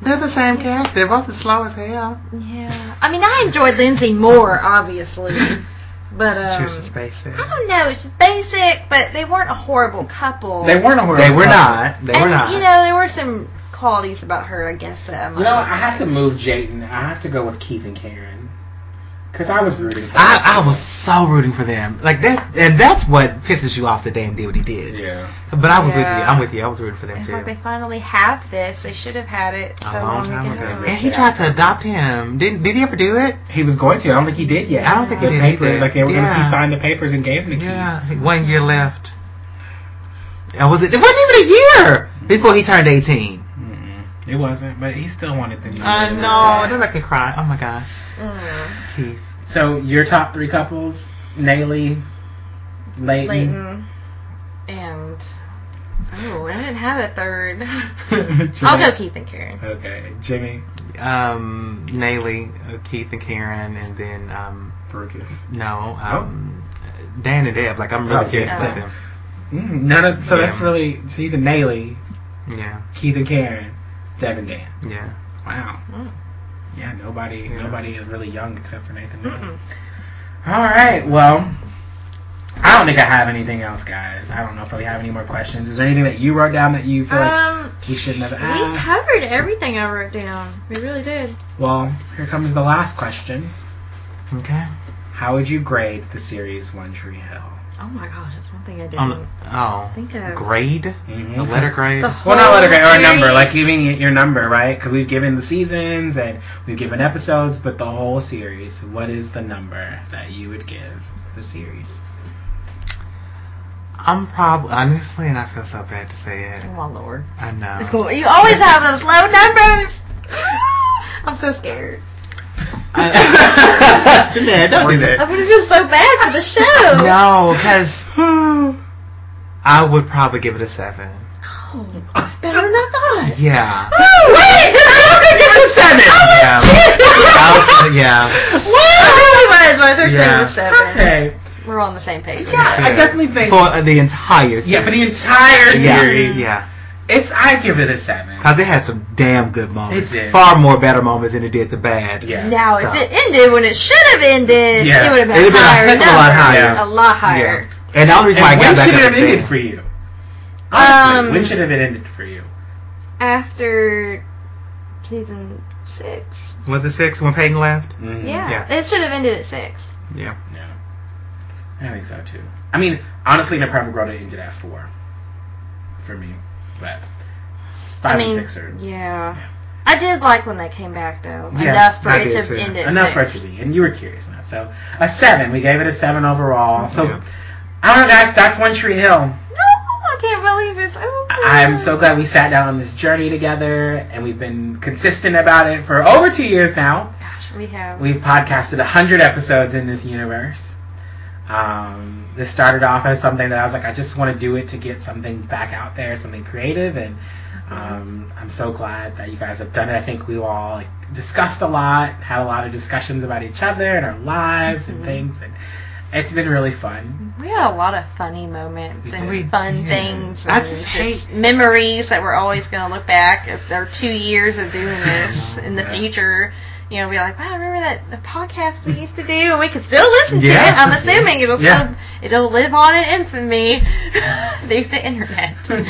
[SPEAKER 3] They're the same character. They're both as slow as hell.
[SPEAKER 2] Yeah, I mean, I enjoyed Lindsay more, obviously, But um,
[SPEAKER 3] She was just basic.
[SPEAKER 2] I don't know. It's basic, but they weren't a horrible couple.
[SPEAKER 5] They weren't a horrible
[SPEAKER 3] They were
[SPEAKER 5] couple.
[SPEAKER 3] not. They were
[SPEAKER 2] and,
[SPEAKER 3] not.
[SPEAKER 2] You know, there were some qualities about her. I guess that I'm
[SPEAKER 1] You know,
[SPEAKER 2] not-
[SPEAKER 1] I have to move Jayden. I have to go with Keith and Karen. Because I was rooting for
[SPEAKER 3] I, I was so rooting for them. Like that, and that's what pisses you off. The damn did what he did.
[SPEAKER 1] Yeah.
[SPEAKER 3] But I was
[SPEAKER 2] Yeah.
[SPEAKER 3] with you. I'm with you. I was rooting for them
[SPEAKER 2] It's
[SPEAKER 3] too.
[SPEAKER 2] like they finally have this. They should have had it so
[SPEAKER 3] a long time
[SPEAKER 2] ago.
[SPEAKER 3] ago. And he tried to adopt him. Did Did he ever do it?
[SPEAKER 1] He was going to. I don't think he did yet.
[SPEAKER 3] I don't think he
[SPEAKER 1] The
[SPEAKER 3] did
[SPEAKER 1] paper,
[SPEAKER 3] either.
[SPEAKER 1] Like, they were gonna,
[SPEAKER 3] Yeah.
[SPEAKER 1] he signed the papers and gave them to Keith.
[SPEAKER 3] Yeah, one year left. And was it? It wasn't even a year before he turned 18.
[SPEAKER 1] Mm-mm. It wasn't, but he still wanted the new
[SPEAKER 3] Uh, I
[SPEAKER 1] one.
[SPEAKER 3] know. That make me cry. Oh my gosh,
[SPEAKER 2] Mm.
[SPEAKER 3] Keith.
[SPEAKER 1] So, your top three couples? Naley, Layton.
[SPEAKER 2] Leighton and oh, I didn't have a third. I'll
[SPEAKER 1] Jimmy.
[SPEAKER 2] go Keith and Karen.
[SPEAKER 1] Okay, Jimmy,
[SPEAKER 3] Um, Naley, uh, Keith, and Karen, and then um,
[SPEAKER 1] Brucus.
[SPEAKER 3] no, um, Dan and Deb. Like I'm really
[SPEAKER 1] Oh,
[SPEAKER 3] serious
[SPEAKER 2] yeah.
[SPEAKER 3] about them.
[SPEAKER 1] Mm, none of so
[SPEAKER 3] Yeah.
[SPEAKER 1] that's really so he's a Naley,
[SPEAKER 3] Yeah,
[SPEAKER 1] Keith and Karen, Deb and Dan.
[SPEAKER 3] yeah.
[SPEAKER 1] Wow.
[SPEAKER 2] Mm.
[SPEAKER 1] Yeah, nobody
[SPEAKER 3] Yeah.
[SPEAKER 1] nobody is really young except for Nathan. Naley.
[SPEAKER 2] Mm-mm.
[SPEAKER 1] All right. Well, I don't think I have anything else, guys. I don't know if we have any more questions. Is there anything that you wrote down that you feel like
[SPEAKER 2] Um,
[SPEAKER 1] we shouldn't
[SPEAKER 3] Uh,
[SPEAKER 1] have
[SPEAKER 2] we
[SPEAKER 1] asked?
[SPEAKER 2] covered everything I wrote down. We really did.
[SPEAKER 1] Well, here comes the last question.
[SPEAKER 3] Okay.
[SPEAKER 1] How would you grade the series One Tree Hill?
[SPEAKER 2] Oh my gosh, that's one thing I didn't
[SPEAKER 3] Um, oh,
[SPEAKER 2] think of.
[SPEAKER 3] grade,
[SPEAKER 1] Mm-hmm.
[SPEAKER 3] a letter grade.
[SPEAKER 2] The whole
[SPEAKER 1] Well, not letter grade or a number,
[SPEAKER 2] series.
[SPEAKER 1] like giving it your number, right? Because we've given the seasons and we've given episodes, but the whole series. What is the number that you would give the series?
[SPEAKER 3] I'm probably honestly, and I feel so bad to say
[SPEAKER 2] Oh
[SPEAKER 3] it.
[SPEAKER 2] my lord.
[SPEAKER 3] I know.
[SPEAKER 2] It's cool. You always have those low numbers. I'm so scared.
[SPEAKER 3] I- Jeanette, don't do
[SPEAKER 2] I'm
[SPEAKER 3] that.
[SPEAKER 2] gonna feel so bad for the show.
[SPEAKER 3] No, because I would probably give it a seven.
[SPEAKER 2] Oh, it's better than I thought.
[SPEAKER 3] Yeah.
[SPEAKER 2] Oh, wait, I would give it a seven.
[SPEAKER 3] Yeah. I was- yeah.
[SPEAKER 2] I really was. My third
[SPEAKER 3] Yeah.
[SPEAKER 2] was seven.
[SPEAKER 1] Okay.
[SPEAKER 2] We're on the same page.
[SPEAKER 1] I definitely think.
[SPEAKER 3] for the entire series.
[SPEAKER 1] yeah, for the entire
[SPEAKER 3] yeah,
[SPEAKER 1] series.
[SPEAKER 3] yeah,
[SPEAKER 1] It's I give it a seven.
[SPEAKER 3] because it had some damn good moments.
[SPEAKER 1] It did.
[SPEAKER 3] Far more better moments than it did the bad.
[SPEAKER 1] Yeah.
[SPEAKER 2] Now,
[SPEAKER 3] So.
[SPEAKER 2] if it ended when it should have ended,
[SPEAKER 1] Yeah.
[SPEAKER 2] it would have
[SPEAKER 3] It
[SPEAKER 2] been,
[SPEAKER 3] would've been
[SPEAKER 2] higher
[SPEAKER 3] a heck of a lot
[SPEAKER 2] number.
[SPEAKER 3] higher.
[SPEAKER 2] A lot higher.
[SPEAKER 3] Yeah. And the only reason why I
[SPEAKER 1] And when
[SPEAKER 3] got back
[SPEAKER 1] should it
[SPEAKER 3] up
[SPEAKER 1] have
[SPEAKER 3] is
[SPEAKER 1] ended
[SPEAKER 3] that-
[SPEAKER 1] for you? Honestly,
[SPEAKER 2] Um,
[SPEAKER 1] when should it have ended for you?
[SPEAKER 2] After season six.
[SPEAKER 3] was it six when Peyton left?
[SPEAKER 1] Mm,
[SPEAKER 2] Yeah. It should have ended at six.
[SPEAKER 3] Mm-hmm. Yeah,
[SPEAKER 1] No. I think so too. I mean, honestly, in a perfect world, it ended at four. For me, but five
[SPEAKER 2] I
[SPEAKER 1] and
[SPEAKER 2] mean,
[SPEAKER 1] six are
[SPEAKER 2] yeah.
[SPEAKER 1] Yeah.
[SPEAKER 2] I did like when they came back, though.
[SPEAKER 1] Yeah,
[SPEAKER 2] enough for
[SPEAKER 3] I
[SPEAKER 2] it
[SPEAKER 3] did
[SPEAKER 2] to
[SPEAKER 3] too.
[SPEAKER 2] end at
[SPEAKER 1] enough for it
[SPEAKER 2] six.
[SPEAKER 1] to be. And you were curious enough, so a seven. We gave it a seven overall. So
[SPEAKER 3] Yeah.
[SPEAKER 1] I don't know, guys. That's One Tree Hill.
[SPEAKER 2] No, I can't believe it's over.
[SPEAKER 1] I'm so glad we sat down on this journey together, and we've been consistent about it for over two years now.
[SPEAKER 2] Gosh, we have.
[SPEAKER 1] We've podcasted 100 episodes in this universe. Um, this started off as something that I was like, I just want to do it to get something back out there, something creative, and um, I'm so glad that you guys have done it. I think we all like, discussed a lot, had a lot of discussions about each other and our lives and
[SPEAKER 2] Mhm.
[SPEAKER 1] things, and it's been really fun.
[SPEAKER 2] We had a lot of funny moments and
[SPEAKER 3] We
[SPEAKER 2] fun
[SPEAKER 3] did.
[SPEAKER 2] things.
[SPEAKER 3] I
[SPEAKER 2] and
[SPEAKER 3] just hate-
[SPEAKER 2] memories that we're always going to look back at our two years of doing this in the
[SPEAKER 1] Yeah.
[SPEAKER 2] future. You know, be like, wow, remember that the podcast we used to do? And we could still listen to
[SPEAKER 3] Yeah.
[SPEAKER 2] it. I'm assuming it'll
[SPEAKER 1] Yeah.
[SPEAKER 2] still it'll live on in infamy through the internet.
[SPEAKER 3] it'll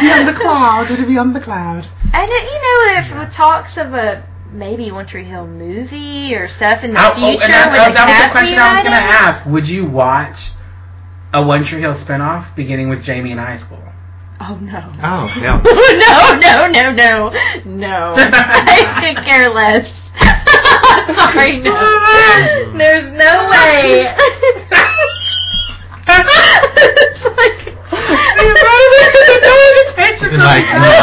[SPEAKER 3] be on the
[SPEAKER 2] Oh,
[SPEAKER 3] cloud. It'll be on the cloud.
[SPEAKER 2] And it, you know, if it talks of a maybe One Tree Hill movie or stuff in the
[SPEAKER 1] Oh, oh,
[SPEAKER 2] future
[SPEAKER 1] and that,
[SPEAKER 2] with
[SPEAKER 1] oh,
[SPEAKER 2] the
[SPEAKER 1] that was the
[SPEAKER 2] cast
[SPEAKER 1] question I was going
[SPEAKER 2] reuniting.
[SPEAKER 1] to ask. Would you watch a One Tree Hill spinoff beginning with Jamie in high school?
[SPEAKER 2] Oh no.
[SPEAKER 3] Oh hell.
[SPEAKER 2] no, no, no, no, no. I could care less. Sorry, no. There's no way. it's like.
[SPEAKER 3] It's like no.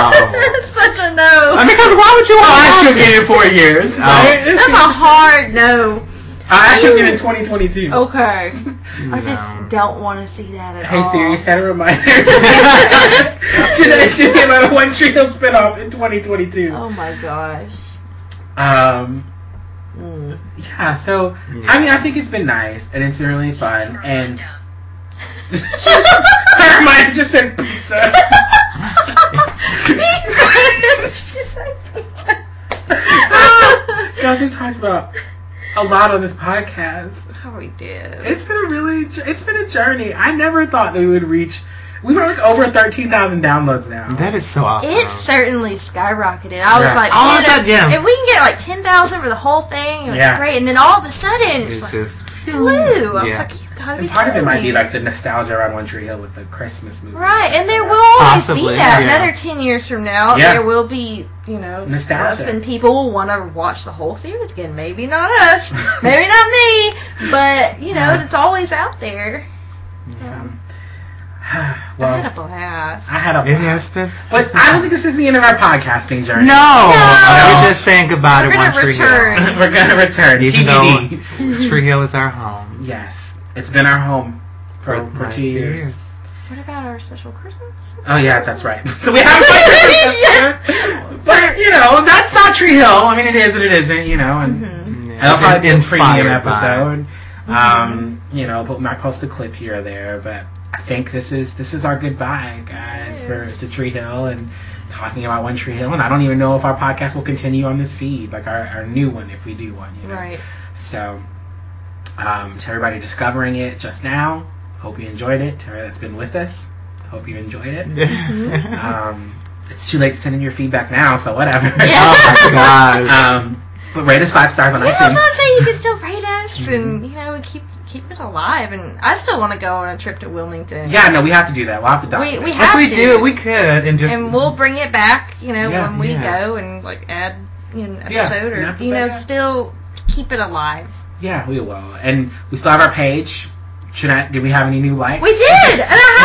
[SPEAKER 2] Such a no.
[SPEAKER 1] I mean, because why would you want Ash should get in four years? Um, right?
[SPEAKER 2] That's a hard no.
[SPEAKER 1] Ash should get in 2022.
[SPEAKER 2] Okay. I
[SPEAKER 3] No.
[SPEAKER 2] just don't want to see that at
[SPEAKER 1] Hey
[SPEAKER 2] all.
[SPEAKER 1] Siri, set a reminder. Today, Jimmy about a One Tree Hill spinoff in 2022.
[SPEAKER 2] Oh my gosh.
[SPEAKER 1] Um,
[SPEAKER 2] Mm.
[SPEAKER 1] yeah. So,
[SPEAKER 3] Yeah.
[SPEAKER 1] I mean, I think it's been nice and it's been really fun. And her
[SPEAKER 2] Pizza.
[SPEAKER 1] reminder just says pizza.
[SPEAKER 2] She's like, pizza.
[SPEAKER 1] Guys, we talked about a lot on this podcast.
[SPEAKER 2] Oh, we did.
[SPEAKER 1] It's been a really, it's been a journey. I never thought that we would reach. We were like over thirteen thousand downloads now.
[SPEAKER 3] That is so awesome.
[SPEAKER 2] It certainly skyrocketed. I was
[SPEAKER 3] Yeah.
[SPEAKER 2] like,
[SPEAKER 3] All
[SPEAKER 2] man,
[SPEAKER 3] of that, yeah.
[SPEAKER 2] if we can get like ten thousand for the whole thing, it was
[SPEAKER 1] Yeah.
[SPEAKER 2] great. And then all of a sudden, it's
[SPEAKER 3] It's
[SPEAKER 2] like,
[SPEAKER 3] just
[SPEAKER 2] blue. I was
[SPEAKER 3] Yeah.
[SPEAKER 2] like, you gotta be
[SPEAKER 1] And part of it
[SPEAKER 2] kidding
[SPEAKER 1] might be
[SPEAKER 2] me.
[SPEAKER 1] like the nostalgia around One Tree Hill with the Christmas movie.
[SPEAKER 2] right. And there will always
[SPEAKER 3] Possibly,
[SPEAKER 2] be that.
[SPEAKER 3] yeah.
[SPEAKER 2] Another ten years from now,
[SPEAKER 1] Yeah.
[SPEAKER 2] there will be you know
[SPEAKER 1] Nostalgia.
[SPEAKER 2] stuff, and people will want to watch the whole series again. Maybe not us, maybe not me, but you know, it's always out there.
[SPEAKER 1] Um,
[SPEAKER 2] I had
[SPEAKER 1] well,
[SPEAKER 2] a blast.
[SPEAKER 1] I had a.
[SPEAKER 3] it has been.
[SPEAKER 1] But I don't think this is the end of our podcasting
[SPEAKER 3] No,
[SPEAKER 1] journey.
[SPEAKER 2] No.
[SPEAKER 3] we're just saying goodbye
[SPEAKER 2] We're
[SPEAKER 3] to
[SPEAKER 2] gonna
[SPEAKER 3] One Tree
[SPEAKER 2] return.
[SPEAKER 3] Hill.
[SPEAKER 1] We're gonna return.
[SPEAKER 3] Even
[SPEAKER 1] TBD.
[SPEAKER 3] though Tree Hill is our home
[SPEAKER 1] Yes, it's been our home for, for
[SPEAKER 3] nice
[SPEAKER 1] two years.
[SPEAKER 2] What about our special Christmas?
[SPEAKER 1] Oh yeah, that's right. So we haven't played Christmas
[SPEAKER 2] Yes.
[SPEAKER 1] yet. But you know, that's not Tree Hill. I mean, it is and it isn't. You know, and
[SPEAKER 2] hmm
[SPEAKER 3] Yeah,
[SPEAKER 1] that'll
[SPEAKER 3] it's
[SPEAKER 1] probably be a premium
[SPEAKER 3] inspired by-
[SPEAKER 1] episode.
[SPEAKER 2] Mm-hmm.
[SPEAKER 1] Um, you know, but we might post a clip here or there. But I think this is this is our goodbye, guys, for
[SPEAKER 2] Yes.
[SPEAKER 1] to Tree Hill and talking about One Tree Hill. And I don't even know if our podcast will continue on this feed, like our, our new one, if we do one. You know.
[SPEAKER 2] Right.
[SPEAKER 1] So, um, to everybody discovering it just now, hope you enjoyed it. To everybody that's been with us, hope you enjoyed it. Um, it's too late to send in your feedback now, so whatever.
[SPEAKER 2] Yeah.
[SPEAKER 3] oh my gosh.
[SPEAKER 1] um, but rate us five stars on
[SPEAKER 2] Yeah, I was
[SPEAKER 1] iTunes.
[SPEAKER 2] gonna say you can still rate us
[SPEAKER 1] Mm-hmm.
[SPEAKER 2] and you know keep keep it alive. And I still want to go on a trip to Wilmington.
[SPEAKER 1] Yeah, no, we have to do that. We'll have to document.
[SPEAKER 2] we
[SPEAKER 1] it.
[SPEAKER 2] have
[SPEAKER 3] if we
[SPEAKER 2] to.
[SPEAKER 3] do, we could and just
[SPEAKER 2] and we'll bring it back. You know
[SPEAKER 1] Yeah,
[SPEAKER 2] when we
[SPEAKER 3] yeah.
[SPEAKER 2] go and like add you know, an
[SPEAKER 1] Yeah,
[SPEAKER 2] episode
[SPEAKER 1] an
[SPEAKER 2] or
[SPEAKER 1] episode,
[SPEAKER 2] you know
[SPEAKER 1] yeah.
[SPEAKER 2] still keep it alive.
[SPEAKER 1] yeah, we will. And we still have our page. Should I, did we have any new likes?
[SPEAKER 2] We did, and I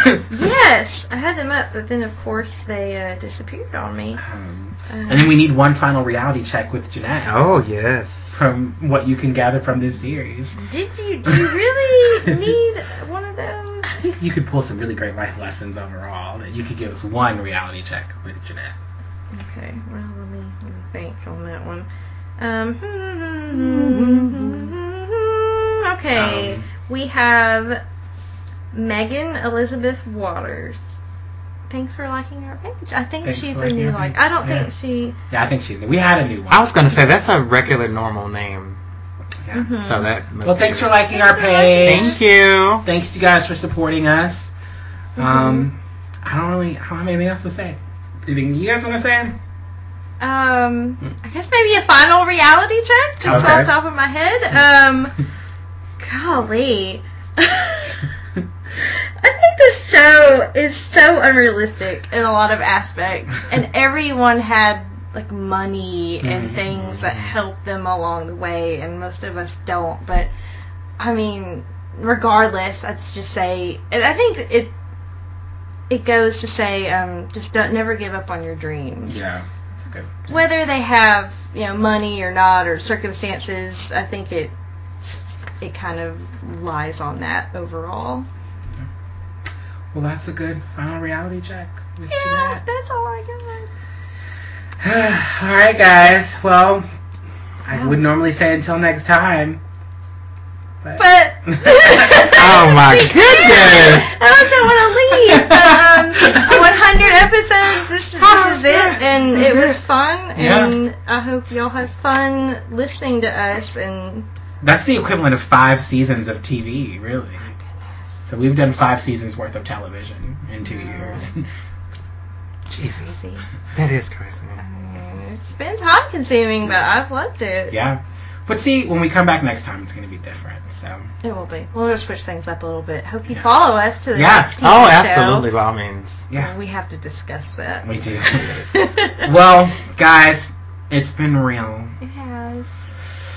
[SPEAKER 2] had
[SPEAKER 1] One last
[SPEAKER 2] them.
[SPEAKER 1] time.
[SPEAKER 2] Yes, I had them up, but then of course they uh, disappeared on me.
[SPEAKER 1] Um,
[SPEAKER 2] Um,
[SPEAKER 1] and then we need one final reality check with Jeanette
[SPEAKER 3] Oh yes.
[SPEAKER 1] from what you can gather from this series.
[SPEAKER 2] did you do you really need one of those?
[SPEAKER 1] I think you could pull some really great life lessons overall that you could give us one reality check with Jeanette.
[SPEAKER 2] Okay, well, let me, let me think on that one. Um, okay,
[SPEAKER 1] Um,
[SPEAKER 2] we have Megan Elizabeth Waters. Thanks for liking our page. I think
[SPEAKER 1] Thanks
[SPEAKER 2] she's
[SPEAKER 1] for
[SPEAKER 2] a
[SPEAKER 1] liking
[SPEAKER 2] new
[SPEAKER 1] our
[SPEAKER 2] like.
[SPEAKER 1] page.
[SPEAKER 2] I don't
[SPEAKER 1] Yeah.
[SPEAKER 2] think she.
[SPEAKER 1] Yeah, I think she's new. We had a new one.
[SPEAKER 3] I was gonna say that's a regular normal name.
[SPEAKER 1] Yeah.
[SPEAKER 2] mhm.
[SPEAKER 3] So that must
[SPEAKER 1] Well,
[SPEAKER 3] be
[SPEAKER 1] thanks
[SPEAKER 3] it.
[SPEAKER 1] for liking our
[SPEAKER 2] Thanks for liking.
[SPEAKER 1] page.
[SPEAKER 3] Thank you.
[SPEAKER 1] Thanks you guys for supporting us.
[SPEAKER 2] Mm-hmm.
[SPEAKER 1] Um, I don't really, I don't have anything else to say. Anything you guys want to say?
[SPEAKER 2] Um, I guess maybe a final reality check, just
[SPEAKER 1] Mm. Okay.
[SPEAKER 2] off the top of my head. Um, golly. I think this show is so unrealistic in a lot of aspects, and everyone had like money and
[SPEAKER 1] Mhm.
[SPEAKER 2] things that helped them along the way, and most of us don't. But I mean, regardless, I'd just say, and I think it it goes to say, um, just don't never give up on your dreams
[SPEAKER 1] Yeah, it's good.
[SPEAKER 2] whether they have you know money or not or circumstances i think it it kind of lies on that overall
[SPEAKER 1] Well, that's a good final reality check with
[SPEAKER 2] yeah that's all i got
[SPEAKER 1] Jeanette. All right, guys. Well, I would normally say until next time.
[SPEAKER 2] but
[SPEAKER 3] Oh my goodness.
[SPEAKER 2] I also want to leave. Um, 100 episodes. This, this is it, and it was fun. And I hope y'all had fun listening to us. And
[SPEAKER 1] That's the equivalent of five seasons of TV, really. So we've done five seasons worth of television in two years.
[SPEAKER 3] Jesus,
[SPEAKER 2] see,
[SPEAKER 3] that is crazy.
[SPEAKER 2] it's been time consuming, but I've loved it.
[SPEAKER 1] yeah. But see, when we come back next time, it's going to be different. So
[SPEAKER 2] It will be. We'll just switch things up a little bit. Hope you
[SPEAKER 1] Yeah.
[SPEAKER 2] follow us to the
[SPEAKER 1] Yeah.
[SPEAKER 2] next TV
[SPEAKER 3] Oh,
[SPEAKER 2] show.
[SPEAKER 3] absolutely. By all means.
[SPEAKER 1] yeah,
[SPEAKER 2] We have to discuss that.
[SPEAKER 1] we do.
[SPEAKER 2] it
[SPEAKER 1] well, guys, it's been real.
[SPEAKER 2] has.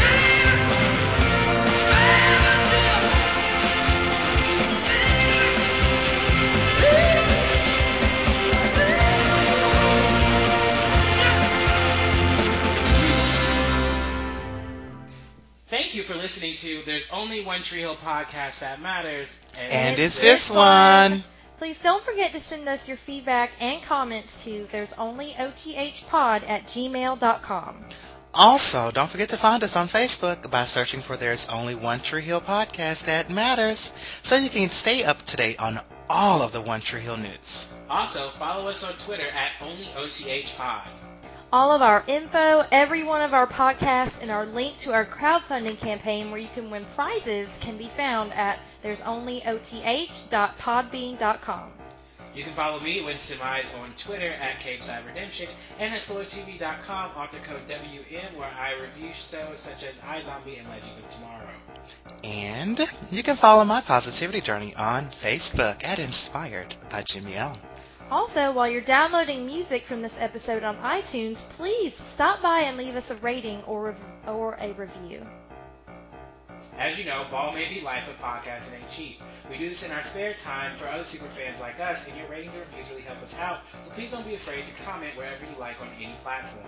[SPEAKER 5] Yeah.
[SPEAKER 1] Thank you for listening to There's Only One Tree Hill Podcast That Matters.
[SPEAKER 6] And
[SPEAKER 3] And
[SPEAKER 6] it's
[SPEAKER 3] it's
[SPEAKER 6] this
[SPEAKER 3] this one.
[SPEAKER 6] Please don't forget to send us your feedback and comments to there's only othpod at gmail.com.
[SPEAKER 3] Also, don't forget to find us on Facebook by searching for There's Only One Tree Hill podcast that matters, so you can stay up to date on all of the One Tree Hill news.
[SPEAKER 1] also, follow us on Twitter at OnlyOTHPod.
[SPEAKER 6] All of our info, every one of our podcasts, and our link to our crowdfunding campaign where you can win prizes can be found at there's only oth.podbean.com.
[SPEAKER 1] You can follow me, Winston Mize, on Twitter at CapeSide Redemption and at SoloTV.com, author code WM, where I review shows such as iZombie and Legends of Tomorrow.
[SPEAKER 3] And you can follow my positivity journey on Facebook at Inspired by Jimmy L.
[SPEAKER 6] Also, while you're downloading music from this episode on iTunes, please stop by and leave us a rating or, rev- or a review.
[SPEAKER 1] As you know, ball may be life, but podcasting ain't cheap. We do this in our spare time for other super fans like us, and your ratings and reviews really help us out, so please don't be afraid to comment wherever you like on any platform.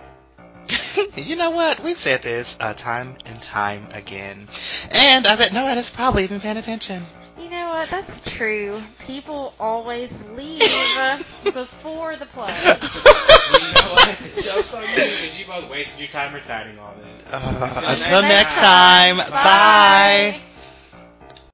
[SPEAKER 3] you know what? We've said this uh, time and time again. And I bet no one is probably even paying attention.
[SPEAKER 6] You know what? That's true. People always leave before the play.
[SPEAKER 1] Well, you know what? The joke's on you because you both wasted your time reciting all this.
[SPEAKER 3] Uh,
[SPEAKER 1] Until
[SPEAKER 3] until
[SPEAKER 1] next
[SPEAKER 3] next time, bye.
[SPEAKER 6] Bye.